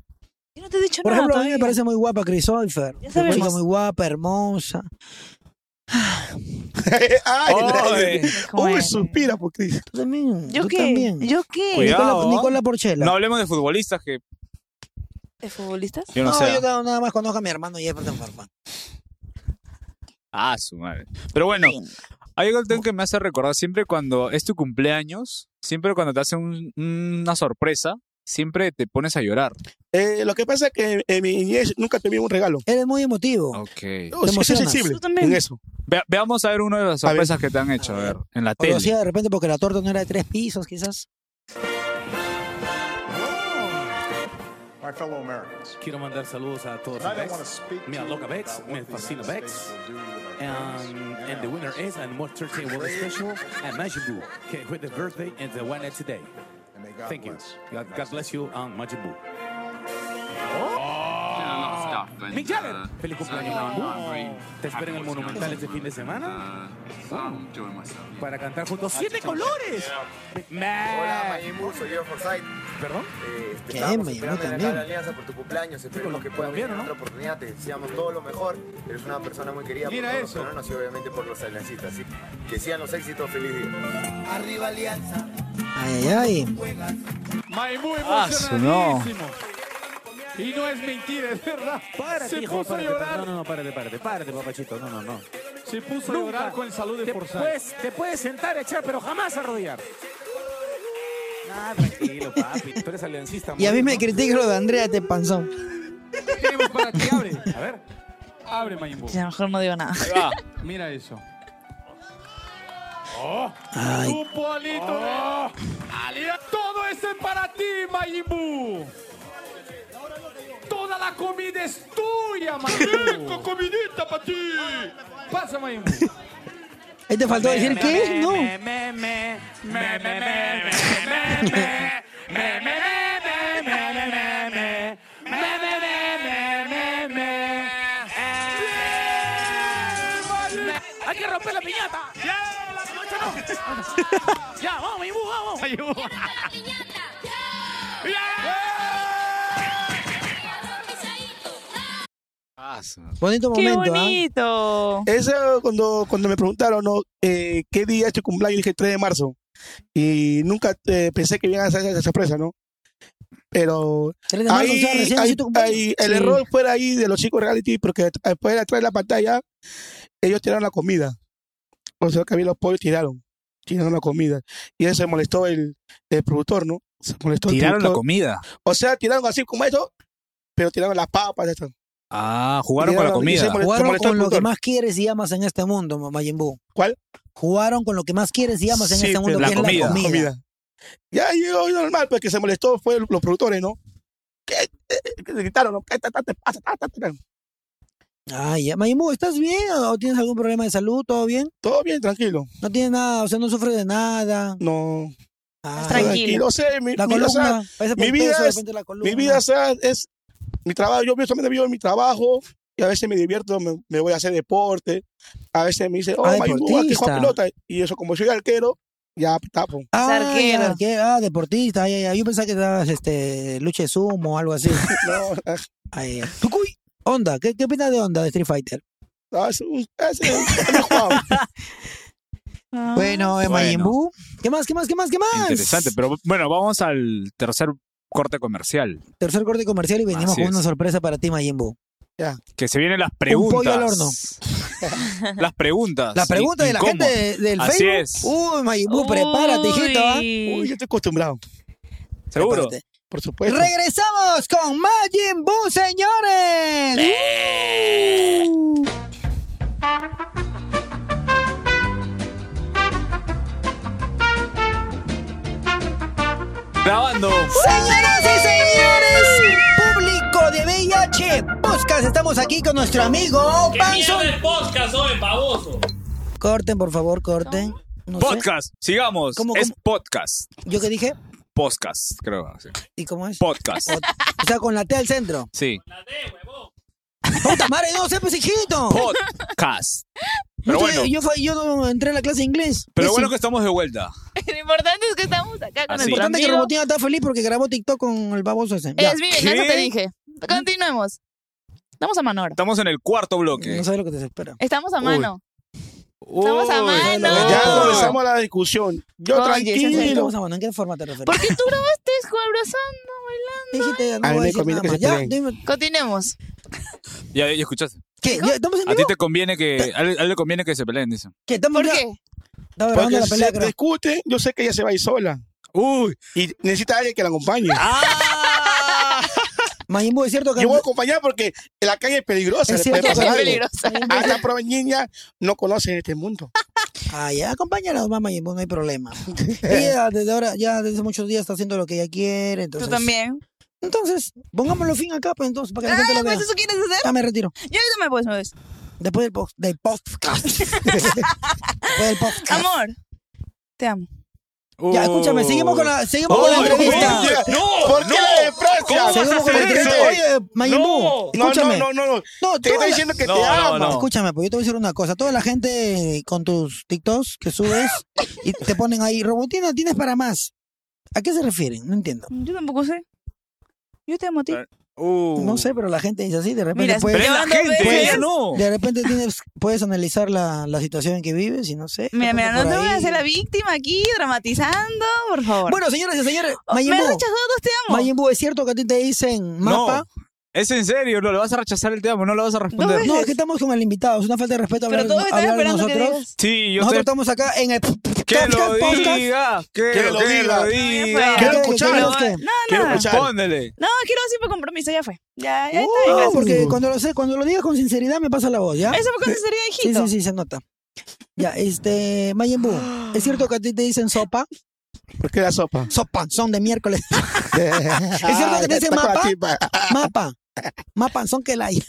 [SPEAKER 3] yo no te he dicho
[SPEAKER 2] Por
[SPEAKER 3] nada
[SPEAKER 2] ejemplo, a mí me
[SPEAKER 3] todavía.
[SPEAKER 2] parece muy guapa Christopher.
[SPEAKER 3] Ya
[SPEAKER 2] Una chica
[SPEAKER 3] sabemos.
[SPEAKER 2] muy guapa, hermosa.
[SPEAKER 4] Ay,
[SPEAKER 1] Oye.
[SPEAKER 4] uy, suspira por Cris.
[SPEAKER 2] Tú también.
[SPEAKER 3] ¿Yo
[SPEAKER 2] tú
[SPEAKER 3] qué?
[SPEAKER 2] también.
[SPEAKER 3] ¿Yo qué?
[SPEAKER 1] Cuidado. ¿ah?
[SPEAKER 2] Nicola, Nicola Porchela.
[SPEAKER 1] No hablemos de futbolistas que
[SPEAKER 3] ¿De futbolistas?
[SPEAKER 1] yo no,
[SPEAKER 2] No,
[SPEAKER 1] sé.
[SPEAKER 2] yo no- nada más conozco a mi hermano Jefferson Farfán.
[SPEAKER 1] Ah, su madre. Pero bueno, hay algo que me hace recordar siempre cuando es tu cumpleaños, siempre cuando te hacen un- una sorpresa, siempre te pones a llorar.
[SPEAKER 4] Eh, lo que pasa es que en mi niñez nunca te vi un regalo.
[SPEAKER 2] Eres muy emotivo.
[SPEAKER 1] Ok.
[SPEAKER 4] No, sí, soy
[SPEAKER 2] emocionas.
[SPEAKER 4] sensible
[SPEAKER 3] Tú también.
[SPEAKER 4] en eso.
[SPEAKER 1] Ve- veamos a ver una de las
[SPEAKER 4] A ver.
[SPEAKER 1] sorpresas que te han hecho, a ver, en la
[SPEAKER 2] O lo
[SPEAKER 1] tele.
[SPEAKER 2] hacía de repente porque la torta no era de tres pisos, quizás.
[SPEAKER 6] My fellow Americans.
[SPEAKER 10] Quiero mandar saludos a todos.
[SPEAKER 6] I
[SPEAKER 10] en
[SPEAKER 6] don't
[SPEAKER 10] Bex.
[SPEAKER 6] want to speak to
[SPEAKER 10] Me
[SPEAKER 6] you
[SPEAKER 10] aloca Bex,
[SPEAKER 6] about
[SPEAKER 10] me
[SPEAKER 6] what the
[SPEAKER 10] fascina
[SPEAKER 6] United
[SPEAKER 10] Bex.
[SPEAKER 6] States will do with our
[SPEAKER 10] Um,
[SPEAKER 6] countries.
[SPEAKER 10] and the winner is, and more 13 was special, and Majibu, okay, with the birthday and the one at today.
[SPEAKER 6] And may God
[SPEAKER 10] Thank you.
[SPEAKER 6] bless.
[SPEAKER 10] God, God bless you, um, Majibu. Mick Jagger, feliz cumpleaños, Majibu. Te espero en el Monumental este fin de semana para cantar juntos Siete Colores. Ma-
[SPEAKER 11] soy yo Forsyth.
[SPEAKER 10] ¿Perdón?
[SPEAKER 11] Eh, te
[SPEAKER 2] ¿Qué?
[SPEAKER 11] estábamos
[SPEAKER 2] Me
[SPEAKER 11] esperando
[SPEAKER 2] llamó
[SPEAKER 11] en acá
[SPEAKER 2] también.
[SPEAKER 11] en la Alianza por tu cumpleaños. Esperemos que puedas venir en
[SPEAKER 10] colombiano,
[SPEAKER 11] otra oportunidad. Te deseamos todo lo mejor. Eres una persona muy querida
[SPEAKER 10] Mira
[SPEAKER 11] por
[SPEAKER 6] eh.
[SPEAKER 11] todos
[SPEAKER 10] eso.
[SPEAKER 11] los peruanos y obviamente por los aliancistas. Así que sigan los éxitos. Feliz día.
[SPEAKER 2] Ay, ay, ay.
[SPEAKER 10] Majibu
[SPEAKER 1] Ah, su no.
[SPEAKER 10] Y no es mentira, es verdad. Párate, Se hijo, puso a llorar. No, no, no, párate, párate, párate, papachito. No, no, no. Se puso a llorar con el saludo de Forsyth. Pues, te puedes sentar, echar, pero jamás arrodillar. Ah, tranquilo, papi. Tú eres aliancista.
[SPEAKER 2] Y a mí
[SPEAKER 10] amor,
[SPEAKER 2] me
[SPEAKER 10] ¿no?
[SPEAKER 2] critica lo de Andrea Tepanzón.
[SPEAKER 10] ¿Qué tenemos para ti? Abre. A ver. Abre, Mayimbo.
[SPEAKER 3] Ya mejor no digo nada.
[SPEAKER 1] Ahí va.
[SPEAKER 10] Mira eso.
[SPEAKER 2] Ay,
[SPEAKER 10] ¡Tu polito! Todo esto es para ti, Mayimbu. Toda la comida es tuya, Mayimbu. ¡Rico comidita para ti! Pasa, Mayimbu.
[SPEAKER 2] ahí te faltó decir qué, no.
[SPEAKER 10] Hay que romper la piñata. Ya, vamos, Mayimbu, vamos.
[SPEAKER 1] Ah, su-
[SPEAKER 2] Bonito
[SPEAKER 3] ¡Qué
[SPEAKER 2] momento, ¿ah?
[SPEAKER 3] bonito!
[SPEAKER 4] Eso cuando, cuando me preguntaron, ¿no? Eh, ¿qué día es tu cumpleaños? Dije 3 de marzo. Y nunca eh, pensé que iban a hacer esa sorpresa, ¿no? Pero
[SPEAKER 2] Tres de marzo, o
[SPEAKER 4] ahí,
[SPEAKER 2] sea, recién
[SPEAKER 4] ahí-
[SPEAKER 2] nació tu cumpleaños.
[SPEAKER 4] ahí el
[SPEAKER 3] Sí.
[SPEAKER 4] error fue ahí de los chicos reality, porque at- después de atrás de la pantalla, ellos tiraron la comida. O sea, que había los pollos tiraron. Tiraron la comida. Y eso se molestó el, el productor, ¿no? Se molestó el
[SPEAKER 1] Tiraron la
[SPEAKER 4] productor.
[SPEAKER 1] comida.
[SPEAKER 4] O sea, tiraron así como eso, pero tiraron las papas. esto.
[SPEAKER 1] Ah, jugaron con la
[SPEAKER 4] Tiraron- y se
[SPEAKER 1] comida.
[SPEAKER 4] molestó-
[SPEAKER 2] Jugaron
[SPEAKER 4] molestó al
[SPEAKER 2] con lo que
[SPEAKER 4] productor.
[SPEAKER 2] más quieres y amas en este mundo, Majin Buu.
[SPEAKER 4] ¿Cuál?
[SPEAKER 2] Jugaron con lo que más quieres y amas en
[SPEAKER 4] Sí,
[SPEAKER 2] este mundo,
[SPEAKER 4] pero
[SPEAKER 2] que
[SPEAKER 1] la
[SPEAKER 2] es la
[SPEAKER 1] comida.
[SPEAKER 2] comida.
[SPEAKER 4] Ya llegó y normal, pues que se molestó fue el- los productores, ¿no? ¿Qué? Eh, que se gritaron, ¿no? ¿Qué ta- ta- te pasa? Ta- ta- ta- ta.
[SPEAKER 2] Ay, ya. Majin Buu, ¿estás bien o tienes algún problema de salud? ¿Todo bien?
[SPEAKER 4] Todo bien, tranquilo.
[SPEAKER 2] No tienes nada, o sea, no sufres de nada.
[SPEAKER 4] No.
[SPEAKER 2] Ah,
[SPEAKER 3] Tranquilo.
[SPEAKER 4] Tranquilo, sé, mi,
[SPEAKER 2] La
[SPEAKER 4] mi- o sea,
[SPEAKER 2] columna, parece por
[SPEAKER 4] mi vida
[SPEAKER 2] peso, de
[SPEAKER 4] es-
[SPEAKER 2] repente la columna.
[SPEAKER 4] mi vida o sea, es mi trabajo. Yo solamente vivo en mi trabajo y a veces me divierto, me, me voy a hacer deporte. A veces me dice, oh,
[SPEAKER 2] Ah,
[SPEAKER 4] Mayimbu, aquí
[SPEAKER 2] deportista.
[SPEAKER 4] juega pelota. Y eso, como soy arquero, ya tapo.
[SPEAKER 2] Ah,
[SPEAKER 3] Es arquero.
[SPEAKER 2] ya, arquero. Ah, deportista. Ay, ay, ay. Yo pensaba que estabas este, lucha de sumo o algo así.
[SPEAKER 4] No,
[SPEAKER 2] Ay, ay. Tucuy. Onda, ¿qué, ¿qué opinas de Onda de Street Fighter?
[SPEAKER 4] no, es un- es un- es un juego.
[SPEAKER 3] Ah.
[SPEAKER 2] Bueno, eh,
[SPEAKER 1] Bueno.
[SPEAKER 2] Majin Buu. ¿Qué más, qué más, qué más, qué más?
[SPEAKER 1] Interesante, pero bueno, vamos al tercer corte comercial.
[SPEAKER 2] Tercer corte comercial y venimos
[SPEAKER 1] Así
[SPEAKER 2] con una
[SPEAKER 1] es.
[SPEAKER 2] sorpresa para ti, Majin Buu.
[SPEAKER 1] Que se vienen las
[SPEAKER 2] pollo
[SPEAKER 1] preguntas.
[SPEAKER 2] al horno.
[SPEAKER 1] las preguntas.
[SPEAKER 2] La pregunta
[SPEAKER 1] Y-
[SPEAKER 2] de la
[SPEAKER 1] incómodas.
[SPEAKER 2] gente de- del
[SPEAKER 1] Así
[SPEAKER 2] Facebook.
[SPEAKER 1] es.
[SPEAKER 2] Uy, Majin Buu, prepárate, hijito. ¿ah?
[SPEAKER 3] Uy.
[SPEAKER 4] Uy, yo estoy acostumbrado.
[SPEAKER 1] Seguro.
[SPEAKER 2] Prepárate.
[SPEAKER 4] Por supuesto.
[SPEAKER 2] Regresamos con Majin Buu, señores. Uh.
[SPEAKER 1] Grabando.
[SPEAKER 2] Señoras y señores, público de VIH Podcast, estamos aquí con nuestro amigo Panzón.
[SPEAKER 12] podcast, soy pavoso!
[SPEAKER 2] Corten, por favor, corten. No sé.
[SPEAKER 1] podcast, sigamos.
[SPEAKER 2] ¿Cómo,
[SPEAKER 1] es
[SPEAKER 2] cómo?
[SPEAKER 1] podcast.
[SPEAKER 2] ¿Yo qué dije?
[SPEAKER 1] Podcast, creo. sí.
[SPEAKER 2] ¿Y cómo es?
[SPEAKER 1] Podcast.
[SPEAKER 2] O sea, con la T al centro.
[SPEAKER 1] Sí.
[SPEAKER 2] ¡Puta madre, no sé, pues, hijito!
[SPEAKER 1] Podcast. Pero
[SPEAKER 2] yo,
[SPEAKER 1] bueno,
[SPEAKER 2] yo, fue- yo no entré en la clase de inglés.
[SPEAKER 1] pero
[SPEAKER 2] Eso.
[SPEAKER 1] bueno que estamos de vuelta.
[SPEAKER 3] Lo importante es que estamos acá con
[SPEAKER 1] Así.
[SPEAKER 2] Lo
[SPEAKER 3] nuestro
[SPEAKER 2] importante es que
[SPEAKER 3] amigo.
[SPEAKER 2] Robotina está feliz porque grabó TikTok con el baboso ese. Ya.
[SPEAKER 3] Es mi venganza,
[SPEAKER 1] ¿Qué?
[SPEAKER 3] te dije. Continuemos. Estamos a mano ahora.
[SPEAKER 1] Estamos en el cuarto bloque.
[SPEAKER 2] No sabes lo que te espera.
[SPEAKER 3] Estamos a
[SPEAKER 1] Uy.
[SPEAKER 3] mano. Estamos a
[SPEAKER 1] Uy.
[SPEAKER 3] mano.
[SPEAKER 4] Ya comenzamos la discusión. Yo
[SPEAKER 3] Oye,
[SPEAKER 2] ¿Qué
[SPEAKER 4] tranquilo.
[SPEAKER 2] estamos hablando? ¿En qué forma te refieres?
[SPEAKER 3] ¿Por qué tú grabaste abrazando, bailando?
[SPEAKER 2] Dijiste, no
[SPEAKER 4] A
[SPEAKER 2] voy a
[SPEAKER 4] mí me
[SPEAKER 2] decir
[SPEAKER 4] conviene
[SPEAKER 2] nada
[SPEAKER 4] que
[SPEAKER 2] más.
[SPEAKER 4] se
[SPEAKER 2] Ya,
[SPEAKER 4] peleen.
[SPEAKER 2] dime.
[SPEAKER 3] Continuemos.
[SPEAKER 1] Ya, ya escuchaste.
[SPEAKER 2] ¿Qué? ¿Ya ¿Estamos en
[SPEAKER 1] A ti
[SPEAKER 2] vivo?
[SPEAKER 1] te conviene que. A él, a él le conviene que se peleen, dice.
[SPEAKER 2] ¿Qué? ¿Estamos
[SPEAKER 3] ¿Por
[SPEAKER 2] ya-
[SPEAKER 3] qué?
[SPEAKER 2] Estaba grabando
[SPEAKER 4] Porque
[SPEAKER 2] la
[SPEAKER 4] si
[SPEAKER 2] pelea,
[SPEAKER 4] se
[SPEAKER 2] creo.
[SPEAKER 4] discute, yo sé que ella se va a ir sola. Uy. Y necesita alguien que la acompañe.
[SPEAKER 2] Ah, Majin Buu, es cierto que...
[SPEAKER 4] Yo voy a acompañar porque la calle es peligrosa.
[SPEAKER 2] Es
[SPEAKER 4] le puede
[SPEAKER 2] cierto.
[SPEAKER 4] pasar
[SPEAKER 2] Es
[SPEAKER 4] algo.
[SPEAKER 3] peligrosa.
[SPEAKER 4] Hasta probe niña no conocen este mundo.
[SPEAKER 2] Ah, ya, acompáñala nomás, Majin Buu, no hay problema. Ella desde ahora, ya desde hace muchos días está haciendo lo que ella quiere, entonces...
[SPEAKER 3] Tú también.
[SPEAKER 2] Entonces, pongámoslo fin acá, pues, entonces, para que la gente
[SPEAKER 3] Ah,
[SPEAKER 2] lo vea.
[SPEAKER 3] pues eso quieres hacer.
[SPEAKER 2] Ya me retiro.
[SPEAKER 3] Ya ahorita me puedes, me ves.
[SPEAKER 2] Después del, post, del podcast. Después del podcast.
[SPEAKER 3] Amor. Te amo.
[SPEAKER 2] Ya, escúchame, seguimos con la, seguimos con la
[SPEAKER 1] Uy,
[SPEAKER 2] entrevista.
[SPEAKER 1] uy, ya. No,
[SPEAKER 4] ¿Por qué
[SPEAKER 1] no.
[SPEAKER 4] la desprecia?
[SPEAKER 1] ¿Cómo vas a
[SPEAKER 2] Seguimos con
[SPEAKER 1] hacer
[SPEAKER 2] la entrevista.
[SPEAKER 1] eso?
[SPEAKER 2] Oye, Majin Buu,
[SPEAKER 4] No,
[SPEAKER 2] escúchame.
[SPEAKER 4] no, no, no, no.
[SPEAKER 2] No,
[SPEAKER 4] Te
[SPEAKER 2] toda
[SPEAKER 4] estoy
[SPEAKER 2] la-
[SPEAKER 4] diciendo que
[SPEAKER 1] No,
[SPEAKER 4] te
[SPEAKER 1] no,
[SPEAKER 4] ama.
[SPEAKER 1] no.
[SPEAKER 2] Escúchame, pues yo te voy a decir una cosa. Toda la gente con tus TikToks que subes y te ponen ahí, Robotina, tienes para más. ¿A qué se refieren? No entiendo.
[SPEAKER 3] Yo tampoco sé. Yo te amo a ti.
[SPEAKER 1] Uh.
[SPEAKER 2] No sé, pero la gente dice así, de repente
[SPEAKER 3] Mira,
[SPEAKER 1] Pero
[SPEAKER 2] puedes,
[SPEAKER 1] es la
[SPEAKER 3] Llevando
[SPEAKER 1] gente,
[SPEAKER 3] veces.
[SPEAKER 1] ella no.
[SPEAKER 2] de repente tienes, puedes analizar la, la situación en que vives y no sé. qué
[SPEAKER 3] Mira, mira,
[SPEAKER 2] pasa
[SPEAKER 3] no
[SPEAKER 2] por
[SPEAKER 3] te voy a
[SPEAKER 2] ahí.
[SPEAKER 3] hacer la víctima aquí, dramatizando, por favor. Oh,
[SPEAKER 2] Bueno, señoras y señores,
[SPEAKER 3] me
[SPEAKER 2] Majin
[SPEAKER 3] has
[SPEAKER 2] Buu,
[SPEAKER 3] rechazado, te amo.
[SPEAKER 2] Majin Buu, ¿es cierto que a ti te dicen mapa?
[SPEAKER 1] No. Es en serio, no le vas a rechazar el te amo, no le vas a responder.
[SPEAKER 2] No, es que estamos con el invitado, es una falta de respeto hablar,
[SPEAKER 3] Pues Pero todos están
[SPEAKER 2] hablar de
[SPEAKER 3] esperando que
[SPEAKER 2] nosotros.
[SPEAKER 3] digas.
[SPEAKER 1] Sí, yo
[SPEAKER 2] Nosotros
[SPEAKER 1] sé.
[SPEAKER 2] estamos acá en el
[SPEAKER 1] Que lo
[SPEAKER 2] podcast, podcast.
[SPEAKER 1] diga, que,
[SPEAKER 4] Que
[SPEAKER 1] lo,
[SPEAKER 4] lo
[SPEAKER 1] que
[SPEAKER 4] diga.
[SPEAKER 1] lo diga.
[SPEAKER 2] Quiero
[SPEAKER 3] Pero-
[SPEAKER 2] escucharlos, ¿qué?
[SPEAKER 3] No,
[SPEAKER 4] Quiero
[SPEAKER 3] nada.
[SPEAKER 4] escuchar.
[SPEAKER 1] Respóndele.
[SPEAKER 3] No, quiero decir por compromiso, ya fue. Ya, ya está,
[SPEAKER 2] No,
[SPEAKER 3] gracias.
[SPEAKER 2] porque cuando lo sé, cuando lo digas con sinceridad me pasa la voz, ¿ya?
[SPEAKER 3] Eso fue con sinceridad,
[SPEAKER 2] Sí,
[SPEAKER 3] hijito.
[SPEAKER 2] sí, sí, se nota. Ya, este, Mayenbu, ¿es cierto que a ti te dicen sopa?
[SPEAKER 4] ¿Por qué la sopa?
[SPEAKER 2] Sopa, son de miércoles.
[SPEAKER 4] ¿Es
[SPEAKER 2] cierto que te dicen mapa? Mapa, mapa, son que la hay.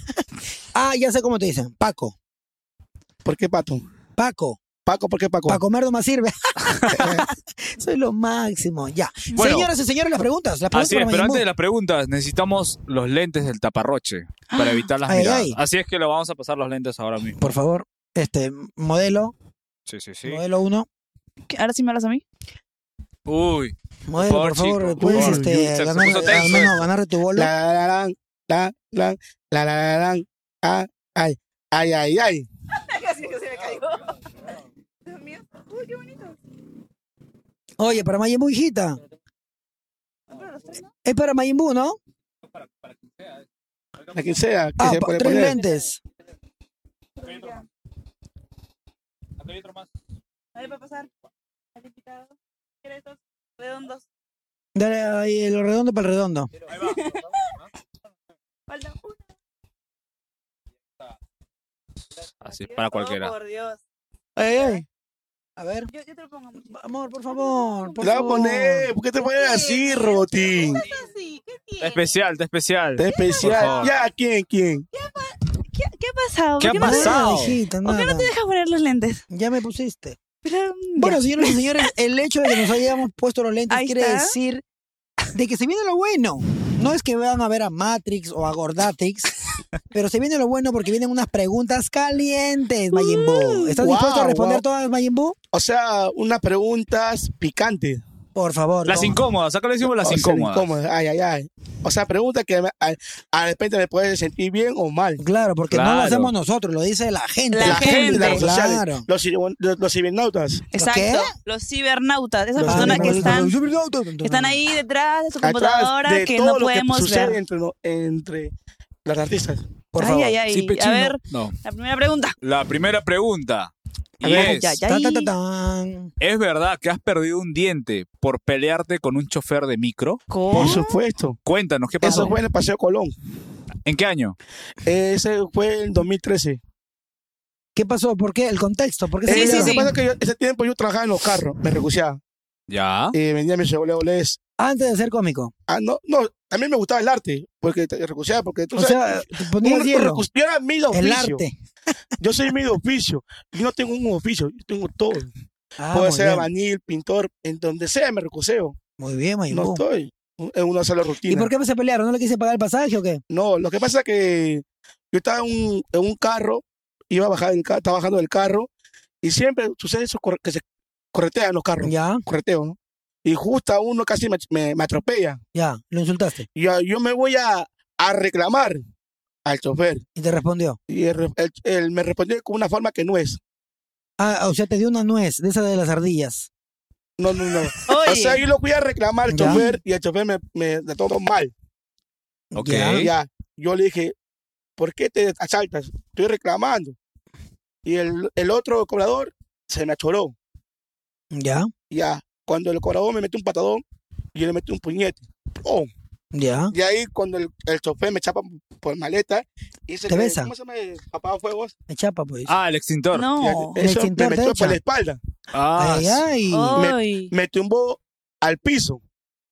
[SPEAKER 2] Ah, ya sé cómo te dicen. Paco,
[SPEAKER 4] ¿Por qué Pato?
[SPEAKER 2] Paco,
[SPEAKER 4] Paco, ¿por qué Paco?
[SPEAKER 2] para comer no más sirve. Soy lo máximo, ya.
[SPEAKER 1] Bueno.
[SPEAKER 2] Señoras y señores, las preguntas. Las preguntas
[SPEAKER 1] Así es,
[SPEAKER 2] para
[SPEAKER 1] pero
[SPEAKER 2] Mayenbu.
[SPEAKER 1] antes de las preguntas, necesitamos los lentes del taparroche para evitar las
[SPEAKER 2] Ay,
[SPEAKER 1] miradas.
[SPEAKER 2] ay.
[SPEAKER 1] Así es que lo vamos a pasar los lentes ahora mismo.
[SPEAKER 2] Por favor, este, modelo,
[SPEAKER 1] Sí, sí, sí.
[SPEAKER 2] modelo 1.
[SPEAKER 3] ¿Qué? Ahora sí me hablas a mí.
[SPEAKER 1] Uy,
[SPEAKER 2] Modelo,
[SPEAKER 1] favor,
[SPEAKER 2] por favor,
[SPEAKER 1] chico, por
[SPEAKER 2] puedes
[SPEAKER 1] favor.
[SPEAKER 2] este,
[SPEAKER 1] Se- se
[SPEAKER 2] ganar,
[SPEAKER 1] puso tenso
[SPEAKER 2] al menos ganar tu bolo.
[SPEAKER 4] La la la la la la la la la la ay ay ay ay.
[SPEAKER 3] Casi que se me cayó. Dios mío. Uy, qué bonito.
[SPEAKER 2] Oye, para Mayimbu, hijita. Es para Mayimbu, ¿no?
[SPEAKER 4] La que sea, que
[SPEAKER 2] Ah,
[SPEAKER 4] se
[SPEAKER 2] pa-
[SPEAKER 4] puede
[SPEAKER 2] tres
[SPEAKER 4] poner.
[SPEAKER 2] lentes.
[SPEAKER 3] Ahí va a pasar. Al invitado. ¿Quieres estos redondos?
[SPEAKER 2] Dale ahí el redondo para el redondo.
[SPEAKER 3] Falta uno.
[SPEAKER 1] así es para cualquiera.
[SPEAKER 3] Oh, por Dios.
[SPEAKER 2] Ey, ey. A ver,
[SPEAKER 3] Yo, yo te lo pongo mucho.
[SPEAKER 2] amor, por favor. Por
[SPEAKER 4] Te la voy a
[SPEAKER 2] favor.
[SPEAKER 4] poner, ¿por qué te pones así, Robotín?
[SPEAKER 3] Sí, ¿qué
[SPEAKER 1] Está
[SPEAKER 3] tiene?
[SPEAKER 1] especial, está especial.
[SPEAKER 4] Está
[SPEAKER 1] Por
[SPEAKER 4] especial.
[SPEAKER 1] favor.
[SPEAKER 4] Ya, ¿quién, quién?
[SPEAKER 3] ¿Qué, ¿Qué ha pasado?
[SPEAKER 1] ¿Qué
[SPEAKER 3] ¿Por
[SPEAKER 1] ha
[SPEAKER 3] no te-
[SPEAKER 1] pasado?
[SPEAKER 2] Nada, hijita,
[SPEAKER 3] ¿Por qué no
[SPEAKER 2] nada.
[SPEAKER 3] te dejas poner los lentes?
[SPEAKER 2] Ya me pusiste.
[SPEAKER 3] Pero,
[SPEAKER 2] Bueno, señoras y señores, el hecho de que nos hayamos puesto los lentes
[SPEAKER 3] Ahí
[SPEAKER 2] quiere
[SPEAKER 3] está.
[SPEAKER 2] decir de que se viene lo bueno. No es que van a ver a Matrix o a Gordatix, pero se viene lo bueno porque vienen unas preguntas calientes, Majin
[SPEAKER 3] Uh,
[SPEAKER 2] Buu. ¿Estás
[SPEAKER 4] Wow,
[SPEAKER 2] dispuesto a responder
[SPEAKER 4] wow.
[SPEAKER 2] todas, Majin Buu?
[SPEAKER 4] O sea, unas preguntas picantes.
[SPEAKER 2] Por favor.
[SPEAKER 1] Las
[SPEAKER 2] con-
[SPEAKER 1] incómodas, acá le decimos las
[SPEAKER 4] O sea,
[SPEAKER 1] incómodas.
[SPEAKER 4] Ay, ay, ay. O sea, preguntas que a, a repente me puede sentir bien o mal.
[SPEAKER 2] Claro, porque no
[SPEAKER 1] Claro.
[SPEAKER 2] lo hacemos nosotros, lo dice la gente.
[SPEAKER 3] La
[SPEAKER 4] La, gente, las redes sociales,
[SPEAKER 2] Claro.
[SPEAKER 4] los, ciber- los, los cibernautas.
[SPEAKER 3] Exacto.
[SPEAKER 2] ¿Qué?
[SPEAKER 3] Los cibernautas, esas
[SPEAKER 4] Los
[SPEAKER 3] personas que están,
[SPEAKER 4] cibernautas.
[SPEAKER 3] que están ahí detrás de su computadora
[SPEAKER 4] Atrás de
[SPEAKER 3] que
[SPEAKER 4] todo
[SPEAKER 3] no
[SPEAKER 4] lo que
[SPEAKER 3] podemos
[SPEAKER 4] sucede
[SPEAKER 3] ver.
[SPEAKER 4] entre, no- entre los artistas.
[SPEAKER 2] Por
[SPEAKER 3] ay,
[SPEAKER 2] favor.
[SPEAKER 3] ay, ay.
[SPEAKER 1] Sí,
[SPEAKER 3] A
[SPEAKER 1] pechino.
[SPEAKER 3] ver,
[SPEAKER 1] No.
[SPEAKER 3] la primera pregunta.
[SPEAKER 1] La primera pregunta. Y es, ¿es verdad que has perdido un diente por pelearte con un chofer de micro?
[SPEAKER 4] Por supuesto.
[SPEAKER 1] Cuéntanos, ¿qué pasó?
[SPEAKER 4] Eso fue en el Paseo Colón.
[SPEAKER 1] ¿En qué año?
[SPEAKER 4] Ese fue en 2013.
[SPEAKER 2] ¿Qué pasó? ¿Por qué? ¿El contexto? ¿Por qué
[SPEAKER 4] Eh,
[SPEAKER 2] pelearon?
[SPEAKER 4] Lo que pasa es que yo- ese tiempo yo trabajaba en los carros, me recuseaba.
[SPEAKER 1] Ya.
[SPEAKER 4] Eh, vendía mis chevroles.
[SPEAKER 2] Antes de ser cómico.
[SPEAKER 4] Ah, no, no, a mí me gustaba el arte, porque te recuseaba, porque tú
[SPEAKER 2] O
[SPEAKER 4] sabes.
[SPEAKER 2] sea, te ponías
[SPEAKER 4] un- un
[SPEAKER 2] hielo.
[SPEAKER 4] recus- yo era mi
[SPEAKER 2] El
[SPEAKER 4] de oficio.
[SPEAKER 2] arte.
[SPEAKER 4] Yo soy mi de oficio. Yo no tengo un oficio, yo tengo todo.
[SPEAKER 2] Ah,
[SPEAKER 4] Puedo
[SPEAKER 2] muy
[SPEAKER 4] ser
[SPEAKER 2] bien.
[SPEAKER 4] albañil, pintor, en donde sea me recuseo.
[SPEAKER 2] Muy bien, Maimú.
[SPEAKER 4] No estoy en una sola rutina.
[SPEAKER 2] ¿Y por qué se pelearon? ¿No le quise pagar el pasaje o qué?
[SPEAKER 4] No, lo que pasa es que yo estaba en un, en un carro, iba a bajar del ca- estaba bajando del carro, y siempre sucede eso corre- que se corretean los carros.
[SPEAKER 2] Ya.
[SPEAKER 4] Correteo, ¿no? Y justo a uno casi me, me- me atropella.
[SPEAKER 2] Ya, lo insultaste.
[SPEAKER 4] Yo, yo me voy a, a reclamar al chofer.
[SPEAKER 2] Y te respondió.
[SPEAKER 4] Y él, re- él- él me respondió con una forma que no es.
[SPEAKER 2] Ah, o sea, te dio una nuez, de esa de las ardillas.
[SPEAKER 4] No, no, no. O sea, yo lo fui a reclamar al
[SPEAKER 2] Ya.
[SPEAKER 4] chofer y el chofer me, me me trató mal.
[SPEAKER 1] Ok.
[SPEAKER 4] Ya, Ah,
[SPEAKER 2] ¿Eh?
[SPEAKER 4] ya. Yo le dije, ¿por qué te asaltas? Estoy reclamando. Y el, el otro cobrador se me achoró.
[SPEAKER 2] Ya,
[SPEAKER 4] Ya. Cuando el cobrador me metió un patadón, yo le metí un puñete. ¡Pum!
[SPEAKER 2] ya.
[SPEAKER 4] Y ahí cuando el, el chofer me chapa por maleta, hice
[SPEAKER 2] Te
[SPEAKER 4] que-
[SPEAKER 2] besa.
[SPEAKER 4] ¿Cómo se llama? Apaga fuegos.
[SPEAKER 2] Me chapa, pues.
[SPEAKER 1] Ah, el extintor.
[SPEAKER 2] No.
[SPEAKER 4] Ya, eh,
[SPEAKER 2] El
[SPEAKER 4] eso
[SPEAKER 2] extintor
[SPEAKER 4] me
[SPEAKER 2] te
[SPEAKER 4] metió
[SPEAKER 2] echa.
[SPEAKER 4] por la espalda.
[SPEAKER 1] Ah,
[SPEAKER 2] Ay, ay.
[SPEAKER 4] Me, me tumbó al piso.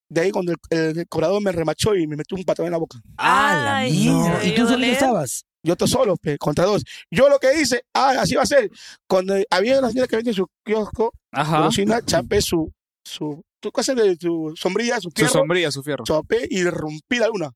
[SPEAKER 4] De ahí cuando el, el cobrador me remachó y me metió un patadón en la boca.
[SPEAKER 1] Ah,
[SPEAKER 3] Ay,
[SPEAKER 2] No,
[SPEAKER 3] te
[SPEAKER 2] ¿Y
[SPEAKER 3] debió
[SPEAKER 2] tú solo
[SPEAKER 3] doler.
[SPEAKER 2] estabas?
[SPEAKER 4] Yo estoy solo, pe, contra dos. Yo lo que hice, ah, así va a ser. Cuando había una señora que vende su kiosco,
[SPEAKER 1] Ajá.
[SPEAKER 4] golosina, chapé su, su, tu casa de su sombrilla, su
[SPEAKER 1] su
[SPEAKER 4] fierro,
[SPEAKER 1] sombría, su fierro.
[SPEAKER 4] chapé y rompí la luna.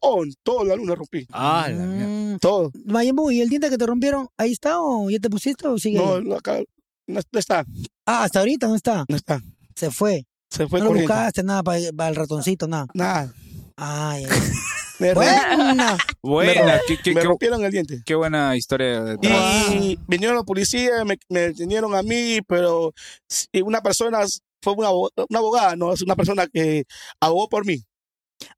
[SPEAKER 4] Todo, todo la luna rompí.
[SPEAKER 1] Ah, la mierda.
[SPEAKER 4] Todo.
[SPEAKER 2] Mayembu, Mm, ¿y el diente que te rompieron? ¿Ahí está o ya te pusiste o sigue?
[SPEAKER 4] No,
[SPEAKER 2] ahí?
[SPEAKER 4] no, acá, no, no está,
[SPEAKER 2] Ah, hasta ahorita no está.
[SPEAKER 4] no está.
[SPEAKER 2] Se fue.
[SPEAKER 4] Se fue
[SPEAKER 2] no lo
[SPEAKER 4] corriendo.
[SPEAKER 2] buscaste nada para el ratoncito, nada.
[SPEAKER 4] Nada.
[SPEAKER 2] Ay,
[SPEAKER 4] Me,
[SPEAKER 2] ay.
[SPEAKER 4] rom-
[SPEAKER 2] Buena.
[SPEAKER 4] me
[SPEAKER 1] Buena,
[SPEAKER 4] rom-
[SPEAKER 1] qué, qué-
[SPEAKER 4] me
[SPEAKER 1] qué-
[SPEAKER 4] rompieron el diente.
[SPEAKER 1] qué buena historia de
[SPEAKER 4] Y vinieron los policías, me, me detenieron a mí, pero s- y una persona fue una, abo- una abogada, no es una persona que abogó por mí.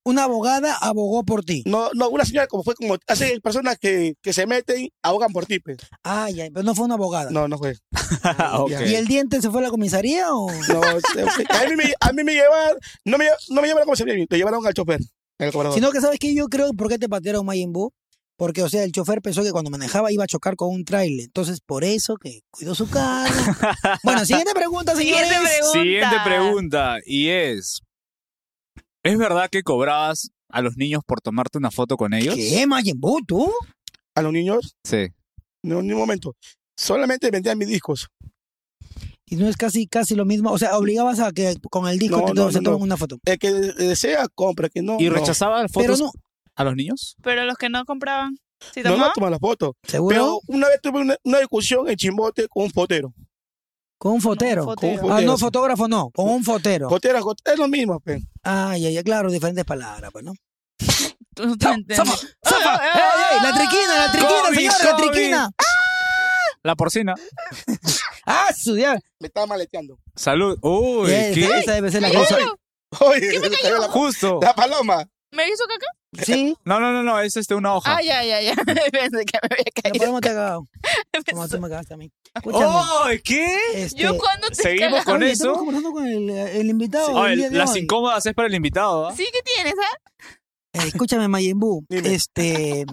[SPEAKER 2] Una abogada abogó por ti.
[SPEAKER 4] No, no, una señora como fue como hace personas que, que se meten, abogan por ti. pe.
[SPEAKER 2] Ay, ay, pero no fue una abogada.
[SPEAKER 4] No, no fue.
[SPEAKER 1] Ok.
[SPEAKER 2] ¿Y el diente se fue a la comisaría o...?
[SPEAKER 4] No, se- se- a, mí me, a mí me llevaron, no me, lle- no me llevaron como se me lo llevaron al chofer, al cobrador.
[SPEAKER 2] Sino que sabes que yo creo por qué te patearon Majin Buu. Porque, o sea, el chofer pensó que cuando manejaba iba a chocar con un trailer. Entonces, por eso que cuidó su carro. bueno, siguiente pregunta, señores.
[SPEAKER 3] Siguiente pregunta.
[SPEAKER 1] Siguiente pregunta, y es: ¿Es verdad que cobrabas a los niños por tomarte una foto con ellos?
[SPEAKER 2] ¿Qué, Majin Buu, tú?
[SPEAKER 4] A los niños,
[SPEAKER 1] Sí.
[SPEAKER 4] no, ni un momento. Solamente vendían mis discos.
[SPEAKER 2] Y no es casi, casi lo mismo. O sea, obligabas a que con el disco
[SPEAKER 4] No,
[SPEAKER 2] te
[SPEAKER 4] no,
[SPEAKER 2] se
[SPEAKER 4] no,
[SPEAKER 2] tomen
[SPEAKER 4] no.
[SPEAKER 2] una foto.
[SPEAKER 4] El que desea, compra, el que no.
[SPEAKER 1] ¿Y
[SPEAKER 4] no.
[SPEAKER 1] rechazaba
[SPEAKER 2] Pero
[SPEAKER 1] fotos
[SPEAKER 2] no,
[SPEAKER 1] a los niños?
[SPEAKER 3] Pero los que no compraban. ¿Sí
[SPEAKER 4] No,
[SPEAKER 3] tomó?
[SPEAKER 4] no toman la foto.
[SPEAKER 2] ¿seguro?
[SPEAKER 4] Pero una vez tuve una, una discusión en Chimbote con un fotero.
[SPEAKER 2] con un fotero.
[SPEAKER 3] Con un
[SPEAKER 4] fotero.
[SPEAKER 2] Ah, no,
[SPEAKER 4] Fotero.
[SPEAKER 2] fotógrafo no, con un fotero.
[SPEAKER 4] Fotero, fot- es lo mismo, pe.
[SPEAKER 2] Ay, ay, ay, claro, diferentes palabras, pues, ¿no?
[SPEAKER 3] Tú no te entiendes.
[SPEAKER 2] ¡Zafa! ¡Zafa!
[SPEAKER 3] Ah,
[SPEAKER 2] ¡Ey,
[SPEAKER 3] ah,
[SPEAKER 2] ey! ¡La triquina, la triquina,
[SPEAKER 1] Kobe,
[SPEAKER 2] señores, la
[SPEAKER 1] Kobe.
[SPEAKER 2] triquina!
[SPEAKER 1] La porcina.
[SPEAKER 2] ¡Ah, su diablo!
[SPEAKER 4] Me estaba maleteando.
[SPEAKER 1] Salud. Uy,
[SPEAKER 2] Eh,
[SPEAKER 1] ¿qué?
[SPEAKER 2] Esa debe ser la cosa.
[SPEAKER 4] Oye, se cayó la,
[SPEAKER 1] Justo.
[SPEAKER 4] la paloma.
[SPEAKER 3] Uh, ¿Me hizo caca?
[SPEAKER 2] Sí,
[SPEAKER 1] No, no, no, no, es este una hoja.
[SPEAKER 3] Ah, ya, ya, ya. Pensé que me había
[SPEAKER 2] no
[SPEAKER 3] caído.
[SPEAKER 2] podemos te ha cagado. Como tú
[SPEAKER 3] Pensé-
[SPEAKER 2] me cagaste a mí. Escúchame.
[SPEAKER 1] ¡Oh, qué!
[SPEAKER 2] este,
[SPEAKER 3] Yo cuando te
[SPEAKER 1] Seguimos
[SPEAKER 3] cagas?
[SPEAKER 1] con
[SPEAKER 2] oye,
[SPEAKER 1] eso.
[SPEAKER 2] Estamos conversando con el, el invitado.
[SPEAKER 1] Oye,
[SPEAKER 2] del día de
[SPEAKER 1] las
[SPEAKER 2] hoy.
[SPEAKER 1] incómodas es para el invitado. ¿ah?
[SPEAKER 3] Sí, ¿qué tienes, ah?
[SPEAKER 2] Eh, escúchame, Mayimbu.
[SPEAKER 4] Dime.
[SPEAKER 2] Este,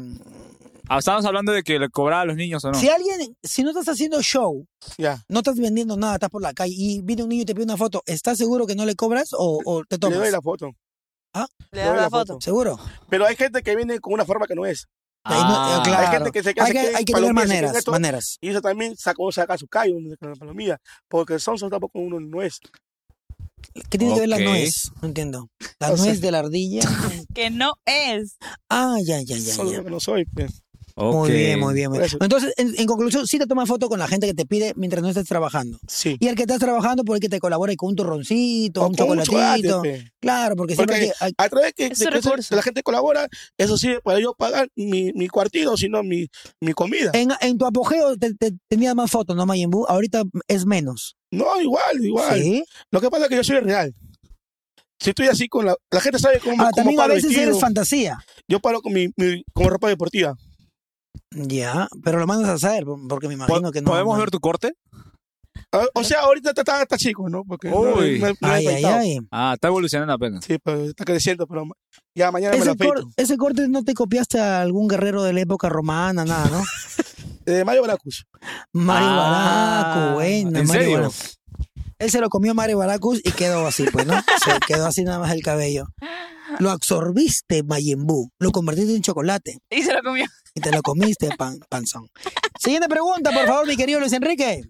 [SPEAKER 1] Ah, Estábamos hablando de que le cobraba a los niños o no.
[SPEAKER 2] si alguien, si no estás haciendo show,
[SPEAKER 4] Ya.
[SPEAKER 2] no estás vendiendo nada, estás por la calle y viene un niño y te pide una foto, ¿estás seguro que no le cobras o, o te
[SPEAKER 4] Le
[SPEAKER 2] tomas?
[SPEAKER 4] doy la foto.
[SPEAKER 3] Ah, Le
[SPEAKER 4] doy
[SPEAKER 3] das la
[SPEAKER 4] la
[SPEAKER 3] foto.
[SPEAKER 2] ¿Seguro?
[SPEAKER 4] Pero hay gente que viene con una forma que no es.
[SPEAKER 2] Ahí no-
[SPEAKER 1] Ah,
[SPEAKER 2] eh, claro.
[SPEAKER 4] Hay gente que se
[SPEAKER 2] Hay
[SPEAKER 4] hace
[SPEAKER 2] que,
[SPEAKER 4] que
[SPEAKER 2] hay que tener
[SPEAKER 4] palomilla, se
[SPEAKER 2] maneras,
[SPEAKER 4] queda esto.
[SPEAKER 2] maneras.
[SPEAKER 4] Y eso también sacó, saca su callo con la palomilla. Porque son son tampoco uno no es.
[SPEAKER 2] ¿Qué tiene que ver la
[SPEAKER 1] Ok.
[SPEAKER 2] nuez? No entiendo. La
[SPEAKER 4] O sea-
[SPEAKER 2] nuez de la ardilla.
[SPEAKER 3] Que no es.
[SPEAKER 2] Ah, ya, ya, ya.
[SPEAKER 4] Son
[SPEAKER 2] ya.
[SPEAKER 4] lo que no soy. pues.
[SPEAKER 1] ok.
[SPEAKER 2] Muy bien, muy bien, muy
[SPEAKER 4] Por
[SPEAKER 2] bien.
[SPEAKER 4] eso.
[SPEAKER 2] Entonces, en, en conclusión, sí te tomas foto con la gente que te pide mientras no estés trabajando.
[SPEAKER 4] Sí.
[SPEAKER 2] Y el que estás trabajando, por el que te colabora con un turroncito,
[SPEAKER 4] O
[SPEAKER 2] un
[SPEAKER 4] con un
[SPEAKER 2] chocolatito.
[SPEAKER 4] chocolate, pe.
[SPEAKER 2] claro, porque siempre
[SPEAKER 4] Porque
[SPEAKER 2] que hay-
[SPEAKER 4] A través que,
[SPEAKER 3] Es
[SPEAKER 4] de
[SPEAKER 3] un
[SPEAKER 4] que se-
[SPEAKER 3] recurso.
[SPEAKER 4] la gente colabora, eso sí, para yo pagar mi, mi cuartito, sino mi, mi comida.
[SPEAKER 2] en, en tu apogeo te, te- tenías más fotos, ¿no, Mayimbu? Ahorita es menos.
[SPEAKER 4] No, igual, igual.
[SPEAKER 2] ¿Sí?
[SPEAKER 4] Lo que pasa es que yo soy real. Si estoy así con la... La gente sabe cómo,
[SPEAKER 2] Ah,
[SPEAKER 4] cómo
[SPEAKER 2] también a
[SPEAKER 4] paro
[SPEAKER 2] veces
[SPEAKER 4] vestido.
[SPEAKER 2] eres fantasía.
[SPEAKER 4] Yo paro con mi, mi- como ropa deportiva.
[SPEAKER 2] Ya, pero lo mandas a hacer, porque me imagino que no.
[SPEAKER 4] podemos ver
[SPEAKER 2] tu corte?
[SPEAKER 4] Ah,
[SPEAKER 2] Ah.
[SPEAKER 4] O sea, ahorita está, está, está chico, ¿no? Porque no-
[SPEAKER 1] Uy.
[SPEAKER 4] no- no- no he pensado.
[SPEAKER 1] Ah, está evolucionando apenas.
[SPEAKER 4] Sí, pero está creciendo, pero ya mañana me lo
[SPEAKER 2] Ese,
[SPEAKER 4] peito.
[SPEAKER 2] cor- ese corte no te copiaste a algún guerrero de la época romana, nada, ¿no?
[SPEAKER 4] De Eh, Mario Baracus.
[SPEAKER 2] Mario
[SPEAKER 4] Ah,
[SPEAKER 2] Baracus,
[SPEAKER 4] ¿en
[SPEAKER 2] buena, Mario
[SPEAKER 4] serio?
[SPEAKER 2] Baracus. Él se lo comió Mario Baracus y quedó así, pues, ¿no? Se quedó así nada más el cabello. Lo absorbiste, Mayimbu. Lo convertiste en chocolate.
[SPEAKER 3] Y se lo comió.
[SPEAKER 2] Y te lo comiste, pan- panzón. Siguiente pregunta, por favor, mi querido Luis Enrique.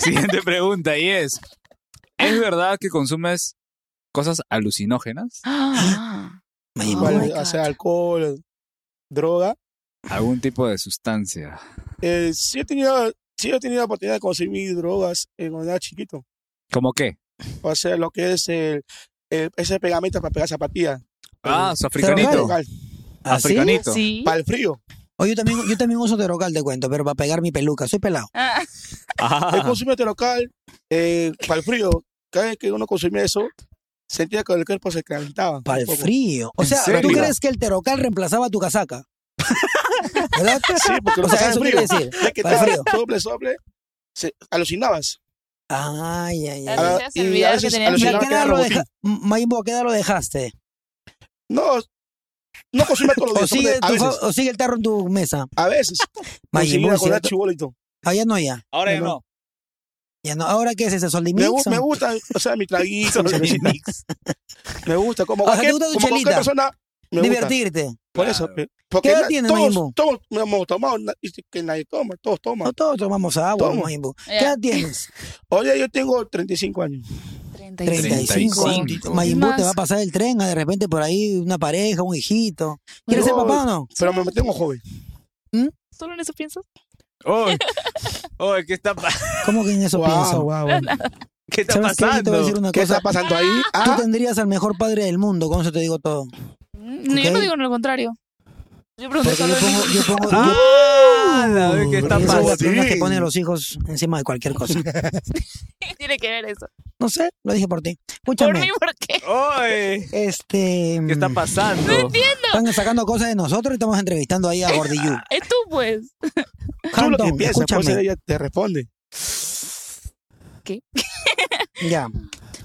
[SPEAKER 1] Siguiente pregunta y es, ¿es verdad que consumes cosas alucinógenas?
[SPEAKER 4] Ah.
[SPEAKER 2] Oh
[SPEAKER 4] Igual, o sea, alcohol, eh, droga.
[SPEAKER 1] ¿Algún tipo de sustancia?
[SPEAKER 4] Eh, sí, he tenido, sí he tenido la oportunidad de consumir drogas eh, cuando era chiquito.
[SPEAKER 1] ¿Cómo qué?
[SPEAKER 4] O sea, lo que es el, el- ese pegamento para pegar zapatillas.
[SPEAKER 1] Ah, su africanito.
[SPEAKER 4] Terocal.
[SPEAKER 2] ¿Ah, sí? Africanito. Sí.
[SPEAKER 4] Para el frío.
[SPEAKER 2] Oye, yo también, yo también uso terocal, te cuento, pero para pegar mi peluca. Soy pelado.
[SPEAKER 3] Ah.
[SPEAKER 1] Ah,
[SPEAKER 4] Él consume terocal eh, para el frío. Cada vez que uno consumía eso, sentía que el cuerpo se calentaba.
[SPEAKER 2] Para el frío. O sea, ¿tú crees que el terocal reemplazaba tu casaca? ¿Verdad?
[SPEAKER 4] Sí, porque lo
[SPEAKER 2] o sea,
[SPEAKER 4] pasaba
[SPEAKER 2] eso
[SPEAKER 4] frío.
[SPEAKER 2] quiere decir.
[SPEAKER 4] Es que
[SPEAKER 2] Para el frío.
[SPEAKER 4] estaba sople, sople, se alucinabas.
[SPEAKER 2] Ay, ay, ay.
[SPEAKER 4] Ah, y a veces
[SPEAKER 2] ¿Y a
[SPEAKER 4] alucinaba
[SPEAKER 2] qué
[SPEAKER 4] que era
[SPEAKER 2] edad lo
[SPEAKER 4] robotín.
[SPEAKER 2] deja- M- Mayimbo, ¿a qué edad lo dejaste?
[SPEAKER 4] No, no consume todos los
[SPEAKER 2] O
[SPEAKER 4] días.
[SPEAKER 2] sigue,
[SPEAKER 4] a
[SPEAKER 2] tu fa-
[SPEAKER 4] veces.
[SPEAKER 2] o sigue el tarro en tu mesa.
[SPEAKER 4] A veces.
[SPEAKER 2] Mayimbo,
[SPEAKER 4] Consumía con la
[SPEAKER 2] ¿cierto?
[SPEAKER 4] chibola y todo.
[SPEAKER 2] Ah, ya no, ya.
[SPEAKER 1] Ahora ya
[SPEAKER 4] no.
[SPEAKER 2] Ya no. ¿Ahora qué es ese Sol de
[SPEAKER 4] Me, gu-
[SPEAKER 2] Mixon?
[SPEAKER 4] me gusta, o sea, mi traguito, mi cervecita. Me gusta, como
[SPEAKER 2] O sea,
[SPEAKER 4] cualquier,
[SPEAKER 2] ¿te gusta tu
[SPEAKER 4] como cualquier
[SPEAKER 2] chelita?
[SPEAKER 4] persona. me gusta.
[SPEAKER 2] Divertirte.
[SPEAKER 4] Por eso. pe- Porque
[SPEAKER 2] edad
[SPEAKER 4] na-
[SPEAKER 2] tienes, Mayimbo?
[SPEAKER 4] todos, todos hemos tomado, na- y que nadie toma, todos toman.
[SPEAKER 2] No todos tomamos agua,
[SPEAKER 4] Tomo.
[SPEAKER 2] Mayimbo. ¿Qué edad tienes?
[SPEAKER 4] Oye, yo tengo 35 años.
[SPEAKER 2] 35. Mayimbo te va a pasar el tren, ah, de repente por ahí una pareja, un hijito. ¿Quieres ser
[SPEAKER 4] No,
[SPEAKER 2] papá o no?
[SPEAKER 4] Pero me mantengo joven.
[SPEAKER 3] ¿Solo en eso piensas?
[SPEAKER 1] Oye, oye, ¿qué está, pa-
[SPEAKER 2] ¿Cómo que en eso
[SPEAKER 1] Wow,
[SPEAKER 2] pienso?
[SPEAKER 1] wow, ¿Qué está
[SPEAKER 2] ¿Sabes qué? Yo te voy a decir
[SPEAKER 1] pasando?
[SPEAKER 2] una cosa. ¡Ah!
[SPEAKER 4] Ah,
[SPEAKER 2] Tú tendrías al mejor padre del mundo, con eso te digo todo.
[SPEAKER 3] No, Yo no
[SPEAKER 2] Ok.
[SPEAKER 3] digo lo contrario. Yo pregunté
[SPEAKER 2] Porque yo
[SPEAKER 3] solo en
[SPEAKER 2] pongo, yo pongo, yo-
[SPEAKER 10] Ah.
[SPEAKER 1] vez que está
[SPEAKER 2] Porque esas son las personas que
[SPEAKER 1] pasando.
[SPEAKER 2] ponen a los hijos encima de cualquier cosa.
[SPEAKER 3] ¿Qué tiene que ver eso?
[SPEAKER 2] No sé, lo dije por ti. Escúchame.
[SPEAKER 3] ¿Por mí por qué?
[SPEAKER 1] Oye,
[SPEAKER 2] Este.
[SPEAKER 1] ¿qué está pasando? Eh, No
[SPEAKER 3] entiendo.
[SPEAKER 2] Están sacando cosas de nosotros y estamos entrevistando ahí a Gordillú.
[SPEAKER 1] ah,
[SPEAKER 3] Es tú, pues.
[SPEAKER 4] Tú lo que
[SPEAKER 2] Hampton,
[SPEAKER 4] piensas, pues
[SPEAKER 2] escúchame.
[SPEAKER 4] ella te responde.
[SPEAKER 1] eh.
[SPEAKER 2] Ya.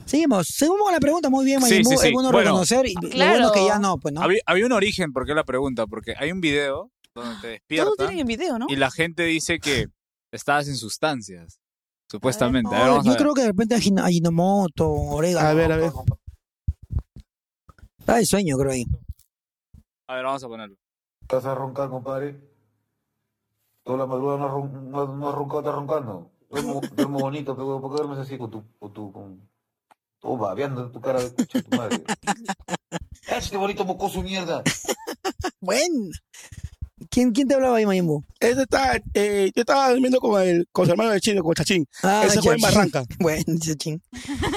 [SPEAKER 2] Seguimos. Seguimos con la pregunta. Muy bien, Mayimbu. Es bueno, reconocer. Y
[SPEAKER 3] Claro.
[SPEAKER 2] Lo bueno que ya no, pues no.
[SPEAKER 1] Había, había un origen, porque la pregunta, porque hay un video donde te
[SPEAKER 3] Todo
[SPEAKER 1] despiertan
[SPEAKER 3] tiene en video, ¿no?
[SPEAKER 1] y la gente dice que estabas en sustancias, supuestamente. A ver,
[SPEAKER 2] No,
[SPEAKER 1] vamos a
[SPEAKER 2] Ah, yo
[SPEAKER 1] ver.
[SPEAKER 2] creo que de repente Ajin- Ajinomoto, orégano.
[SPEAKER 1] A ver, a ver.
[SPEAKER 2] Está de sueño, creo ahí.
[SPEAKER 1] A ver, vamos a ponerlo.
[SPEAKER 13] ¿Estás a roncar, compadre? Toda la madrugada no has, ron- no has- no has roncado, estás roncando. Duermo, duermo bonito, pero ¿por qué duermes así con tu... Con tu con... Todo babeando en tu cara de concha de tu madre. Este bonito mocoso mierda.
[SPEAKER 2] Buen. ¿Quién, ¿Quién te hablaba ahí, Mayimbu?
[SPEAKER 4] Ese está, eh, yo estaba durmiendo con, el, con su hermano del chino, con Chachín.
[SPEAKER 2] Ah,
[SPEAKER 4] Ese fue en
[SPEAKER 2] Chachín.
[SPEAKER 4] Barranca.
[SPEAKER 2] Bueno, chachín.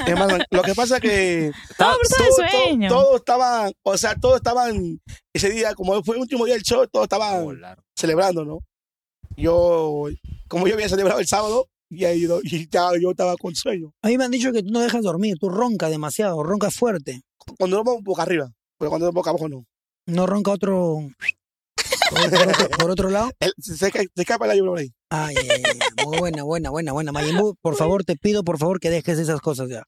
[SPEAKER 4] En Barranca. Lo que pasa que.
[SPEAKER 3] Estaba
[SPEAKER 4] todo-
[SPEAKER 3] de
[SPEAKER 4] todo-
[SPEAKER 3] sueño.
[SPEAKER 4] Todos estaban, o sea, todos estaban. Ese día, como fue el último día del show, todos estaban celebrando, ¿no? Yo, como yo había celebrado el sábado, y, ahí yo, y ya yo estaba con sueño.
[SPEAKER 2] A mí me han dicho que tú no dejas dormir, tú roncas demasiado, roncas fuerte.
[SPEAKER 4] Cuando duermo boca arriba, pero cuando duermo boca abajo no.
[SPEAKER 2] No ronca otro. Por, por otro, por otro lado.
[SPEAKER 4] El- se, se, se escapa el aire por ahí.
[SPEAKER 2] Ay, ay, ay, muy buena, buena, buena, buena. Mayimbu, por favor, te pido, por favor, que dejes esas cosas ya.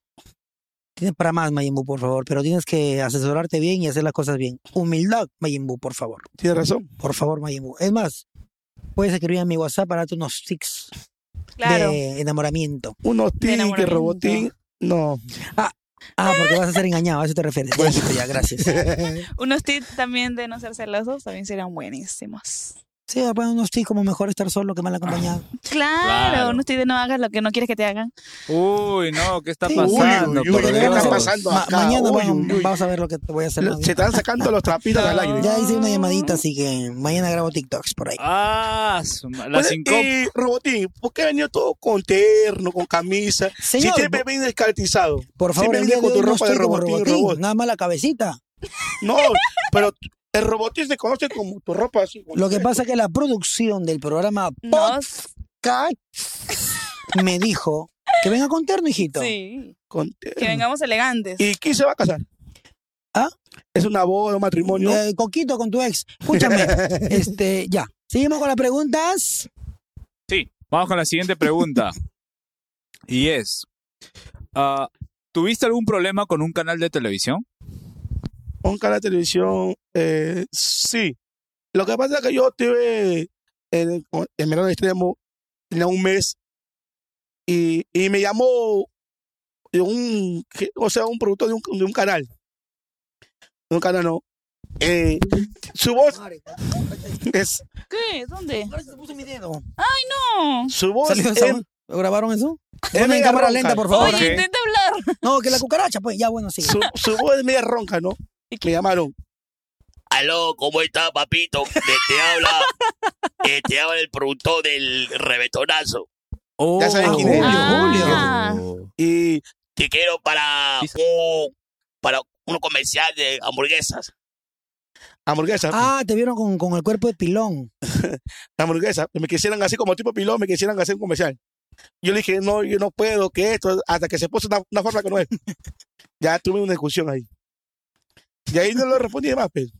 [SPEAKER 2] Tienes para más, Mayimbu, por favor, pero tienes que asesorarte bien y hacer las cosas bien. Humildad, Mayimbu, por favor.
[SPEAKER 4] Tienes razón.
[SPEAKER 2] Por favor, Mayimbu. Es más, puedes escribir a mi WhatsApp para darte unos tics
[SPEAKER 3] Claro.
[SPEAKER 2] de enamoramiento.
[SPEAKER 4] Unos tics de robotín. No.
[SPEAKER 2] Ah, ah, porque vas a ser engañado, a eso te refieres. Ya, listo, ya, gracias.
[SPEAKER 3] Unos tips también de no ser celosos también serían buenísimos.
[SPEAKER 2] Sí, pues unos tips como mejor estar solo que mal acompañado.
[SPEAKER 4] Ah,
[SPEAKER 3] Claro,
[SPEAKER 1] Claro.
[SPEAKER 3] unos tips de no hagas lo que no quieres que te hagan.
[SPEAKER 1] Uy, no, ¿qué está
[SPEAKER 2] Sí.
[SPEAKER 1] pasando?
[SPEAKER 4] Uy, uy, uy,
[SPEAKER 1] por
[SPEAKER 4] ¿qué
[SPEAKER 1] Dios?
[SPEAKER 4] está pasando?
[SPEAKER 2] Ma-
[SPEAKER 4] Acá,
[SPEAKER 2] mañana
[SPEAKER 4] uy,
[SPEAKER 2] vamos,
[SPEAKER 4] uy, uy.
[SPEAKER 2] vamos a ver lo que te voy a hacer. más
[SPEAKER 4] Se
[SPEAKER 2] bien.
[SPEAKER 4] están sacando los trapitos al aire.
[SPEAKER 2] Ya hice una llamadita, así que mañana grabo TikToks por ahí.
[SPEAKER 1] Ah, su ma- la
[SPEAKER 4] Pues,
[SPEAKER 1] cinco.
[SPEAKER 4] Y Robotín, ¿por qué ha venido todo con terno, con camisa?
[SPEAKER 2] Señor,
[SPEAKER 4] si siempre viene descartizado.
[SPEAKER 2] Por favor,
[SPEAKER 4] siempre
[SPEAKER 2] el día de
[SPEAKER 4] viene con
[SPEAKER 2] hoy
[SPEAKER 4] tu
[SPEAKER 2] no
[SPEAKER 4] ropa de
[SPEAKER 2] estoy como
[SPEAKER 4] robotín,
[SPEAKER 2] robotín,
[SPEAKER 4] robot.
[SPEAKER 2] nada más la cabecita.
[SPEAKER 4] No, pero el robotín se conoce como tu ropa así. como-
[SPEAKER 2] Lo que pasa es que la producción del programa Podcast me dijo que venga con terno, hijito.
[SPEAKER 3] Sí.
[SPEAKER 4] Con
[SPEAKER 3] Que
[SPEAKER 4] terno.
[SPEAKER 3] vengamos elegantes.
[SPEAKER 4] ¿Y quién se va a casar?
[SPEAKER 2] ¿Ah?
[SPEAKER 4] Es una boda, un matrimonio.
[SPEAKER 2] Eh, coquito con tu ex. Escúchame, este, ya. Seguimos con las preguntas.
[SPEAKER 1] Sí, vamos con la siguiente pregunta. y es, ah, ¿tuviste algún problema con un canal de televisión?
[SPEAKER 4] un canal de televisión, eh, sí. Lo que pasa es que yo tuve en, en Verano Extremo, tenía un mes, y, y me llamó de un, que- o sea, un productor de un, de un canal. De un canal, no. Eh, su voz es,
[SPEAKER 3] ¿Qué? ¿Dónde?
[SPEAKER 2] puse mi dedo.
[SPEAKER 3] ¡Ay, no!
[SPEAKER 4] su voz
[SPEAKER 2] ¿Salió
[SPEAKER 4] es,
[SPEAKER 2] esa voz? ¿Lo grabaron eso? Ponme en
[SPEAKER 4] media
[SPEAKER 2] cámara
[SPEAKER 4] ronca.
[SPEAKER 2] lenta, por favor.
[SPEAKER 4] Oye,
[SPEAKER 3] Intenta hablar.
[SPEAKER 2] No, que la cucaracha, pues ya bueno, sí.
[SPEAKER 4] su, su voz es media ronca, ¿no? Me llamaron.
[SPEAKER 14] Aló, ¿cómo está, papito? Te, te habla. eh, te habla el productor del rebetonazo.
[SPEAKER 1] Oh,
[SPEAKER 4] ya sabes quién es. Y
[SPEAKER 14] Te quiero para un, para un comercial de hamburguesas.
[SPEAKER 4] hamburguesa.
[SPEAKER 2] Ah, te vieron con, con el cuerpo de pilón.
[SPEAKER 4] la hamburguesa, me quisieran así como tipo pilón, me quisieran hacer un comercial. Yo le dije, no, yo no puedo, que esto, hasta que se puso una, una forma que no es. ya tuve una discusión ahí. Y ahí no le respondí más, pues.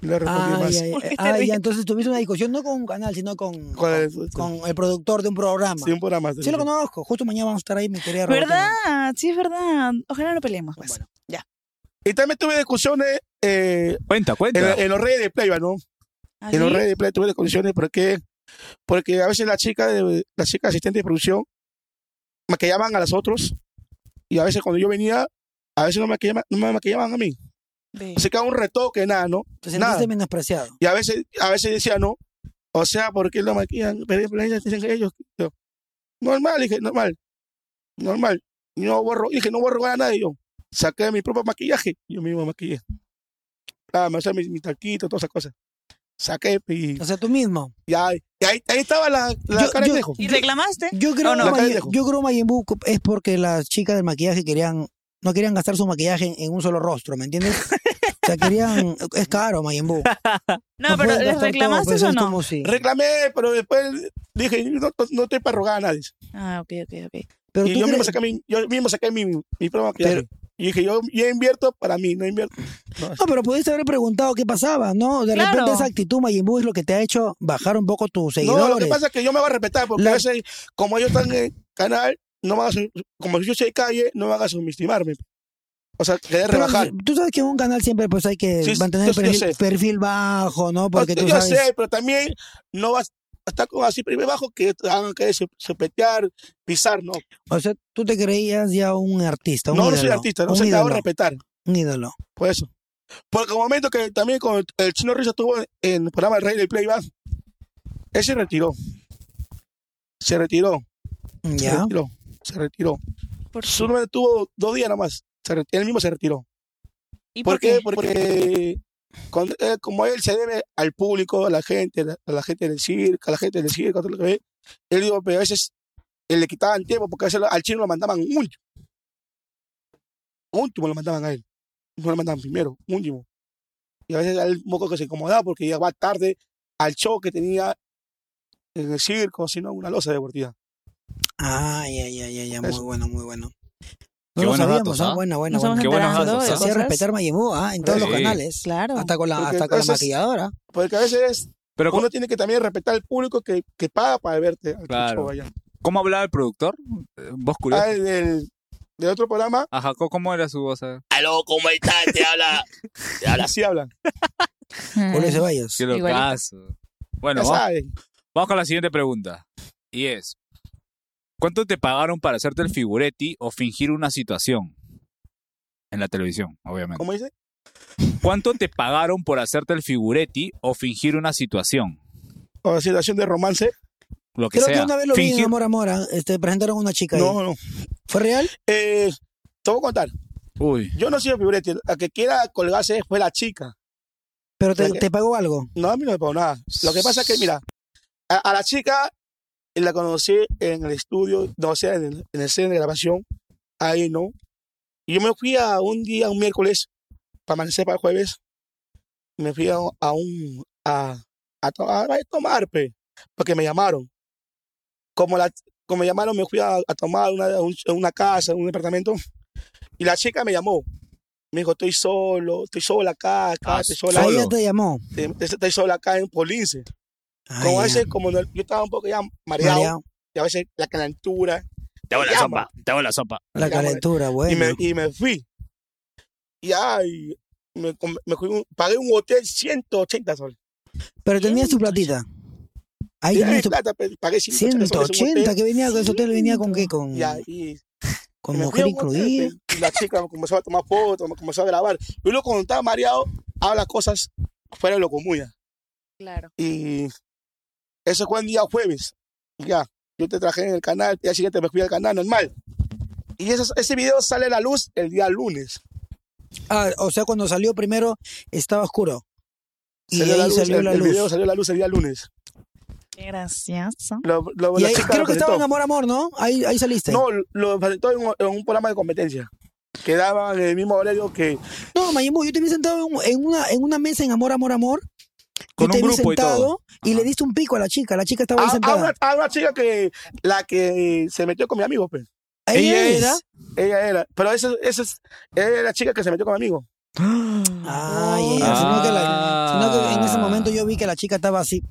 [SPEAKER 4] No le respondí
[SPEAKER 2] Ah,
[SPEAKER 4] más.
[SPEAKER 2] ya, ya. Ah, ya, entonces tuviste una discusión no con un canal, sino con,
[SPEAKER 4] Con el,
[SPEAKER 2] con el productor de un programa.
[SPEAKER 4] Sí, un programa.
[SPEAKER 2] Sí, lo conozco. Justo mañana vamos a estar ahí, mi querida Roberta.
[SPEAKER 3] ¿Verdad? Sí, es verdad. Ojalá no peleemos. Pues. Bueno, ya.
[SPEAKER 4] Y también tuve discusiones. eh,
[SPEAKER 1] Cuenta, cuenta.
[SPEAKER 4] En, en los redes de Play, ¿no?
[SPEAKER 3] ¿Ah,
[SPEAKER 4] en los
[SPEAKER 3] sí?
[SPEAKER 4] redes de Play tuve discusiones porque, porque a veces la chica, de, la chica asistente de producción me maquillaban a las otros y a veces cuando yo venía, a veces no me maquillaban, no me maquillaban a mí. O sea, que era un retoque, nada, ¿no?
[SPEAKER 2] Te sentiste
[SPEAKER 4] nada.
[SPEAKER 2] menospreciado.
[SPEAKER 4] Y a veces, a veces decía, no. O sea, ¿por qué lo maquillan? Pero pero ellas dicen que ellos. yo, normal, dije, normal. Normal. Y No borro, dije, no borro a nadie. Yo saqué mi propio maquillaje. Yo mismo maquillé. Ah, me hacía mi, mi talquito, todas esas cosas. Saqué y.
[SPEAKER 2] O sea, tú mismo.
[SPEAKER 4] Ya, y ahí, ahí estaba la, la cara de dejo.
[SPEAKER 3] ¿Y reclamaste?
[SPEAKER 2] Yo creo,
[SPEAKER 4] ¿O no?
[SPEAKER 2] que
[SPEAKER 4] La cara de
[SPEAKER 2] Mayi-
[SPEAKER 4] Dejo.
[SPEAKER 2] yo creo Mayimbu es porque las chicas del maquillaje querían, no querían gastar su maquillaje en, en un solo rostro, ¿me entiendes? o sea, querían, es caro Mayimbu.
[SPEAKER 3] No,
[SPEAKER 2] No
[SPEAKER 3] pero
[SPEAKER 2] puedes
[SPEAKER 3] ¿les
[SPEAKER 2] gastar todo,
[SPEAKER 3] reclamaste
[SPEAKER 2] pues,
[SPEAKER 3] o
[SPEAKER 2] es
[SPEAKER 3] no?
[SPEAKER 2] como si-
[SPEAKER 4] Reclamé, pero después dije, no, no, no estoy para rogar a nadie.
[SPEAKER 3] Ah, ok, ok, ok.
[SPEAKER 4] y yo, mismo saqué mi, yo mismo saqué mi, mi propio maquillaje. y dije, yo, yo invierto para mí, no invierto. No.
[SPEAKER 2] No, pero pudiste haber preguntado qué pasaba, ¿no? De
[SPEAKER 4] Claro.
[SPEAKER 2] repente esa actitud Mayimbu es lo que te ha hecho bajar un poco tus seguidores.
[SPEAKER 4] No, lo que pasa es que yo me voy a respetar, porque
[SPEAKER 2] La-
[SPEAKER 4] a veces, como ellos están en el canal, no van a su- como yo soy de calle, no van a subestimarme. O sea, querer
[SPEAKER 2] Pero
[SPEAKER 4] rebajar.
[SPEAKER 2] Tú sabes que en un canal siempre pues hay que
[SPEAKER 4] Sí, sí,
[SPEAKER 2] mantener el
[SPEAKER 4] yo- yo
[SPEAKER 2] perfil,
[SPEAKER 4] sé. Ah,
[SPEAKER 2] perfil bajo, ¿no? Porque tú
[SPEAKER 4] yo
[SPEAKER 2] sabes.
[SPEAKER 4] sé, pero también no vas a estar con así primero bajo que te hagan que se, sepetear, pisar, no.
[SPEAKER 2] O sea, tú te creías ya un artista, un
[SPEAKER 4] no, no
[SPEAKER 2] ídolo.
[SPEAKER 4] soy artista, no
[SPEAKER 2] un
[SPEAKER 4] sé, te hago
[SPEAKER 2] ídolo,
[SPEAKER 4] respetar.
[SPEAKER 2] Un ídolo.
[SPEAKER 4] Por eso. Porque el momento que también con el, el chino Rizzo estuvo en el programa El Rey del Playback, él se retiró. Se retiró.
[SPEAKER 2] Ya.
[SPEAKER 4] Se retiró. Se retiró. Solo tuvo dos días nada más. Se re- él mismo se retiró.
[SPEAKER 3] ¿Y
[SPEAKER 4] por, qué? Porque cuando- eh, como él se debe al público, a la gente, la- a la gente del circo, a la gente del circo, a todo lo que ve, él dijo, pero a veces él le quitaban tiempo porque a veces al chino lo mandaban último. Último lo mandaban a él. No lo mandaban primero, último. Y a veces al moco que se incomodaba porque llegaba tarde al show que tenía en el circo, sino una losa deportiva.
[SPEAKER 2] Ay, ay, ay, ay, ay, muy
[SPEAKER 4] Eso.
[SPEAKER 2] bueno, muy bueno. No
[SPEAKER 4] Qué
[SPEAKER 2] lo
[SPEAKER 4] buenos
[SPEAKER 2] sabíamos,
[SPEAKER 4] datos,
[SPEAKER 2] ¿ah?
[SPEAKER 4] ¿ah?
[SPEAKER 2] Buena, buena,
[SPEAKER 4] Nos hemos
[SPEAKER 2] buena.
[SPEAKER 4] Qué buenos enterado datos, de
[SPEAKER 2] Se hacía
[SPEAKER 4] cosas.
[SPEAKER 2] respetar Mayimbu, ¿ah? En todos los
[SPEAKER 4] Sí.
[SPEAKER 2] canales.
[SPEAKER 3] Claro.
[SPEAKER 2] Hasta con la,
[SPEAKER 4] Porque
[SPEAKER 2] hasta con la
[SPEAKER 4] entonces-
[SPEAKER 2] maquilladora.
[SPEAKER 4] Porque a veces
[SPEAKER 1] Pero
[SPEAKER 4] uno tiene que también respetar al público que, que paga para verte. al
[SPEAKER 1] Claro.
[SPEAKER 4] show allá.
[SPEAKER 1] ¿Cómo hablaba el productor? Eh, Voz curiosa.
[SPEAKER 4] Ah, el del, del otro programa.
[SPEAKER 1] Ajá, ¿cómo- ¿cómo era su voz?
[SPEAKER 14] Aló, ¿cómo está? Te habla. Te habla.
[SPEAKER 4] Así hablan.
[SPEAKER 2] Julio Ceballos.
[SPEAKER 1] Qué locazo. Bueno,
[SPEAKER 4] Ya
[SPEAKER 1] vamos,
[SPEAKER 4] saben.
[SPEAKER 1] vamos con la siguiente pregunta. Y es, ¿cuánto te pagaron para hacerte el figuretti o fingir una situación? En la televisión, obviamente.
[SPEAKER 4] ¿Cómo dice?
[SPEAKER 1] ¿Cuánto te pagaron por hacerte el figuretti o fingir una situación?
[SPEAKER 4] O situación de romance.
[SPEAKER 1] Lo que
[SPEAKER 2] Creo
[SPEAKER 1] sea.
[SPEAKER 2] que una vez lo vi
[SPEAKER 1] Fingir-
[SPEAKER 2] en Mora Mora. Este, presentaron a una chica ahí.
[SPEAKER 4] No, no.
[SPEAKER 2] ¿Fue real?
[SPEAKER 4] Eh, te voy a contar.
[SPEAKER 1] Uy.
[SPEAKER 4] Yo no soy figurete. La que quiera colgarse fue la chica.
[SPEAKER 2] Pero te,
[SPEAKER 4] La que-
[SPEAKER 2] te pagó algo.
[SPEAKER 4] No, a mí no me pagó nada. Lo que pasa es que, mira, a, a la chica eh, la conocí en el estudio, no, o sea, en el, en el set de grabación, ahí, ¿no? Y yo me fui a un día, un miércoles, para amanecer para el jueves, me fui a, a un, a, a, to- a- a tomar, pe, porque me llamaron. Como, la, como me llamaron, me fui a, a tomar una, a un- a una casa, un departamento, y la chica me llamó. Me dijo, estoy solo, estoy sola acá, acá, estoy sola
[SPEAKER 2] Ahí ya te llamó.
[SPEAKER 4] te- te- Estoy sola acá en Polince. como a veces, como no- yo estaba un poco ya mareado,
[SPEAKER 2] Mareado.
[SPEAKER 4] y a veces la calentura.
[SPEAKER 14] Te hago la
[SPEAKER 4] llama.
[SPEAKER 14] sopa, te hago la sopa.
[SPEAKER 2] La calentura, bueno.
[SPEAKER 4] Y me, y me fui. Y ay, me, com- me fui un- pagué un hotel 180 soles.
[SPEAKER 2] Pero tenía su platita. Ahí
[SPEAKER 4] Tenía
[SPEAKER 2] tenía
[SPEAKER 4] mi
[SPEAKER 2] su...
[SPEAKER 4] plata, pero pagué 180 soles.
[SPEAKER 2] 180, que venía con ese hotel, venía con qué, con...
[SPEAKER 4] Y ahí.
[SPEAKER 2] Con
[SPEAKER 4] y me fui
[SPEAKER 2] mujer
[SPEAKER 4] a un hotel,
[SPEAKER 2] incluida.
[SPEAKER 4] pe, Y la chica me comenzó a tomar fotos, me comenzó a grabar. Yo luego cuando estaba mareado, habla cosas fuera de lo común ya.
[SPEAKER 3] Claro.
[SPEAKER 4] Y eso fue el día jueves. Y Ya, yo te traje en el canal, el día siguiente me fui al canal normal. Y eso- ese video sale a la luz el día lunes.
[SPEAKER 2] Ah, o sea, cuando salió primero estaba oscuro. Y
[SPEAKER 4] Salió a
[SPEAKER 2] ahí
[SPEAKER 4] la luz,
[SPEAKER 2] salió
[SPEAKER 4] el-
[SPEAKER 2] la
[SPEAKER 4] el
[SPEAKER 2] luz.
[SPEAKER 4] video salió a la luz el día lunes.
[SPEAKER 3] Qué gracioso.
[SPEAKER 4] Lo- lo-
[SPEAKER 2] Y
[SPEAKER 4] la
[SPEAKER 2] ahí-
[SPEAKER 4] chica
[SPEAKER 2] creo
[SPEAKER 4] lo
[SPEAKER 2] que estaba
[SPEAKER 4] presentó.
[SPEAKER 2] en Amor Amor, ¿no? Ahí, ahí saliste.
[SPEAKER 4] No, lo presentó en, un- en un programa de competencia. Que daba en el mismo horario que...
[SPEAKER 2] No, Mayimbu, yo te vi sentado en, un- en una, en una mesa en Amor Amor Amor.
[SPEAKER 4] Con
[SPEAKER 2] yo te
[SPEAKER 4] un
[SPEAKER 2] vi
[SPEAKER 4] grupo y todo. Ah,
[SPEAKER 2] sentado y le diste un pico a la chica. La chica estaba ahí
[SPEAKER 4] A, a
[SPEAKER 2] sentada.
[SPEAKER 4] una, a una chica que... La que se metió con mi amigo, pues.
[SPEAKER 2] ¿Ella ¿Ella es? era?
[SPEAKER 4] Ella era. Pero esa, esa es... Ella era la chica que se metió con mi amigo.
[SPEAKER 2] Ay, ay, sino que la- sino que en ese momento yo vi que la chica estaba así.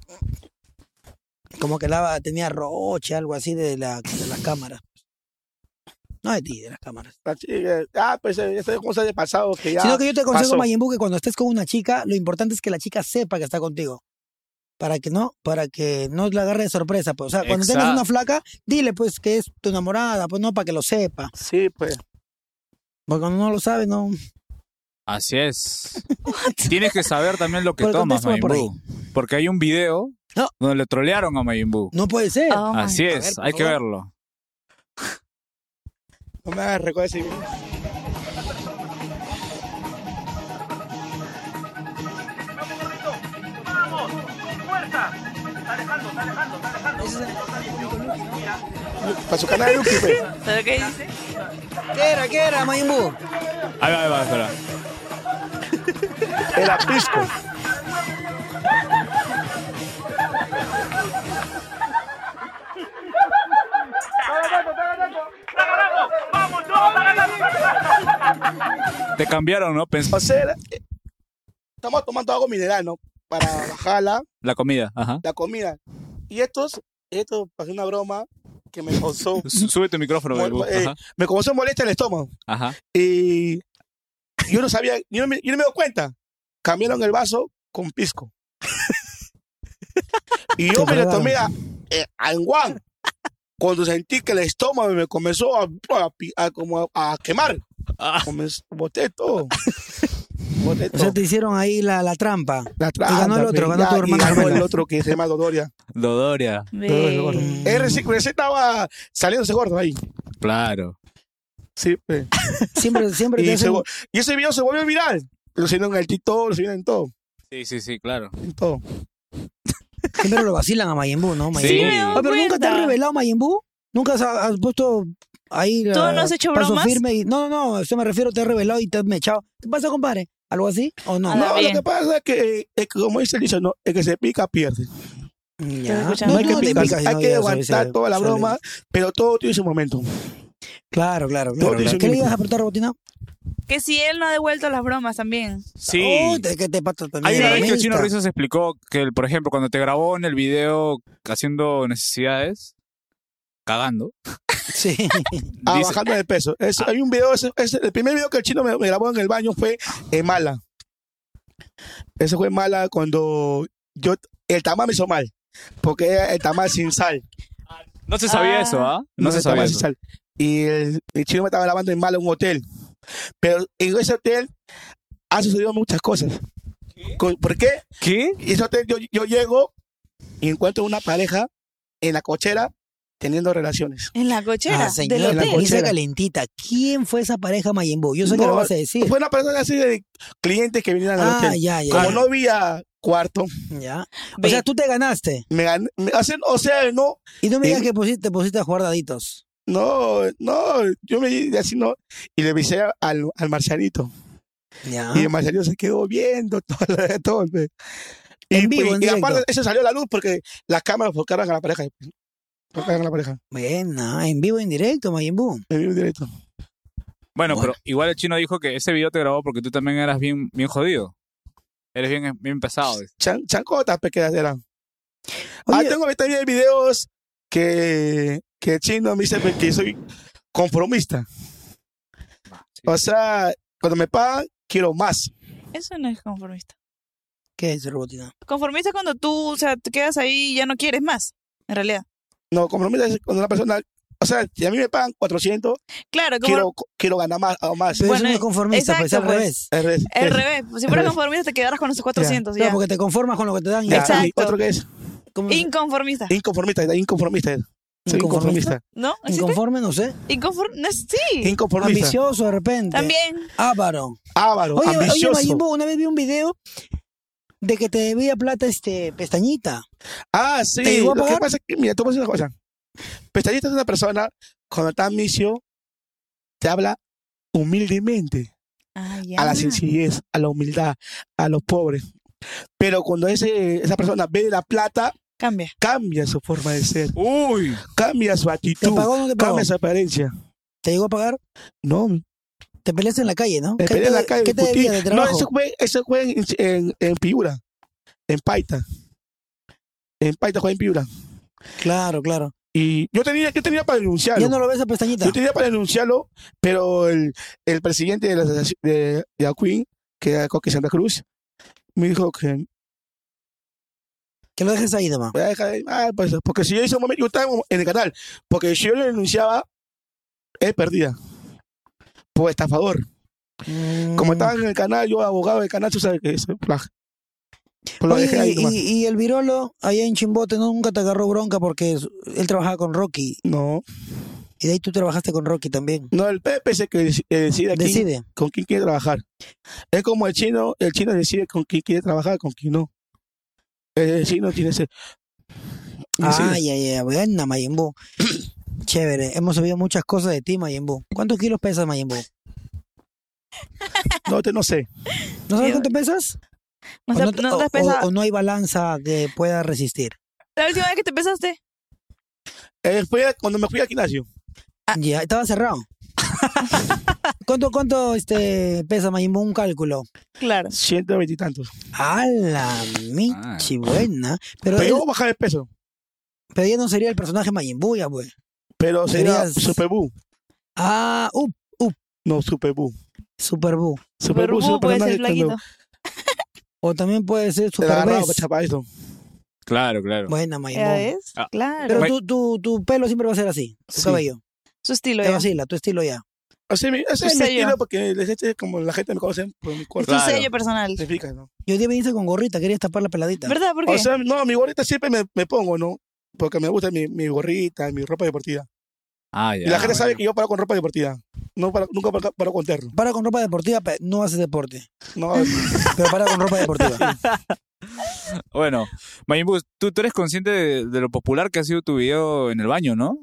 [SPEAKER 2] Como que la, tenía roche, algo así de, la, de las cámaras. No de ti, de las cámaras.
[SPEAKER 4] La chica- Ah, pues eh, esas cosas de pasado que ya...
[SPEAKER 2] Sino que yo te aconsejo,
[SPEAKER 4] pasó.
[SPEAKER 2] Mayimbu, que cuando estés con una chica, lo importante es que la chica sepa que está contigo. Para que no, para que no la agarre de sorpresa. Pues. O sea, cuando tengas
[SPEAKER 4] Exacto.
[SPEAKER 2] una flaca, dile pues que es tu enamorada, pues no, para que lo sepa.
[SPEAKER 4] Sí, pues.
[SPEAKER 2] Porque cuando no lo sabe, no.
[SPEAKER 1] Así es. Tienes que saber también lo que
[SPEAKER 2] Pero
[SPEAKER 1] tomas,
[SPEAKER 2] contéstame por
[SPEAKER 1] Mayimbu. Porque hay un video donde le trolearon a Mayimbu.
[SPEAKER 2] No puede ser.
[SPEAKER 3] Ah. Oh
[SPEAKER 1] Así
[SPEAKER 4] A
[SPEAKER 1] es,
[SPEAKER 4] ver, por
[SPEAKER 1] hay que
[SPEAKER 4] favor.
[SPEAKER 1] verlo.
[SPEAKER 4] No me hagas recuerdo ese video.
[SPEAKER 5] ¡Vamos! ¡Fuerza! Está alejando, está alejando, está alejando.
[SPEAKER 4] Para su canal de YouTube, pues.
[SPEAKER 3] ¿Sabes qué dice?
[SPEAKER 2] ¿Qué era, qué era, Mayimbu?
[SPEAKER 1] Ahí va, ahí va, espera.
[SPEAKER 4] Era pisco.
[SPEAKER 5] ¡Vamos, no! ¡Está ganando!
[SPEAKER 1] Te cambiaron, ¿no? Pens-
[SPEAKER 4] O sea, era- eh, estamos tomando algo mineral, ¿no? Para bajar la,
[SPEAKER 1] la comida, ajá.
[SPEAKER 4] la comida. Y estos, estos, para hacer una broma, que me causó...
[SPEAKER 1] Su- Sube tu micrófono, Mayimbu.
[SPEAKER 4] eh,
[SPEAKER 1] Ajá.
[SPEAKER 4] me comenzó molesta el estómago.
[SPEAKER 1] Ajá.
[SPEAKER 4] Y yo no sabía, yo no me, yo no me doy cuenta. Cambiaron el vaso con pisco. y
[SPEAKER 2] Te
[SPEAKER 4] yo me lo
[SPEAKER 2] fregaron.
[SPEAKER 4] tomé a, eh, a enguán. Cuando sentí que el estómago me comenzó a, a pi- a como a, a quemar. Comenz- boté todo. Boté
[SPEAKER 2] Ah. O
[SPEAKER 4] todo.
[SPEAKER 2] sea, te hicieron ahí la, la trampa.
[SPEAKER 4] La
[SPEAKER 2] Y ganó el otro, ganó tu
[SPEAKER 4] Ya, y
[SPEAKER 2] hermana.
[SPEAKER 4] ganó el
[SPEAKER 2] gemela.
[SPEAKER 4] otro que se llama Dodoria.
[SPEAKER 1] Dodoria.
[SPEAKER 4] Él reci- recién estaba saliéndose gordo ahí.
[SPEAKER 1] Claro.
[SPEAKER 4] Sí, pues.
[SPEAKER 2] Siempre, siempre
[SPEAKER 4] y,
[SPEAKER 2] te hacen-
[SPEAKER 4] se vol- y ese video se volvió viral. Lo hicieron en el TikTok, lo hicieron en todo.
[SPEAKER 1] Sí, sí, sí, claro.
[SPEAKER 4] En todo.
[SPEAKER 2] Siempre lo vacilan a Mayimbu, ¿no? Mayimbu.
[SPEAKER 1] me he dado
[SPEAKER 2] Oye, Ah, pero nunca te has
[SPEAKER 1] cuenta.
[SPEAKER 2] revelado, Mayimbu. Nunca has, has puesto ahí.
[SPEAKER 3] ¿Tú no has hecho
[SPEAKER 2] paso
[SPEAKER 3] bromas?
[SPEAKER 2] firme y- no, no, no. Eso me refiero, te has revelado y te has mechado. ¿Qué pasa, compadre? ¿Algo así? ¿O
[SPEAKER 3] Ah,
[SPEAKER 2] no?
[SPEAKER 4] No, lo que pasa es que, es que como dice el dicho, no, el que se pica pierde.
[SPEAKER 2] Mm, Ya.
[SPEAKER 4] No,
[SPEAKER 2] No,
[SPEAKER 4] hay que
[SPEAKER 2] no te
[SPEAKER 4] picar,
[SPEAKER 2] picas,
[SPEAKER 4] hay
[SPEAKER 2] no,
[SPEAKER 4] que
[SPEAKER 2] ya,
[SPEAKER 4] aguantar
[SPEAKER 2] sabe,
[SPEAKER 4] toda la
[SPEAKER 2] sabe.
[SPEAKER 4] broma, pero todo tiene su momento.
[SPEAKER 2] Claro, claro,
[SPEAKER 4] Todo
[SPEAKER 2] claro.
[SPEAKER 4] tiene
[SPEAKER 2] claro.
[SPEAKER 4] su
[SPEAKER 2] ¿Qué le
[SPEAKER 4] límite.
[SPEAKER 2] ibas a preguntar, Robotina?
[SPEAKER 3] Que si él no ha devuelto las bromas también.
[SPEAKER 1] Sí.
[SPEAKER 2] Uy, te, que te patas también.
[SPEAKER 1] Hay una vez que el
[SPEAKER 2] bromista.
[SPEAKER 1] chino Rizzo se explicó que, el- por ejemplo, cuando te grabó en el video haciendo necesidades, cagando,
[SPEAKER 2] Sí.
[SPEAKER 4] Ah,
[SPEAKER 1] Dice-
[SPEAKER 4] bajando de peso. Eso, Hay un video, ese- ese- el primer video que el chino me, me grabó en el baño fue en Mala. Ese fue en Mala cuando yo, el tamal me hizo mal, porque era el tamal sin sal.
[SPEAKER 1] no se sabía eso, ¿ah? No se
[SPEAKER 4] estaba
[SPEAKER 1] sabía
[SPEAKER 4] sin
[SPEAKER 1] eso.
[SPEAKER 4] sal. Y el, el chino me estaba grabando en malo en un hotel. Pero en ese hotel han sucedido muchas cosas. Con- ¿Por qué?
[SPEAKER 1] ¿Qué?
[SPEAKER 4] ese hotel yo, yo llego y encuentro una pareja en la cochera teniendo relaciones.
[SPEAKER 3] En la cochera.
[SPEAKER 2] Ah,
[SPEAKER 3] del
[SPEAKER 2] señor,
[SPEAKER 3] hotel.
[SPEAKER 2] la camisa
[SPEAKER 4] cochera.
[SPEAKER 2] calentita. ¿Quién fue esa pareja Mayimbu? Yo sé que
[SPEAKER 4] No,
[SPEAKER 2] lo vas a decir.
[SPEAKER 4] Fue una persona así de clientes que vinieron al
[SPEAKER 2] Ah,
[SPEAKER 4] hotel.
[SPEAKER 2] ya, ya,
[SPEAKER 4] Como
[SPEAKER 2] ya.
[SPEAKER 4] no había cuarto,
[SPEAKER 2] Ya. O
[SPEAKER 3] Ve.
[SPEAKER 2] sea, tú te ganaste.
[SPEAKER 4] me gané- me hacen- o sea, no,
[SPEAKER 2] Y no me
[SPEAKER 4] Eh.
[SPEAKER 2] digas que pusiste- te pusiste a jugar daditos.
[SPEAKER 4] no, no, yo me di así no, y le avisé al, al Marcialito.
[SPEAKER 2] Ya.
[SPEAKER 4] Y el Marcialito se quedó viendo todo, el- todo el- y,
[SPEAKER 2] En vivo, en
[SPEAKER 4] y aparte,
[SPEAKER 2] directo.
[SPEAKER 4] eso salió a la luz porque las cámaras enfocaron a la pareja. Enfocaron a la pareja.
[SPEAKER 2] Buena, en vivo, en directo, Mayimbu.
[SPEAKER 4] En vivo, en directo.
[SPEAKER 1] Bueno, pero igual el chino dijo que ese video te grabó porque tú también eras bien, bien jodido. Eres bien, bien pesado. dice.
[SPEAKER 4] Chan, chancotas pequeñas eran. Ah, tengo también videos que, que el chino me dice que soy conformista. O sea, cuando me pagan, quiero más.
[SPEAKER 3] Eso no es conformista.
[SPEAKER 2] ¿Qué es robotina?
[SPEAKER 3] Conformista es cuando tú, o sea, te quedas ahí y ya no quieres más, en realidad.
[SPEAKER 4] No, compromiso es cuando una persona. O sea, si a mí me pagan 400,
[SPEAKER 3] Claro, como-
[SPEAKER 4] quiero, quiero ganar más. o más.
[SPEAKER 2] Pero eso no es conformista, pues, al
[SPEAKER 3] exacto, pues.
[SPEAKER 2] revés.
[SPEAKER 4] Al revés.
[SPEAKER 3] Es al revés. pues, Si fueras conformista, te quedarás con esos 400.
[SPEAKER 2] Claro,
[SPEAKER 3] Ya.
[SPEAKER 2] porque te conformas con lo que te dan. y
[SPEAKER 4] Ya,
[SPEAKER 2] ya está.
[SPEAKER 4] ¿y ¿Otro qué es?
[SPEAKER 3] Inconformista.
[SPEAKER 4] Inconformista, ya, inconformista. es. Soy inconformista.
[SPEAKER 3] ¿No? ¿Existe?
[SPEAKER 2] Inconforme, no sé.
[SPEAKER 3] Inconform- no es- Sí.
[SPEAKER 4] Inconformista.
[SPEAKER 2] Ambicioso de repente.
[SPEAKER 3] También.
[SPEAKER 2] Ávaro.
[SPEAKER 4] Ávaro,
[SPEAKER 2] Oye,
[SPEAKER 4] ambicioso.
[SPEAKER 2] oye Mayimbo, una vez vi un video de que te debía plata este pestañita.
[SPEAKER 4] Ah, sí.
[SPEAKER 2] ¿Te llegó a
[SPEAKER 4] Lo que
[SPEAKER 2] pagar?
[SPEAKER 4] pasa es que, mira, tú vas a decir una cosa. Pestañita es una persona, cuando está misio, te habla humildemente.
[SPEAKER 3] Ah,
[SPEAKER 4] a la sencillez, a la humildad, a los pobres. Pero cuando ese, esa persona ve la plata,
[SPEAKER 3] cambia.
[SPEAKER 4] Cambia su forma de ser. Uy. Cambia su actitud. Cambia su apariencia.
[SPEAKER 2] ¿Te llegó a pagar?
[SPEAKER 4] No.
[SPEAKER 2] Te peleas en la calle, ¿no?
[SPEAKER 4] Me
[SPEAKER 2] ¿Qué
[SPEAKER 4] peleé
[SPEAKER 2] te-
[SPEAKER 4] en la calle.
[SPEAKER 2] ¿Qué te
[SPEAKER 4] discutí.
[SPEAKER 2] debía de trabajo?
[SPEAKER 4] No, eso fue, eso fue en, en, en Piura. En Paita. En Paita fue en Piura.
[SPEAKER 2] Claro, claro.
[SPEAKER 4] Y yo tenía, yo tenía para denunciarlo.
[SPEAKER 2] ¿Ya no lo ves a pestañita?
[SPEAKER 4] Yo tenía para denunciarlo, pero el, el presidente de la asociación de, de Acuín, que era Coque Santa Cruz, me dijo que.
[SPEAKER 2] Que lo dejes ahí nomás.
[SPEAKER 4] Ah, pues, porque si yo hice un momento, yo estaba en el canal, porque si yo le denunciaba, es perdida. Por estafador.
[SPEAKER 2] Mm.
[SPEAKER 4] Como estaba en el canal, yo abogado del canal, tú sabes que es plagio. Pues Lo
[SPEAKER 2] Oye,
[SPEAKER 4] dejé ahí
[SPEAKER 2] y,
[SPEAKER 4] nomás.
[SPEAKER 2] y- y el virolo allá en Chimbote ¿no? nunca te agarró bronca porque su- él trabajaba con Rocky.
[SPEAKER 4] No.
[SPEAKER 2] Y de ahí tú trabajaste con Rocky también.
[SPEAKER 4] No, el Pepe es el que deci- eh, decide, a quién-
[SPEAKER 2] Decide.
[SPEAKER 4] con quién quiere trabajar. Es como el chino, el chino decide con quién quiere trabajar, con quién no. El chino tiene ese...
[SPEAKER 2] Ay, ay, ay, buena Mayimbo. Chévere, hemos sabido muchas cosas de ti, Mayimbo. ¿Cuántos kilos pesas, Mayimbo?
[SPEAKER 4] No, te no sé.
[SPEAKER 2] ¿No sabes cuánto pesas?
[SPEAKER 3] No
[SPEAKER 2] ¿O
[SPEAKER 3] sé-
[SPEAKER 2] no, te-
[SPEAKER 3] no te has
[SPEAKER 2] o- o-
[SPEAKER 3] pesado.
[SPEAKER 2] o no hay balanza que pueda resistir.
[SPEAKER 3] La última vez que te pesaste.
[SPEAKER 4] Eh, fue cuando me fui al gimnasio.
[SPEAKER 3] Ah.
[SPEAKER 2] Ya, estaba cerrado. ¿Cuánto, cuánto este, pesa, Mayimbo? Un cálculo.
[SPEAKER 3] Claro.
[SPEAKER 4] 120 y tantos.
[SPEAKER 2] ¡Hala, michi, buena! Pero,
[SPEAKER 4] Ah. Pero
[SPEAKER 2] él-
[SPEAKER 4] yo bajé de peso.
[SPEAKER 2] pero ya no sería el personaje Mayimbu, ya, pues.
[SPEAKER 4] Pero sería
[SPEAKER 2] Serías-
[SPEAKER 4] Super Buu.
[SPEAKER 2] Ah, up, up.
[SPEAKER 4] No, Super Buu.
[SPEAKER 2] Super Buu.
[SPEAKER 4] Super Buu es un personaje cuando
[SPEAKER 2] O también puede ser
[SPEAKER 4] te la
[SPEAKER 2] Super
[SPEAKER 4] agarraba, pues,
[SPEAKER 2] Bess.
[SPEAKER 4] chapa, esto.
[SPEAKER 1] Claro, claro.
[SPEAKER 2] Buena, Mayimbo.
[SPEAKER 3] Ya ves,
[SPEAKER 1] Ah.
[SPEAKER 3] claro.
[SPEAKER 2] Pero tu, tu, tu pelo siempre va a ser así, tu
[SPEAKER 4] Sí.
[SPEAKER 2] cabello.
[SPEAKER 3] Su estilo
[SPEAKER 2] Te
[SPEAKER 3] ya.
[SPEAKER 2] vacila, tu estilo ya.
[SPEAKER 4] Así me, ese
[SPEAKER 3] Tu
[SPEAKER 4] es mi
[SPEAKER 3] sello.
[SPEAKER 4] estilo porque la gente, como la gente me conoce por mi
[SPEAKER 3] Es
[SPEAKER 4] cuerpo.
[SPEAKER 3] tu sello personal.
[SPEAKER 4] ¿Me explicas, no?
[SPEAKER 2] Yo hoy día viniste con gorrita, querías tapar la peladita.
[SPEAKER 3] ¿Verdad? ¿Por qué?
[SPEAKER 4] O sea, no, mi gorrita siempre me, me pongo, ¿no? Porque me gusta mi, mi gorrita, mi ropa deportiva.
[SPEAKER 1] Ah,
[SPEAKER 4] y la gente sabe que yo paro con ropa deportiva. No paro- nunca paro, paro con terno.
[SPEAKER 2] Para con ropa deportiva, pe- no haces deporte.
[SPEAKER 4] No,
[SPEAKER 2] Pero para con ropa deportiva.
[SPEAKER 1] Bueno, Mayimbu, tú, tú eres consciente de, de lo popular que ha sido tu video en el baño, ¿no?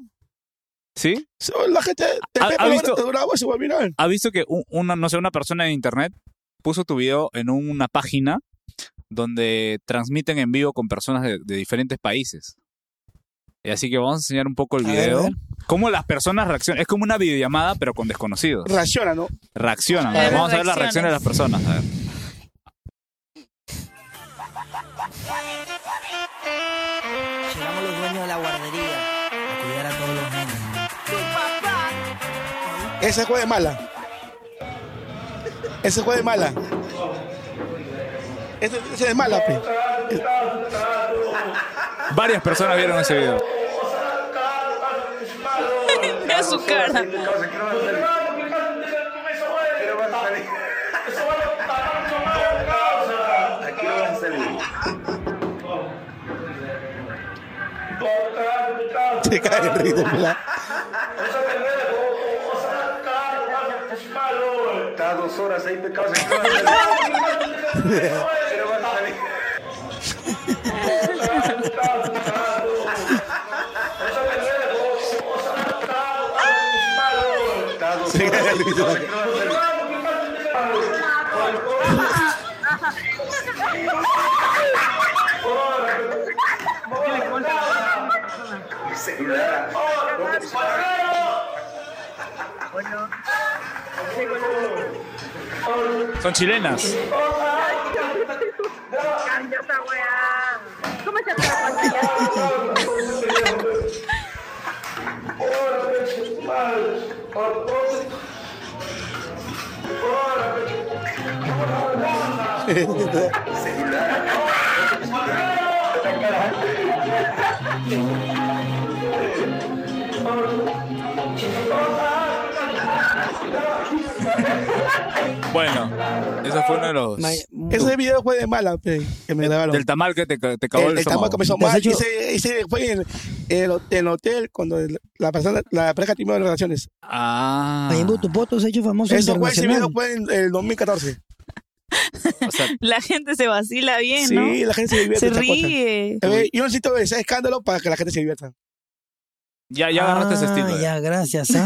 [SPEAKER 1] ¿Sí?
[SPEAKER 4] so- la gente te
[SPEAKER 1] ¿Ha-
[SPEAKER 4] ve,
[SPEAKER 1] ha
[SPEAKER 4] pero
[SPEAKER 1] visto?
[SPEAKER 4] te bravo, se va a mirar.
[SPEAKER 1] ¿Has visto que un- una, no sé, una persona en internet puso tu video en una página donde transmiten en vivo con personas de, de diferentes países? Y así que vamos a enseñar un poco el
[SPEAKER 4] A ver, a
[SPEAKER 1] video.
[SPEAKER 4] ver.
[SPEAKER 1] Cómo las personas reaccionan. Es como una videollamada, pero con desconocidos.
[SPEAKER 4] Reacciona, ¿no?
[SPEAKER 1] Reaccionan.
[SPEAKER 4] A ver,
[SPEAKER 1] vamos a ver las reacciones de
[SPEAKER 4] reacciones.
[SPEAKER 1] las personas. A ver.
[SPEAKER 15] Llegamos los dueños de la guardería a cuidar a todos los niños.
[SPEAKER 4] Ese juego de mala. Ese juego de mala. Ese, ese es mala, pe.
[SPEAKER 1] Varias personas vieron ese video.
[SPEAKER 3] Mira su cara.
[SPEAKER 4] Te cae el ritmo, la-
[SPEAKER 5] Está dos horas ahí pecado.
[SPEAKER 4] Te cae el ritmo, la-
[SPEAKER 1] Son chilenas.
[SPEAKER 5] ¿Cómo
[SPEAKER 1] Bueno, ese fue uno de los.
[SPEAKER 2] mm,
[SPEAKER 4] Ese video fue de mala pe, que me grabaron.
[SPEAKER 1] Del tamal que te, ca- te cagó el,
[SPEAKER 4] el, el tamal
[SPEAKER 1] estómago.
[SPEAKER 4] que me hizo mal. Ese, ese fue en el, ho- en el hotel cuando el- la persona, la pareja terminó las relaciones.
[SPEAKER 1] Ah.
[SPEAKER 2] Mayimbu, tu poto se ha hecho
[SPEAKER 3] Pues
[SPEAKER 2] famoso
[SPEAKER 4] Eso fue, ese video
[SPEAKER 2] internacional.
[SPEAKER 4] fue en el 2014.
[SPEAKER 3] La gente se vacila bien,
[SPEAKER 4] Sí,
[SPEAKER 3] ¿no?
[SPEAKER 4] la gente se divierte.
[SPEAKER 3] Se
[SPEAKER 4] esa cosa.
[SPEAKER 3] ríe.
[SPEAKER 4] A ver, Yo necesito ese escándalo para que la gente se divierta.
[SPEAKER 1] Ya, ya agarraste ese estilo.
[SPEAKER 2] Ah,
[SPEAKER 1] eh.
[SPEAKER 2] ya, gracias. ah.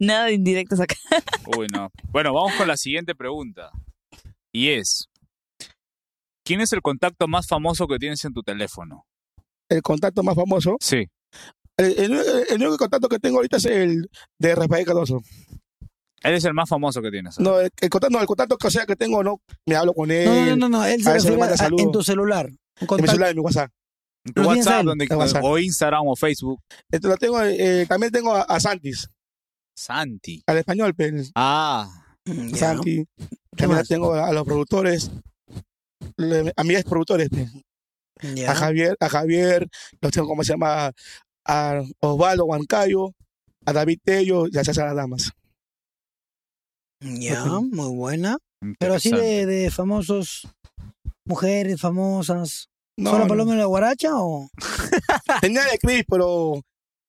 [SPEAKER 3] Nada de indirectos acá.
[SPEAKER 1] Uy, no. Bueno, vamos con la siguiente pregunta. Y es: ¿Quién es el contacto más famoso que tienes en tu teléfono?
[SPEAKER 4] El contacto más famoso.
[SPEAKER 1] Sí.
[SPEAKER 4] El, el único- el único contacto que tengo ahorita es el de Rafael Cardoso.
[SPEAKER 2] Ah.
[SPEAKER 1] Él es el más famoso que tienes.
[SPEAKER 4] No, el, el contacto, no, el contacto que, o sea, que tengo, no, me hablo con él.
[SPEAKER 2] No, no, no, no, él se
[SPEAKER 4] a veces le
[SPEAKER 2] refiere
[SPEAKER 4] manda
[SPEAKER 2] a-
[SPEAKER 4] saludos.
[SPEAKER 2] en tu celular. Un
[SPEAKER 4] En mi
[SPEAKER 2] contacto.
[SPEAKER 4] celular, en mi WhatsApp.
[SPEAKER 1] En tu
[SPEAKER 4] ¿Lo tienes a
[SPEAKER 1] WhatsApp,
[SPEAKER 4] él?
[SPEAKER 1] donde,
[SPEAKER 4] En WhatsApp.
[SPEAKER 1] o Instagram o Facebook.
[SPEAKER 4] Entonces, lo tengo, eh, también tengo a, a Santis,
[SPEAKER 1] Santi.
[SPEAKER 4] al español, pe, el
[SPEAKER 1] Ah.
[SPEAKER 4] Santi. También
[SPEAKER 1] más?
[SPEAKER 4] tengo a, a los productores, le- a mis productores, pe.
[SPEAKER 2] Ya.
[SPEAKER 4] a Javier, a Javier, los tengo, ¿cómo se llama? A Osvaldo Huancayo, a David Tello y a César Adamas.
[SPEAKER 2] Ya, muy buena.
[SPEAKER 4] Mm,
[SPEAKER 2] Pero así de, de famosos, mujeres famosas.
[SPEAKER 4] No,
[SPEAKER 2] ¿Solo
[SPEAKER 4] no.
[SPEAKER 2] Paloma de la Guaracha o
[SPEAKER 4] Tenía de Cris, pero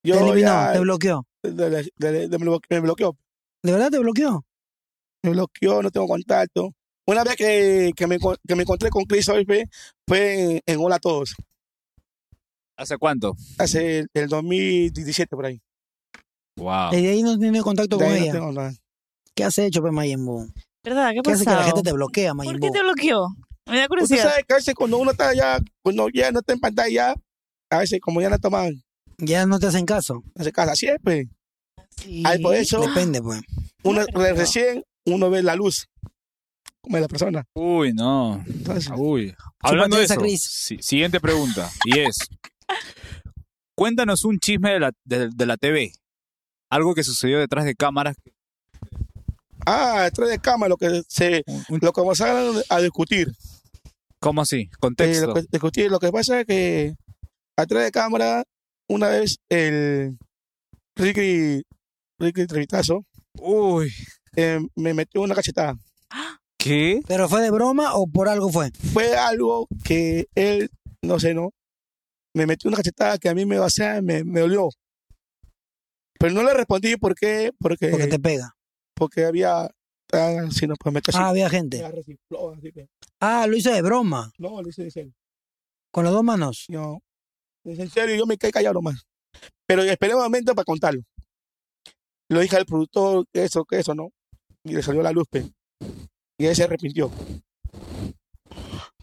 [SPEAKER 4] yo
[SPEAKER 2] te eliminó?
[SPEAKER 4] ya-
[SPEAKER 2] ¿Te bloqueó?
[SPEAKER 4] de- de- de- de- me blo- me bloqueó.
[SPEAKER 2] ¿De verdad te bloqueó?
[SPEAKER 4] me bloqueó, no tengo contacto. Una vez que, que, me, encon- que me encontré con Chris hoy fue, fue en, en Hola a Todos,
[SPEAKER 1] ¿Hace cuánto?
[SPEAKER 4] hace el, el 2017 por ahí.
[SPEAKER 1] Wow.
[SPEAKER 4] Eh.
[SPEAKER 2] Desde ahí no has tenido contacto
[SPEAKER 4] De
[SPEAKER 2] con
[SPEAKER 4] ahí no
[SPEAKER 2] ella.
[SPEAKER 4] tengo nada.
[SPEAKER 2] ¿Qué has hecho, Pe Mayimbu?
[SPEAKER 3] ¿Verdad? ¿Qué
[SPEAKER 2] ¿Qué hace que la
[SPEAKER 3] pasado?
[SPEAKER 2] gente te bloquea,
[SPEAKER 3] ¿Por
[SPEAKER 2] Mayimbu?
[SPEAKER 3] qué te bloqueó? Me da
[SPEAKER 4] Usted
[SPEAKER 3] curiosidad.
[SPEAKER 4] sabe que a veces cuando uno está allá, cuando ya no está en pantalla, a veces como ya no toman,
[SPEAKER 2] Ya no te hacen caso.
[SPEAKER 4] no se casa siempre. Ahí por eso,
[SPEAKER 2] Depende, pues.
[SPEAKER 4] uno, recién uno ve la luz como es la persona.
[SPEAKER 1] Uy, no. Uy. Hablando de
[SPEAKER 4] esa,
[SPEAKER 1] eso,
[SPEAKER 4] Cris.
[SPEAKER 1] si- siguiente pregunta. Y es: Cuéntanos un chisme de la, de- de la TV. Algo que sucedió detrás de cámaras
[SPEAKER 4] Ah, detrás de cámara, lo que se, lo que vamos a, a discutir.
[SPEAKER 1] ¿Cómo así?
[SPEAKER 4] Eh,
[SPEAKER 1] Contexto.
[SPEAKER 4] lo, que, discutir. lo que pasa es que atrás de cámara, una vez el Ricky, Ricky Trevitazo
[SPEAKER 1] Uy.
[SPEAKER 4] me metió una cachetada.
[SPEAKER 1] ¿Qué?
[SPEAKER 2] ¿Pero fue de broma o por algo fue?
[SPEAKER 4] Fue algo que él, no sé, no, me metió una cachetada que a mí me, o sea, me, me dolió. Pero no le respondí por qué, porque,
[SPEAKER 2] Porque te pega.
[SPEAKER 4] porque había, ah, si no, pues me casi-
[SPEAKER 2] Ah, había gente.
[SPEAKER 4] me recicló, así que-
[SPEAKER 2] Ah, lo hizo de broma.
[SPEAKER 4] No, lo hice de serio.
[SPEAKER 2] Con las dos manos.
[SPEAKER 4] No. Es pues, en serio, yo me quedé callado nomás. Pero esperé un momento para contarlo. Lo dije al productor, que eso, que eso, ¿no? Y le salió la luz, pe. Y él se arrepintió.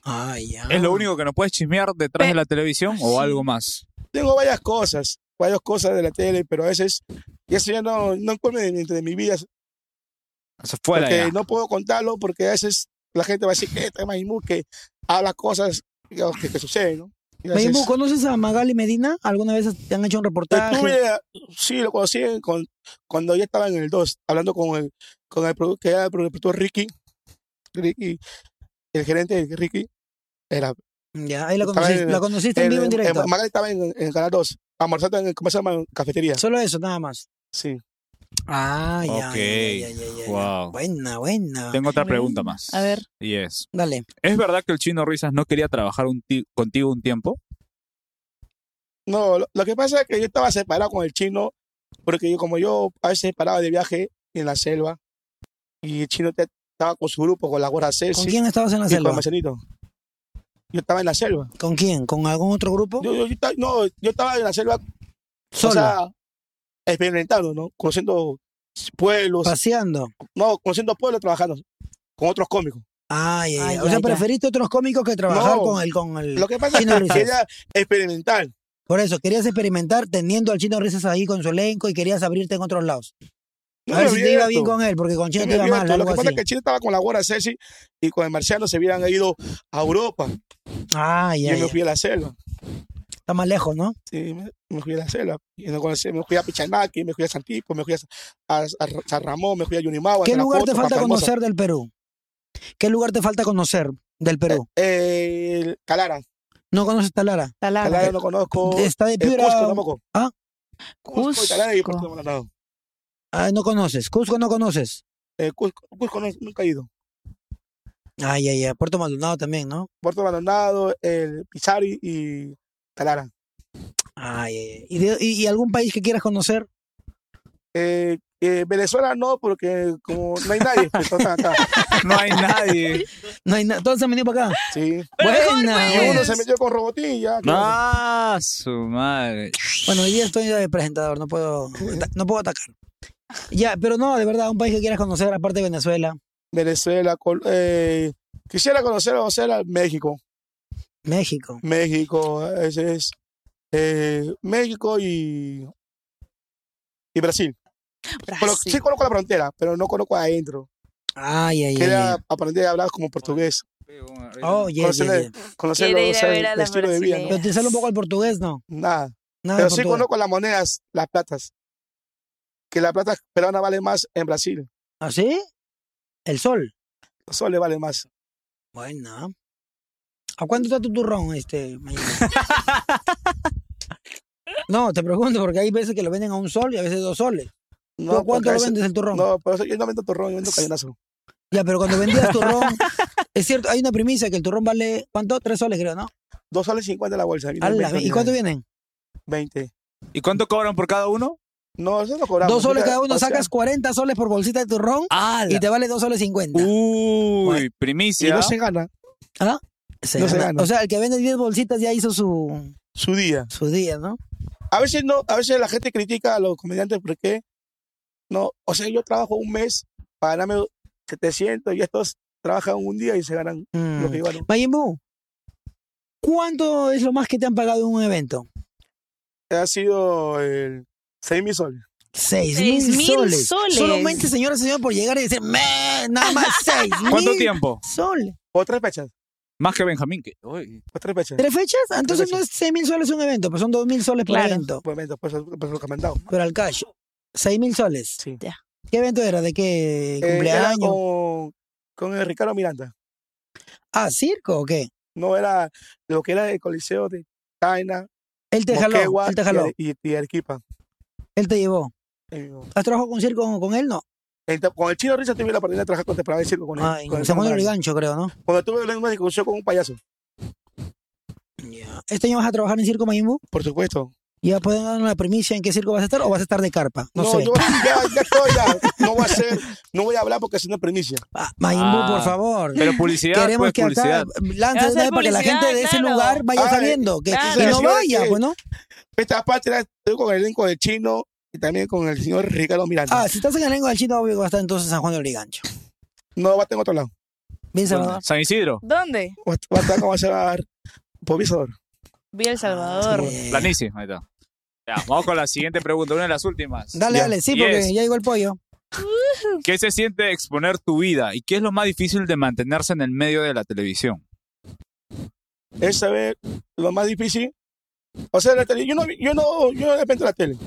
[SPEAKER 2] Ay, ya.
[SPEAKER 1] ¿Es lo único que nos puedes chismear detrás de la televisión o algo más?
[SPEAKER 4] Tengo varias cosas, varias cosas de la tele, pero a veces, y eso ya no, no encuentro dentro de mi vida,
[SPEAKER 1] O sea, fuera
[SPEAKER 4] porque
[SPEAKER 1] ya.
[SPEAKER 4] no puedo contarlo, porque a veces la gente va a decir que este Maimú que habla cosas digamos, que, que suceden, ¿no? Y a veces-
[SPEAKER 2] Mayimbu, ¿conoces a Magali Medina? ¿Alguna vez te han hecho un reportaje?
[SPEAKER 4] Estuve, sí, lo conocí en- con- cuando ya estaba en el 2, hablando con el, con el produ- que era el productor Ricky. Ricky, el gerente de Ricky. Era,
[SPEAKER 2] Ya, ahí la
[SPEAKER 4] estaba
[SPEAKER 2] conociste, la conociste en vivo, en directo.
[SPEAKER 4] Magali estaba en, en el Canal 2, almorzando en, ¿cómo se llama? en cafetería.
[SPEAKER 2] Solo eso, nada más.
[SPEAKER 4] Sí.
[SPEAKER 2] Ah, ya.
[SPEAKER 1] ok.
[SPEAKER 2] ya, ya, ya, ya.
[SPEAKER 1] Wow.
[SPEAKER 2] Buena, buena.
[SPEAKER 1] Tengo otra pregunta más.
[SPEAKER 2] A ver.
[SPEAKER 1] Y es,
[SPEAKER 2] Dale.
[SPEAKER 1] ¿es verdad que el chino Risas no quería trabajar un ti- contigo un tiempo?
[SPEAKER 4] No, lo, lo que pasa es que yo estaba separado con el chino, porque yo, como yo a veces paraba de viaje en la selva, y el chino te- estaba con su grupo, con la gorra Celsi.
[SPEAKER 2] quién estabas en la
[SPEAKER 4] y
[SPEAKER 2] selva?
[SPEAKER 4] Con Marcelito. Yo estaba en la selva.
[SPEAKER 2] ¿Con quién? ¿Con algún otro grupo?
[SPEAKER 4] Yo, yo- yo esta- no, yo estaba en la selva.
[SPEAKER 2] Solo.
[SPEAKER 4] O sea, experimentando, ¿no? Conociendo pueblos.
[SPEAKER 2] Paseando.
[SPEAKER 4] No, conociendo pueblos, trabajando con otros cómicos.
[SPEAKER 2] Ay, ay, ay. o sea, preferiste otros cómicos que trabajar
[SPEAKER 4] No.
[SPEAKER 2] con el, con el
[SPEAKER 4] Lo que pasa
[SPEAKER 2] Chino
[SPEAKER 4] es que
[SPEAKER 2] Risas.
[SPEAKER 4] quería experimentar.
[SPEAKER 2] Por eso, querías experimentar teniendo al Chino Risas ahí con su elenco y querías abrirte en otros lados. A ver si te iba bien con él, porque con Chino te iba mal,
[SPEAKER 4] Lo
[SPEAKER 2] algo
[SPEAKER 4] que pasa
[SPEAKER 2] así.
[SPEAKER 4] es que Chino estaba con la guarda Ceci y con el marciano se hubieran ido a Europa.
[SPEAKER 2] Ah, ya,
[SPEAKER 4] Yo
[SPEAKER 2] ya.
[SPEAKER 4] me fui a la selva.
[SPEAKER 2] Está más lejos, ¿no?
[SPEAKER 4] Sí, me, me fui a la selva. Y no conocí, me fui a Pichanaki, me fui a Santipo, me fui a, a- a San Ramón, me fui a Yunimagua.
[SPEAKER 2] ¿Qué lugar
[SPEAKER 4] Tarapoto,
[SPEAKER 2] te falta
[SPEAKER 4] Pampa Hermosa.
[SPEAKER 2] conocer del Perú? ¿Qué lugar te falta conocer del Perú?
[SPEAKER 4] Eh, Calara.
[SPEAKER 2] ¿No conoces Talara?
[SPEAKER 3] Talara.
[SPEAKER 4] Talara no conozco.
[SPEAKER 2] Está Ah, de
[SPEAKER 4] Eh,
[SPEAKER 2] Piura.
[SPEAKER 4] Cusco tampoco.
[SPEAKER 2] ¿Ah?
[SPEAKER 4] Cusco y Talara y Puerto Maldonado.
[SPEAKER 2] Ah, no conoces. Cusco no conoces.
[SPEAKER 4] Eh, Cusco, Cusco no- nunca he ido.
[SPEAKER 2] Ay, ay, ay. Puerto Maldonado también, ¿no?
[SPEAKER 4] Puerto Maldonado, el Pichari y Talara.
[SPEAKER 2] Ay, ay, ay. ¿Y, de- y- y algún país que quieras conocer?
[SPEAKER 4] Eh, eh, Venezuela no, porque como no hay nadie, pues, todos están acá.
[SPEAKER 1] No hay nadie.
[SPEAKER 2] No hay nada. ¿Todos han venido para acá?
[SPEAKER 4] Sí.
[SPEAKER 2] Buena.
[SPEAKER 4] Y uno se metió con Robotín y ya.
[SPEAKER 1] Ah, su madre.
[SPEAKER 2] Bueno, hoy día estoy de presentador, no puedo, ata- no puedo atacar. Ya, pero no, de verdad, un país que quieras conocer, aparte de Venezuela.
[SPEAKER 4] Venezuela, Col- eh, quisiera conocer o sea, México.
[SPEAKER 2] México.
[SPEAKER 4] México, ese es. eh, México y, y Brasil. Pero Ah, sí conozco la frontera, pero no conozco adentro.
[SPEAKER 2] Ay, ay,
[SPEAKER 4] Quería aprender a hablar como portugués.
[SPEAKER 2] Oh, yes, yes,
[SPEAKER 4] conocer
[SPEAKER 2] yes.
[SPEAKER 4] conocer los- el, estilo de vida. ¿no?
[SPEAKER 2] Pero te sale un poco el portugués, ¿no?
[SPEAKER 4] Nada.
[SPEAKER 2] Nada
[SPEAKER 4] pero
[SPEAKER 2] de
[SPEAKER 4] sí
[SPEAKER 2] portugués.
[SPEAKER 4] conozco las monedas, las platas. Que la plata peruana vale más en Brasil.
[SPEAKER 2] ¿Ah, sí? El sol.
[SPEAKER 4] El sol le vale más.
[SPEAKER 2] Bueno. ¿A cuánto está tu turrón este mañana? no, te pregunto, porque hay veces que lo venden a un sol y a veces dos soles. ¿Tú a
[SPEAKER 4] porque
[SPEAKER 2] cuánto
[SPEAKER 4] a
[SPEAKER 2] lo
[SPEAKER 4] veces-
[SPEAKER 2] vendes el turrón?
[SPEAKER 4] No, pero yo no vendo turrón, yo vendo cañonazo.
[SPEAKER 2] Ya, pero cuando vendías turrón, es cierto, hay una premisa que el turrón vale, ¿cuánto? Tres soles, creo, ¿no?
[SPEAKER 4] Dos soles cincuenta la bolsa. viene
[SPEAKER 2] Ala,
[SPEAKER 4] 20
[SPEAKER 2] ¿Y cuánto
[SPEAKER 4] unidades.
[SPEAKER 2] vienen?
[SPEAKER 4] 20.
[SPEAKER 1] ¿Y cuánto cobran por cada uno?
[SPEAKER 4] No, eso no cobramos.
[SPEAKER 2] Dos soles
[SPEAKER 4] Mira,
[SPEAKER 2] cada uno,
[SPEAKER 4] o sea,
[SPEAKER 2] sacas 40 soles por bolsita de turrón
[SPEAKER 1] ¡Hala!
[SPEAKER 2] y te vale dos soles 50.
[SPEAKER 4] Uh,
[SPEAKER 1] Uy, primicia.
[SPEAKER 4] Y no se gana.
[SPEAKER 2] ¿Ah? Se
[SPEAKER 4] No se
[SPEAKER 2] gana.
[SPEAKER 4] gana.
[SPEAKER 2] O sea, el que vende 10 bolsitas ya hizo su,
[SPEAKER 4] Su día.
[SPEAKER 2] su día, ¿no?
[SPEAKER 4] A veces no, a veces la gente critica a los comediantes porque no, o sea, yo trabajo un mes para ganarme 700 y estos trabajan un día y se ganan lo que ganan.
[SPEAKER 2] Mm. Majin Buu, ¿cuánto es lo más que te han pagado en un evento?
[SPEAKER 4] Ha sido el 6 mil soles.
[SPEAKER 2] Seis
[SPEAKER 4] Seis
[SPEAKER 2] mil
[SPEAKER 4] mil
[SPEAKER 2] soles.
[SPEAKER 4] soles.
[SPEAKER 2] Solamente, señoras y señores, por llegar y decir, "Me, nada más seis
[SPEAKER 1] ¿Cuánto
[SPEAKER 2] mil
[SPEAKER 1] tiempo?
[SPEAKER 2] Soles.
[SPEAKER 4] O tres fechas.
[SPEAKER 1] Más que Benjamín. Que... uy.
[SPEAKER 4] O tres fechas.
[SPEAKER 2] ¿Tres fechas? Entonces no es seis mil soles un evento, pues son dos mil soles por
[SPEAKER 4] Claro.
[SPEAKER 2] evento.
[SPEAKER 4] Por evento, por eso, por eso pues, lo que me han dado.
[SPEAKER 2] Pero al cash, seis mil soles. ¿Qué evento era? ¿De qué
[SPEAKER 4] Eh, era
[SPEAKER 2] cumpleaños?
[SPEAKER 4] con, con el Ricardo Miranda.
[SPEAKER 2] ¿Ah, circo o qué?
[SPEAKER 4] No era lo que era el Coliseo de Taina.
[SPEAKER 2] Él te jaló,
[SPEAKER 4] Moquegua
[SPEAKER 2] él te jaló.
[SPEAKER 4] Y, y- y Arequipa.
[SPEAKER 2] Él te llevó.
[SPEAKER 4] Eh, no.
[SPEAKER 2] ¿Has trabajado con circo con, con él? No.
[SPEAKER 4] Entonces, Con el chino Risa tuve la oportunidad de trabajar contemporáneo de circo con él.
[SPEAKER 2] Ay,
[SPEAKER 4] con el
[SPEAKER 2] Samuel
[SPEAKER 4] Samuel.
[SPEAKER 2] Oligancho, creo, ¿no?
[SPEAKER 4] Cuando tuve una discusión con un payaso.
[SPEAKER 2] ¿Este año vas a trabajar en Circo Mayimbu?
[SPEAKER 4] Por supuesto.
[SPEAKER 2] ¿Ya pueden darnos la premisa en qué circo vas a estar o vas a estar de carpa? No,
[SPEAKER 4] No,
[SPEAKER 2] sé.
[SPEAKER 4] yo ya, ya estoy, ya. No voy a hacer, no voy a hablar porque si no es primicia.
[SPEAKER 2] Mayimbu, Ah, por favor.
[SPEAKER 1] Pero publicidad,
[SPEAKER 2] Queremos
[SPEAKER 1] Ah. pues,
[SPEAKER 2] que
[SPEAKER 1] publicidad.
[SPEAKER 2] acá lance
[SPEAKER 3] Va a
[SPEAKER 2] de una
[SPEAKER 3] ser
[SPEAKER 2] vez para que la
[SPEAKER 3] publicidad,
[SPEAKER 2] gente de ese
[SPEAKER 3] claro.
[SPEAKER 2] lugar vaya
[SPEAKER 4] Ay,
[SPEAKER 2] sabiendo. Que,
[SPEAKER 4] claro.
[SPEAKER 2] que no
[SPEAKER 4] Señores,
[SPEAKER 2] vaya,
[SPEAKER 4] que-
[SPEAKER 2] pues, ¿no?
[SPEAKER 4] Esta parte la estoy con el elenco del chino y también con el señor Ricardo Miranda.
[SPEAKER 2] Ah, si estás en la lengua del chino, obvio que va a estar entonces San Juan de Oligancho.
[SPEAKER 4] No, va a estar en otro lado.
[SPEAKER 2] Bien, Salvador.
[SPEAKER 1] San Isidro.
[SPEAKER 3] ¿Dónde?
[SPEAKER 4] Va a- va a estar como va a ser por Visor.
[SPEAKER 3] Vi El Salvador.
[SPEAKER 2] Eh.
[SPEAKER 1] Planicie, ahí está. Ya, vamos con la siguiente pregunta, una de las últimas.
[SPEAKER 2] Dale,
[SPEAKER 1] Ya.
[SPEAKER 2] dale, sí,
[SPEAKER 1] Y
[SPEAKER 2] porque
[SPEAKER 1] es,
[SPEAKER 2] ya llegó el pollo.
[SPEAKER 1] ¿Qué se siente exponer tu vida y qué es lo más difícil de mantenerse en el medio de la televisión?
[SPEAKER 4] Es saber lo más difícil. O sea, la tele, yo no, yo no, yo no dependo de la tele.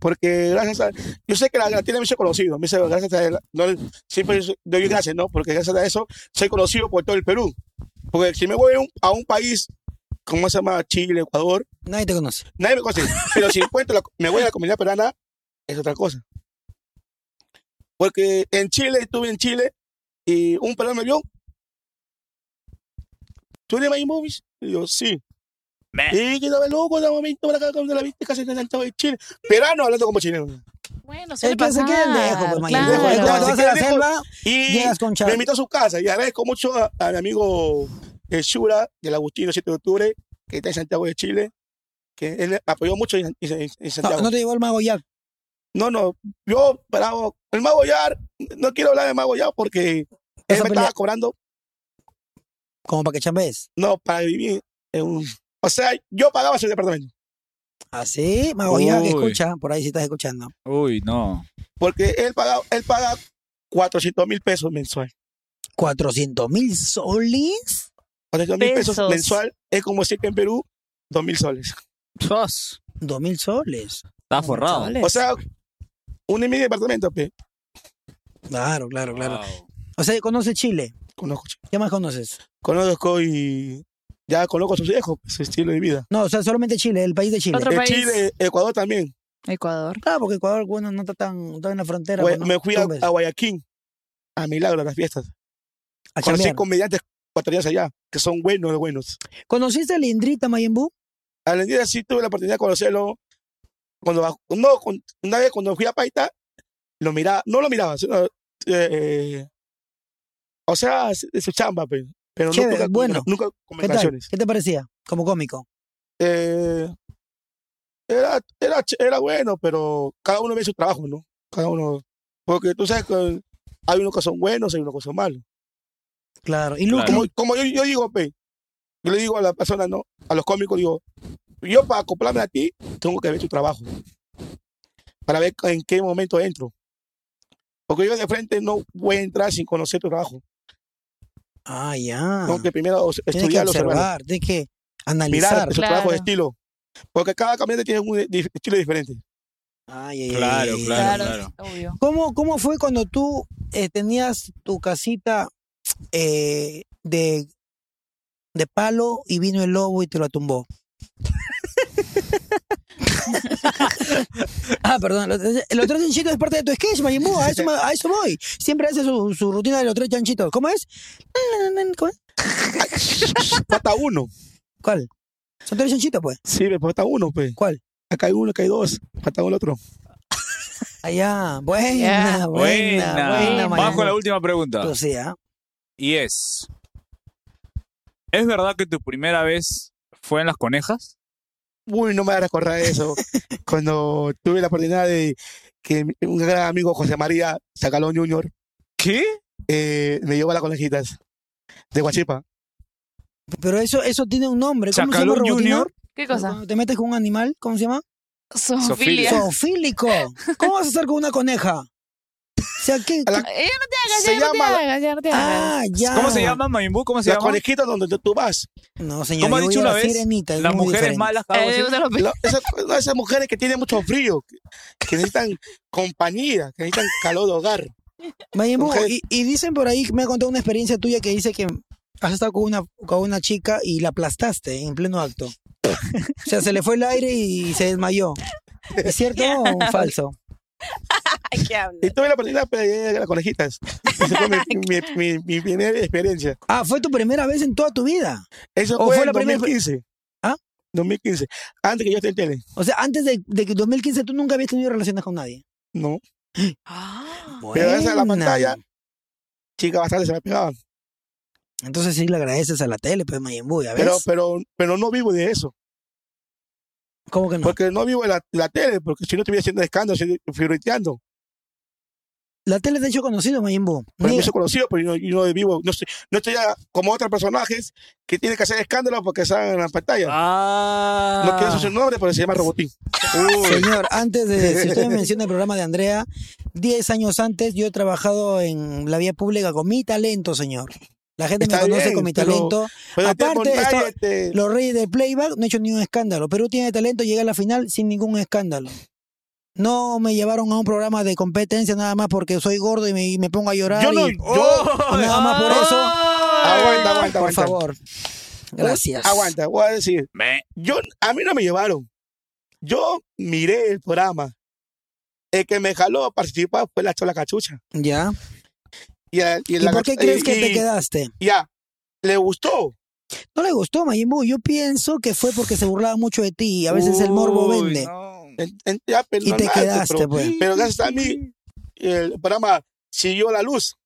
[SPEAKER 4] Porque gracias a, yo sé que la, la tele me hizo conocido, me hizo- gracias a, no, siempre doy gracias, ¿no? Porque gracias a eso soy conocido por todo el Perú. Porque si me voy a un, a un país, ¿cómo se llama? Chile, Ecuador,
[SPEAKER 2] Nadie te conoce.
[SPEAKER 4] Nadie me conoce. Pero si encuentro, la- me voy a la comunidad peruana, es otra cosa. Porque en Chile, estuve en Chile y un peruano me vio. ¿Tú eres My Movies? Y yo, sí. Y que estaba loco, de momento para acá, cuando la viste casi en Santiago de Chile. Peruano hablando como chileno.
[SPEAKER 3] Bueno,
[SPEAKER 2] El que se quede lejos, pues, Mayimbu.
[SPEAKER 4] Lejos,
[SPEAKER 2] Cuando
[SPEAKER 4] lejos,
[SPEAKER 2] vas
[SPEAKER 4] se
[SPEAKER 2] a la
[SPEAKER 4] queda
[SPEAKER 2] selva,
[SPEAKER 4] lejos. y
[SPEAKER 2] llegas con chavo.
[SPEAKER 4] me invitó a su casa y agradezco mucho a, a mi amigo eh, Shura del Agustino 7 de octubre, que está en Santiago de Chile, que él me apoyó mucho en, en- en Santiago.
[SPEAKER 2] Ah, No, no te llegó el mago Jack.
[SPEAKER 4] No, no, yo, bravo, el Mago Yar, no quiero hablar de Mago Yar porque él me estaba cobrando,
[SPEAKER 2] Como para que chambees.
[SPEAKER 4] no, para vivir en un... O sea, yo pagaba ese departamento.
[SPEAKER 2] Así, Magoya,
[SPEAKER 1] Uy.
[SPEAKER 2] que escucha, por ahí si estás escuchando.
[SPEAKER 1] Uy, no.
[SPEAKER 4] Porque él paga, él paga 400 mil pesos mensual.
[SPEAKER 2] ¿400 mil soles?
[SPEAKER 4] 400 mil pesos
[SPEAKER 2] Pesos.
[SPEAKER 4] mensual es como decir que en Perú, 2 mil soles.
[SPEAKER 1] ¿Dos?
[SPEAKER 2] ¿Dos mil soles?
[SPEAKER 1] Está forrado.
[SPEAKER 4] O sea, un y medio departamento, pe.
[SPEAKER 2] Claro, claro, claro. O sea, ¿conoce Chile?
[SPEAKER 4] Conozco Chile.
[SPEAKER 2] ¿Qué más conoces?
[SPEAKER 4] Conozco y ya conozco a sus hijos, su estilo de vida.
[SPEAKER 2] No, o sea, solamente Chile, el país de Chile.
[SPEAKER 4] Otro Eh, país. Chile, Ecuador también.
[SPEAKER 3] Ecuador.
[SPEAKER 2] Claro, porque Ecuador, bueno, no está tan, no está en la frontera.
[SPEAKER 4] Gua-
[SPEAKER 2] pues, ¿no?
[SPEAKER 4] me fui a,
[SPEAKER 2] Tumbes.
[SPEAKER 4] a Guayaquil, a Milagro, a las fiestas.
[SPEAKER 2] A
[SPEAKER 4] Conocí
[SPEAKER 2] chambear.
[SPEAKER 4] comediantes ecuatorianos allá, que son buenos, buenos.
[SPEAKER 2] ¿Conociste a Lindrita Mayembú?
[SPEAKER 4] A Lendida sí tuve la oportunidad de conocerlo. Cuando, baj- no, con- una vez cuando fui a Paita, lo miraba, no lo miraba, sino, eh, eh, o sea, es, es su chamba, pe, pero
[SPEAKER 2] Chévere,
[SPEAKER 4] nunca,
[SPEAKER 2] bueno.
[SPEAKER 4] nunca
[SPEAKER 2] ¿Qué tal?
[SPEAKER 4] conversaciones.
[SPEAKER 2] ¿Qué te parecía como cómico?
[SPEAKER 4] Eh, era, era, ch- era bueno, pero cada uno ve su trabajo, ¿no? Cada uno. Porque tú sabes que hay unos que son buenos, hay unos que son malos.
[SPEAKER 2] Claro. Y
[SPEAKER 4] Como, como yo, yo digo, pe, yo le digo a las personas, ¿no? A los cómicos, digo, yo para acoplarme a ti, tengo que ver tu trabajo. Para ver en qué momento entro. Porque yo de frente no voy a entrar sin conocer tu trabajo.
[SPEAKER 2] Ah, ya.
[SPEAKER 4] Tengo que primero os-
[SPEAKER 2] Tienes que
[SPEAKER 4] estudiarlo,
[SPEAKER 2] observar,
[SPEAKER 4] observarlo.
[SPEAKER 2] tienes que
[SPEAKER 4] Mirar
[SPEAKER 2] analizar.
[SPEAKER 4] su trabajo de estilo. Porque cada comediante tiene un di- estilo diferente.
[SPEAKER 2] Ay, ay,
[SPEAKER 1] Claro,
[SPEAKER 2] ay.
[SPEAKER 1] claro, Claro,
[SPEAKER 3] obvio.
[SPEAKER 2] ¿Cómo, cómo fue cuando tú eh, tenías tu casita eh, de, de palo y vino el lobo y te la tumbó? ah, perdón. Los, tres- los tres chanchitos es parte de tu sketch, Mayimú. A eso, me- a eso voy. Siempre hace su, su rutina de los tres chanchitos. ¿Cómo es? ¿Cómo es?
[SPEAKER 4] Falta uno.
[SPEAKER 2] ¿Cuál? Son tres chanchitos, pues.
[SPEAKER 4] Sí, me falta uno, pues.
[SPEAKER 2] ¿Cuál?
[SPEAKER 4] Acá hay uno, acá hay dos. Falta el otro.
[SPEAKER 2] Allá. Ah, Buena,
[SPEAKER 1] Ya.
[SPEAKER 2] buena,
[SPEAKER 1] Buena.
[SPEAKER 2] buena.
[SPEAKER 1] Vamos con
[SPEAKER 2] Mayimú.
[SPEAKER 1] la última pregunta.
[SPEAKER 2] Tú sí, ¿ah?
[SPEAKER 1] Y es. ¿Es verdad que tu primera vez fue en las conejas?
[SPEAKER 4] Uy, no me voy a recordar eso. Cuando tuve la oportunidad de que mi- un gran amigo, José María Sacalón Jr.
[SPEAKER 1] ¿Qué?
[SPEAKER 4] me llevó a las conejitas de Guachipa.
[SPEAKER 2] Pero eso, eso tiene un nombre. ¿Cómo se llama
[SPEAKER 4] Chacalón
[SPEAKER 2] Robotina?
[SPEAKER 4] Junior.
[SPEAKER 3] ¿Qué cosa?
[SPEAKER 2] Cuando te metes con un animal, ¿cómo se llama?
[SPEAKER 3] Zoofilia.
[SPEAKER 2] Zoofílico. ¿Cómo vas a hacer con una coneja? O sea, ¿qué?
[SPEAKER 4] A la-
[SPEAKER 3] Ella no te hagas,
[SPEAKER 4] Se
[SPEAKER 3] ya no te
[SPEAKER 4] llama-
[SPEAKER 3] hagas, ya no te
[SPEAKER 2] Ah,
[SPEAKER 3] hagas.
[SPEAKER 2] ya.
[SPEAKER 1] ¿Cómo se llama, Maimbu? ¿Cómo se
[SPEAKER 4] las
[SPEAKER 1] llama?
[SPEAKER 4] conejitas donde tú- tú vas.
[SPEAKER 2] No, señor.
[SPEAKER 1] ¿Cómo ha
[SPEAKER 2] yo
[SPEAKER 1] dicho
[SPEAKER 2] voy a
[SPEAKER 1] una
[SPEAKER 2] la
[SPEAKER 1] vez?
[SPEAKER 2] sirenita, es
[SPEAKER 1] Las
[SPEAKER 2] muy
[SPEAKER 1] mujeres
[SPEAKER 2] diferente. Eh,
[SPEAKER 1] malas, algo así.
[SPEAKER 4] La- esas, esas mujeres que tienen mucho frío, que, que necesitan compañía, que necesitan calor de hogar.
[SPEAKER 2] Mayimbu,
[SPEAKER 4] Mujer.
[SPEAKER 2] y, y dicen por ahí, me contó una experiencia tuya que dice que has estado con una, con una chica y la aplastaste en pleno acto. O sea, se le fue el aire y se desmayó. ¿Es cierto o falso?
[SPEAKER 3] ¿Qué hablas?
[SPEAKER 4] Y tuve la oportunidad pues, de ir a las conejitas. Esa fue mi, mi, mi- mi primera experiencia.
[SPEAKER 2] Ah, ¿fue tu primera vez en toda tu vida?
[SPEAKER 4] Eso
[SPEAKER 2] ¿O
[SPEAKER 4] fue,
[SPEAKER 2] fue
[SPEAKER 4] en
[SPEAKER 2] la primera-
[SPEAKER 4] 2015.
[SPEAKER 2] ¿Ah?
[SPEAKER 4] 2015. Antes que yo esté en tele.
[SPEAKER 2] O sea, antes de, de que 2015 tú nunca habías tenido relaciones con nadie.
[SPEAKER 4] No.
[SPEAKER 3] Ah,
[SPEAKER 4] Pero gracias a la
[SPEAKER 2] Buena.
[SPEAKER 4] pantalla, chicas bastante se me pegaban.
[SPEAKER 2] Entonces sí le agradeces a la tele, pues Mayimbu, ya ves.
[SPEAKER 4] Pero, pero, pero no vivo de eso.
[SPEAKER 2] ¿Cómo que no?
[SPEAKER 4] Porque no vivo de la, la tele, porque si no estuviera haciendo escándalos, firuiteando.
[SPEAKER 2] La tele te ha hecho conocido, Mayimbu.
[SPEAKER 4] Pero me
[SPEAKER 2] Niega.
[SPEAKER 4] hizo conocido, pero yo, no- yo no vivo. No estoy, no estoy ya como otros personajes que tienen que hacer escándalos porque salen en la pantalla.
[SPEAKER 2] Ah.
[SPEAKER 4] No quiero decir su nombre, pero se llama Robotín.
[SPEAKER 2] Señor, antes de, si usted me menciona el programa de Andrea, 10 años antes yo he trabajado en la vía pública con mi talento, señor. La gente me
[SPEAKER 4] Está
[SPEAKER 2] conoce
[SPEAKER 4] bien,
[SPEAKER 2] con mi
[SPEAKER 4] pero-
[SPEAKER 2] talento.
[SPEAKER 4] pero este
[SPEAKER 2] Aparte,
[SPEAKER 4] montaje,
[SPEAKER 2] esto-
[SPEAKER 4] este-
[SPEAKER 2] los reyes del playback no he hecho ni un escándalo. Perú tiene talento, llega a la final sin ningún escándalo. No me llevaron a un programa de competencia nada más porque soy gordo y me, y me pongo a llorar.
[SPEAKER 4] Yo no-
[SPEAKER 2] y-
[SPEAKER 4] yo- ¡Ah!
[SPEAKER 2] nada más por eso.
[SPEAKER 4] Aguanta, aguanta,
[SPEAKER 2] Por
[SPEAKER 4] aguanta.
[SPEAKER 2] favor. Gracias.
[SPEAKER 4] Aguanta, voy a decir. Yo, a mí no me llevaron. Yo miré el programa. El que me jaló a participar fue la chola cachucha.
[SPEAKER 2] Ya.
[SPEAKER 4] Y, a- y
[SPEAKER 2] ¿Y
[SPEAKER 4] la
[SPEAKER 2] por qué
[SPEAKER 4] Cachu-
[SPEAKER 2] crees que
[SPEAKER 4] y-
[SPEAKER 2] te quedaste?
[SPEAKER 4] Ya, le gustó.
[SPEAKER 2] No le gustó Mayimbu. Yo pienso que fue porque se burlaba mucho de ti y a veces el morbo
[SPEAKER 4] Uy,
[SPEAKER 2] vende.
[SPEAKER 4] En- en- ya,
[SPEAKER 2] Y te
[SPEAKER 4] perdonarte,
[SPEAKER 2] quedaste,
[SPEAKER 4] pero,
[SPEAKER 2] pues.
[SPEAKER 4] Pero gracias a mí, el programa siguió la luz.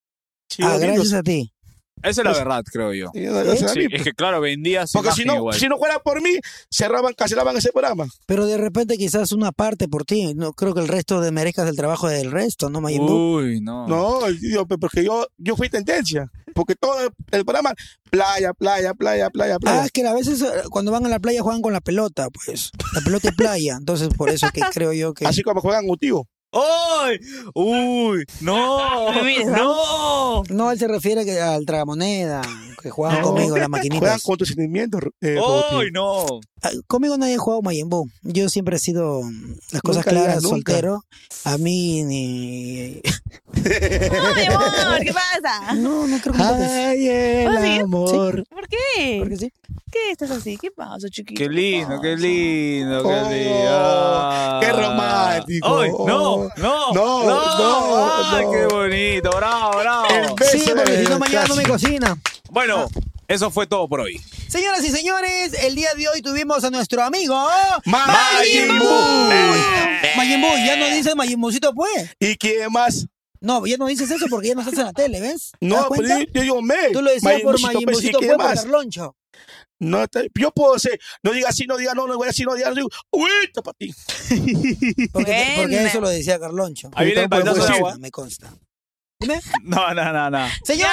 [SPEAKER 4] siguió
[SPEAKER 2] Ah,
[SPEAKER 4] viendo.
[SPEAKER 2] gracias a ti.
[SPEAKER 1] Esa es la verdad, creo yo.
[SPEAKER 4] Sí, no, no sé Pues, a
[SPEAKER 1] Sí,
[SPEAKER 4] mí,
[SPEAKER 1] es que claro, vendía su
[SPEAKER 4] Porque si
[SPEAKER 1] imagen
[SPEAKER 4] no,
[SPEAKER 1] igual.
[SPEAKER 4] si no fuera por mí, cerraban, cancelaban ese programa.
[SPEAKER 2] Pero de repente quizás una parte por ti. No creo que el resto de merezcas el trabajo del resto, ¿no, Mayimbu?
[SPEAKER 1] Uy, no.
[SPEAKER 4] No, yo- porque yo, yo fui tendencia. Porque todo el programa, playa, playa, playa, playa, playa.
[SPEAKER 2] Ah, es que a veces eh, cuando van a la playa juegan con la pelota, pues. La pelota es playa. Entonces, por eso que creo yo que.
[SPEAKER 4] Así como juegan contigo.
[SPEAKER 1] ¡Uy! ¡Uy! ¡No! ¡No!
[SPEAKER 2] No, él se refiere que al tragamoneda, que juegan
[SPEAKER 4] No.
[SPEAKER 2] conmigo las maquinitas.
[SPEAKER 4] Juegan con tus sentimientos. eh, Rocky.
[SPEAKER 1] no!
[SPEAKER 2] Ah, Conmigo nadie ha jugado Mayimbo. Yo siempre he sido mm, las cosas
[SPEAKER 4] Nunca digas
[SPEAKER 2] claras,
[SPEAKER 4] nunca.
[SPEAKER 2] soltero. A mí ni.
[SPEAKER 3] Ay, amor, ¿qué pasa?
[SPEAKER 2] No, no creo
[SPEAKER 4] Ay,
[SPEAKER 3] ¿Vas a seguir?
[SPEAKER 2] el amor.
[SPEAKER 3] ¿Por qué?
[SPEAKER 2] Porque sí.
[SPEAKER 3] ¿Qué estás así? ¿Qué pasa, chiquito?
[SPEAKER 1] Qué lindo, qué lindo, qué
[SPEAKER 3] Oh.
[SPEAKER 1] lindo. Ah.
[SPEAKER 4] qué romántico.
[SPEAKER 1] ¡Ay, no! ¡No!
[SPEAKER 4] No, no,
[SPEAKER 1] ¡Ay,
[SPEAKER 4] no.
[SPEAKER 1] qué bonito! ¡Bravo, bravo!
[SPEAKER 2] Sí, porque si no mañana no me cocina.
[SPEAKER 1] Bueno, eso fue todo por hoy.
[SPEAKER 2] Señoras y señores, el día de hoy tuvimos a nuestro amigo
[SPEAKER 4] Majin Buu.
[SPEAKER 2] Majin Buu, ya no dices Mayimbucito pues.
[SPEAKER 4] ¿Y quién más?
[SPEAKER 2] No, ya no dices eso porque ya no estás en la tele, ¿ves? ¿Te das
[SPEAKER 4] No, pero
[SPEAKER 2] cuenta?
[SPEAKER 4] yo, yo digo, me.
[SPEAKER 2] Tú lo decías por
[SPEAKER 4] Majin Buu, sí,
[SPEAKER 2] Mayimbucito
[SPEAKER 4] ¿quién
[SPEAKER 2] pues, por
[SPEAKER 4] más?
[SPEAKER 2] Carloncho.
[SPEAKER 4] No, te- yo puedo ser, no diga así, no diga no, no diga así, no diga no, digo, uy, está para ti.
[SPEAKER 2] Porque, te- porque
[SPEAKER 3] Buena.
[SPEAKER 2] eso lo decía Carloncho.
[SPEAKER 1] Ahí viene el
[SPEAKER 2] Pero
[SPEAKER 4] pues,
[SPEAKER 1] baldazo de
[SPEAKER 2] me
[SPEAKER 1] agua.
[SPEAKER 2] consta, Me consta.
[SPEAKER 1] No, no, no, no.
[SPEAKER 2] Señores,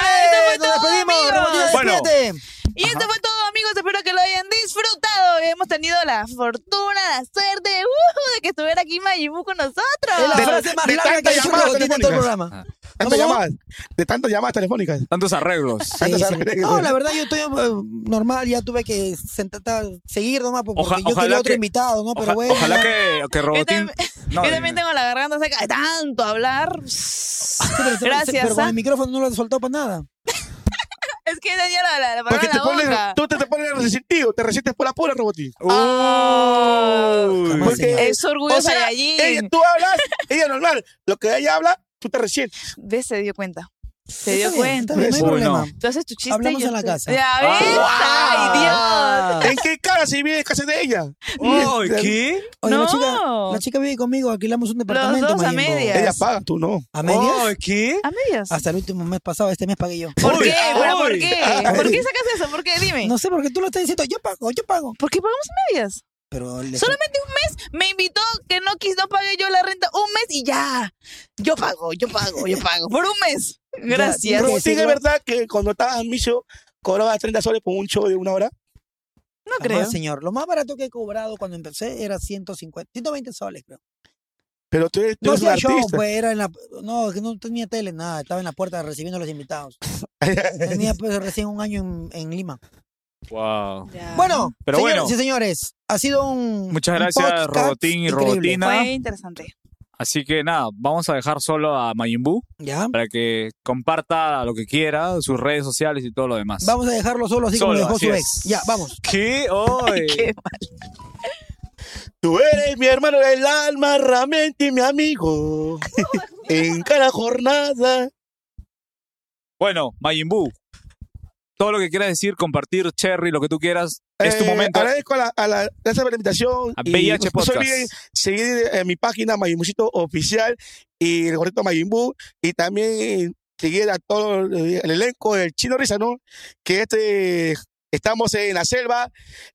[SPEAKER 2] nos
[SPEAKER 3] Ya, eso fue todo,
[SPEAKER 2] despedimos.
[SPEAKER 3] amigos.
[SPEAKER 2] Robotina,
[SPEAKER 1] Bueno.
[SPEAKER 2] despídete.
[SPEAKER 3] Y esto fue todo, amigos. Espero que lo hayan disfrutado. Hemos tenido la fortuna, la suerte ¡uh! de que estuviera aquí Mayibu con nosotros.
[SPEAKER 2] Es la
[SPEAKER 4] De-
[SPEAKER 2] frase más
[SPEAKER 4] de
[SPEAKER 2] larga que ha
[SPEAKER 4] tantas
[SPEAKER 2] dicho
[SPEAKER 4] llamadas
[SPEAKER 2] Robotina en todo el
[SPEAKER 4] telefónicas.
[SPEAKER 2] programa.
[SPEAKER 1] Ah,
[SPEAKER 4] Tantas
[SPEAKER 2] ¿Cómo?
[SPEAKER 4] llamadas, de tantas llamadas telefónicas.
[SPEAKER 1] Tantos arreglos.
[SPEAKER 2] Sí,
[SPEAKER 4] Tantas
[SPEAKER 2] sí.
[SPEAKER 4] arreglos.
[SPEAKER 2] No, la verdad yo estoy eh, normal, ya tuve que sentar, seguir nomás porque
[SPEAKER 1] Oja-
[SPEAKER 2] yo quería
[SPEAKER 1] ojalá
[SPEAKER 2] otro
[SPEAKER 1] que-
[SPEAKER 2] invitado, ¿no? Pero
[SPEAKER 1] Oja-
[SPEAKER 2] bueno.
[SPEAKER 1] ojalá que, que Robotín. No,
[SPEAKER 3] Yo también
[SPEAKER 1] dime.
[SPEAKER 3] tengo la garganta seca de tanto hablar.
[SPEAKER 2] Pero- Pero
[SPEAKER 3] Gracias.
[SPEAKER 2] con
[SPEAKER 3] ¿ah?
[SPEAKER 2] el micrófono no lo soltó para nada.
[SPEAKER 3] Es que tenía la, la, la palabra
[SPEAKER 4] Porque
[SPEAKER 3] en
[SPEAKER 4] te
[SPEAKER 3] la
[SPEAKER 4] pones,
[SPEAKER 3] boca.
[SPEAKER 4] tú te, te pones resentido, te resientes por la pura, Robotín.
[SPEAKER 1] Uy.
[SPEAKER 2] Jamás, señor.
[SPEAKER 4] Porque
[SPEAKER 3] Es orgullo
[SPEAKER 4] o sea,
[SPEAKER 3] Saiyajin.
[SPEAKER 4] ella, tú hablas, ella normal, lo que ella habla, tú te resientes.
[SPEAKER 3] ¿Ves? Se dio cuenta. Se
[SPEAKER 2] Está
[SPEAKER 3] dio
[SPEAKER 2] bien, está
[SPEAKER 3] cuenta.
[SPEAKER 2] bien, no hay
[SPEAKER 1] Uy,
[SPEAKER 2] problema.
[SPEAKER 1] no.
[SPEAKER 3] Tú haces tu chiste.
[SPEAKER 2] Hablamos
[SPEAKER 3] y yo
[SPEAKER 2] en la
[SPEAKER 3] te-
[SPEAKER 2] casa.
[SPEAKER 3] Ya ves. Ay, Dios.
[SPEAKER 4] ¿En qué cara se vive en casa de ella?
[SPEAKER 1] Uy, ¿qué?
[SPEAKER 2] Oye, la,
[SPEAKER 3] No.
[SPEAKER 2] chica, la chica vive conmigo, alquilamos un departamento.
[SPEAKER 3] dos a
[SPEAKER 2] Mayimbo.
[SPEAKER 3] medias.
[SPEAKER 4] Ella paga, tú no.
[SPEAKER 2] ¿A medias?
[SPEAKER 1] Uy, ¿qué?
[SPEAKER 3] A medias.
[SPEAKER 2] Hasta el último mes pasado, este mes pagué yo.
[SPEAKER 3] ¿Por
[SPEAKER 1] Uy,
[SPEAKER 3] qué? ¿Pero por
[SPEAKER 1] uy.
[SPEAKER 3] qué? ¿Por qué sacas eso? ¿Por qué? Dime.
[SPEAKER 2] No sé por qué tú lo estás diciendo, yo pago, yo pago.
[SPEAKER 3] ¿Por qué pagamos medias?
[SPEAKER 2] Pero le-
[SPEAKER 3] Solamente un mes me invitó que no quis, no pagué yo la renta. Un mes y ya. Yo pago, yo pago, yo pago. Por un mes. Gracias.
[SPEAKER 2] Pero-
[SPEAKER 4] Robotín,
[SPEAKER 2] sí,
[SPEAKER 4] es
[SPEAKER 2] no.
[SPEAKER 4] verdad que cuando estabas en mi show, cobrabas 30 soles por un show de una hora.
[SPEAKER 3] no
[SPEAKER 2] Jamás,
[SPEAKER 3] creo.
[SPEAKER 2] señor. Lo más barato que he cobrado cuando empecé era 150, 120 soles, creo.
[SPEAKER 4] Pero tú, eres- tú
[SPEAKER 2] No
[SPEAKER 4] eres un
[SPEAKER 2] hacía show,
[SPEAKER 4] artista.
[SPEAKER 2] pues, era en la... No, que no tenía tele, nada. Estaba en la puerta recibiendo a los invitados. Tenía pues, recién un año en, en Lima.
[SPEAKER 1] Wow.
[SPEAKER 3] Ya.
[SPEAKER 2] Bueno,
[SPEAKER 1] Pero
[SPEAKER 2] señoras
[SPEAKER 1] bueno.
[SPEAKER 2] y señores, ha sido un
[SPEAKER 1] Muchas
[SPEAKER 2] un
[SPEAKER 1] gracias,
[SPEAKER 2] podcast
[SPEAKER 1] Robotín y
[SPEAKER 2] increíble.
[SPEAKER 1] Robotina.
[SPEAKER 3] Fue interesante.
[SPEAKER 1] Así que nada, vamos a dejar solo a Mayimbu
[SPEAKER 2] Ya.
[SPEAKER 1] para que comparta lo que quiera, sus redes sociales y todo lo demás.
[SPEAKER 2] Vamos a dejarlo solo así como
[SPEAKER 1] Solo,
[SPEAKER 2] lo dejó
[SPEAKER 1] así
[SPEAKER 2] su
[SPEAKER 1] es.
[SPEAKER 2] ex. Ya, vamos.
[SPEAKER 1] ¿Qué? Oy.
[SPEAKER 3] Qué
[SPEAKER 4] Tú eres mi hermano del alma, realmente mi amigo. en cada jornada.
[SPEAKER 1] Bueno, Mayimbu, todo lo que quieras decir, compartir, Cherry, lo que tú quieras, es tu
[SPEAKER 4] Eh,
[SPEAKER 1] momento.
[SPEAKER 4] Agradezco a la, a la, gracias por la invitación.
[SPEAKER 1] A
[SPEAKER 4] Y
[SPEAKER 1] VIH
[SPEAKER 4] no se
[SPEAKER 1] Podcast.
[SPEAKER 4] olviden seguir en mi página Mayimbucito Oficial y el gorrito Mayimbu. Y también seguir a todo el el elenco del Chino Rizanón, que este estamos en la selva.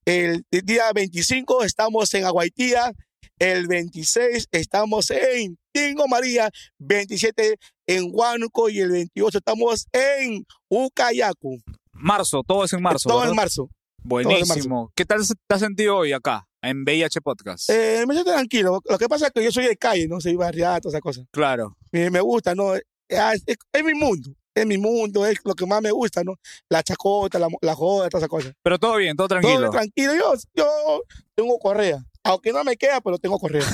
[SPEAKER 4] El día 25 estamos en Aguaitía. El 26 estamos en Tingo María. 27 en Huánuco. Y el 28 estamos en Ucayacu.
[SPEAKER 1] Marzo, todo es en marzo.
[SPEAKER 4] Todo
[SPEAKER 1] ¿verdad?
[SPEAKER 4] en marzo.
[SPEAKER 1] Buenísimo.
[SPEAKER 4] todo en
[SPEAKER 1] ¿Qué tal se- te has sentido hoy acá, en VIH Podcast?
[SPEAKER 4] Eh, me siento tranquilo. Lo que pasa es que yo soy de calle, no soy barriada, todas esas cosas.
[SPEAKER 1] claro.
[SPEAKER 4] Me, me gusta, ¿no? Eh, ah, Es, es- es mi mundo. Es mi mundo, es lo que más me gusta, ¿no? La chacota, la, mo- la joda, todas esas cosas.
[SPEAKER 1] Pero todo bien, todo
[SPEAKER 4] Todo
[SPEAKER 1] tranquilo.
[SPEAKER 4] tranquilo. Yo, yo tengo correa. Aunque no me queda, pero tengo correa.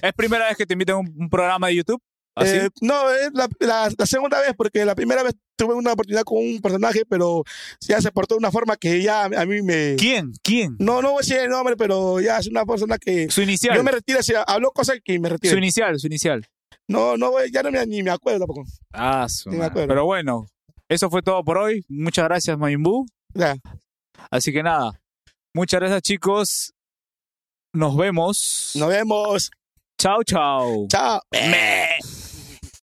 [SPEAKER 1] ¿Es primera vez que te invitan a un, un programa de YouTube? ¿Así?
[SPEAKER 4] Eh, no, es la, la- la segunda vez, porque la primera vez tuve una oportunidad con un personaje, pero ya se portó de una forma que ya a mí me...
[SPEAKER 1] ¿Quién? ¿Quién?
[SPEAKER 4] No, no voy a decir el nombre, pero ya es una persona que...
[SPEAKER 1] Su inicial.
[SPEAKER 4] Yo me retiro, así, habló cosas que me
[SPEAKER 1] Su
[SPEAKER 4] retiro.
[SPEAKER 1] inicial, su inicial.
[SPEAKER 4] No, no, voy- ya no me, ni me acuerdo tampoco.
[SPEAKER 1] Ah, su
[SPEAKER 4] Sí, me
[SPEAKER 1] madre.
[SPEAKER 4] acuerdo.
[SPEAKER 1] Pero bueno, eso fue todo por hoy. Muchas gracias, Mayimbu.
[SPEAKER 4] Ya.
[SPEAKER 1] Así que nada, muchas gracias, chicos. Nos vemos.
[SPEAKER 4] Nos vemos.
[SPEAKER 1] Chao, chao.
[SPEAKER 4] Chao.